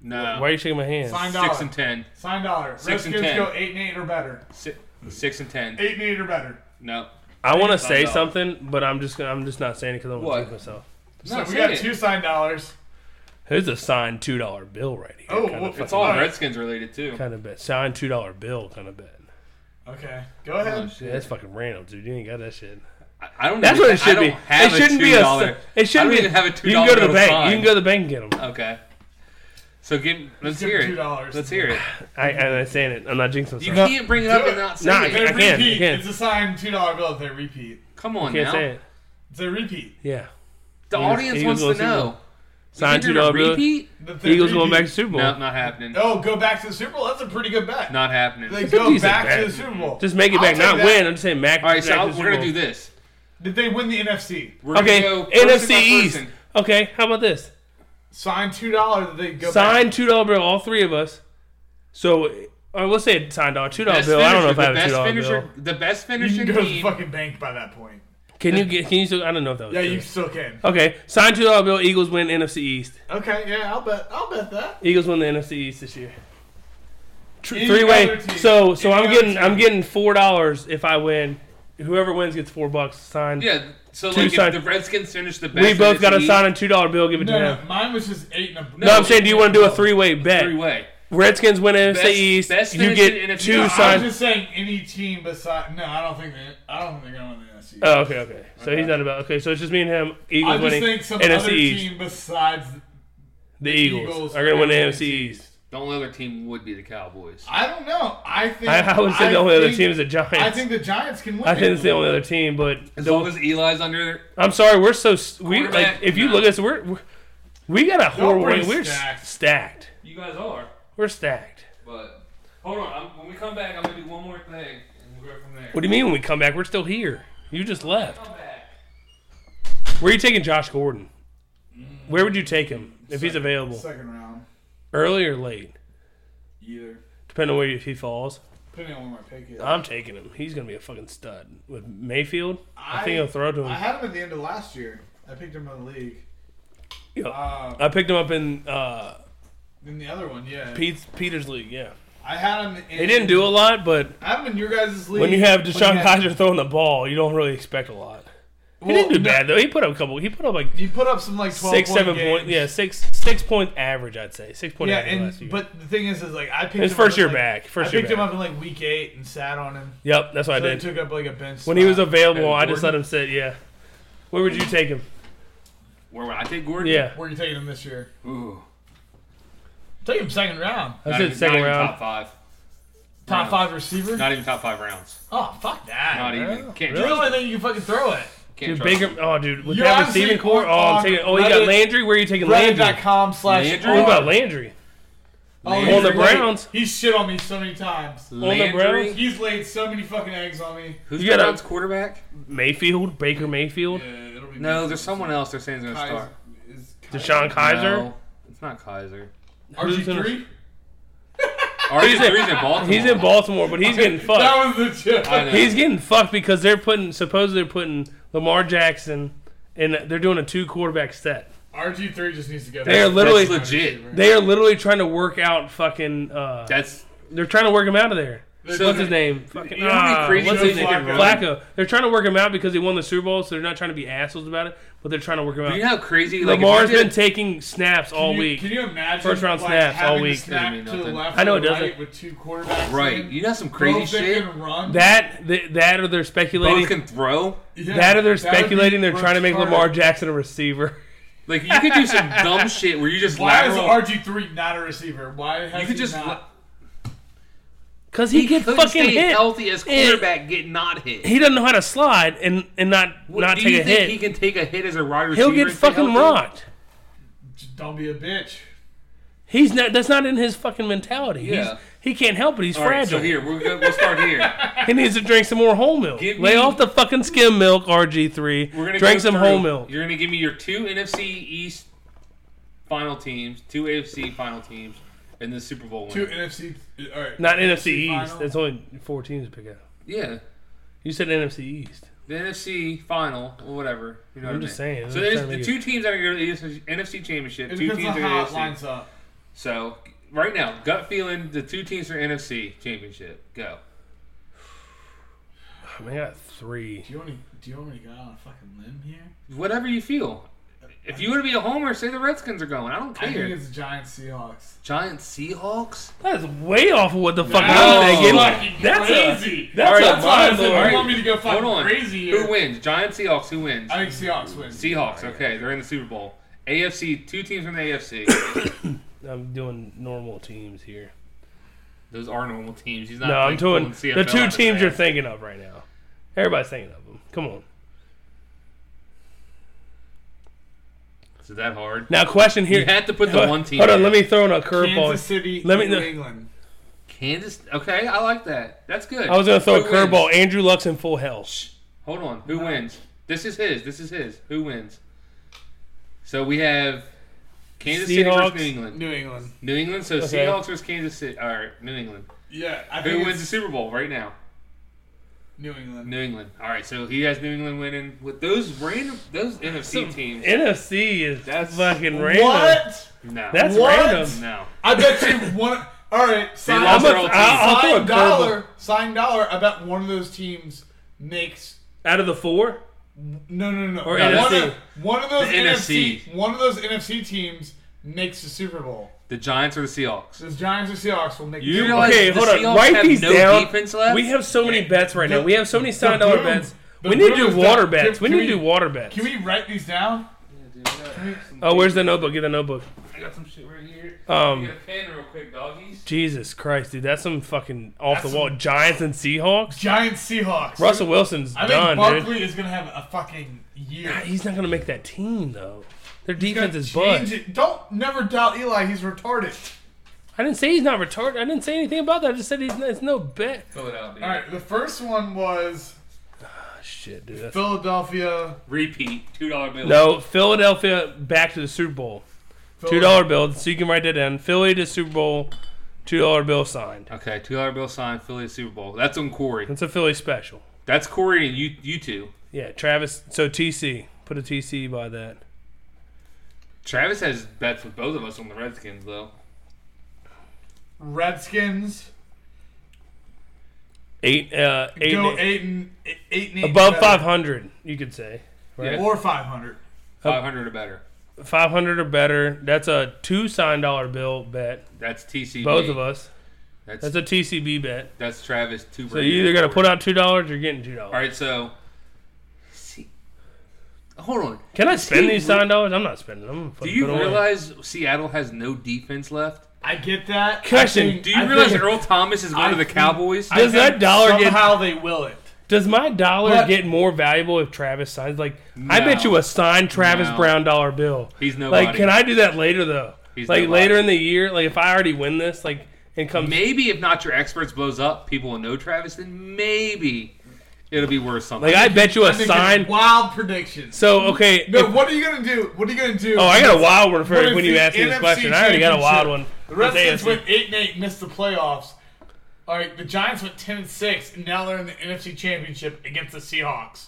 S2: No.
S1: Why are you shaking my hand?
S3: Sign dollar.
S2: Six and ten.
S3: Sign dollar.
S2: Six and ten.
S3: Redskins go eight and eight or better.
S2: Six, six and ten.
S3: Eight and eight or better.
S2: No.
S1: I want to
S2: Sign
S1: say
S2: dollar.
S1: something, but I'm just gonna, I'm just not saying it because I don't want
S2: What?
S1: to myself.
S3: So
S2: No,
S3: we
S2: say
S3: got
S2: it.
S3: two sign dollars.
S1: Here's a signed two dollar bill right here.
S3: Oh,
S1: kind
S3: well,
S1: of,
S2: It's
S1: fucking-
S2: all
S3: Alright.
S2: Redskins related too.
S1: kind of bet. Signed two dollar bill kind of bet.
S3: Okay, go ahead.
S2: Oh,
S1: Yeah, that's
S2: shit.
S1: fucking random, dude. You ain't got that shit.
S2: I- I don't.
S1: That's
S2: even,
S1: what it should
S2: I
S1: be.
S2: don't Have
S1: It shouldn't
S2: a
S1: be a.
S2: $2.
S1: s- It
S2: I
S1: shouldn't
S2: don't
S1: be
S2: even have a two
S1: You can go to the
S2: bill
S1: bank.
S2: sign.
S1: You can go to the bank and get them.
S2: Okay. So give. Let's
S3: give
S2: hear
S3: him
S2: it.
S3: $2.
S2: Let's hear it.
S1: I, I'm not saying it. I'm not jinxing myself.
S2: You
S1: You
S2: can't bring it up
S3: Do
S2: and
S3: it.
S2: not say
S1: Nah, I
S2: it.
S1: can't-
S3: They
S1: I
S3: repeat.
S1: can't.
S3: It's a signed two dollar bill if they repeat.
S2: Come on
S1: can't
S2: now.
S1: say it.
S3: It's a repeat.
S1: Yeah.
S2: The
S1: Eagles-
S2: audience
S1: Eagles will
S2: wants
S1: see
S2: to know.
S1: Sign
S2: You
S1: two
S2: think you're
S1: dollar
S2: gonna
S1: bill.
S2: Repeat?
S3: The third
S1: Eagles going
S3: repeat-
S1: back to Super Bowl.
S2: No, not happening.
S3: No, go back to the Super Bowl. That's a pretty good bet.
S2: Not happening.
S3: They
S2: All
S1: a
S3: go
S1: decent
S3: back
S1: bet.
S3: to the Super Bowl.
S1: Just make it
S3: I'll
S1: back,
S3: take
S1: not
S3: that.
S1: win. I'm just saying, Mac.
S2: right, so
S1: back
S2: I'll-
S1: to the
S2: we're gonna
S1: Super
S2: do
S1: Bowl.
S2: this.
S3: Did they win the NFC?
S2: We're
S1: Okay,
S2: gonna go person
S1: NFC
S2: by
S1: East.
S2: person.
S1: Okay, how about this?
S3: Sign two dollar. They go
S1: Sign two dollar bill, all three of us. So, or let's say sign dollar two dollar
S2: Best
S1: bill. I don't know if I
S2: finisher,
S1: have a two
S2: the
S1: dollar
S2: best
S1: bill.
S2: finisher, the best
S3: Back. *laughs* You
S2: finishing
S3: can go to the
S2: team.
S3: fucking bank by that point.
S1: Can you get? Can you still? I don't know if that was.
S3: Yeah,
S1: true.
S3: you still can.
S1: Okay, sign two dollar bill. Eagles win NFC East.
S3: Okay, yeah, I'll bet. I'll bet that.
S1: Eagles win the NFC East this year.
S3: Any
S1: Three way.
S3: other team-
S1: So, so
S3: any
S1: I'm
S3: other
S1: getting,
S3: team.
S1: I'm getting four dollars if I win. Whoever wins gets four bucks. Signed.
S2: Yeah. So
S1: Two
S2: like,
S1: sign-
S2: if the Redskins finish the best,
S1: we both
S2: NFC
S1: got to
S2: East,
S1: sign a two dollar bill. Give it
S3: No,
S1: to
S3: no,
S1: him.
S3: mine was just eight and a.
S1: No, I'm saying, do you want to do a three way bet?
S2: three way.
S1: Redskins win NFC
S2: Best-
S1: East.
S2: best
S1: you
S2: finish
S1: get
S2: in NFC.
S1: two
S2: No, I
S3: I was
S1: signed.
S3: just saying any team besides. No, I don't think they. I don't think they're gonna win the NFC.
S1: Oh, okay, okay. So he's not about. Okay, so it's just me and him. Eagles
S3: I just
S1: winning
S3: think some
S1: NFC
S3: other
S1: East.
S3: team besides.
S1: the Eagles,
S3: Eagles
S1: are going to win the
S3: are
S1: NFC East. *laughs*
S2: The only other team would be the Cowboys.
S3: I don't know. I think.
S1: I, I would say the only other
S3: think-
S1: team is the Giants.
S3: I think the Giants can win.
S1: I think it's the only other team, but
S2: As long as Eli's under there,
S1: I'm sorry, we're so s- we like.
S2: Quarterback,
S1: If you
S2: no.
S1: look at us, we're, we're we got a horrible.
S3: pretty
S1: We're
S3: stacked.
S1: stacked. stacked.
S2: you guys are.
S1: We're stacked.
S2: But hold on, I'm, when we come back, I'm gonna do one more thing, and we'll go from there.
S1: What do you mean when we come back? We're still here. You just left.
S2: Come back.
S1: Where are you taking Josh Gordon? Where would you take him if he's available?
S3: second round.
S1: Early or late?
S3: Either
S1: Depending on where if he falls.
S3: depending on where my pick is.
S1: I'm taking him. He's gonna be a fucking stud with Mayfield. I,
S3: I-
S1: think he'll throw to him.
S3: I
S1: I,
S3: had him at the end of last year. I picked him in the league.
S1: Yeah.
S3: Uh,
S1: picked him up in uh,
S3: in the other one, yeah.
S1: Pete's, Peter's league. Yeah,
S3: I had him. In,
S1: he didn't do a lot, but
S3: I had him in your guys' league.
S1: when you have
S3: when
S1: Deshaun
S3: you had-
S1: Kaiser throwing the ball, you don't really expect a lot. He didn't do
S3: Well,
S1: bad though. He put up a couple. He put up like
S3: He put up some like twelve,
S1: six,
S3: point
S1: seven
S3: games.
S1: point. Yeah, six six point average. I'd say six point
S3: yeah.
S1: average last
S3: And
S1: year.
S3: but the thing is, is like I picked
S1: His
S3: him
S1: first
S3: up,
S1: year
S3: like,
S1: back.
S3: I
S1: First year
S3: picked him
S1: back.
S3: up in like week eight and sat on him.
S1: Yep, that's what
S3: So uh,
S1: I
S3: he
S1: did.
S3: took up like a bench.
S1: When he was
S3: spot.
S1: available, I
S2: Gordon?
S1: just let him sit. Yeah. Where would you take him?
S2: Where would I take Gordon?
S1: Yeah,
S3: where are you taking him this year?
S2: Ooh.
S3: Take him second round,
S1: I
S2: Not
S1: said
S2: even,
S1: second
S2: not even
S1: round.
S2: top five.
S3: top
S2: Round.
S3: five receiver.
S2: Not even top five rounds.
S3: oh fuck that!
S2: Not
S1: Wow.
S2: even. Can't
S3: You're the
S2: trust.
S3: only thing you can fucking throw it.
S2: Can't
S1: Dude,
S2: trust.
S1: Baker. Oh, dude, with
S3: You
S1: that
S3: honestly
S1: receiving core. Oh, I'm
S3: aren't
S1: taking. Oh,
S3: on
S1: you got
S3: Reddit-
S1: Landry. Where are you taking Landry?
S3: Reddit.com slash
S2: Landry?
S1: What
S2: What
S1: about Landry?
S3: Oh,
S2: On
S1: the
S3: he's late.
S1: Browns?
S3: He shit on me so many times.
S2: Landry.
S1: Browns?
S3: He's laid so many fucking eggs on me.
S2: Who's
S1: You
S2: the
S1: gotta-
S2: Browns quarterback?
S1: Mayfield, Baker Mayfield,
S2: Uh,
S3: it'll be
S2: No, there's someone else they're saying is gonna
S3: Kaiser.
S2: start.
S1: Deshaun
S3: Is
S1: Kaiser.
S2: No, it's not Kaiser.
S1: Who's
S3: RG three?
S2: RG3's in Baltimore.
S1: He's in Baltimore, but he's
S3: *laughs*
S1: getting fucked.
S3: That was the joke.
S2: I know.
S1: He's getting fucked because they're putting supposedly they're putting Lamar Jackson and they're doing a two quarterback set.
S3: RG three just needs to go.
S1: They are
S2: That's
S1: literally
S2: legit.
S1: they are literally trying to work out fucking. Uh,
S2: That's
S1: they're trying to work him out of there.
S2: So
S1: What's his name? Fucking,
S2: You know how many
S1: ah,
S2: crazy
S1: what's
S2: moves
S1: his
S2: they
S1: name?
S2: can run?
S1: Flacco. They're trying to work him out because he won the Super Bowl, so they're not trying to be assholes about it, but they're trying to work him
S2: You
S1: out.
S2: know how crazy like if you
S1: Lamar's
S2: did-
S1: been taking snaps all
S3: you,
S1: week.
S3: Can you imagine
S1: First round
S3: like,
S1: snaps all
S3: having the
S1: week.
S2: Doesn't
S3: Snap
S2: mean
S3: to the
S2: nothing.
S3: left
S1: I know
S3: or the
S1: it doesn't.
S3: Right with two quarterbacks.
S2: right.
S3: in.
S2: You know some crazy
S3: Both
S2: shit.
S3: Can run.
S1: That th- that or they're speculating.
S2: Both can throw.
S3: Yeah,
S1: that or they're
S3: that would be
S1: speculating. They're trying to make
S3: retarded.
S1: Lamar Jackson a receiver. *laughs*
S2: Like you could do some dumb shit where you just
S3: Why is
S2: lateral.
S3: RG three not a receiver? Why has
S2: you could
S3: he
S2: just
S3: not?
S1: Cause he, get
S2: couldn't
S1: fucking
S2: stay
S1: hit.
S2: healthy as
S1: Yeah.
S2: quarterback, get not hit.
S1: He doesn't know how to slide and and not
S2: What-
S1: not
S2: do
S1: take
S2: you
S1: a
S2: think
S1: hit.
S2: He can take a hit as a wide receiver.
S1: He'll get
S2: and stay
S1: fucking
S2: healthy?
S1: rocked.
S3: Just don't be a bitch.
S1: He's not. That's not in his fucking mentality.
S2: Yeah.
S1: He's, he can't help it. He's
S2: All right,
S1: fragile.
S2: so here we're good. we'll start here.
S1: He needs to drink some more whole milk.
S2: Give
S1: Lay
S2: me-
S1: off the fucking skim milk, RG3. *laughs*
S2: We're gonna
S1: drink
S2: go
S1: some
S2: through.
S1: whole milk.
S2: You're gonna give me your two NFC East final teams, two AFC final teams, and the Super Bowl
S3: Two
S2: winner.
S3: NFC. All right.
S1: Not NFC East.
S3: final.
S1: That's only four teams to pick out.
S2: Yeah,
S1: You said NFC East.
S2: the NFC final or whatever. You know
S1: I'm
S2: what
S1: just
S2: I mean?
S1: saying,
S2: So
S1: I'm
S2: there's
S1: trying to
S2: the
S1: make
S2: two teams that are going to the NFC Championship.
S3: It
S2: Two
S3: depends
S2: teams
S3: on
S2: are
S3: how it
S2: AFC.
S3: lines up.
S2: So right now, gut feeling, the two teams are NFC Championship. Go.
S1: I mean, I got three.
S3: Do you want me? Do you want me to go out on a fucking limb here?
S2: Whatever you feel. If you want to be a homer, say the Redskins are going. I don't
S3: I think
S2: care.
S3: it's the Giants Seahawks.
S2: Giant Seahawks.
S1: That's way off of what the fuck
S2: Wow.
S1: I'm thinking.
S2: Fucking
S1: that's
S3: crazy.
S1: A, that's
S2: All right,
S1: a
S2: that's why I
S1: mind
S2: said-
S1: blower.
S2: all right.
S3: You want me to go
S2: Hold
S3: fucking
S2: on.
S3: crazy
S2: Who
S3: here?
S2: wins? Giant Seahawks. Who wins?
S3: I think Seahawks win.
S2: Seahawks.
S1: Oh,
S2: Okay, they're in the Super Bowl. AFC. Two teams from the
S1: *coughs*
S2: AFC.
S1: I'm doing normal teams here.
S2: Those are normal teams. He's not.
S1: No, I'm
S2: like, pulling
S1: doing
S2: CFL
S1: the
S2: out
S1: two
S2: of his
S1: teams you're
S2: ass.
S1: thinking of right now. Everybody's thinking of them. Come on.
S2: Is it that hard?
S1: Now, question here.
S2: You had to put the
S1: Hold-
S2: one team.
S1: Hold on,
S2: in.
S1: let me throw in a
S3: Kansas
S1: curveball.
S3: City,
S1: Let me-
S3: New England.
S2: Kansas. Okay, I like that. That's good.
S1: I was gonna throw
S2: Who
S1: a
S2: wins?
S1: curveball. Andrew Luck's in full health.
S2: Hold on. Who wins? This is his. This is his. Who wins? So we have Kansas City
S1: Seahawks.
S2: versus New England.
S9: New England.
S2: New England. So
S1: Okay.
S2: Seahawks versus Kansas City. All right, New England.
S3: Yeah, I
S2: Who
S3: think
S2: wins the
S3: it's
S2: Super Bowl right now?
S3: New England.
S2: New England. All right, so he has New England winning with those random those NFC teams.
S1: NFC is
S2: That's-
S1: fucking random.
S3: What?
S2: No,
S1: That's
S3: What?
S1: random.
S2: no.
S3: I bet you one. All right, sign,
S2: lost
S1: I'm
S2: their
S1: a,
S2: old
S1: I'll, I'll throw a
S3: sign
S1: curveball.
S3: dollar, sign dollar. I bet one of those teams makes
S1: Out of the four,
S3: no, no, no, no.
S1: Or
S3: one
S1: NFC.
S3: Of, one of those
S2: The
S3: NFC,
S2: NFC.
S3: one of those NFC teams makes the Super Bowl.
S2: The Giants or the Seahawks.
S3: Those Giants or Seahawks will make.
S2: You
S3: the
S2: realize
S1: okay,
S2: the
S1: hold on.
S2: Seahawks
S1: Write
S2: have
S1: these
S2: no
S1: down.
S2: defense left.
S1: We have so many bets right now.
S3: The-
S1: We have so many sign
S3: the
S1: dollar
S3: boom-
S1: bets.
S3: the
S1: We need to
S3: boom
S1: do
S3: is
S1: water
S3: done.
S1: bets.
S3: Can-
S1: we
S3: can
S1: need to do
S3: we-
S1: water bets.
S3: Can we write these down?
S1: oh, where's the notebook? Get the notebook.
S2: I got some shit right here.
S1: Um,
S2: a pen real quick, doggies.
S1: Jesus Christ, dude, that's some fucking off the wall. Giants and Seahawks.
S3: Giants Seahawks.
S1: Russell Wilson's
S3: I think
S1: done, dude.
S3: Barkley is gonna have a fucking year.
S1: God, He's not gonna make that team though. Their defense is
S3: Change
S1: bust.
S3: it. Don't never doubt Eli. He's retarded.
S1: I didn't say he's not retarded. I didn't say anything about that. I just said he's it's no bet.
S2: Philadelphia.
S3: All right, the first one was
S1: Ah, shit, dude. That's...
S3: Philadelphia.
S2: Repeat. Two dollar bill.
S1: No, Philadelphia back to the Super Bowl. Two dollar bill. So you can write that down. Philly to Super Bowl. Two dollar bill signed.
S2: Okay, two dollar bill signed Philly to Super Bowl. That's on Corey.
S1: That's a Philly special.
S2: That's Corey and you you two.
S1: Yeah, Travis. So TC put a TC by that.
S2: Travis has bets with both of us on the Redskins though.
S3: Redskins.
S1: Eight. Uh, eight.
S3: go
S1: and-
S3: eight and eight and eight
S1: above
S3: and
S1: five
S3: better.
S1: hundred. You could say
S2: Yeah.
S3: or five hundred.
S2: Five hundred or better.
S1: five hundred or better. That's a two sign dollar bill bet.
S2: That's TCB.
S1: Both of us.
S2: That's
S1: That's
S2: that's,
S1: a TCB bet.
S2: Travis. Two.
S1: So you either got to put out two dollars or getting two dollars.
S2: All right, so. See, hold on.
S1: Can I spend
S2: he
S1: these
S2: re-
S1: sign dollars? I'm not spending them. I'm
S2: Do
S1: fucking
S2: you
S1: put 'em away.
S2: realize Seattle has no defense left?
S3: I get that.
S1: Question,
S3: I think-
S2: Do you
S3: I
S2: realize
S3: think-
S2: Earl Thomas is going
S3: I
S2: to the
S3: think-
S2: Cowboys?
S3: I
S1: Does
S3: think
S1: that dollar get-
S3: somehow they will it?
S1: Does my dollar
S3: But-
S1: get more valuable if Travis signs? Like, I bet
S2: No.
S1: you a signed Travis
S2: No.
S1: Brown dollar bill.
S2: He's nobody.
S1: Like, can I do that later though?
S2: He's
S1: like
S2: nobody.
S1: later in the year, like if I already win this, like and comes
S2: Maybe if not your experts blows up, people will know Travis. Then maybe it'll be worth something.
S1: like I bet you a
S3: I think it's
S1: sign.
S3: Wild predictions.
S1: So okay,
S3: No,
S1: if-
S3: what are you gonna do? What are you gonna do?
S1: oh, I got a wild one
S3: What
S1: for
S3: if
S1: when you
S3: the
S1: asked me this
S3: NFC
S1: question. I already got a wild one.
S3: The
S1: with
S3: Redskins
S1: AFC.
S3: went eight and eight, missed the playoffs. All right, the Giants went ten and six, and now they're in the NFC Championship against the Seahawks.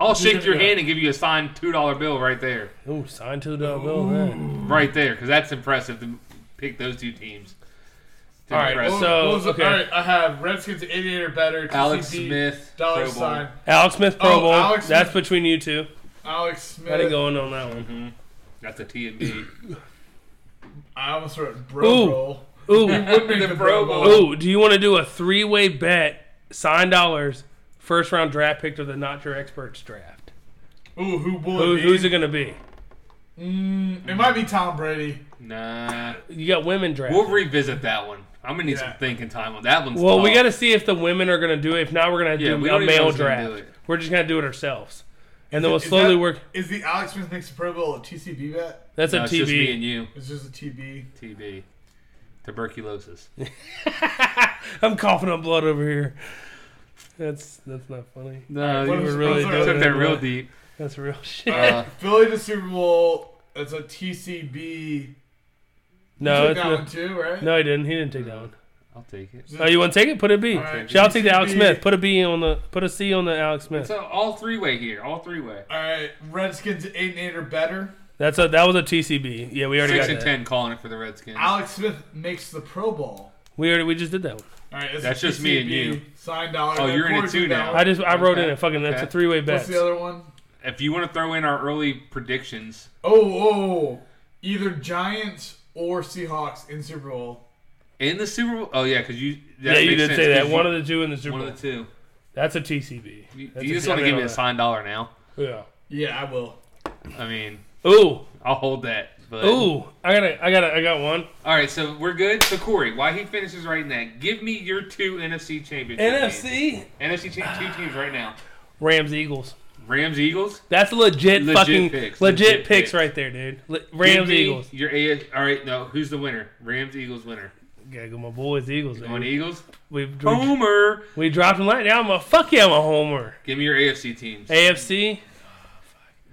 S2: I'll shake your
S1: Yeah.
S2: hand and give you a signed two dollar bill right there,
S1: Ooh, signed two dollar bill. Man.
S2: right there, because that's impressive to pick those two teams.
S1: All right,
S2: Democrats.
S1: so
S3: What was the-
S1: okay.
S3: all right, I have Redskins 88 or better.
S2: Alex
S3: TCB,
S2: Smith,
S3: Dollar
S2: Pro Bowl.
S3: sign.
S1: Alex Smith Pro
S3: Oh,
S1: Bowl.
S3: Alex
S1: That's
S3: Smith. Uh,
S1: between you two.
S3: Alex
S1: I didn't
S3: Smith.
S1: go in on that one.
S2: That's a T and B.
S3: I almost wrote Bro
S1: Ooh.
S3: Bowl.
S1: Ooh,
S3: Would be the Pro Bowl.
S1: ooh. Do you want to do a three-way bet? Sign dollars, first round draft pick to the not your experts draft.
S3: Ooh, who would?
S1: Who,
S3: be?
S1: who's it gonna be?
S3: Mm, it might be Tom Brady.
S2: Nah,
S1: You got women draft.
S2: we'll revisit that one. I'm gonna need
S3: Yeah.
S2: some thinking time on that one.
S1: Well, we got to see if the women are gonna do it. If not, we're gonna
S2: Oh. Yeah,
S1: do
S2: we
S1: a
S2: don't even know
S1: male
S2: who's gonna do
S1: draft.
S2: it.
S1: We're just gonna do it ourselves, and then we'll
S3: Is
S1: slowly
S3: that-
S1: work.
S3: Is the Alex Smith makes the Pro Bowl a TCB bet?
S1: That's
S2: no,
S1: a
S2: it's just me and
S1: TV.
S2: you.
S3: It's just a TB.
S2: TB, tuberculosis.
S1: I'm coughing up blood over here. That's that's not funny.
S2: No,
S3: what
S2: you
S3: was-
S2: were
S3: what
S2: really
S3: was our
S2: took
S3: other
S2: that real deep.
S1: That's real shit.
S2: Uh,
S3: Philly to Super Bowl. It's a TCB.
S1: no,
S3: you took
S1: it's
S3: that
S1: not-
S3: one too, right?
S1: no, he didn't. He didn't take that one.
S2: I'll take it.
S1: Oh, you want to take it? Put a B.
S3: All right,
S1: Shout out to Alex
S3: TCB.
S1: Smith. Put a B on the. Put a C on the Alex Smith.
S2: So all three way here. All three way.
S3: All right, Redskins eight and eight or better.
S1: That's a. That was a TCB. Yeah, we already
S2: Six
S1: got
S2: and
S1: that.
S2: ten, calling it for the Redskins.
S3: Alex Smith makes the Pro Bowl.
S1: We already. We just did that one.
S3: All right, it's
S2: That's
S3: a
S2: just me and
S3: TCB,
S2: you.
S3: Signed dollar.
S2: Oh,
S3: Of
S2: you're in it
S3: course
S2: too
S3: we
S2: now.
S3: know.
S1: I just. I wrote in
S2: Okay.
S1: it. Fucking. That's a
S2: Okay.
S1: three way bet.
S3: What's the other one?
S2: if you want to throw in our early predictions,
S3: Oh, oh, either Giants or Seahawks in Super Bowl.
S2: In the Super Bowl? Oh yeah, because you. That
S1: Yeah, you
S2: makes
S1: did
S2: sense,
S1: say
S2: 'cause
S1: that.
S2: you-
S1: One of the two in the Super
S2: one
S1: Bowl.
S2: of the two.
S1: That's a TCB.
S2: You,
S1: That's
S2: you
S1: a-
S2: just
S1: I
S2: want to
S1: mean,
S2: give
S1: all
S2: me a
S1: that.
S2: signed dollar now.
S1: Yeah.
S3: Yeah, I will.
S2: I mean,
S1: Ooh.
S2: I'll hold that. But
S1: Ooh. I got. to I got. to I got one.
S2: all right, so we're good. So Corey, while he finishes writing that, give me your two NFC championship. games.
S1: NFC.
S2: NFC cha- two teams right now.
S1: Rams Eagles.
S2: Rams Eagles.
S1: That's legit,
S2: Legit
S1: fucking
S2: picks.
S1: legit,
S2: Legit
S1: picks,
S2: picks.
S1: right there, dude. Le-
S2: Give
S1: Rams
S2: me
S1: Eagles.
S2: Your A- all right, no, who's the winner? Rams Eagles winner.
S1: Gotta go, my boys Eagles.
S2: Going
S1: Dude.
S2: Eagles.
S1: We, we,
S2: Homer.
S1: we dropped them right now. I'm a fuck yeah, I'm a homer.
S2: Give me your AFC teams.
S1: AFC,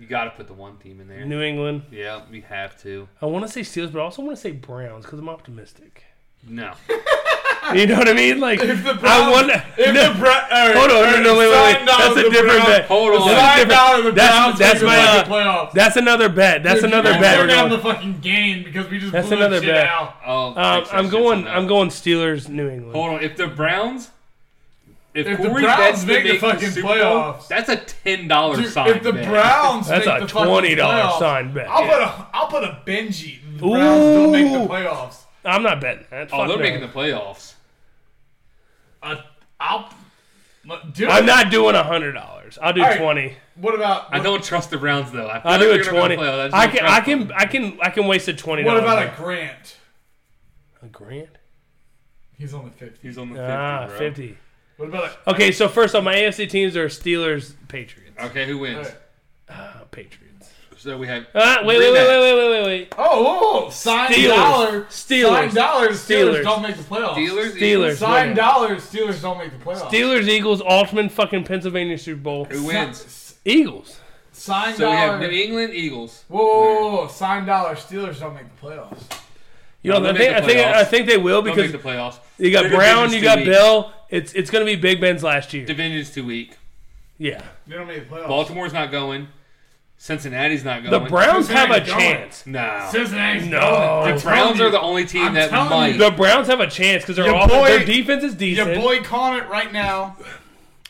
S2: You got to put the one team in there.
S1: New England.
S2: Yeah, we have to.
S1: I want to say Steelers, but I also want to say Browns because I'm optimistic. *laughs*
S2: No.
S1: You know what I mean? Like I
S3: Browns-
S1: want.
S3: If
S1: No,
S3: the Bra- all right,
S1: hold on,
S3: all right,
S1: no, no, wait, wait, wait.
S3: signed dollar
S1: That's
S3: of
S1: a
S3: the
S1: different
S3: Browns-
S1: bet.
S2: Hold
S1: That's
S2: on.
S1: a
S3: Signed
S1: different-
S3: dollar of the
S1: that's-
S3: Browns
S1: that's
S3: making
S1: my,
S3: the
S1: uh,
S3: fucking playoffs.
S1: That's another bet. That's another
S2: you're
S1: bet. Um,
S3: We're
S1: We're
S3: down the
S1: going.
S3: fucking game because we just
S1: That's
S3: blew
S1: another
S3: that shit
S1: bet.
S3: out.
S2: Oh,
S1: Um,
S2: Texas
S1: I'm
S2: Chiefs
S1: going.
S2: on that.
S1: I'm going Steelers, New England.
S2: Hold on. If the Browns, if,
S3: If the
S2: Corey
S3: Browns
S2: bets to
S3: make the
S2: make the
S3: fucking
S2: Super Bowl,
S3: playoffs.
S2: that's a ten dollar
S3: Dude,
S2: sign.
S3: if the
S2: bet.
S3: Browns
S1: That's
S3: make
S1: a
S3: the fucking
S1: twenty dollar
S3: playoffs,
S1: sign bet.
S3: I'll put a I'll put a Benji. The Browns don't make
S1: Ooh.
S3: the playoffs.
S1: I'm not betting. That.
S2: oh,
S1: Fuck
S2: they're
S1: no.
S2: making the playoffs.
S3: Uh, I'll do
S1: I'm not doing hundred dollars. I'll do
S3: All right.
S1: twenty.
S3: What about
S2: I don't trust the Browns though. I feel
S1: I'll do
S2: like
S1: a
S2: they're not
S1: twenty.
S2: gonna play.
S1: I can. I
S2: trust
S1: can.
S2: them.
S1: I can. I can waste a twenty.
S3: what about a grant?
S1: a grand?
S3: He's only fifty.
S2: He's on the 50,
S1: Ah,
S2: bro.
S1: fifty.
S3: What about a
S1: Okay, so first off, my AFC teams are Steelers, Patriots,
S2: Okay, who wins?
S3: All right.
S1: Uh, Patriots.
S2: So we have.
S1: Ah, wait, wait, wait, wait,
S2: Rematch.
S1: wait, wait, wait, wait.
S3: Oh, oh, sign
S1: Steelers.
S3: dollar.
S1: Steelers.
S3: Sign dollars.
S1: Steelers.
S3: Steelers don't make the playoffs.
S2: Steelers.
S1: Steelers.
S3: Sign
S1: winner.
S3: dollars. Steelers don't make the playoffs.
S1: Steelers, Eagles, Altman, fucking Pennsylvania Super Bowl.
S2: Eagles. Who
S3: Si-
S2: wins?
S3: s-
S1: Eagles.
S3: Sign
S2: So we have New
S3: dollar.
S2: England Eagles.
S3: Whoa, whoa, whoa, whoa. sign dollar. Steelers don't make the playoffs.
S1: You know,
S2: They'll
S1: I think,
S2: make
S1: I
S2: the
S1: think I
S2: playoffs.
S1: think they will
S2: Don't make
S1: because
S2: the playoffs.
S1: you got
S2: Their
S1: Brown,
S2: division's
S1: you
S2: too
S1: got
S2: weak.
S1: Bell. It's it's gonna be Big Ben's last year.
S2: Division's too weak.
S1: Yeah,
S3: They don't make the playoffs.
S2: Baltimore's not going. Cincinnati's not
S1: the
S2: going.
S1: Browns have a
S3: Cincinnati's going.
S1: chance.
S2: No.
S3: Cincinnati's
S1: No.
S3: going.
S2: The Browns are the only team
S3: I'm
S2: that
S3: telling
S2: might.
S3: you.
S1: The Browns have a chance because their
S3: Your
S1: off-
S3: boy-
S1: their defense is
S3: Your
S1: decent.
S3: boy calling it right now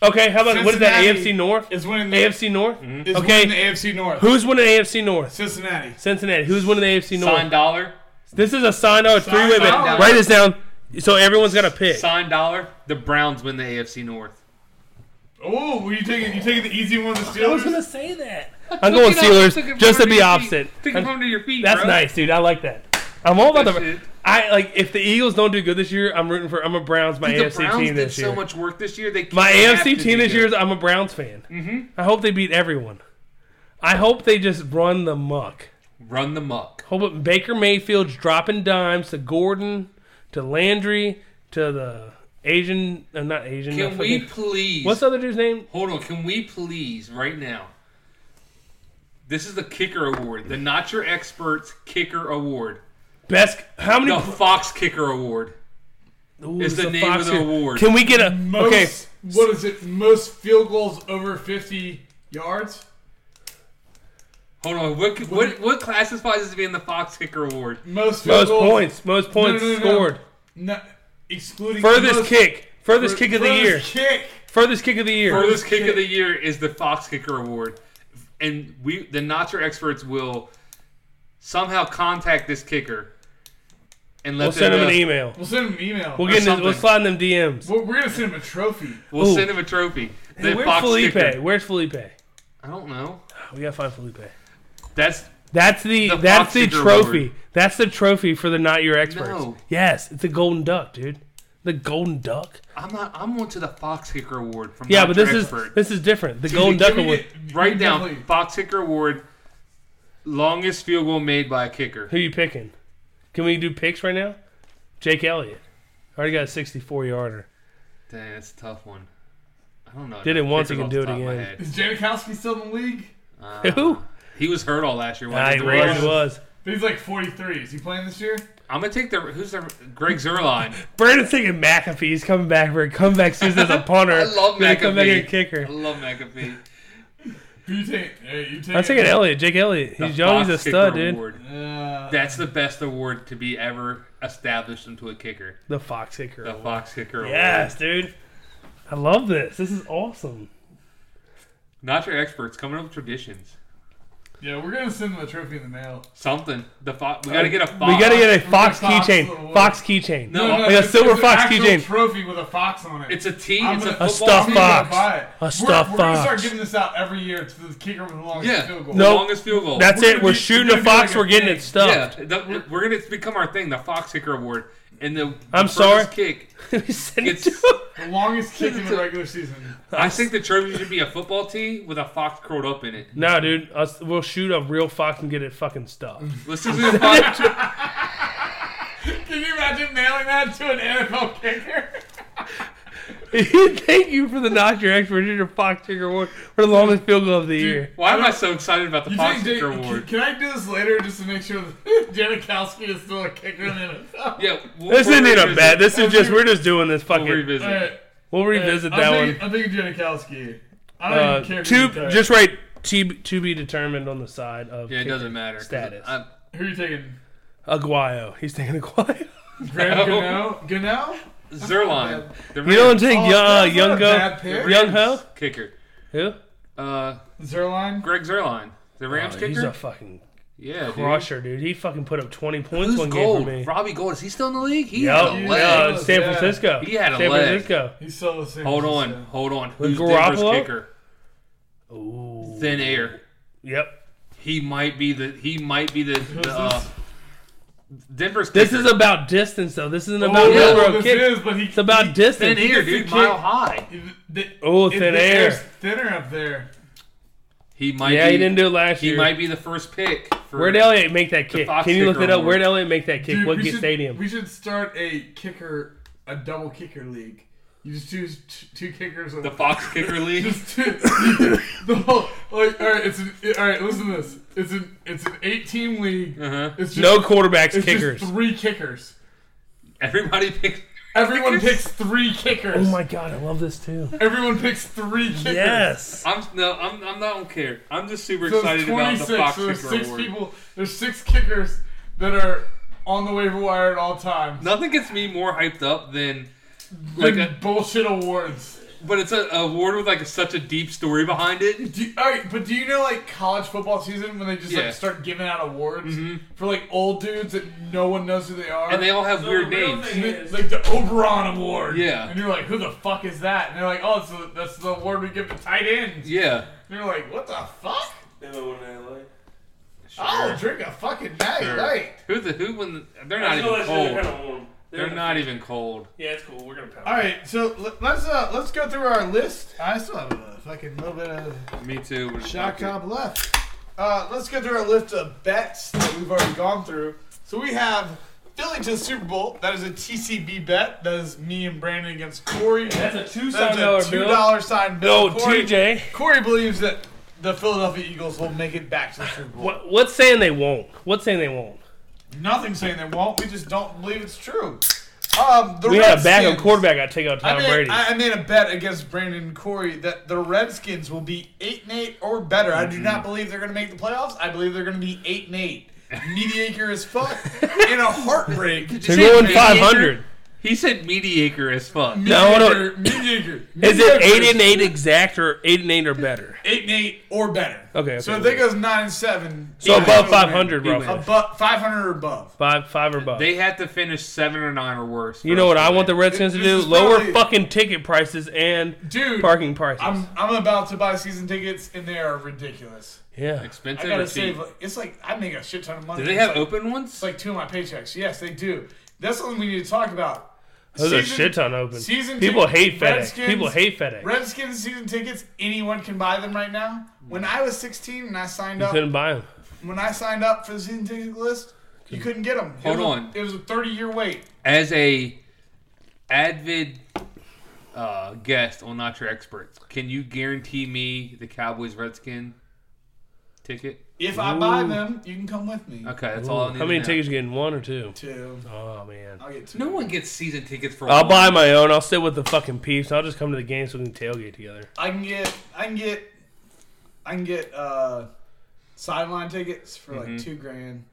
S1: Okay, how about what is that?
S3: Cincinnati
S1: AFC North?
S3: is winning the
S1: AFC North.
S2: Mm-hmm.
S3: Is
S1: Okay.
S3: winning the AFC North.
S1: Who's winning AFC North?
S3: Cincinnati.
S1: Cincinnati. Who's winning the AFC North?
S2: Sign dollar.
S1: This is a sign out three way bet.
S3: dollar.
S1: Write this down. So everyone's got a pick.
S2: Sign dollar. The Browns win the AFC North.
S3: Oh, were you taking you taking the easy one, the
S1: I was
S3: Steelers?
S1: gonna say that. I'm going Steelers just to be opposite.
S2: Take
S1: I'm-
S2: it under your feet.
S1: That's
S2: bro.
S1: nice, dude. I like that. I'm all about
S2: That
S1: the.
S2: shit.
S1: I like if the Eagles don't do good this year, I'm rooting for. I'm a Browns my
S2: The
S1: AFC
S2: Browns
S1: team
S2: did
S1: this year.
S2: so much work this year. They
S1: my
S2: can't have
S1: AFC
S2: to
S1: team
S2: be
S1: this year is
S2: good.
S1: I'm a Browns fan.
S3: Mm-hmm.
S1: I hope they beat everyone. I hope they just run the muck.
S2: run the muck.
S1: Hope it- Baker Mayfield's dropping dimes to Gordon, to Landry, to the Asian, uh, not Asian. I
S2: Can we
S1: forget-
S2: please?
S1: What's the other dude's name?
S2: Hold on. Can we please right now? This is the kicker award, the Not Your Experts Kicker Award,
S1: Best. How many?
S2: the Fox Kicker Award.
S1: Ooh,
S2: is
S1: it's
S2: the
S1: a
S2: name of
S1: Fox
S2: the
S1: here.
S2: award.
S1: Can we get a?
S3: Most,
S1: okay.
S3: What is it? Most field goals over 50 yards?
S2: Hold on. What what, what classifies as being the Fox Kicker Award?
S3: Most field
S1: Most
S3: goals.
S1: points. Most points
S3: No, no, no, no.
S1: scored.
S3: No, excluding
S1: Furthest
S3: the most-
S1: kick. Furthest kick of the year.
S3: furthest Kick.
S1: *laughs* Furthest kick of the year.
S2: Furthest kick of the year is the Fox Kicker Award, and we the Nacho experts will somehow contact this kicker and let
S1: We'll send
S2: them
S1: him an
S2: know-
S1: email.
S3: We'll send him an email.
S1: We'll
S3: We're,
S1: get in the, we'll
S2: something.
S1: slide in them DMs.
S3: we're gonna send him a trophy.
S2: We'll
S1: Ooh.
S2: send him a trophy. The
S1: Hey, where's
S2: Fox
S1: Felipe?
S2: Kicker.
S1: Where's Felipe?
S2: I don't know.
S1: We gotta find Felipe.
S2: That's
S1: That's the,
S2: The
S1: that's
S2: Fox
S1: the
S2: Kicker
S1: trophy.
S2: Award.
S1: That's the trophy for the not your experts.
S2: No.
S1: Yes, it's a golden duck, dude. The golden duck.
S2: I'm not. I'm going to the Fox Kicker Award from
S1: Yeah,
S2: Nacho
S1: but this is
S2: expert.
S1: this is different. The golden duck
S3: Give me
S1: award.
S3: the-
S2: Write down
S3: definitely-
S2: Fox Kicker Award, longest field goal made by a kicker.
S1: Who you picking? Can we do picks right now? Jake Elliott. Already got a 64 yarder.
S2: Dang, that's a tough one. I don't know.
S1: Did it once, he
S2: Kickers
S1: can do it
S2: off the top of my
S1: again.
S3: Is Janikowski still in the league?
S1: *laughs*
S2: head. Uh,
S1: Who?
S2: He was hurt all last year. when
S1: Ah,
S2: he
S1: he
S2: was-
S1: was, he was.
S3: But he's like 43. Is he playing this year?
S2: I'm gonna take the who's the
S1: *laughs*
S2: Greg Zerline.
S1: Brandon's taking McAfee. He's coming back for a comeback season
S2: *laughs*
S1: as a punter.
S2: I love
S1: He's gonna Come back
S2: McAfee.
S1: here and kicker.
S2: I love McAfee.
S3: Who you take? Hey, you take
S1: I'm taking
S3: it.
S1: Elliott. Jake Elliott.
S2: The
S1: He's young. He's a
S2: Fox Kicker
S1: stud, dude.
S2: Award.
S3: Uh,
S2: That's the best award to be ever established into a kicker.
S1: The Fox kicker.
S3: Oh.
S2: The Fox Kicker
S1: Yes, dude. I love this. This is awesome.
S2: Award. Not your experts coming up with traditions.
S3: yeah, we're gonna send him a trophy in the mail.
S2: Something. The Fox. We gotta get a Fox.
S1: We gotta get a Fox
S3: Fox
S1: keychain.
S3: award.
S1: Fox keychain.
S2: No,
S1: Oh, like a
S3: it's-
S1: silver
S3: it's an
S1: fox
S3: actual
S1: keychain.
S3: Trophy with a fox on it.
S2: It's a tee.
S3: I'm
S2: It's a
S1: A
S2: football.
S3: gonna-
S1: stuffed
S3: I'm
S2: tee.
S3: gonna
S1: fox.
S3: buy it.
S1: A
S3: We're-
S1: stuffed
S3: We're gonna start
S1: fox.
S3: giving this out every year to the kicker with the longest
S2: Yeah.
S3: field
S2: The
S3: goal.
S1: Nope.
S2: longest field goal.
S1: That's
S3: We're
S1: it.
S3: gonna
S1: We're
S3: do-
S1: shooting a
S3: we're gonna do
S1: fox.
S3: like a
S1: We're getting
S3: thing.
S1: it stuffed.
S2: Yeah, the, we're gonna it's become our thing, the Fox Kicker Award, and the, the
S1: I'm
S2: furthest
S1: sorry.
S2: kick.
S1: *laughs* We send it
S2: It's,
S1: to him.
S3: The longest kick in the regular season.
S1: *laughs*
S2: I think the trophy should be a football tee with a fox curled up in it.
S1: No, dude. Us, we'll shoot a real fox and get it fucking
S2: *laughs*
S1: stuffed. *laughs*
S2: Let's just do the fox.
S3: Can you imagine mailing that to an NFL kicker?
S1: Thank you for the not your expert. You're your fox kicker award for the longest field goal of the year.
S2: Why am I so excited about the
S3: You
S2: Fox
S3: think
S2: Kicker
S3: Jan-
S2: Award?
S3: Can, I do this later just to make sure that *laughs* Janikowski is still a kicker in the
S1: *laughs*
S3: NFL?
S2: Yeah, we'll,
S1: This
S2: we'll
S1: isn't even a
S2: revisit-
S1: bet. This is just we're just doing this
S2: We'll
S1: fucking.
S2: revisit.
S3: Alright,
S1: We'll revisit
S3: alright,
S1: that
S3: I'm
S1: one.
S3: thinking- I'm thinking Janikowski. I don't
S1: Uh,
S3: even care. who
S1: to
S3: you take.
S1: just write to, to be determined on the side of
S2: Yeah, it
S1: kicker
S2: doesn't matter. 'cause
S1: status.
S2: I'm-
S3: Who are you taking?
S1: Aguayo. He's taking Aguayo. *laughs*
S3: Oh, Graham
S2: No.
S3: Gano? Gano?
S2: *laughs* Zerline, the
S1: You don't
S2: Rams
S1: think
S3: Oh,
S1: young, uh,
S3: that's not
S1: young
S3: a
S1: go
S3: bad pick.
S1: young ho
S2: kicker,
S1: who?
S2: uh,
S3: Zerline?
S2: Greg Zerline, the Rams
S1: Oh, He's
S2: kicker.
S1: a fucking
S2: yeah, dude.
S1: crusher, dude. He fucking put up twenty points
S2: Who's
S1: one
S2: Gold?
S1: game for me.
S2: Robbie Gold is he still in the league? He
S1: Yep,
S2: had a
S3: Yeah.
S2: leg.
S1: yeah, it's San
S3: Yeah.
S1: Francisco.
S2: He had a
S1: San
S2: leg.
S1: Francisco.
S3: He's still the same.
S2: Hold on, hold on. Who's
S1: Garoppolo?
S2: Denver's kicker?
S1: Ooh.
S2: Thin air.
S1: Yep.
S2: He might be the. He might be the. the uh, Denver's.
S1: This
S2: kicker.
S1: is about distance, though. This isn't about
S3: Oh,
S2: yeah,
S1: number
S2: well,
S1: of
S3: this
S1: kicks.
S3: is, but he,
S1: It's about
S2: thin
S1: distance.
S2: air,
S3: he
S2: dude.
S3: kick-
S2: Mile high.
S3: The,
S1: Oh,
S3: it-
S1: thin
S3: the
S1: air.
S3: air's thinner up there.
S2: He might.
S1: Yeah,
S2: be,
S1: he didn't do it last
S2: He
S1: year.
S2: might be the first pick. For,
S1: Where'd Elliott make that kick?
S2: Fox
S1: Can you look
S2: kicker
S1: it up?
S2: award.
S1: Where'd Elliott make that kick?
S3: Dude,
S1: What
S3: we should,
S1: stadium?
S3: We should start a kicker, a double kicker league. You just choose t- two kickers.
S2: the Fox
S1: *laughs*
S2: kicker league?
S3: Just two, *laughs* the whole like all right. It's an, it- all right. Listen to this. It's an it's an eight team league.
S2: Uh-huh.
S3: It's just,
S1: No quarterbacks,
S3: it's
S1: kickers.
S3: Just three kickers.
S2: Everybody picks.
S3: Everyone
S2: Kickers?
S3: picks three kickers.
S1: Oh my god, I love this too.
S3: Everyone picks three
S1: *laughs*
S3: kickers.
S1: Yes.
S2: I'm no. I'm. I'm not. I don't care. I'm just super
S3: So it's
S2: excited about the
S3: 26.
S2: Fox
S3: so there's
S2: kicker
S3: six
S2: award.
S3: people. There's six kickers that are on the waiver wire at all times.
S2: Nothing gets me more hyped up than like
S3: Like
S2: a.
S3: bullshit awards.
S2: But it's a, a award with like such a deep story behind it.
S3: Do you, all right, but do you know like college football season when they just
S2: Yeah. Mm-hmm.
S3: like start giving out awards for like old dudes that no one knows who they are?
S2: And they all have weird
S1: the real
S2: names.
S1: thing-
S3: And it's like the Oberon Award.
S2: Yeah.
S3: And you're like, who the fuck is that? And they're like, oh, it's the, that's the award we give to tight ends.
S2: Yeah.
S3: And you're like, what the fuck? I'll drink a fucking night,
S2: Sure.
S3: right?
S2: Who the who when they're not even cold. They're not even cold.
S1: Yeah, it's cool. We're gonna power.
S3: All right, so l- let's uh, let's go through our list. I still have a fucking little bit of
S2: Me too. we're just
S3: Shot
S2: like-
S3: Cobb left. Uh, let's go through our list of bets that we've already gone through. So we have Philly to the Super Bowl. That is a TCB bet. That is me and Brandon against Corey. That's
S1: That's a two
S3: a
S1: sign dollar
S3: two
S1: bill.
S3: dollar sign bill.
S1: No,
S3: Corey,
S1: TJ.
S3: Corey believes that the Philadelphia Eagles will make it back to the Super Bowl.
S1: What, what's saying they won't? What's saying they won't?
S3: Nothing saying they won't. We just don't believe it's true. Um, the
S1: We had a
S3: Redskins.
S1: backup quarterback. I take out
S3: I
S1: Tom
S3: made,
S1: Brady.
S3: I I made a bet against Brandon and Corey that the Redskins will be eight and eight or better. I do not believe they're going to make the playoffs. I believe they're going to be eight and eight, mediocre as fuck, in a
S1: *laughs*
S3: heartbreak.
S1: They're going
S2: Jake
S1: five hundred.
S2: He said mediocre as fuck.
S1: No, no.
S10: Mediocre, mediocre.
S1: Is it
S10: Mediocre
S1: eight and eight exact or eight and eight or better?
S10: eight and eight or better?
S1: Okay. okay.
S3: So if they goes nine and seven.
S1: So
S3: he
S1: above
S3: wins.
S1: five hundred, roughly.
S3: Above five hundred or above.
S1: Five, five or above.
S2: They had to finish seven or nine or worse. for
S1: you know
S2: us
S1: what
S2: to
S1: I want the
S2: win.
S1: Redskins to
S3: This
S1: do?
S3: is
S1: Lower
S3: probably-
S1: fucking ticket prices and
S3: Dude,
S1: parking prices.
S3: I'm I'm about to buy season tickets and they are ridiculous.
S1: yeah.
S3: I
S2: expensive.
S3: gotta
S2: or cheap?
S3: save. like- It's like I make a shit ton of money.
S2: Do they
S3: It's
S2: have
S3: like-
S2: open ones?
S3: It's like two of my paychecks. Yes, they do. That's something we need to talk about.
S1: Those are
S3: Season-
S1: shit ton open.
S3: season
S1: People
S3: ticket-
S1: hate FedEx.
S3: Redskins-
S1: People hate FedEx.
S3: Redskins season tickets. Anyone can buy them right now. When I was 16 and I signed
S1: you
S3: up,
S1: couldn't buy them.
S3: when I signed up for the season ticket list, you couldn't get them.
S2: Hold
S3: it was
S2: on.
S3: A, it was a 30 year wait.
S2: As a avid uh, guest on Not Your Expert, can you guarantee me the Cowboys Redskin ticket?
S3: If I buy them, you can come with me.
S2: Okay, that's all I need.
S1: How many
S2: to know.
S1: tickets you getting? One or two?
S3: Two.
S1: Oh man.
S3: I'll get two.
S2: No one gets season tickets for.
S1: I'll
S2: one.
S1: buy my own. I'll sit with the fucking peeps. I'll just come to the game so we can tailgate together.
S3: I can get. I can get. I can get uh, sideline tickets for
S2: Mm-hmm.
S3: like two grand.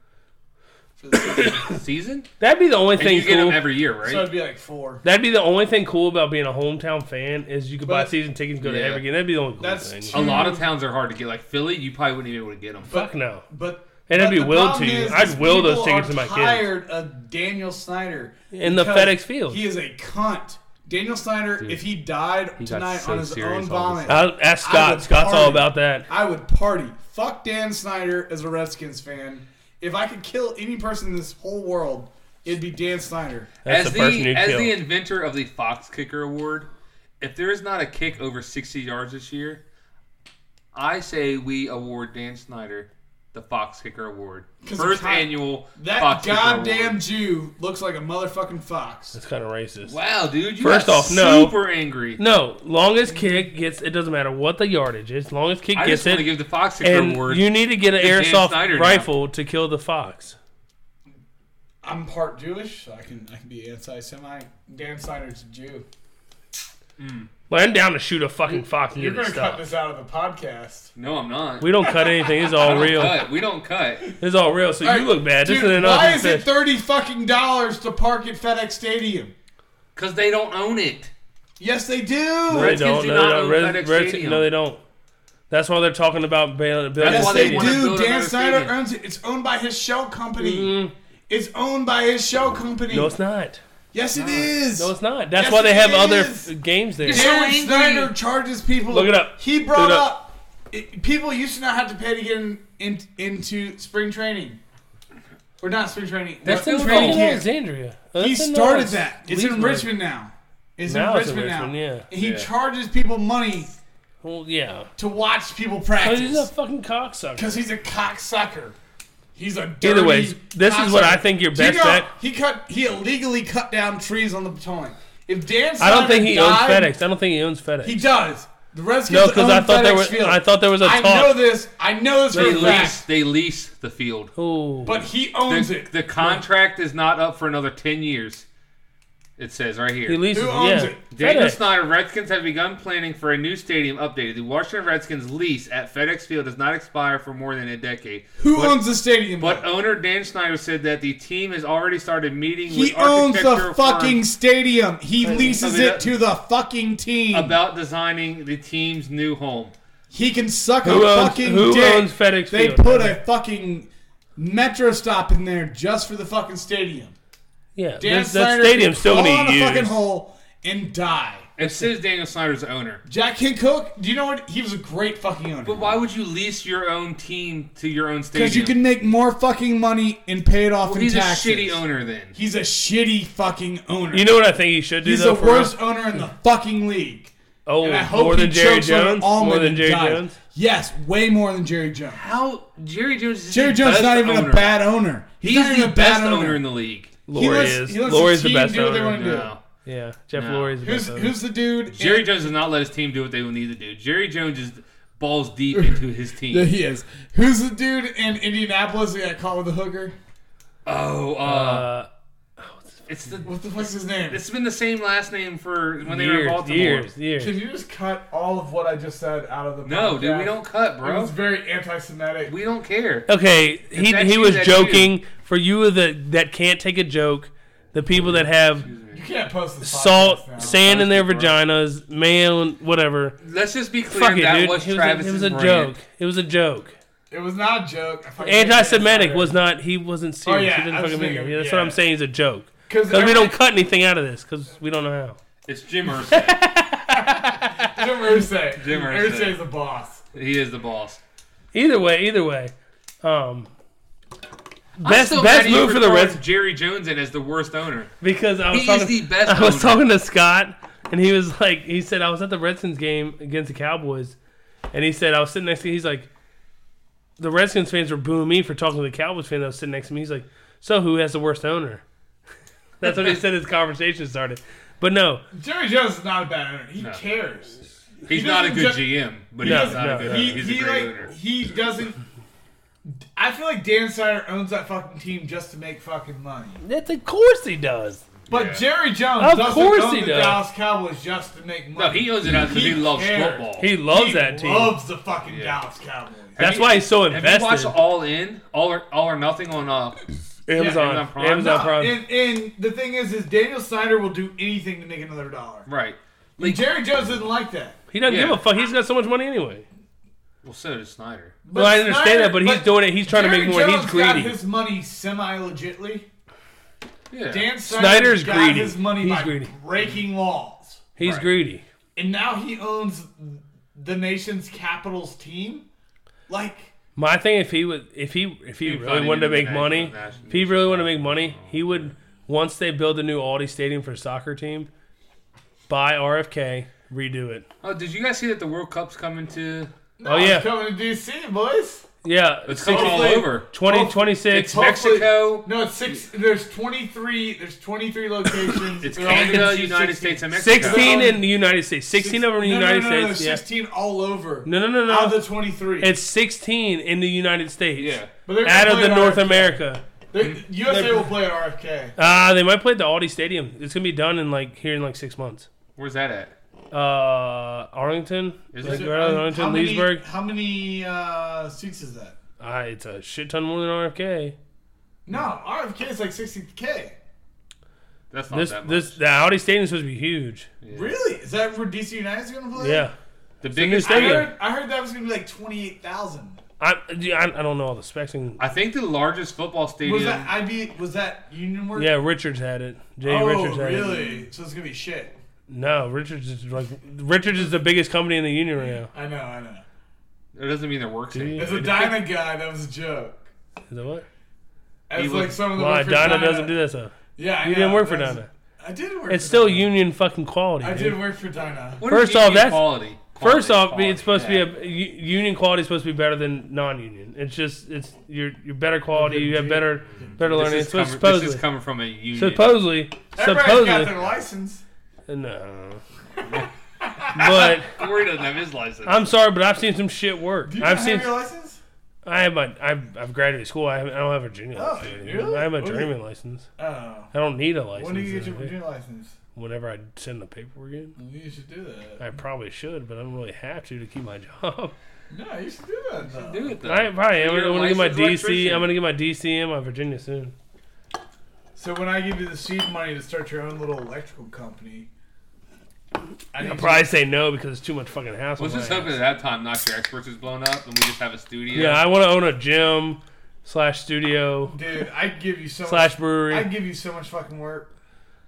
S3: For the
S1: *coughs*
S2: *laughs*
S3: season.
S2: season.
S1: That'd be the only
S2: And you
S1: thing
S2: get them
S1: cool.
S2: every year, right?
S3: so it'd be like four.
S1: That'd be the only thing cool about being a hometown fan is you could buy
S3: But-
S1: season tickets, and go
S2: Yeah.
S1: to every game. That'd be the only cool
S3: That's
S1: thing.
S3: cheap.
S2: a lot of towns are hard to get. Like Philly, you probably wouldn't even be able to get them.
S1: Fuck no.
S3: But
S1: And
S3: but
S1: I'd be
S3: the
S1: willed
S3: problem
S1: to.
S3: is-
S1: I'd
S3: is
S1: will those
S3: people
S1: tickets
S3: are
S1: to my kids.
S3: Tired of Daniel Snyder
S1: In the
S3: because
S1: FedEx field.
S3: He is a cunt. Daniel Snyder, if he died
S2: got
S3: tonight
S2: so
S3: on his
S2: serious all
S3: own
S2: of a
S3: vomit, I,
S1: I'll ask
S3: I
S1: Scott.
S3: would
S1: Scott's all
S3: party.
S1: about that.
S3: would party. Fuck Dan Snyder as a Redskins fan. If I could kill any person in this whole world, it'd be Dan Snyder.
S1: That's
S2: as
S1: the person you'd
S2: as
S1: kill.
S2: the inventor of the Fox Kicker Award, if there is not a kick over 60 yards this year, I say we award Dan Snyder the Fox Kicker Award.
S3: 'Cause
S2: First
S3: of how-
S2: annual
S3: That
S2: Fox Kicker
S3: goddamn
S2: Award.
S3: Jew looks like a motherfucking fox.
S1: That's kind of racist.
S2: Wow, dude! You
S1: First
S2: got
S1: off, no.
S2: super angry.
S1: No, longest kick gets. It doesn't matter what the yardage is. Longest kick
S2: I
S1: gets
S2: just want to
S1: it.
S2: give the Fox Kicker
S1: And
S2: Award.
S1: you need to get an
S2: to Dan
S1: airsoft
S2: Snyder now.
S1: rifle to kill the fox.
S3: I'm part Jewish, so I can I can be anti-Semite. Dan Snyder's a Jew.
S1: Well, I'm down to shoot a fucking fox and
S3: You're
S1: get it
S3: gonna cut
S1: stopped.
S3: this out of the podcast.
S2: no, I'm not.
S1: We don't cut anything. It's
S2: *laughs*
S1: all
S2: We don't
S1: real.
S2: cut. We don't cut.
S1: It's all real. So you
S3: Alright,
S1: look bad.
S3: Dude,
S1: this is enough.
S3: why
S1: to
S3: is it
S1: say-
S3: thirty fucking dollars to park at FedEx Stadium?
S2: Cause they don't own it.
S3: Yes, they do.
S1: No, they
S2: Redskins
S1: don't.
S2: do
S1: No,
S2: not
S1: they don't.
S2: own
S1: Red-
S2: FedEx
S1: Redskins-
S2: Stadium.
S1: no, they don't. That's why they're talking about bail- building.
S2: That's
S3: Yes,
S2: why
S1: a
S2: they
S3: they
S1: stadium.
S2: wanna
S3: do.
S2: build
S3: Dan
S2: another
S3: Snyder
S2: stadium.
S3: owns it. It's owned by his shell company. It's owned by his shell company.
S1: Mm-hmm. No, it's not.
S3: yes, it is.
S1: No, it's not. That's
S3: Yes,
S1: why they
S3: it
S1: have other
S3: is.
S1: f- games there.
S2: Yes. So
S3: Dan
S2: angry.
S3: Snyder charges people.
S1: Look it up.
S3: He
S1: Look
S3: brought
S1: it
S3: up.
S1: up.
S3: it- people used to not have to pay to get in, in into spring training. Or not spring training.
S2: That's
S3: what-
S2: in
S1: Fucking
S2: Training camp.
S1: Alexandria.
S3: He
S1: That's in
S3: started
S1: Norris.
S3: that. It's in
S1: Leesburg.
S3: Richmond now. It's
S1: Now
S3: in
S1: it's in
S3: Richmond, now.
S1: Richmond,
S3: And he
S2: Yeah.
S3: charges people money
S1: Well, yeah.
S3: to watch people
S1: Because he's a
S3: practice
S1: fucking cocksucker.
S3: because he's a cocksucker. He's a dirty
S1: Either ways, this is what I think your
S3: Do you
S1: best
S3: know
S1: bet.
S3: He cut. He illegally cut down trees on the Potomac. If Dan,
S1: I don't
S3: Snyder
S1: think he
S3: died,
S1: owns FedEx. I don't think he owns FedEx.
S3: He does. The Redskins
S1: no, because I
S3: own
S1: thought there
S3: FedEx
S1: was.
S3: Field.
S1: I thought there was a
S3: I
S1: talk.
S3: know this. I know this for
S2: They
S3: a
S2: lease.
S3: fact.
S2: They lease the field.
S1: Ooh.
S3: But he owns
S2: the,
S3: it.
S2: the contract is not up for another 10 years. It says right here.
S1: He leases.
S3: Who owns
S1: yeah.
S3: it?
S2: Daniel
S1: FedEx.
S2: Snyder, Redskins have begun planning for a new stadium updated. The Washington Redskins lease at FedEx Field does not expire for more than a decade.
S3: Who
S2: but,
S3: owns the stadium?
S2: But
S3: though?
S2: owner Dan Snyder said that the team has already started meeting
S3: he
S2: with
S3: owns the
S2: architectural
S3: fucking
S2: firms
S3: stadium. He leases
S2: I mean,
S3: it to the fucking team.
S2: about designing the team's new home.
S3: He can suck
S1: Who
S3: a
S1: owns-
S3: fucking
S1: who
S3: dick.
S1: owns FedEx
S3: They
S1: Field?
S3: put a fucking metro stop in there just for the fucking stadium.
S1: Yeah.
S3: Dan
S1: This, that
S3: Snyder
S1: stadium's
S3: could
S1: still
S3: fall
S1: going
S3: in
S1: to
S3: a fucking
S1: use.
S3: hole and die.
S2: It says Daniel Snyder's the owner.
S3: Jack Hincook, do you know what? He was a great fucking owner.
S2: But why would you lease your own team to your own stadium?
S3: Because you can make more fucking money and pay it off in
S2: He's
S3: taxes.
S2: a shitty owner then.
S3: He's a shitty fucking owner.
S1: You know what I think he should do
S3: He's
S1: though.
S3: the
S1: for real?
S3: worst owner in the fucking league.
S1: Oh,
S3: And I hope
S1: more
S3: he
S1: than Jerry
S3: chokes on an
S1: Jones.
S3: almond
S1: More than
S3: and
S1: Jerry
S3: dies.
S1: Jones.
S3: Yes, way more than Jerry Jones.
S2: How Jerry Jones? Is
S3: Jerry
S2: the
S3: Jones is
S2: best
S3: not even
S2: owner.
S3: a bad owner. He's,
S2: He's,
S3: not even
S2: the
S3: a bad
S2: best owner. in the league.
S1: Lori
S3: lets-
S1: is.
S3: he lets
S1: Lori's the
S3: the team
S1: best
S3: do what they
S1: owner.
S3: wanna do.
S2: No.
S1: Yeah, Jeff
S2: No.
S1: Lori's the
S3: Who's
S1: best owner.
S3: who's the dude?
S2: Jerry Jones does not let his team do what they will need to do. Jerry Jones is balls deep into his team.
S3: *laughs* Yeah, he is. Who's the dude in Indianapolis that got caught with a hooker?
S2: Oh, uh,
S1: Uh,
S2: it's the.
S3: What the fuck's his name?
S2: It's been the same last name for when they were in
S1: years,
S2: Baltimore.
S1: years, years.
S3: Can you just cut all of what I just said out of the?
S2: No, dude, we
S3: podcast?
S2: don't cut,
S3: It was
S2: bro.
S3: very anti-Semitic.
S2: We don't care.
S1: Okay, he
S2: that's
S1: he
S2: you,
S1: was
S2: that's
S1: joking. For you that that can't take a joke, the people that have
S3: You can't post this podcast now.
S1: salt, sand in their
S2: Honestly,
S1: vaginas, mail, whatever.
S2: Let's just be clear
S1: Fuck it,
S2: that
S1: dude.
S2: was
S1: it, was a,
S2: Travis's
S1: it was a
S2: rant.
S1: joke. It was a joke.
S3: It was not a joke. I fucking-
S1: Anti-Semitic was not. He wasn't serious.
S3: yeah,
S1: he didn't
S3: I was
S1: fucking mean it.
S3: thinking-
S1: Yeah, that's
S3: yeah.
S1: what I'm saying. Is a joke.
S3: Cause
S1: Because we
S3: every-
S1: don't cut anything out of this. Because we don't know how. *laughs*
S2: It's Jim Irsay.
S3: Jim Irsay.
S2: Jim Irsay.
S3: Irsay's the boss.
S2: he is the boss.
S1: Either way, either way. Um, best
S2: I'm still mad
S1: best
S2: at you
S1: move for the
S2: throwing
S1: Reds
S2: Jerry Jones in as the worst owner.
S1: because I was
S2: He
S1: talking.
S2: is the best.
S1: I was
S2: owner.
S1: talking to Scott, and he was like, he said I was at the Redskins game against the Cowboys, and he said I was sitting next to. He's like, the Redskins fans were booing me for talking to the Cowboys fan that was sitting next to me. He's like, so who has the worst owner? *laughs* That's what he said. His conversation started, but no,
S3: Jerry Jones is not a bad owner. He
S2: No.
S3: cares.
S2: He's
S3: He
S2: not a
S3: doesn't
S2: good
S3: just-
S2: GM, but
S1: No,
S2: he's not
S1: no.
S2: a good owner.
S3: He,
S2: He's
S3: he
S2: a great
S3: like
S2: owner.
S3: he doesn't. I feel like Dan Snyder owns that fucking team just to make fucking money.
S1: that's of course he does.
S3: But
S2: Yeah.
S3: Jerry Jones
S1: Of
S3: doesn't
S1: course
S3: own
S1: he
S3: the
S1: does.
S3: Dallas Cowboys just to make money.
S2: No, he owns it because he,
S3: He
S2: loves
S3: cares.
S2: football.
S1: He loves that
S3: He
S1: team.
S3: loves the fucking
S2: Yeah.
S3: Dallas Cowboys.
S1: that's
S2: you-
S1: why he's so
S2: Have you watched
S1: invested.
S2: All In, All or, All or Nothing on uh,
S1: Amazon,
S2: Amazon
S1: Amazon
S2: Prime?
S1: Prime.
S2: No,
S3: And, and the thing is, is Daniel Snyder will do anything to make another dollar.
S2: right?
S3: Like Jerry Jones didn't like that.
S1: he doesn't
S2: yeah.
S1: give a fuck. He's got so much money anyway.
S2: Well, so does Snyder.
S3: But
S1: well, I understand
S3: Snyder-
S1: that, but he's doing it. He's trying
S3: Jerry
S1: to make more.
S3: Jones
S1: He's greedy.
S3: Got his money semi legitly.
S2: Yeah,
S3: Dan Snyder
S1: Snyder's
S3: got
S1: greedy.
S3: his money
S1: He's
S3: by
S1: greedy.
S3: breaking laws,
S1: he's
S2: Right.
S1: greedy.
S3: and now he owns the nation's Capitals team. Like
S1: My thing, if he would, if he, if he,
S2: He'd
S1: really
S2: probably
S1: wanted to
S2: do the
S1: make
S2: national-
S1: money,
S2: national-
S1: if he really wanted to make money, he would. Once they build the new Aldi Stadium for a soccer team, buy RFK, redo it.
S2: Oh, did you guys see that the World Cup's coming to?
S1: oh
S3: I'm
S1: yeah,
S3: coming to DC, boys.
S1: yeah.
S2: It's coming all
S3: Hopefully-
S2: over.
S1: Twenty
S3: Hopefully-
S1: twenty
S2: It's
S1: six.
S3: Hopefully-
S2: Mexico.
S3: No, it's six. There's 23. There's 23 locations.
S2: It's
S3: They're all
S2: Canada,
S3: gonna do
S2: United
S3: 16.
S2: States, and Mexico.
S1: Sixteen in the United States. Sixteen over in the
S3: No, no,
S1: United
S3: no, no,
S1: States.
S3: No,
S1: yeah.
S3: 16 all over.
S1: No, no, no, no.
S3: Out of the 23.
S1: It's sixteen in the United States.
S2: Yeah.
S3: but they're gonna
S1: Out of
S3: play
S1: the
S3: at
S1: North
S3: RFK.
S1: America.
S3: They're- USA will play at RFK.
S1: Uh, they might play at the Aldi Stadium. It's gonna be done in like here in like six months.
S2: Where's that at?
S1: Uh, Arlington,
S2: Is
S1: like,
S2: it-
S1: right out of Arlington,
S3: Um, how many,
S1: Leesburg.
S3: How many uh, seats is that?
S1: Ah, it's a shit ton more than RFK.
S3: No, RFK is like 60k.
S2: That's not
S1: this
S2: that much.
S1: this the Audi Stadium's supposed to be huge.
S3: Really? Is that where DC United's gonna play?
S1: Yeah,
S2: the
S1: new
S2: biggest
S3: I
S1: stadium.
S3: heard, I heard that was gonna be like 28,000.
S1: I, I I don't know all the specs. And,
S2: I think the largest football stadium.
S3: Was that IB? Was that Union Work?
S1: yeah, Richards had it. Jay
S3: Oh,
S1: Richards had it.
S3: really? So it's gonna be shit.
S1: No, Richards is like Richards is the biggest company in the union right now.
S3: I know. I know.
S2: It doesn't mean they're working.
S1: Dude. *laughs*
S3: As a Dyna guy, that was a joke.
S1: Is that what?
S3: As
S2: He
S3: like
S2: was-
S3: someone that
S1: Why
S3: worked for
S1: Donna
S3: Dyna.
S1: doesn't do that stuff?
S3: Yeah, I
S1: You didn't
S3: know,
S1: work for
S3: that's-
S1: Donna.
S3: I did work.
S1: It's
S3: for
S1: still
S3: Dyna.
S1: union fucking quality.
S3: I
S1: dude.
S3: did work for Dyna.
S2: What does
S1: First
S2: it
S1: off,
S2: mean
S1: that's-
S2: quality.
S1: First
S2: Quality,
S1: off,
S2: quality.
S1: it's supposed
S2: Yeah.
S1: to be a u- union quality is supposed to be better than non-union. It's just it's you're you're better quality. You have better better learning.
S2: This
S1: It's what
S2: is, coming, this is
S1: supposedly
S2: coming from a union.
S1: supposedly
S3: Everybody's got
S1: supposedly
S3: their license.
S1: no. but
S2: Corey doesn't have his license.
S1: I'm sorry, but I've seen some shit work.
S3: Do you
S1: I've
S3: not
S1: seen.
S3: have your license?
S1: I have my. I've, I've graduated school. I, haven't, I don't have a junior
S3: Oh,
S1: license.
S3: really?
S1: I have a
S3: What do you-
S1: journeyman license.
S3: Oh.
S1: I don't need a license.
S3: When do you get
S1: though.
S3: your junior license?
S1: Whenever I send the paperwork in,
S3: You should do that.
S1: I probably should, but I don't really have to to keep my *laughs* job.
S3: No, you should do that. though.
S2: Do it though.
S1: I probably am.
S2: You're a
S1: I'm gonna get my
S2: licensed
S1: DC.
S2: electrician.
S1: I'm gonna get my DC and my Virginia soon.
S3: So when I give you the seed money to start your own little electrical company, I
S1: I'll
S3: need
S1: probably say no because it's too much fucking hassle.
S2: Let's
S1: on
S2: just
S1: my
S2: hoping
S1: ass.
S2: at that time Not Your Experts is blown up and we just have a studio.
S1: Yeah, I want to own a gym slash studio
S3: you- dude, I give you so
S1: slash
S3: much, I
S1: brewery.
S3: give you so much fucking work.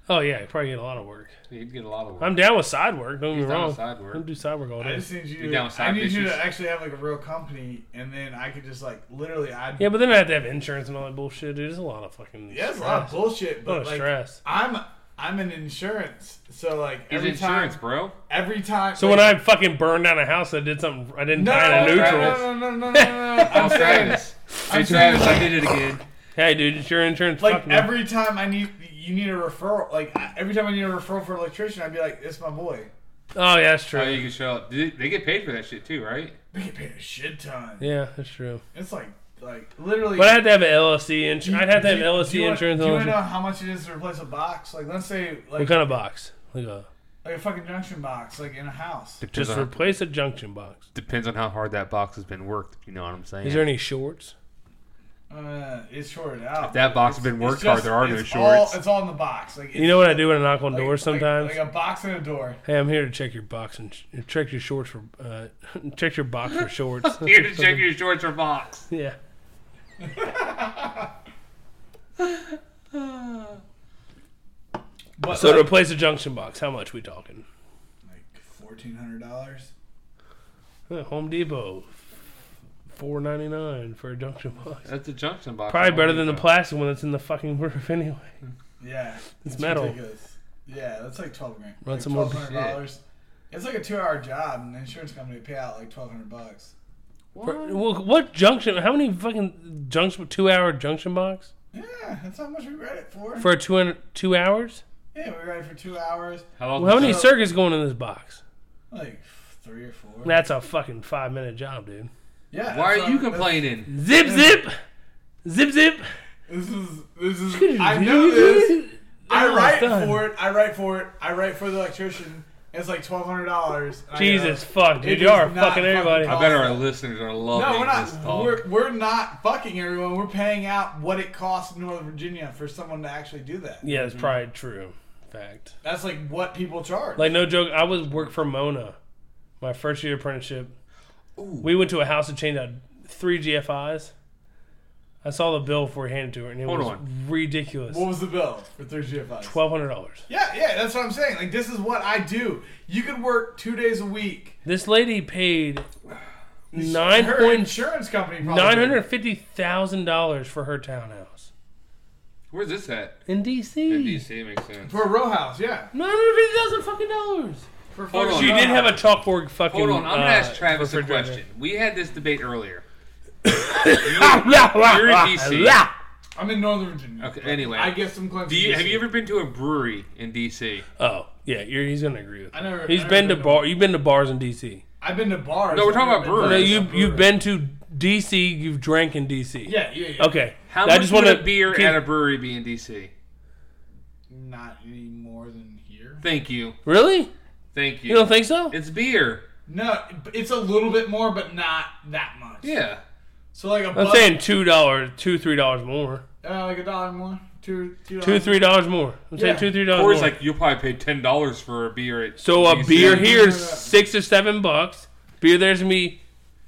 S1: Oh yeah, I probably get a lot of work.
S2: He'd get a lot of work.
S1: I'm down with side work. Don't get
S2: He's
S1: me
S2: down with
S1: wrong.
S2: side work.
S1: I'm do side work all
S3: I
S1: day.
S3: just need you.
S2: You're down with
S3: I
S2: side
S3: need you
S2: bitches.
S3: to actually have like a real company, and then I could just like literally, I
S1: Yeah, but then I have to have insurance and all that bullshit, dude. It's a lot of fucking.
S3: yeah, it's a lot of
S1: stress.
S3: bullshit,
S1: A lot
S3: but
S1: of
S3: like
S1: stress.
S3: I'm I'm an insurance, so like
S2: He's
S3: every
S2: insurance,
S3: time,
S2: bro.
S3: every time.
S1: So when I fucking burned down a house, I did something. I didn't
S3: *laughs* no,
S1: die in a
S3: no,
S1: neutral.
S3: no, no, no,
S1: *laughs*
S3: no, no, no, no, no.
S2: Oh,
S3: I'm saying
S2: Travis. Hey, Travis, I did it again.
S1: Hey, dude, it's your insurance.
S3: like
S1: fucked me.
S3: every time I need you need a referral, like I- every time I need a referral for electrician, I'd be like, "It's my boy."
S1: Oh yeah, that's true.
S2: Oh, you can show up. Did- They get paid for that shit too, right?
S3: They get paid a shit ton.
S1: yeah, that's true.
S3: It's like like literally.
S1: But I had to have an LLC insurance. I'd have to have
S3: Do you-
S1: LLC
S3: do you wanna-
S1: insurance.
S3: Do
S1: and
S3: you
S1: all
S3: want to
S1: that
S3: know
S1: shit.
S3: how much it is to replace a box? Like let's say
S1: What
S3: like
S1: kind of box? Like a
S3: like a fucking junction box, like in a house.
S2: Depends
S1: just
S2: on,
S1: replace a junction box.
S2: depends on how hard that box has been worked. You know what I'm saying?
S1: Is there any shorts?
S3: Uh, it's shorted out.
S2: If that box had been worked hard, there are no
S3: it's
S2: shorts. *laughs*
S3: All, it's all in the box. Like
S1: You know what I do when I knock on
S3: like-
S1: doors
S3: like-
S1: sometimes?
S3: Like, a box and a door.
S1: Hey, I'm here to check your box and sh- check your shorts for uh, *laughs* check your box for shorts.
S2: Here to check your shorts or box.
S1: *laughs* yeah.
S3: But
S1: So to
S3: like,
S1: replace a junction box, how much we talking?
S3: like fourteen hundred dollars.
S1: Uh, Home Depot, four ninety nine for a junction box.
S2: That's a junction box.
S1: Probably better than the plastic one that's in the fucking *laughs* roof anyway.
S3: Yeah, it's
S1: metal.
S3: Ridiculous. Yeah, that's like twelve grand.
S1: Run
S3: like
S1: some more
S3: dollars. It's like a two-hour job, and the insurance company pay out like twelve hundred bucks.
S1: For- well, what junction? How many fucking junction? Two hour junction box
S3: Yeah, that's how much we read it for.
S1: for a two hundred two hours?
S3: yeah, we read it for two hours,
S2: How long?
S1: Well, how many
S3: So-
S1: circuits going in this box?
S3: like f- three or four.
S1: That's a fucking five minute job, dude.
S3: yeah.
S2: why
S3: that's
S2: are you
S3: what- that's-
S2: complaining?
S1: Zip zip, zip zip.
S3: This is this is. I know this.
S1: noticed.
S3: I
S1: Oh,
S3: write
S1: done.
S3: for it. I write for it. I write for the electrician. and It's like twelve hundred dollars. uh,
S1: Jesus fuck, dude,
S3: It
S1: you are
S3: is not
S1: fucking
S3: fucking
S1: everybody.
S2: I bet our listeners are loving
S3: No, we're
S2: this
S3: not.
S2: talk.
S3: We're, we're not fucking everyone. We're paying out what it costs in Northern Virginia for someone to actually do that.
S1: yeah, it's probably true. Fact.
S3: That's like what people charge.
S1: Like no joke, I was work for Mona, my first year apprenticeship. We went to a house to change out three GFIs. I saw the bill before we handed it to her, and it
S2: Hold
S1: was
S2: on.
S1: ridiculous.
S3: what was the bill for Thursday advice?
S1: Twelve hundred dollars.
S3: Yeah, yeah, that's what I'm saying. Like this is what I do. You could work two days a week.
S1: This lady paid nine
S3: Her
S1: point
S3: insurance company probably
S1: nine hundred fifty thousand dollars for her townhouse
S2: Where's this at?
S1: in
S2: In
S1: DC.
S2: DC makes sense.
S3: for a row house. Yeah,
S1: Nine hundred fifty thousand fucking dollars.
S3: for
S2: Hold
S3: fucking
S2: on.
S1: She
S3: row
S1: did have a
S3: house.
S1: chalkboard fucking.
S2: Hold on, I'm gonna
S1: uh,
S2: ask Travis a
S1: refrigerator. *laughs*
S2: question. We had this debate earlier.
S1: You're
S2: You're in DC.
S3: I'm in Northern Virginia.
S2: Okay, anyway.
S3: I get some Clemson.
S2: Do you have you ever been to a brewery in DC?
S1: Oh yeah, you're, he's gonna agree with
S3: I
S1: that.
S3: never-
S1: He's
S3: I never
S1: been to
S3: been to
S1: bar. You've been to bars in DC.
S3: I've been to bars.
S2: No, we're talking
S3: I've
S2: about
S3: never been
S1: No,
S2: breweries.
S3: to
S1: you
S3: a
S1: you've
S3: brewery.
S1: been to DC. You've drank in DC.
S3: Yeah, yeah, yeah.
S1: Okay.
S2: How
S1: I
S2: much
S1: just
S2: would
S1: wanna
S2: a beer
S1: keep-
S2: at a brewery be in DC?
S3: Not any more than here.
S2: Thank you,
S1: Really?
S2: thank you.
S1: You don't think so?
S2: it's beer.
S3: No, it's a little bit more, but not that much.
S2: Yeah.
S3: So like a
S1: I'm
S3: buck,
S1: saying two dollars, two three dollars more,
S3: uh, like a dollar more, two,
S1: two
S3: two, dollars
S1: three dollars more. I'm saying
S3: Yeah.
S1: two three dollars
S2: Or
S1: more.
S2: it's like you'll probably pay ten dollars for a beer at
S1: Oh, so a
S2: DC.
S1: beer here is
S3: Yeah.
S1: six or seven bucks. Beer there's gonna be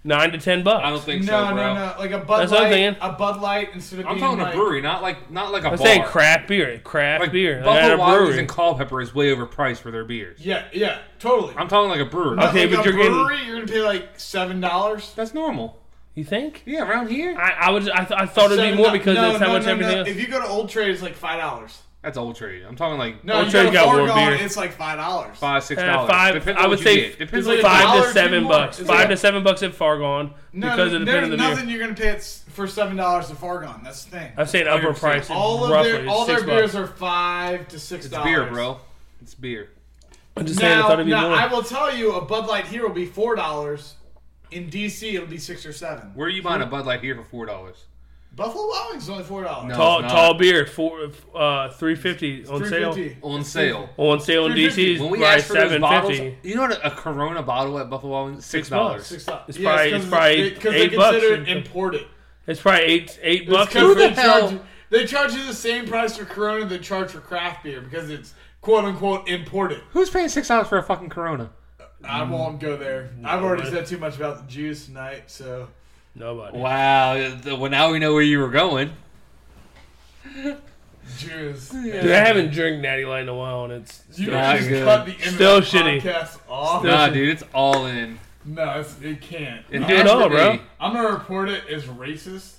S1: nine to ten bucks.
S2: I don't think
S3: more.
S2: so,
S3: No,
S2: bro.
S3: no, no, like a Bud
S1: That's what I'm
S3: Light,
S1: thinking.
S3: a Bud Light instead of
S2: I'm
S3: being
S2: talking
S3: like,
S2: a brewery, not like not like a
S1: I'm
S2: bar.
S1: saying craft beer, craft
S2: Like
S1: beer like at
S2: Buffalo
S1: a
S2: Wild Wings
S1: brewery.
S2: and Culpepper is way overpriced for their beers.
S3: Yeah, yeah, totally.
S2: I'm talking like a brewery.
S1: Okay,
S3: like
S1: but
S3: a
S1: you're getting-
S3: brewery, you're gonna pay like seven dollars.
S2: That's normal.
S1: you think?
S2: Yeah, around here.
S1: I, I would. I, th- I thought Oh, it'd be more because that's how much everything else.
S3: If you go to Old Trade, it's like five dollars.
S2: That's old trade. I'm talking like
S3: No,
S1: Old
S3: you
S1: Trade's
S3: go
S1: got
S3: to
S1: one
S3: Oregon,
S1: beer.
S3: it's like five dollars.
S2: five, six
S1: Uh,
S2: dollars.
S1: five.
S2: Depends
S1: I
S2: on
S1: would
S2: what
S1: say
S2: you get. Depends on
S3: like
S2: what you
S1: five
S3: dollar
S1: to
S3: or
S1: seven
S3: two more.
S1: bucks.
S3: It's
S1: Five
S3: like-
S1: to seven bucks at Fargon
S3: No,
S1: because of the pin
S3: there's
S1: of the
S3: nothing
S1: beer.
S3: you're gonna pay it's for seven dollars to Fargon. That's the thing.
S1: I'm saying upper
S2: 100%.
S1: price.
S3: all of
S1: roughly
S3: their all their
S1: six
S3: beers
S1: bucks.
S3: are five to six
S2: It's
S3: dollars.
S2: beer, bro. It's beer.
S1: I'm just saying. I
S3: Now,
S1: thought it'd be
S3: now
S1: more.
S3: I will tell you, a Bud Light here will be four dollars. In DC, it'll be six or seven.
S2: Where are you buying a Bud Light here for four dollars?
S3: Buffalo Wild Wings is only four dollars.
S2: No.
S1: tall
S2: it's not.
S1: tall beer for uh, three fifty on sale.
S2: On sale.
S1: On sale in DC is
S2: When we
S1: probably
S2: asked for those
S1: seven
S2: bottles,
S1: fifty.
S2: you know what a Corona bottle at Buffalo Wild Wings six
S1: bucks.
S2: dollars.
S3: Six dollars.
S1: It's probably- it's probably
S3: because
S1: eight
S3: they
S1: bucks
S3: consider it
S1: and-
S3: imported.
S1: It's probably eight eight bucks.
S3: Because
S2: the
S3: they
S2: hell?
S3: charge you- they charge you the same price for Corona they charge for craft beer because it's quote unquote imported.
S2: Who's paying six dollars for a fucking Corona?
S3: I
S1: Mm.
S3: won't go there. I've already said too much about the Jews tonight, so
S1: Nobody.
S2: Wow. the- Well, now we know where you were going.
S3: Jews.
S1: Dude, I haven't drank Natty Light in a while, and it's
S3: You
S2: Not
S3: can just
S2: good.
S3: cut the end
S1: Still
S3: of the
S1: shitty.
S3: podcast off.
S2: Nah, dude, it's all in.
S3: No, it's, it can't.
S2: It
S1: did
S2: has to
S1: all, bro.
S2: be.
S3: I'm gonna report it as racist.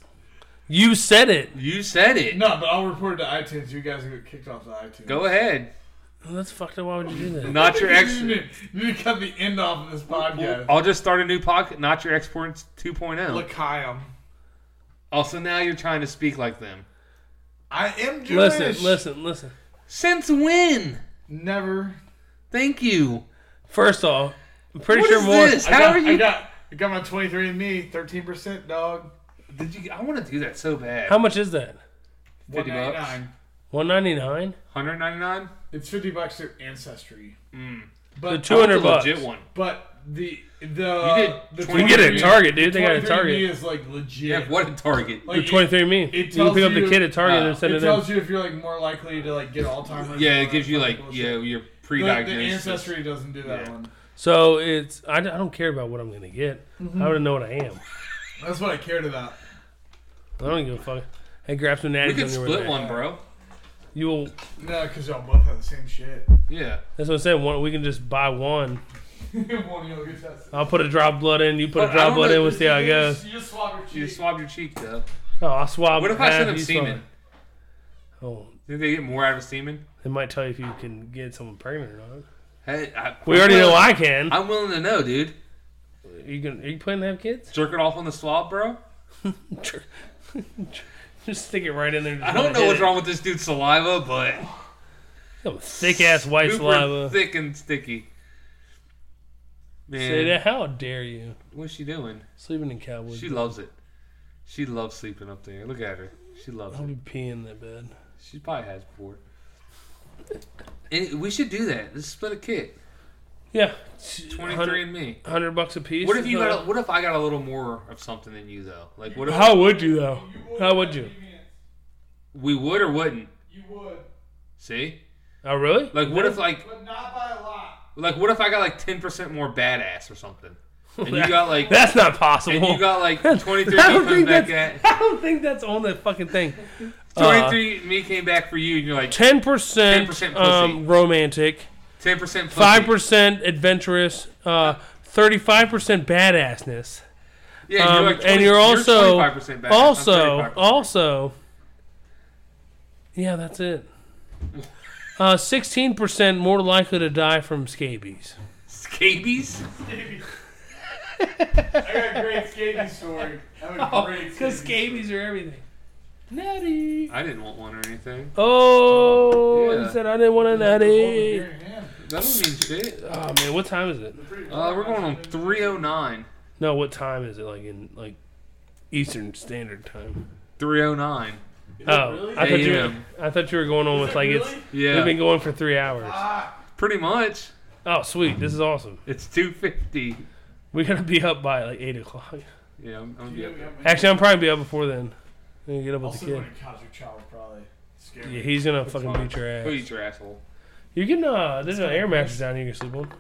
S1: you said it.
S2: You said it.
S3: No, but I'll report it to iTunes. You guys will get kicked off the iTunes.
S2: Go ahead.
S1: Well, Oh, that's fucked up. Why would you do that?
S2: Not your ex.
S3: You need, you need to cut the end off of this podcast.
S2: I'll just start a new pocket. Not your exports 2.0.
S3: Lakayam.
S2: oh. Also, now you're trying to speak like them.
S3: I am Jewish.
S1: Listen, listen, listen.
S2: Since when?
S3: Never.
S2: Thank you.
S1: First off, I'm pretty
S2: What
S1: sure
S2: is
S1: more.
S2: this?
S3: I
S2: How
S3: got,
S2: are
S3: I
S2: you?
S3: got, I got my 23andMe, 13%, dog.
S2: Did you? I want to do that so bad.
S1: How much is that?
S2: 50 bucks.
S3: 199.
S1: One ninety nine.
S2: 199.
S3: It's 50 bucks through Ancestry.
S9: But
S1: Mm. The two- 200
S2: I want the
S1: bucks.
S2: legit one.
S9: But the the
S2: did
S9: the
S1: You
S2: 20
S1: can get it at
S9: 23andMe
S1: Target, dude. They got it at
S9: 23andMe
S1: Target.
S9: is like legit.
S2: Yeah, what a target.
S1: The
S9: Like, it-
S1: 23andMe.
S9: it
S1: You can
S9: tells
S1: pick up the
S9: you-
S1: kid at Target and
S2: uh,
S1: send
S9: it
S1: it in.
S9: tells you if you're like more likely to like get Alzheimer's.
S2: yeah,
S9: or
S2: it gives you like
S9: bullshit.
S2: yeah, your
S9: The, the
S2: pre-diagnosis.
S9: ancestry doesn't do that
S2: Yeah.
S9: one.
S1: So it's I, d- I don't care about what I'm gonna get.
S2: Mm-hmm.
S1: I already know what I am.
S9: That's what I cared about.
S1: I don't give a fuck. Hey, grab some
S2: we
S1: natties
S2: could
S1: on your way
S2: split
S1: back.
S2: one, bro.
S1: You will.
S9: No, because y'all both have the same
S3: *laughs*
S9: shit.
S2: Yeah,
S1: That's what I'm saying. One, we can just buy one.
S9: one you'll get tested.
S1: I'll put a drop blood in. You put
S2: But
S1: a
S2: I
S1: drop
S2: don't
S1: blood
S2: know-
S1: in. We'll see how it
S9: You
S1: goes.
S9: just- You just swab your
S2: you
S9: cheek.
S2: swabbed your cheek though.
S1: Oh, I'll swab.
S2: What if I
S1: half,
S2: send them
S1: you swab
S2: semen?
S1: it. Oh,
S2: Think they get more out of semen?
S1: it might tell you if you can get someone pregnant or not.
S2: Hey, I,
S1: We already know I can.
S2: I'm willing to know, dude.
S1: you can. Are you planning to have kids? *laughs*
S2: Jerk it off on the swab, bro.
S1: Sure. just stick it right in there.
S2: I don't know what's wrong with this dude's saliva, but
S1: Thick ass white
S2: super
S1: saliva.
S2: thick and sticky. Man,
S1: Say that. How dare you?
S2: what's she doing?
S1: Sleeping in cowboys.
S2: She loves it. She loves sleeping up there. Look at her. She loves
S1: I'll
S2: it.
S1: be peeing that bed.
S2: She probably has before. And we should do that. Let's split a kit.
S1: Yeah.
S2: Twenty three and me.
S1: Hundred bucks a piece.
S2: What if
S1: is
S2: you
S1: not-
S2: got? A, what if I got a little more of something than you though? Like what if
S1: How would you though? How would you?
S2: we would or wouldn't?
S3: You would,
S2: See?
S1: Oh really?
S2: Like what if like
S3: but not by a lot.
S2: like what if I got like ten percent more badass or something? And you
S1: *laughs*
S2: got like
S1: That's not possible.
S2: and you got like twenty three
S1: I don't
S2: comes
S1: think
S2: back
S1: that's. *laughs*
S2: at
S1: I don't think that's on the fucking thing.
S2: twenty three me came back for you and you're like
S1: Uh, Ten percent
S2: 10% pussy.
S1: um, romantic,
S2: ten percent
S1: five percent adventurous, uh, thirty-five percent badassness,
S2: Yeah, and
S1: um,
S2: you're like 20,
S1: and you're also
S2: 25% badass. I'm
S1: also
S2: 35%.
S1: also. Yeah, that's it.
S2: *laughs*
S1: Uh, Sixteen percent more likely to die from scabies.
S2: scabies?
S3: I got
S2: *laughs*
S3: a great skating story. I have
S1: Oh,
S3: a great skating
S1: scabies are everything. Natty.
S2: I didn't want one or anything.
S1: Oh,
S2: Yeah.
S1: he said I didn't want a natty.
S2: That doesn't mean shit.
S1: Oh man, what time is it?
S2: Uh, we're going on three oh nine.
S1: No, what time is it? Like in like Eastern Standard Time.
S2: Three oh nine.
S1: Oh, I thought you. Were,
S2: AM.
S1: I thought you were going on with like it's.
S2: Yeah.
S1: We've been going for three hours.
S2: Pretty much.
S1: Oh, sweet. This is awesome.
S2: It's two fifty.
S1: We gotta be up by like eight o'clock.
S2: Yeah, I'm, I'm good.
S1: Actually, I'm probably be up before then. I'm gonna get up with
S3: Also,
S1: the
S3: when
S1: kid.
S3: it comes to child, probably scary.
S1: Yeah, he's gonna fucking
S2: fine.
S1: beat your
S2: Go
S1: ass.
S2: Oh, eat your asshole.
S1: You can. Uh, there's an air mattress down here you can sleep on.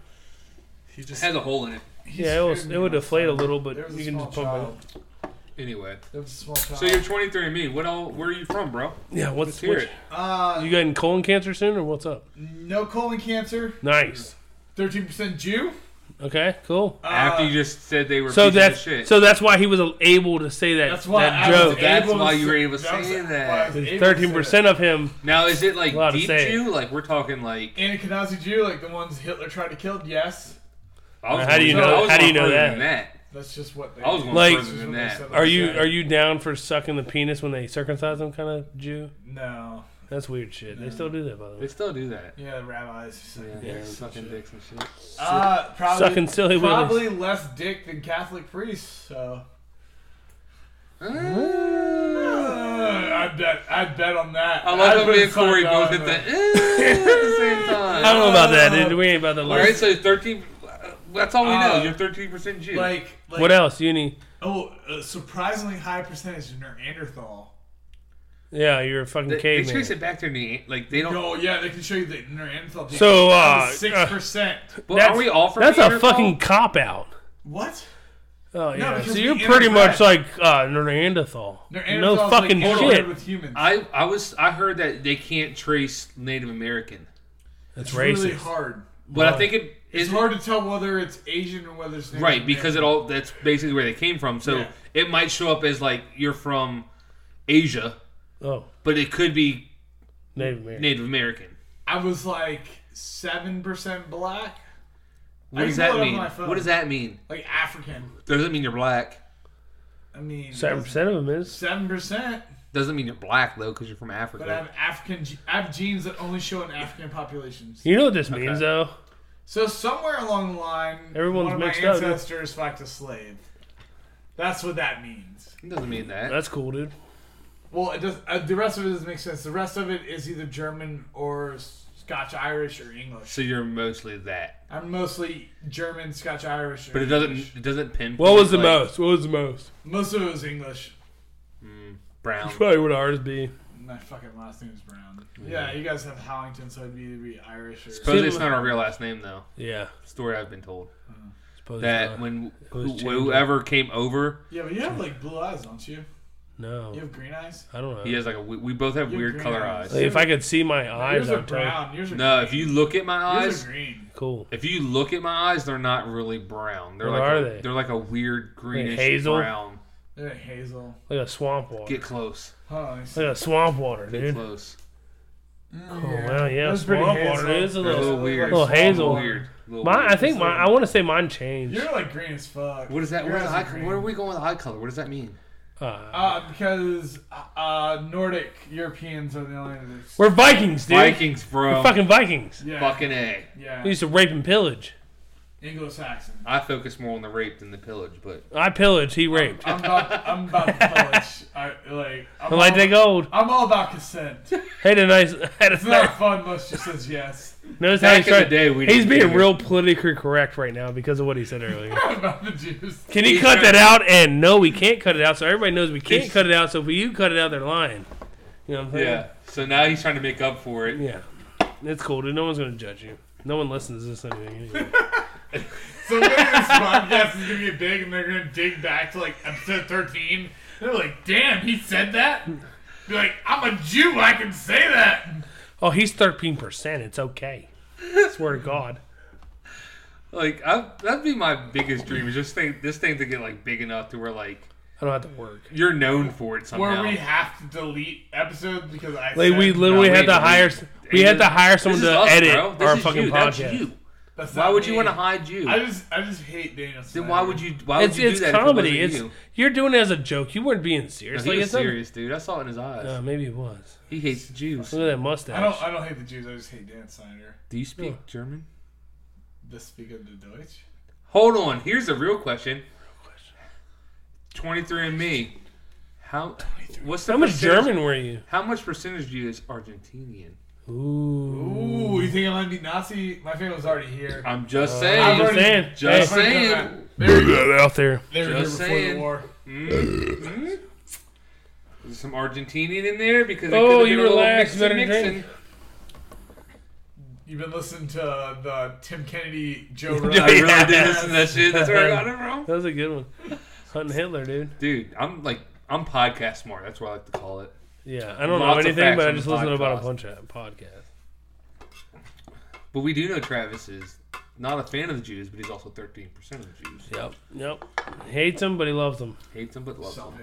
S3: He
S2: It
S3: just
S2: has a hole in it.
S1: Yeah, it will. It would deflate a little, but
S3: There was a
S1: you can
S3: small
S1: just pump it.
S3: child.
S2: Anyway.
S3: There was a small child.
S2: So you're 23 and me. What all? Where are you from, bro?
S1: Yeah. What's
S2: Let's hear
S1: what,
S2: it.
S3: uh,
S1: you getting colon cancer soon or what's up?
S3: no colon cancer.
S1: Nice.
S3: Thirteen percent Jew.
S1: Okay, cool.
S3: Uh,
S2: After you just said they were
S1: So
S2: pieces of
S1: that's
S2: shit.
S1: so that's why he was able to say that.
S3: That's why
S1: that
S3: I was
S1: joke.
S3: able
S2: That's
S3: to
S2: why
S3: say-
S2: you were able to
S3: that was-
S2: say
S3: why
S2: that.
S3: I was able to say
S1: Thirteen percent of him.
S2: now is it like
S1: Allowed to
S2: deep
S1: say it.
S2: Jew? Like we're talking like.
S3: Ashkenazi Jew, like the ones Hitler tried to kill. Yes,
S2: I was
S1: How do
S2: going-
S1: you
S2: I
S1: know-
S2: was
S1: how do
S2: going
S1: you know
S2: further
S1: that?
S2: than
S3: that's just what they.
S2: I was going
S1: Like-
S2: further than that.
S1: Are you are you down for sucking the penis when they circumcise him? Kind of Jew.
S3: No.
S1: That's weird shit. They still do that by the
S2: They
S1: way.
S2: still do that.
S3: Yeah, the rabbis.
S2: Yeah,
S1: Yeah,
S2: sucking dicks and
S1: *laughs*
S2: shit.
S3: Uh, probably
S1: Sucking silly willies.
S3: probably less dick than Catholic priests. So
S2: Ah,
S3: Uh, I bet I bet on that.
S2: I love
S3: I'd
S2: how
S3: put
S2: me
S3: a
S2: and Corey
S3: $5
S2: both hit
S3: on
S2: that eh, *laughs* at the same time.
S1: I don't know about that, dude. We ain't about to
S2: All right,
S1: learn.
S2: so 13. That's all we know.
S3: Uh,
S2: You're 13 percent Jew.
S3: Like, like
S1: What else? You need?
S3: Oh, a surprisingly high percentage of Neanderthal.
S1: Yeah, you're a fucking
S2: they, they trace
S1: caveman.
S2: it back to the like they don't.
S3: Oh yeah, they can show you the Neanderthal.
S1: So, uh,
S3: six percent.
S2: Well,
S1: That's-
S2: are we all from
S1: That's a
S2: Neanderthal?
S1: fucking cop out.
S3: What?
S1: Oh yeah.
S3: because
S1: So
S3: we
S1: you're pretty
S3: interbred.
S1: much like uh, Neanderthal.
S3: Neanderthals,
S1: No fucking
S3: like, interbred
S1: shit.
S3: With humans.
S2: I I was I heard that they can't trace Native American,
S1: That's
S3: it's really
S1: racist.
S3: hard.
S2: but I think it
S3: It's
S2: is
S3: hard to tell whether it's Asian or whether it's Native
S2: right because it
S3: American.
S2: all that's basically where they came from. So
S3: Yeah.
S2: it might show up as like you're from Asia,
S1: Oh,
S2: but it could be
S1: Native American.
S2: Native American.
S3: I was like seven percent black,
S2: What
S3: I
S2: does
S3: can
S2: that
S3: pull it up
S2: mean?
S3: on my phone.
S2: What does that mean?
S3: like African.
S2: Doesn't mean you're black.
S3: I mean,
S1: Seven percent of them is.
S3: Seven percent,
S2: Doesn't mean you're black though because you're from
S3: but I
S2: Africa.
S3: have African. ge- I have genes that only show in African populations.
S1: You know what this means, though.
S3: So somewhere along the line,
S1: Everyone's
S3: one of
S1: mixed
S3: my
S1: up, dude.
S3: ancestors fucked a slave. That's what that means.
S2: It doesn't mean that.
S1: That's cool, dude.
S3: Well, it does. Uh, the rest of it doesn't make sense. The rest of it is either German or s- Scotch Irish or English.
S2: So you're mostly that,
S3: I'm mostly German, Scotch Irish.
S2: but it doesn't it doesn't pinpoint.
S1: What was the
S2: like,
S1: most? What was the most?
S3: Most of it was English. *laughs*
S2: brown?
S1: Probably would ours be.
S3: My fucking last name is Brown. Yeah, you guys have Hollington, so it'd be, it'd be Irish or.
S2: Supposedly it's not our real last name though.
S1: Yeah.
S2: Story I've been told
S1: Suppose
S2: that
S1: not.
S2: when
S1: was
S2: wh-
S1: changed.
S2: whoever came over,
S3: yeah, but you have like blue eyes, don't you?
S1: no,
S3: You have green eyes.
S1: I don't know.
S2: he has like a we, we both have
S3: You're
S2: weird
S3: green
S2: color
S3: eyes.
S2: eyes.
S1: Like, if I could see my eyes,
S3: Yours are
S1: I'd probably
S3: brown. Yours are
S2: No,
S3: green.
S2: if you look at my
S3: Yours
S2: eyes,
S3: are green.
S1: cool.
S2: if you look at my eyes, they're not really brown. They're
S1: What
S2: like
S1: are
S2: a,
S1: they?
S2: are like a weird greenish
S1: hazel?
S2: brown.
S3: They're like hazel.
S1: Like a swamp water.
S2: Get close.
S3: Hold on, let me see.
S1: like a swamp water,
S2: Get
S1: dude.
S2: close.
S1: Oh wow, yeah,
S3: That's pretty
S1: swamp water
S3: hazel.
S1: is a
S2: They're a
S1: little.
S2: little weird.
S1: little hazel.
S2: Weird. Little
S1: My,
S2: weird.
S1: I think my, I want to say mine changed.
S3: You're like green as fuck.
S2: What is that?
S3: Your
S2: What, is
S3: eyes
S2: eye,
S3: are green.
S2: what are we going with eye color? What does that mean?
S1: Uh,
S3: Uh, because uh, Nordic Europeans are the only. That's,
S1: we're Vikings, dude.
S2: Vikings, bro.
S1: We're fucking Vikings.
S3: yeah,
S2: Fucking a.
S1: We
S3: yeah,
S1: used to rape and pillage.
S3: Anglo-Saxon.
S2: I focus more on the rape than the pillage, but
S1: I pillaged, he raped.
S3: I'm about, I'm about *laughs* to pillage. I like. I'm
S1: I like
S3: all,
S1: that gold.
S3: I'm all about consent. It's
S1: Had a nice. *laughs* Had a nice
S3: not fun unless she says yes.
S1: notice how
S2: back
S1: he's
S2: in the
S1: trying.
S2: day, we
S1: He's
S2: didn't
S1: being
S2: care.
S1: real politically correct right now because of what he said earlier.
S2: *laughs*
S3: *laughs* about the Jews.
S1: Can you
S2: He's
S1: cut
S2: trying-
S1: that out? And no, we can't cut it out. So everybody knows we can't
S2: He's-
S1: cut it out. So if you cut it out, they're lying. You know what I'm saying?
S2: yeah. So now he's trying to make up for it.
S1: Yeah. It's cool, dude. No one's gonna judge you. No one listens to this anything. anyway. *laughs*
S3: So maybe this podcast is gonna get big, and they're gonna dig back to like episode 13. They're like, "Damn, he said that." Be like, "I'm a Jew. I can say that."
S1: oh, he's thirteen percent. It's okay. Swear to God.
S2: Like I, that'd be my biggest dream is just think this thing to get like big enough to where like
S1: I don't have to work.
S2: you're known for it
S3: Where
S2: somehow.
S3: we have to delete episodes because I
S1: Like
S3: said
S1: we literally
S2: No,
S1: had
S2: wait,
S1: to
S2: we-
S1: hire. s- We had to hire someone
S2: This is
S1: to
S2: us,
S1: edit
S2: bro. This
S1: our
S2: is
S1: fucking
S2: you. That's
S1: podcast.
S2: you.
S3: That's
S2: Why
S3: not
S2: would you
S3: me.
S2: want to hide you?
S3: I just I just hate Daniel.
S2: then
S3: Snyder.
S2: why would you? Why
S1: It's
S2: would you
S1: it's
S2: do that? if it wasn't
S1: comedy. It's
S2: you?
S1: you're doing it as a joke. You weren't being serious.
S2: He
S1: like
S2: was
S1: it's not-
S2: serious, dude. I saw it in his eyes.
S1: Uh, maybe it was.
S2: he hates the Jews.
S1: Look at that
S3: I
S1: mustache.
S3: don't I don't hate the Jews. I just hate Dan Snyder.
S2: Do you speak German?
S3: The speaker of the Deutsch.
S2: Hold on. Here's a real question. Twenty three and me. How? What's the
S1: How much
S2: percentage-
S1: German were you?
S2: How much percentage of you is Argentinian?
S1: Ooh.
S3: Ooh, you think I might be Nazi? My family's already here.
S2: I'm just
S3: I've
S2: saying.
S3: already-
S1: Saying.
S2: just
S3: I've already
S2: saying.
S3: done
S1: Hey, out there.
S3: They were
S2: Just
S3: here before
S2: saying.
S3: the war.
S2: There's some Argentinian in there because it
S1: Oh,
S2: could've been
S1: you
S2: a little
S1: relax,
S2: mixin'
S1: better
S2: mixin'. *laughs*
S1: drink.
S3: You've been listening to uh, the Tim Kennedy Joe
S2: I really
S1: *laughs*
S3: Rogan.
S1: Yeah.
S2: did listen to that shit. That's where I got it from. *laughs*
S1: That was a good one. Hunting Hitler, dude.
S2: Dude, I'm like, I'm podcast smart. That's what I like to call it.
S1: Yeah, I don't
S2: Lots of
S1: know anything,
S2: facts
S1: but I
S2: on
S1: just
S2: the
S1: listened to about a
S2: podcast.
S1: bunch of podcasts.
S2: But we do know Travis is not a fan of the Jews, but he's also 13% of the Jews.
S1: Yep, yep. Hates them, but he loves them.
S2: Hates them, but loves them.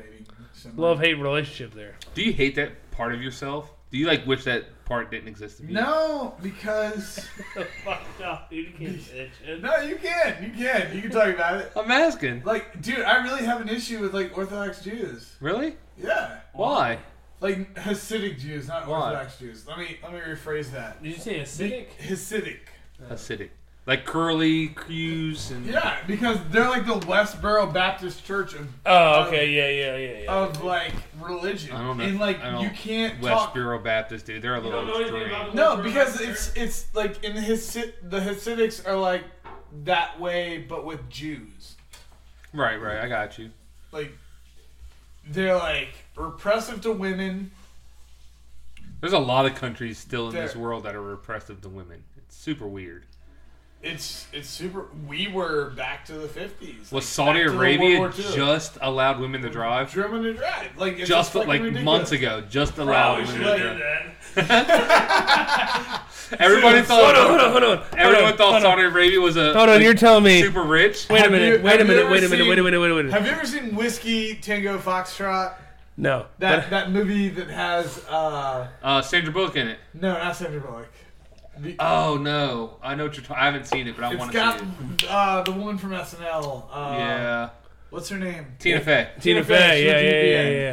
S3: Self-hating.
S1: Love hate relationship there.
S2: Do you hate that part of yourself? Do you like wish that part didn't exist in you?
S3: No, because
S1: Fuck off, dude. You can't say shit.
S3: *laughs* no, you can, you can, you can talk about it.
S2: I'm asking.
S3: Like, dude, I really have an issue with like Orthodox Jews.
S2: Really?
S3: Yeah,
S2: Why?
S3: like Hasidic Jews, not
S2: Why?
S3: Orthodox Jews. Let me let me rephrase that.
S1: Did you say acidic?
S3: Hasidic.
S2: Acidic. Like curly cues and.
S3: Yeah, because they're like the Westboro Baptist Church of
S1: Oh, okay, yeah, yeah, yeah, yeah.
S3: of like religion.
S2: I don't know.
S3: And like
S2: I don't-
S3: you can't
S2: West
S3: talk.
S2: Bureau Baptist, dude. They're a little
S1: don't know anything
S2: extreme.
S1: about them.
S3: No, because it's it's like in the Hasi- the Hasidics are like that way, but with Jews.
S2: Right, right. I got you.
S3: Like they're like repressive to women.
S2: There's a lot of countries still in this
S3: There.
S2: world that are repressive to women. It's super weird.
S3: It's it's super. We were back to the fifties.
S2: Was Saudi Arabia just allowed women to drive? Just,
S3: German to drive? Like it's
S2: like
S3: fucking ridiculous.
S2: months ago, just allowed
S3: Probably
S2: women
S3: should
S2: to
S3: have
S2: drive. Everybody thought.
S1: Hold on, hold on, hold on. Hold
S2: Everyone
S1: on,
S2: thought
S1: hold on.
S2: Saudi Arabia was a
S1: Hold on,
S2: like,
S1: you're telling me.
S2: super rich.
S1: Wait a
S3: Have
S1: minute,
S3: you-
S1: wait a
S3: have you
S1: minute,
S3: ever
S1: wait a minute,
S3: seen-
S1: wait a minute, wait a minute.
S3: Have you ever seen Whiskey Tango Foxtrot?
S1: No.
S3: That that movie that has uh
S2: Uh, Sandra Bullock in it.
S3: no, not Sandra Bullock. The-
S2: Oh no, I know what you're. Ta- I haven't seen it, but I
S3: It's
S2: want to
S3: got
S2: see it.
S3: uh, the woman from SNL. Uh,
S2: Yeah,
S3: What's her name?
S2: Tina Fey.
S1: Tina
S3: Tina Fey,
S1: Fey,
S3: she
S1: yeah,
S3: was
S1: yeah,
S3: DPA.
S1: yeah, yeah,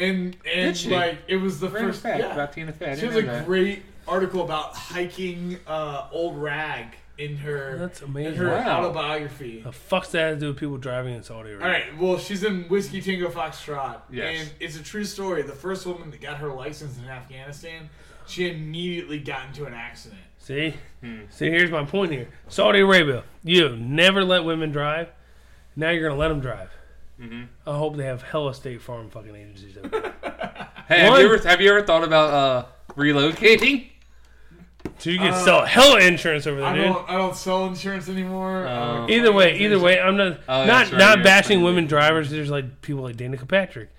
S1: yeah.
S3: And and
S2: she?
S3: like it was the
S2: Random
S3: first.
S2: fact
S3: Yeah.
S2: about Tina Fey. I
S3: She
S2: didn't
S3: has
S2: know
S3: a
S2: that.
S3: great article about hiking uh, old rag. in her
S1: That's
S3: in
S1: amazing.
S3: her
S1: What
S2: Wow.
S3: autobiography.
S1: the fuck's that has to do with people driving in Saudi Arabia?
S3: All right. Well, she's in Whiskey Tango Foxtrot,
S2: Yes.
S3: and it's a true story. The first woman that got her license in Afghanistan, she immediately got into an accident.
S1: See,
S2: Hmm.
S1: see, here's my point here. Saudi Arabia, you never let women drive. Now you're gonna let them drive.
S2: Mm-hmm.
S1: I hope they have hella state farm fucking agencies. Over
S2: *laughs*
S1: there.
S2: Hey, have
S1: One.
S2: you, ever, have you ever thought about uh, relocating?
S1: so you can
S2: Uh,
S1: sell hella insurance over there,
S3: I
S1: dude.
S3: don't, I don't sell insurance anymore.
S2: Oh.
S3: Uh,
S1: Either way, either way, I'm not
S2: Oh,
S1: not
S2: that's right,
S1: not
S2: you're
S1: bashing
S2: right.
S1: women drivers. There's like people like Dana Kilpatrick.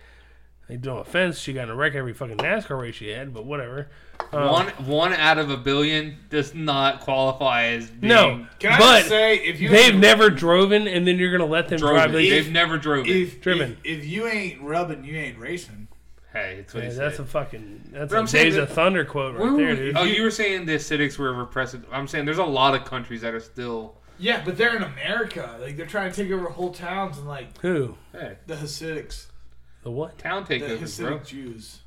S1: Like, no offense, she got in a wreck every fucking NASCAR race she had, but whatever. Um,
S2: One one out of a billion does not qualify as being
S1: no,
S3: Can I
S1: but
S3: just say if you
S1: they've never driven, and then you're gonna let them
S2: Droven.
S1: drive. Like,
S2: They've never drove it.
S11: If,
S1: Driven.
S11: If, if you ain't rubbing, you ain't racing.
S2: Hey, it's what
S1: Yeah,
S2: he
S1: that's a
S2: said.
S1: fucking that's
S2: But
S1: a
S2: I'm saying
S1: Days
S2: that-
S1: of Thunder quote
S2: Where
S1: right
S2: were
S1: there,
S2: we-
S1: dude.
S2: oh, you were saying the acidics were repressive. I'm saying there's a lot of countries that are still.
S3: yeah, but they're in America. Like they're trying to take over whole towns and like
S1: Who?
S2: Hey,
S11: The Hasidics,
S1: The what?
S2: town
S11: the
S2: takeovers, bro.
S11: Hasidic Jews.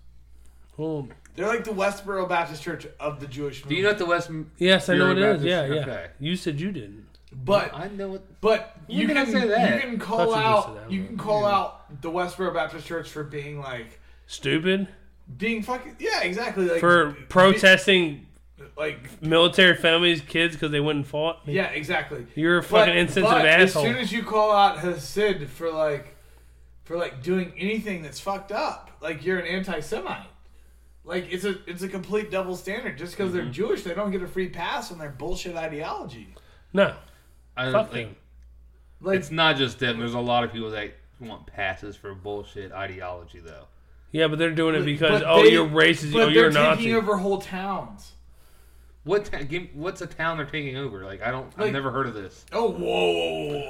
S1: Well,
S11: They're like the Westboro Baptist Church of the Jewish.
S2: Do you know what the West?
S1: yes, I know what
S2: You're
S1: it is.
S2: Baptist?
S1: Yeah, yeah.
S2: Okay.
S1: You said you didn't.
S3: but
S2: I know what.
S3: But
S2: You
S3: you
S2: can
S3: can
S2: say that.
S3: you can
S1: Thought
S3: call
S1: you just
S3: out
S1: said that,
S3: you
S1: but-
S3: can call out the Westboro Baptist Church for being like
S1: Stupid
S3: being fucking yeah exactly like
S1: for
S3: be-
S1: protesting
S3: like
S1: military families, kids because they went and fought.
S3: yeah exactly
S1: You're a
S3: But-
S1: fucking insensitive
S3: but
S1: asshole.
S3: As soon as you call out Hasid for like for like doing anything that's fucked up, like you're an anti-Semite. Like it's a it's a complete double standard. Just because
S1: Mm-hmm.
S3: they're Jewish, they don't get a free pass on their bullshit ideology.
S1: no,
S2: I,
S1: fuck
S2: like,
S1: them.
S3: Like
S2: It's not just them. There's a lot of people that want passes for bullshit ideology, though.
S1: Yeah, but they're doing it because
S3: but
S1: oh,
S3: they-
S1: you're racist.
S3: but
S1: Oh, you're a
S3: they're taking
S1: Nazi.
S3: over whole towns.
S2: What ta- give, what's a town they're taking over? Like I don't, I've
S3: Like-
S2: never heard of this.
S3: Oh whoa.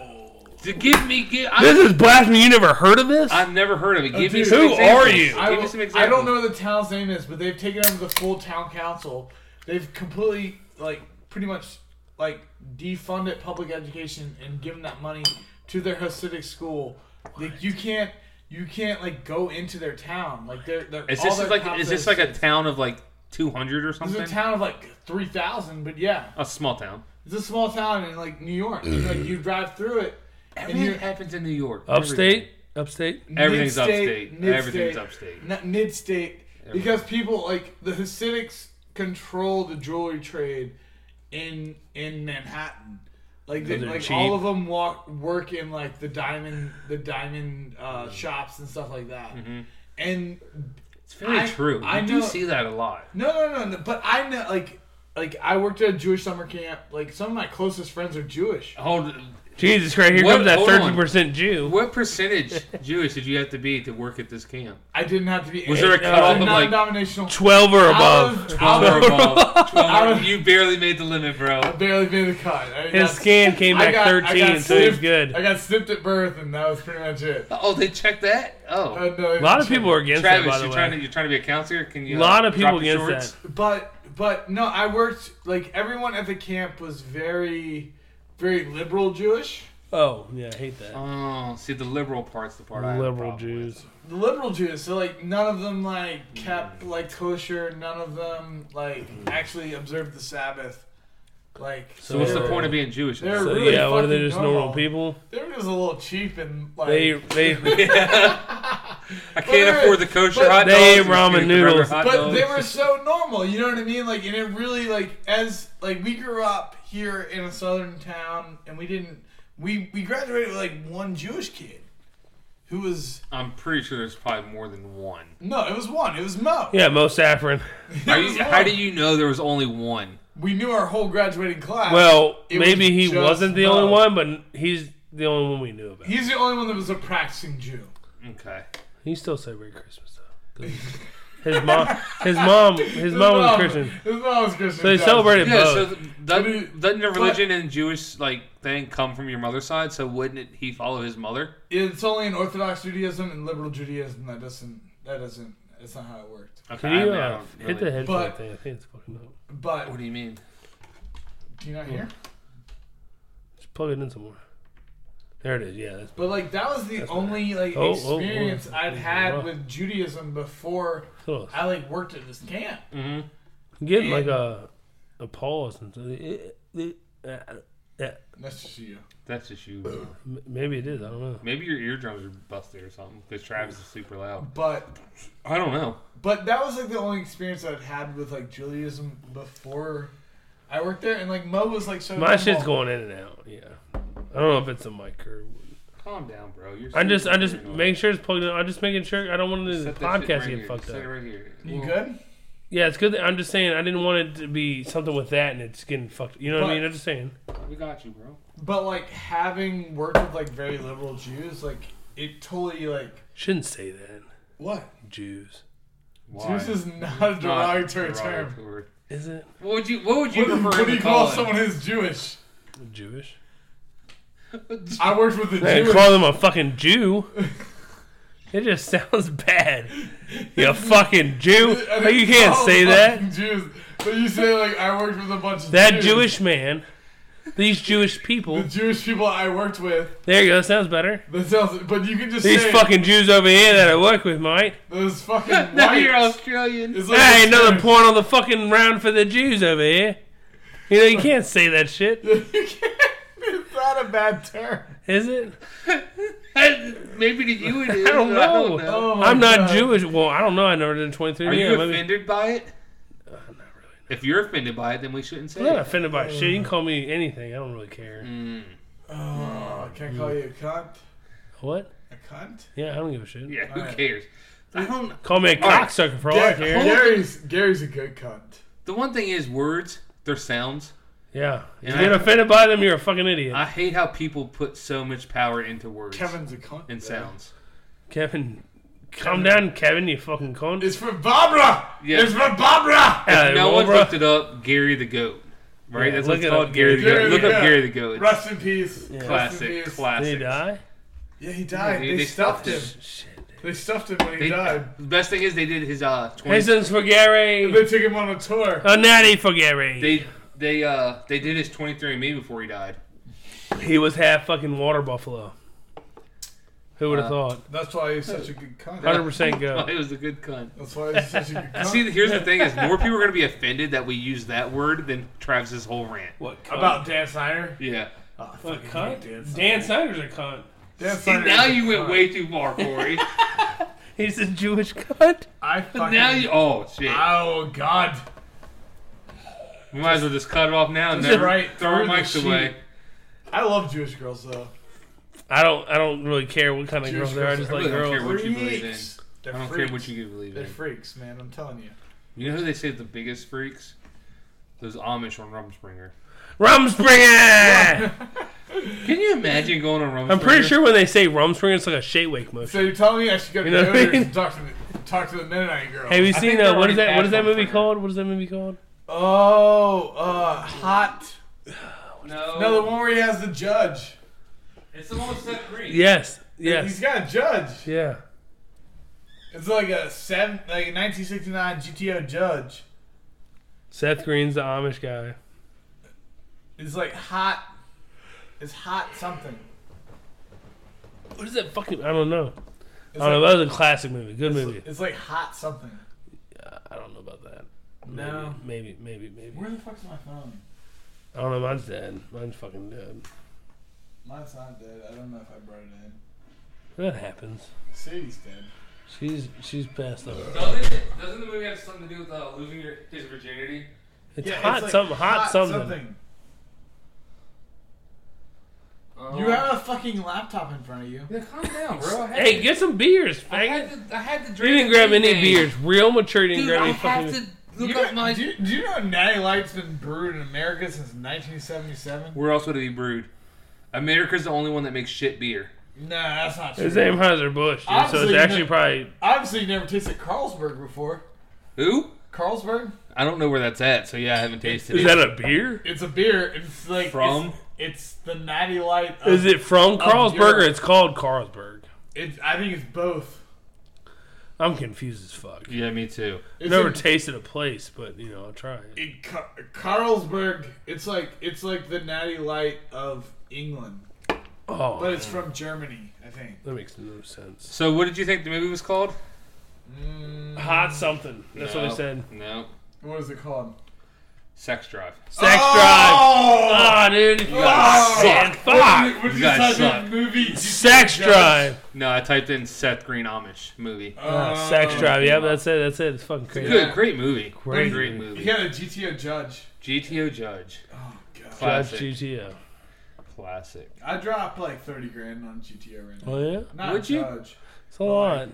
S2: To give me, give,
S1: This
S2: I,
S1: is blasphemy. You never heard of this?
S2: I've never heard of it. Give me
S3: dude,
S2: some
S1: who
S2: examples.
S1: are you?
S2: Give
S3: I,
S2: me
S3: will-
S2: some
S3: I
S2: examples.
S3: don't know what the town's name is, but they've taken over the full town council. They've completely, like, pretty much, like, defunded public education and given that money to their Hasidic school. Like, you can't, you can't like go into their town. Like, they're, they're
S2: Is
S3: all
S2: this
S3: their
S2: is like
S3: cops
S2: is
S3: are
S2: this like a
S3: Hasidics.
S2: town of like 200 or
S3: This
S2: something?
S3: is a town of like three thousand, but yeah,
S2: A small town.
S3: it's a small town in like
S2: *clears throat*
S3: New York. like, you drive through it.
S2: Everything
S3: you're-
S2: happens in New York.
S1: upstate, upstate.
S2: Everything's
S3: Mid-state,
S2: upstate.
S3: mid-state,
S2: Everything's upstate.
S3: Not mid-state because people like the Hasidics control the jewelry trade in in Manhattan. Like they,
S1: They're
S3: like
S1: cheap.
S3: all of them walk work in like the diamond the diamond uh,
S2: Mm-hmm.
S3: shops and stuff like that. And
S2: It's very
S3: I-
S2: true. I
S3: I
S2: do
S3: know-
S2: see that a lot.
S3: no, no, no, no, but I know like like I worked at a Jewish summer camp. Like some of my closest friends are Jewish.
S2: Hold.
S1: Jesus Christ! Here
S2: What-
S1: comes that
S2: hold
S1: thirty
S2: on.
S1: percent Jew.
S2: What *laughs* percentage Jewish did you have to be to work at this *laughs* camp?
S3: I didn't have to be.
S2: Was there a
S3: I
S2: cutoff
S3: was
S2: of, like,
S3: non-denominational?
S1: Twelve or
S3: Out
S1: above.
S3: of-
S2: Twelve or
S3: out of-
S2: above. Twelve.
S3: I-
S2: or- You barely made the limit,
S3: I
S2: bro.
S3: barely made the cut. I didn't
S1: His
S3: have-
S1: scan came
S3: I
S1: back
S3: got- I got
S1: thirteen, so he's
S3: snipped-
S1: good.
S3: I got snipped at birth, and that was pretty much it.
S2: Oh, they checked that.
S3: Uh,
S2: Oh,
S3: no,
S1: A lot of people are against
S2: Travis,
S1: that, by the
S2: you're
S1: way.
S2: trying to you're trying to be a counselor. Can you?
S1: a
S2: uh,
S1: lot of
S2: drop
S1: people
S2: your
S1: against
S2: shorts?
S1: that.
S3: But but no, I worked like everyone at the camp was very very liberal Jewish.
S1: Oh yeah, I hate that.
S2: Oh, see, the liberal part's the part I have a
S1: Liberal
S2: problem with.
S1: Jews.
S3: The liberal Jews, so like none of them like kept like kosher. None of them like actually observed the Sabbath. Like
S1: So
S2: So what's the
S1: They're-
S2: point of being Jewish?
S3: they're-
S1: So
S3: really
S1: yeah, what are they
S3: fucking
S1: just normal
S3: dumb.
S1: people?
S3: They were just a little cheap and like
S1: They they
S2: I can't afford the kosher
S3: but
S2: hot dogs.
S1: they
S2: I'm just
S1: ramen
S2: gonna eat the regular
S1: noodles.
S2: hot
S3: but they
S2: dogs.
S3: were so normal you know what i mean like and it really like as like we grew up here in a southern town and we didn't we we graduated with like one jewish kid who was
S2: I'm pretty sure there's probably more
S1: *laughs*
S2: than one.
S3: no it was one it was mo
S1: yeah, most Afrin.
S3: It
S2: How,
S3: was
S2: you, how
S3: one.
S2: do you know there was only one?
S3: we knew our whole graduating class
S1: Well,
S3: It
S1: maybe
S3: was
S1: he
S3: just
S1: wasn't the only
S3: Mo.
S1: one, but he's the only one we knew about.
S3: he's the only one that was a practicing jew
S2: Okay.
S1: He still said Merry Christmas though. 'Cause His mom, his mom, his mom was Christian,
S3: *laughs* his mom was christian
S1: so they
S3: yeah.
S1: celebrated
S2: Yeah. So
S1: both.
S2: th- doesn't, doesn't the
S3: But-
S2: religion and Jewish like thing come from your mother's side? So wouldn't it, he follow his mother?
S3: it's only in orthodox judaism and liberal judaism that doesn't that doesn't that's not how it worked
S2: Okay.
S1: Can
S2: I
S1: you
S2: mean, I
S1: uh,
S2: don't
S1: hit the
S2: really-
S1: headphone
S3: But-
S1: thing? I think it's fucking up.
S3: but
S2: What do you mean?
S3: do you not hear
S1: Just plug it in some more. There it is. Yeah, that's
S3: But like that was the only like
S1: Oh, oh, oh.
S3: experience I'd
S1: Wow.
S3: had with Judaism before
S1: close.
S3: I like Mm. worked at this camp.
S1: I'm getting like a a pause. And, Uh, yeah,
S3: That's just you.
S2: That's just you.
S1: m- maybe it is. I don't know.
S2: Maybe your eardrums are busted or something because Travis is super loud.
S3: But
S2: I don't know.
S3: But that was like the only experience I'd had with like Judaism before I worked there, and like Mo was like so.
S1: My shit's
S3: involved.
S1: going in and out. Yeah, I don't know if it's a mic or.
S2: Calm down, bro. You're
S1: I just, I
S2: super
S1: just
S2: paranoid.
S1: make sure it's plugged in. I'm just making sure I don't want the
S2: Set that shit
S1: podcast
S2: right
S1: to
S2: here.
S1: get fucked
S2: Set
S1: up.
S2: it right here.
S3: You
S2: Well,
S3: good?
S1: Yeah, it's good. That, I'm just saying I didn't want it to be something with that and it's getting fucked. You know what I
S3: But-
S1: mean? I'm just saying.
S2: We got you, bro.
S3: But like having worked with like very liberal Jews, like it totally like
S1: Shouldn't say that.
S3: what?
S1: Jews.
S2: Why?
S3: Jews is not a
S2: It's not
S3: derogatory term.
S2: derogatory.
S1: Is it
S2: What would you? What would you
S3: What,
S2: prefer
S3: what do
S2: to
S3: you call
S2: call,
S3: someone who's Jewish?
S1: Jewish?
S3: I worked with the
S1: They
S3: Jewish.
S1: call them a fucking Jew. *laughs* It just *laughs* sounds bad. You fucking Jew.
S3: and they
S1: You can't
S3: call
S1: say
S3: them
S1: that.
S3: fucking Jews, but you say like I worked with a bunch of
S1: That
S3: Jews.
S1: Jewish man. These Jewish people.
S3: *laughs* the Jewish people I worked with.
S1: There you go. Sounds better.
S3: That sounds, but you can just
S1: These
S3: say
S1: fucking Jews over here that I work with, mate.
S3: those
S1: *laughs*
S3: fucking white.
S2: Now you're Australian. *laughs*
S3: It's like
S1: Hey, another
S3: Jewish.
S1: point on the fucking round for the Jews over here. You know, you can't say that shit,
S3: it's not a bad term.
S1: is it?
S2: Maybe to you it
S1: *laughs*
S2: is.
S1: I don't
S2: but I
S1: know. Oh.
S2: don't
S3: Oh
S2: know.
S1: I'm not Jewish. Well, I don't know. I never did 23
S2: Oh, Are
S1: years.
S2: you
S1: Maybe-
S2: offended by it?
S1: Uh,
S2: If you're offended by it, then we shouldn't say
S1: I'm not
S2: it. *laughs*
S1: offended by shit. You can call me anything. I don't really care.
S2: Mm.
S3: Oh, can I call you a cunt?
S1: What?
S3: A cunt?
S1: Yeah, I don't give a shit.
S2: Yeah, who
S3: Alright.
S2: cares? I don't.
S1: Call me a
S2: Alright.
S1: cocksucker for all I
S3: Gar-
S1: care.
S3: Gary's Gary's a good cunt.
S2: The one thing is words. They're sounds.
S1: Yeah. If
S2: And
S1: you get
S2: I-
S1: offended by them, you're a fucking idiot.
S2: I hate how people put so much power into words
S3: Kevin's a cunt.
S2: and sounds.
S1: Kevin, calm down, Kevin, you fucking cunt.
S3: It's for Barbara.
S2: Yeah.
S3: It's for Barbara.
S1: Yeah,
S2: no
S1: well,
S2: one
S1: bro.
S2: looked it up. Gary the Goat, right?
S1: Yeah,
S2: That's
S1: look
S2: what it's
S1: it up,
S2: called. Gary the
S3: Gary
S2: Goat. Look
S3: the
S2: up
S3: Goat.
S2: Gary the Goat. It's
S3: Rest in peace. Rest in
S2: classic,
S3: peace.
S1: Did he
S2: classic.
S1: die?
S3: Yeah, he died.
S2: dude,
S3: they,
S2: they
S3: stuffed
S2: stuffed
S3: him.
S1: Shit.
S3: They stuffed him when he
S2: They-
S3: died.
S2: The best thing is they did his uh. 20,
S1: Reasons for Gary.
S3: They took him on a tour.
S1: A natty for Gary.
S2: they they uh they did his 23andMe before he died.
S1: He was half fucking water buffalo. Who would have
S2: Uh,
S1: thought?
S3: That's why he's such a good cunt.
S1: Hundred
S2: *laughs*
S1: percent go.
S2: it was a good cunt.
S3: That's why he's such a good *laughs*
S2: *laughs*
S3: cunt.
S2: See, here's the thing: is more people are gonna be offended that we use that word than Travis's whole rant.
S1: What cunt?
S9: About Dan Snyder.
S2: Yeah.
S1: what cunt? Dan Snyder's a cunt.
S3: Dan
S2: See,
S3: Snyder's
S2: now
S3: a
S2: you went
S3: cunt.
S2: way too far,
S3: *laughs*
S2: Corey.
S1: He's a Jewish
S2: *laughs*
S1: cunt.
S3: I fucking.
S2: now you. Oh shit.
S3: Oh God.
S2: We might as well just cut it off now and
S3: Just
S2: never
S3: right
S2: throw our
S3: through the
S2: mics
S3: sheet.
S2: away.
S3: I love Jewish girls though.
S1: I don't. I don't really care what kind of
S3: Jewish
S1: girls they are. I
S3: girls
S1: just
S2: are- I
S1: like
S2: really don't care
S1: girls.
S2: what- you believe
S3: Freaks. They're
S2: I don't
S3: freaks.
S2: care what you believe
S3: They're
S2: in.
S3: freaks, man. I'm telling you.
S2: You know who they say the biggest freaks? Those Amish on Rumspringer.
S1: Rumspringer.
S2: Can you imagine going on Rumspringer?
S1: I'm pretty sure when they say Rumspringer, it's like a shake wake motion.
S3: So you're telling me I should go to
S1: You know what I
S3: Yoder's
S1: mean?
S3: and talk to the talk to the Mennonite girl?
S1: Have you
S2: think
S1: seen
S2: they're
S1: uh, what is
S2: already
S1: that? What is that
S2: past
S1: movie
S2: Rumspringer.
S1: called? What is that movie called?
S3: oh, uh, hot.
S2: No,
S3: No, the one where he has the judge.
S2: It's the one with Seth Green.
S1: Yes.
S3: He's
S1: Yes.
S3: got a judge.
S1: Yeah.
S3: It's like a seven, like a 1969 GTO judge.
S1: Seth Green's the Amish guy.
S3: It's like hot. It's hot something.
S1: What is that fucking? I don't know. I
S3: It's
S1: don't know.
S3: like,
S1: That was a classic movie. Good movie.
S3: it's like hot something.
S1: I don't know about that.
S3: No.
S1: Maybe. Maybe. Maybe.
S3: Where the fuck's my phone?
S1: I don't know. Mine's dead. Mine's fucking dead.
S3: Mine's not dead. I don't know if I brought it in.
S1: That happens.
S3: Sadie's dead.
S1: She's she's passed over.
S2: Doesn't, it, doesn't the movie have something to do with uh, losing your, his virginity?
S1: It's
S3: Yeah,
S1: hot
S3: it's like
S1: something. Hot, something.
S2: Um,
S3: You have a fucking laptop in front of you.
S2: Yeah, calm down, bro. I had
S1: *laughs* Hey,
S2: to-
S1: get some beers,
S2: I
S1: faggot.
S2: had to, I had to
S1: You
S2: drink.
S1: didn't grab any
S2: anything.
S1: beers. Real mature didn't
S2: Dude,
S1: grab
S2: I
S1: any
S2: have
S1: fucking.
S2: to
S3: You
S2: look
S3: know-
S2: up my.
S3: do, you- do you know Natty Light's been brewed in America since 1977?
S2: Where else would it be brewed? America's the only one that makes shit beer.
S3: No, that's not true.
S1: His name Heiser Bush, dude, so
S3: Obviously
S1: it's actually
S3: not-
S1: probably
S3: Obviously, you never tasted Carlsberg before.
S2: Who?
S3: Carlsberg?
S2: I don't know where that's at, so yeah, I haven't tasted
S1: is
S2: it.
S1: that a beer?
S3: It's a beer. It's like it's-
S2: From?
S3: It's, the Natty Light. Of,
S1: Is it from Carlsberg or
S3: Europe.
S1: it's called Carlsberg?
S3: It's, I think it's both.
S1: I'm confused as fuck.
S2: yeah, me too.
S3: It's
S1: Never
S3: a-
S1: tasted a place, but you know I'll try it.
S3: it, Car- Carlsberg. It's like it's like the Natty Light of England,
S1: Oh,
S3: but it's from Germany, I think.
S1: that makes no sense.
S2: So, what did you think the movie was called?
S3: Mm,
S1: Hot something. That's what
S2: No.
S1: I said.
S2: No.
S3: what is it called?
S2: Sex drive.
S1: Sex drive.
S3: Oh!
S1: Ah, dude. You
S3: Ah,
S1: guys suck. Fuck.
S3: What did
S2: You
S3: you
S2: guys
S3: type
S2: suck.
S3: in movie? Did you
S1: Sex
S3: type in Judge?
S1: drive.
S2: No, I typed in Seth Green Amish movie.
S3: Oh.
S1: Ah, sex drive. Yep,
S2: wow.
S1: that's it. That's it. It's fucking crazy.
S2: Good, great movie.
S1: Great
S2: Great,
S1: movie.
S2: movie.
S3: He had a GTO judge.
S2: GTO Judge.
S3: Oh god.
S1: Judge
S2: Classic.
S1: GTO.
S2: Classic.
S3: I dropped like thirty grand on GTO right now.
S1: Oh yeah,
S3: Not
S2: Would you?
S3: judge,
S1: it's a lot.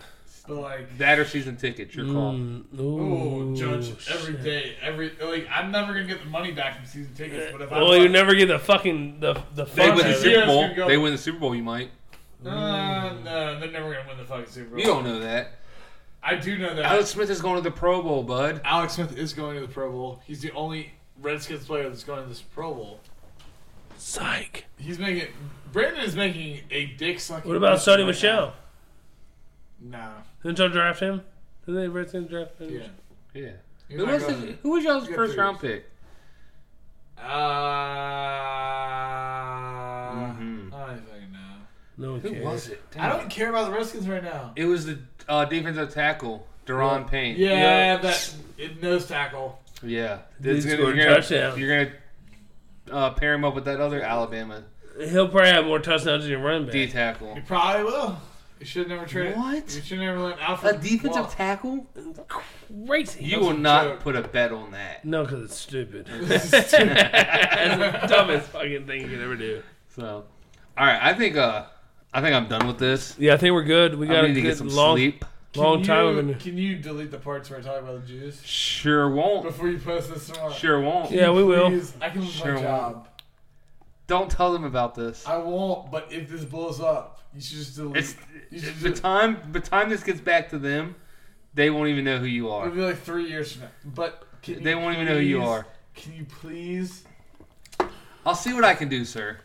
S3: but like.
S2: That or season ticket, your call.
S1: Mm,
S3: Oh,
S1: ooh,
S3: judge every
S1: shit.
S3: day, every like I'm never gonna get the money back from season tickets. But if I
S1: Well, you never get the fucking the the
S2: They
S1: fun.
S2: win the
S3: Yeah,
S1: of
S2: Super
S1: it.
S3: it's
S2: Bowl.
S3: gonna go-
S2: They win the Super Bowl. You might.
S3: uh, no, they're never gonna win the fucking Super Bowl.
S2: You don't know that.
S3: I do know that.
S2: Alex Smith is going to the Pro Bowl, bud.
S9: Alex Smith is going to the Pro Bowl. He's the only Redskins player that's going to this Pro Bowl.
S1: Psych.
S3: He's making. Brandon is making a dick sucking.
S1: What about Sony
S3: Sony
S1: Michelle?
S3: Nah.
S1: Didn't y'all draft him? Didn't they Redskins draft him?
S3: Yeah.
S2: Yeah.
S3: You're
S2: Who
S3: not
S2: was,
S3: gonna-
S2: the- who was y'all's
S3: Good
S2: first
S3: for
S2: round pick?
S3: Uh, Mm-hmm.
S2: Mhm.
S3: I don't fucking know.
S1: No one
S2: Who
S1: cares.
S2: was it?
S3: I don't care about the Redskins right now.
S2: It was the uh, defensive tackle, Deron Payne.
S9: Yeah, that it, nose tackle.
S2: Yeah. This
S1: Dude scored
S2: is gonna,
S1: a
S2: you're gonna,
S1: touchdown.
S2: you're gonna uh, pair him up with that other Alabama
S1: He'll probably have more touchdowns than your running
S2: D
S1: back.
S2: tackle.
S9: You probably will. You should never trade.
S2: What?
S9: You should never let Alfred. walk.
S2: tackle?
S1: Crazy.
S2: You
S3: That's
S2: will
S3: a
S2: not
S3: joke.
S2: put a bet on that.
S1: no, because it's
S2: *laughs*
S1: stupid. That's the dumbest fucking thing you could ever do.
S2: So, all right, I think uh, I think I'm done with this.
S1: Yeah, I think we're good. We got a
S2: I need to get
S1: good
S2: some
S1: long,
S2: sleep.
S1: *laughs*
S3: Can
S1: long time.
S3: you-
S1: We've been-
S3: Can you delete the parts where I talk about the Jews
S2: Sure won't.
S3: before you post this tomorrow?
S2: Sure won't.
S1: Yeah, we will.
S3: Please, I can lose
S2: Sure won't.
S3: my job.
S2: Don't tell them about this.
S3: I won't. But if this blows up, you should just delete.
S2: It's
S3: you should
S2: the
S3: just,
S2: time. The time this gets back to them, they won't even know who you
S3: it'll
S2: are.
S3: be like three years from now. But can
S2: They
S3: you
S2: won't even know who you
S3: please-
S2: are.
S3: Can you please?
S2: I'll see what I can do, sir.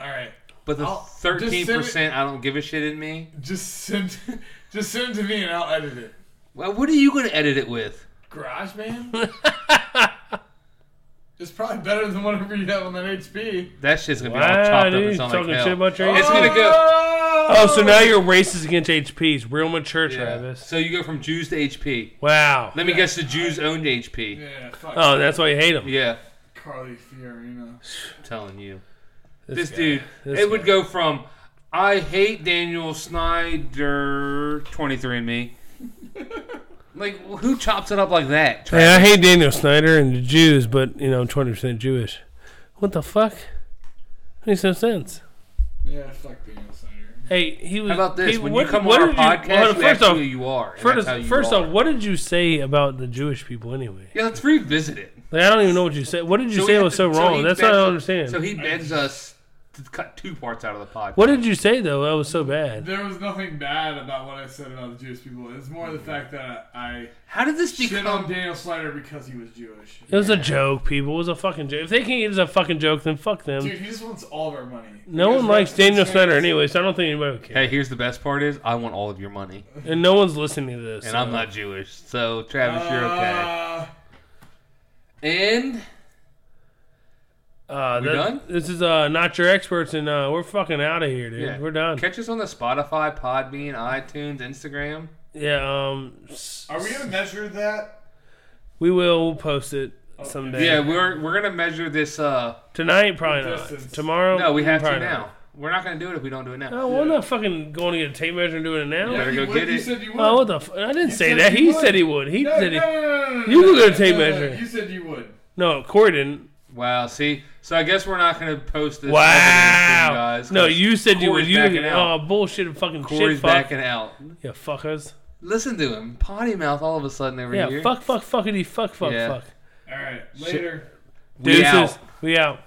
S3: All right.
S2: But the
S3: I'll-
S2: thirteen
S3: just send
S2: percent I don't give a shit in me.
S3: Just send, *laughs* just send it to me and I'll edit it.
S2: Well, what are you going to edit it with? *laughs*
S3: Garage man. it's probably better than whatever you have on that HP.
S2: That shit's gonna be all
S1: Wow,
S2: chopped up
S1: dude,
S2: and
S1: you
S2: sound
S1: talking
S2: like
S1: shit
S2: hell.
S1: about your
S2: It's gonna go.
S3: Oh,
S1: Oh, so now you're racist against HPs. Real mature,
S2: Yeah.
S1: Travis.
S2: So you go from Jews to HP.
S1: Wow.
S2: Let me guess, the Jews owned HP.
S3: Yeah, fuck
S1: Oh, that's why you hate him.
S2: Yeah,
S3: Carly Fiorina.
S2: I'm telling you,
S1: This
S2: this,
S1: guy.
S2: dude.
S1: This
S2: it would
S1: guy.
S2: go from I hate Daniel Snyder, 23andMe.
S1: *laughs*
S2: like who chops it up like that?
S1: Hey, I hate Daniel Snyder and the Jews, but you know, I'm 20% Jewish. What the fuck? Makes no sense.
S3: Yeah, fuck being a senator.
S1: Hey, he was.
S2: How about this?
S1: he-
S2: when
S1: what-
S2: you come
S1: what
S2: on our
S1: did you- well,
S2: podcast, you,
S1: first
S2: actually
S1: off,
S2: who you are. and that's
S1: first,
S2: how you
S1: first
S2: are.
S1: off, what did you say about the Jewish people anyway?
S2: yeah, let's revisit it.
S1: Like, I don't even know what you said. What did you
S2: So
S1: say
S2: he-
S1: was so,
S2: so
S1: wrong?
S2: he
S1: That's what I
S2: begs-
S1: don't understand.
S2: So he begs us to cut two parts out of the podcast.
S1: what did you say though? That was so bad.
S3: There was nothing bad about what I said about the Jewish people. It's more
S1: Mm-hmm.
S3: the fact that I
S2: How did this
S3: shit on
S2: become?
S3: Daniel Snyder because he was Jewish.
S1: It was a joke, people. It was a fucking joke. If they can't get us a fucking joke, then fuck them.
S3: Dude, he just wants all of our money.
S1: no
S3: Because
S1: one likes
S3: Redskins
S1: Daniel
S3: fans-
S1: Snyder anyway, so I don't think anybody would care.
S2: Hey, here's the best part: is I want all of your money,
S1: And no one's listening to this.
S2: and
S1: so-
S2: I'm not Jewish. So Travis, you're okay.
S3: Uh,
S2: And
S1: Uh,
S2: We
S1: that-
S2: done?
S1: This is uh, not your experts, and uh, we're fucking out of here, dude.
S2: Yeah.
S1: We're done.
S2: catch us on the Spotify, Podbean, iTunes, Instagram.
S1: Yeah. Um. s-
S3: are we gonna measure that?
S1: We will post it someday.
S2: Yeah, we're we're gonna measure this. Uh,
S1: Tonight, probably not.
S3: Distance.
S1: Tomorrow.
S2: no, we have to
S1: probably
S2: now.
S1: not.
S2: We're not gonna do it if we don't do it now.
S1: No, we're not fucking going to get a tape measure and doing it now.
S2: Better
S3: You
S2: go
S3: would-
S2: get
S3: you
S2: it.
S3: said you would.
S1: Oh, what the? F- I didn't say
S3: said
S1: that.
S3: you
S1: He
S3: would.
S1: said he would. He
S3: No,
S1: said he.
S3: no, no, no, no, no,
S1: You
S3: no,
S1: were gonna
S3: no,
S1: take
S3: no, no,
S1: measure.
S3: You said you would.
S1: No, Corey didn't.
S2: Wow. See, so I guess we're not gonna post this.
S1: Wow.
S2: evidence, guys,
S1: no,
S2: 'cause
S1: you said you would.
S2: Corey's
S1: You
S2: backing
S1: oh
S2: out.
S1: bullshit and fucking
S2: Corey's
S1: Oh, shit fuck.
S2: backing out.
S1: Yeah, fuckers.
S2: Listen to him, potty mouth all of a sudden every
S1: Yeah,
S2: year.
S1: fuck, fuck, fuckity, fuck, fuck,
S2: Yeah.
S1: fuck.
S3: All right, later.
S2: We
S1: Deuces.
S2: out.
S1: We out.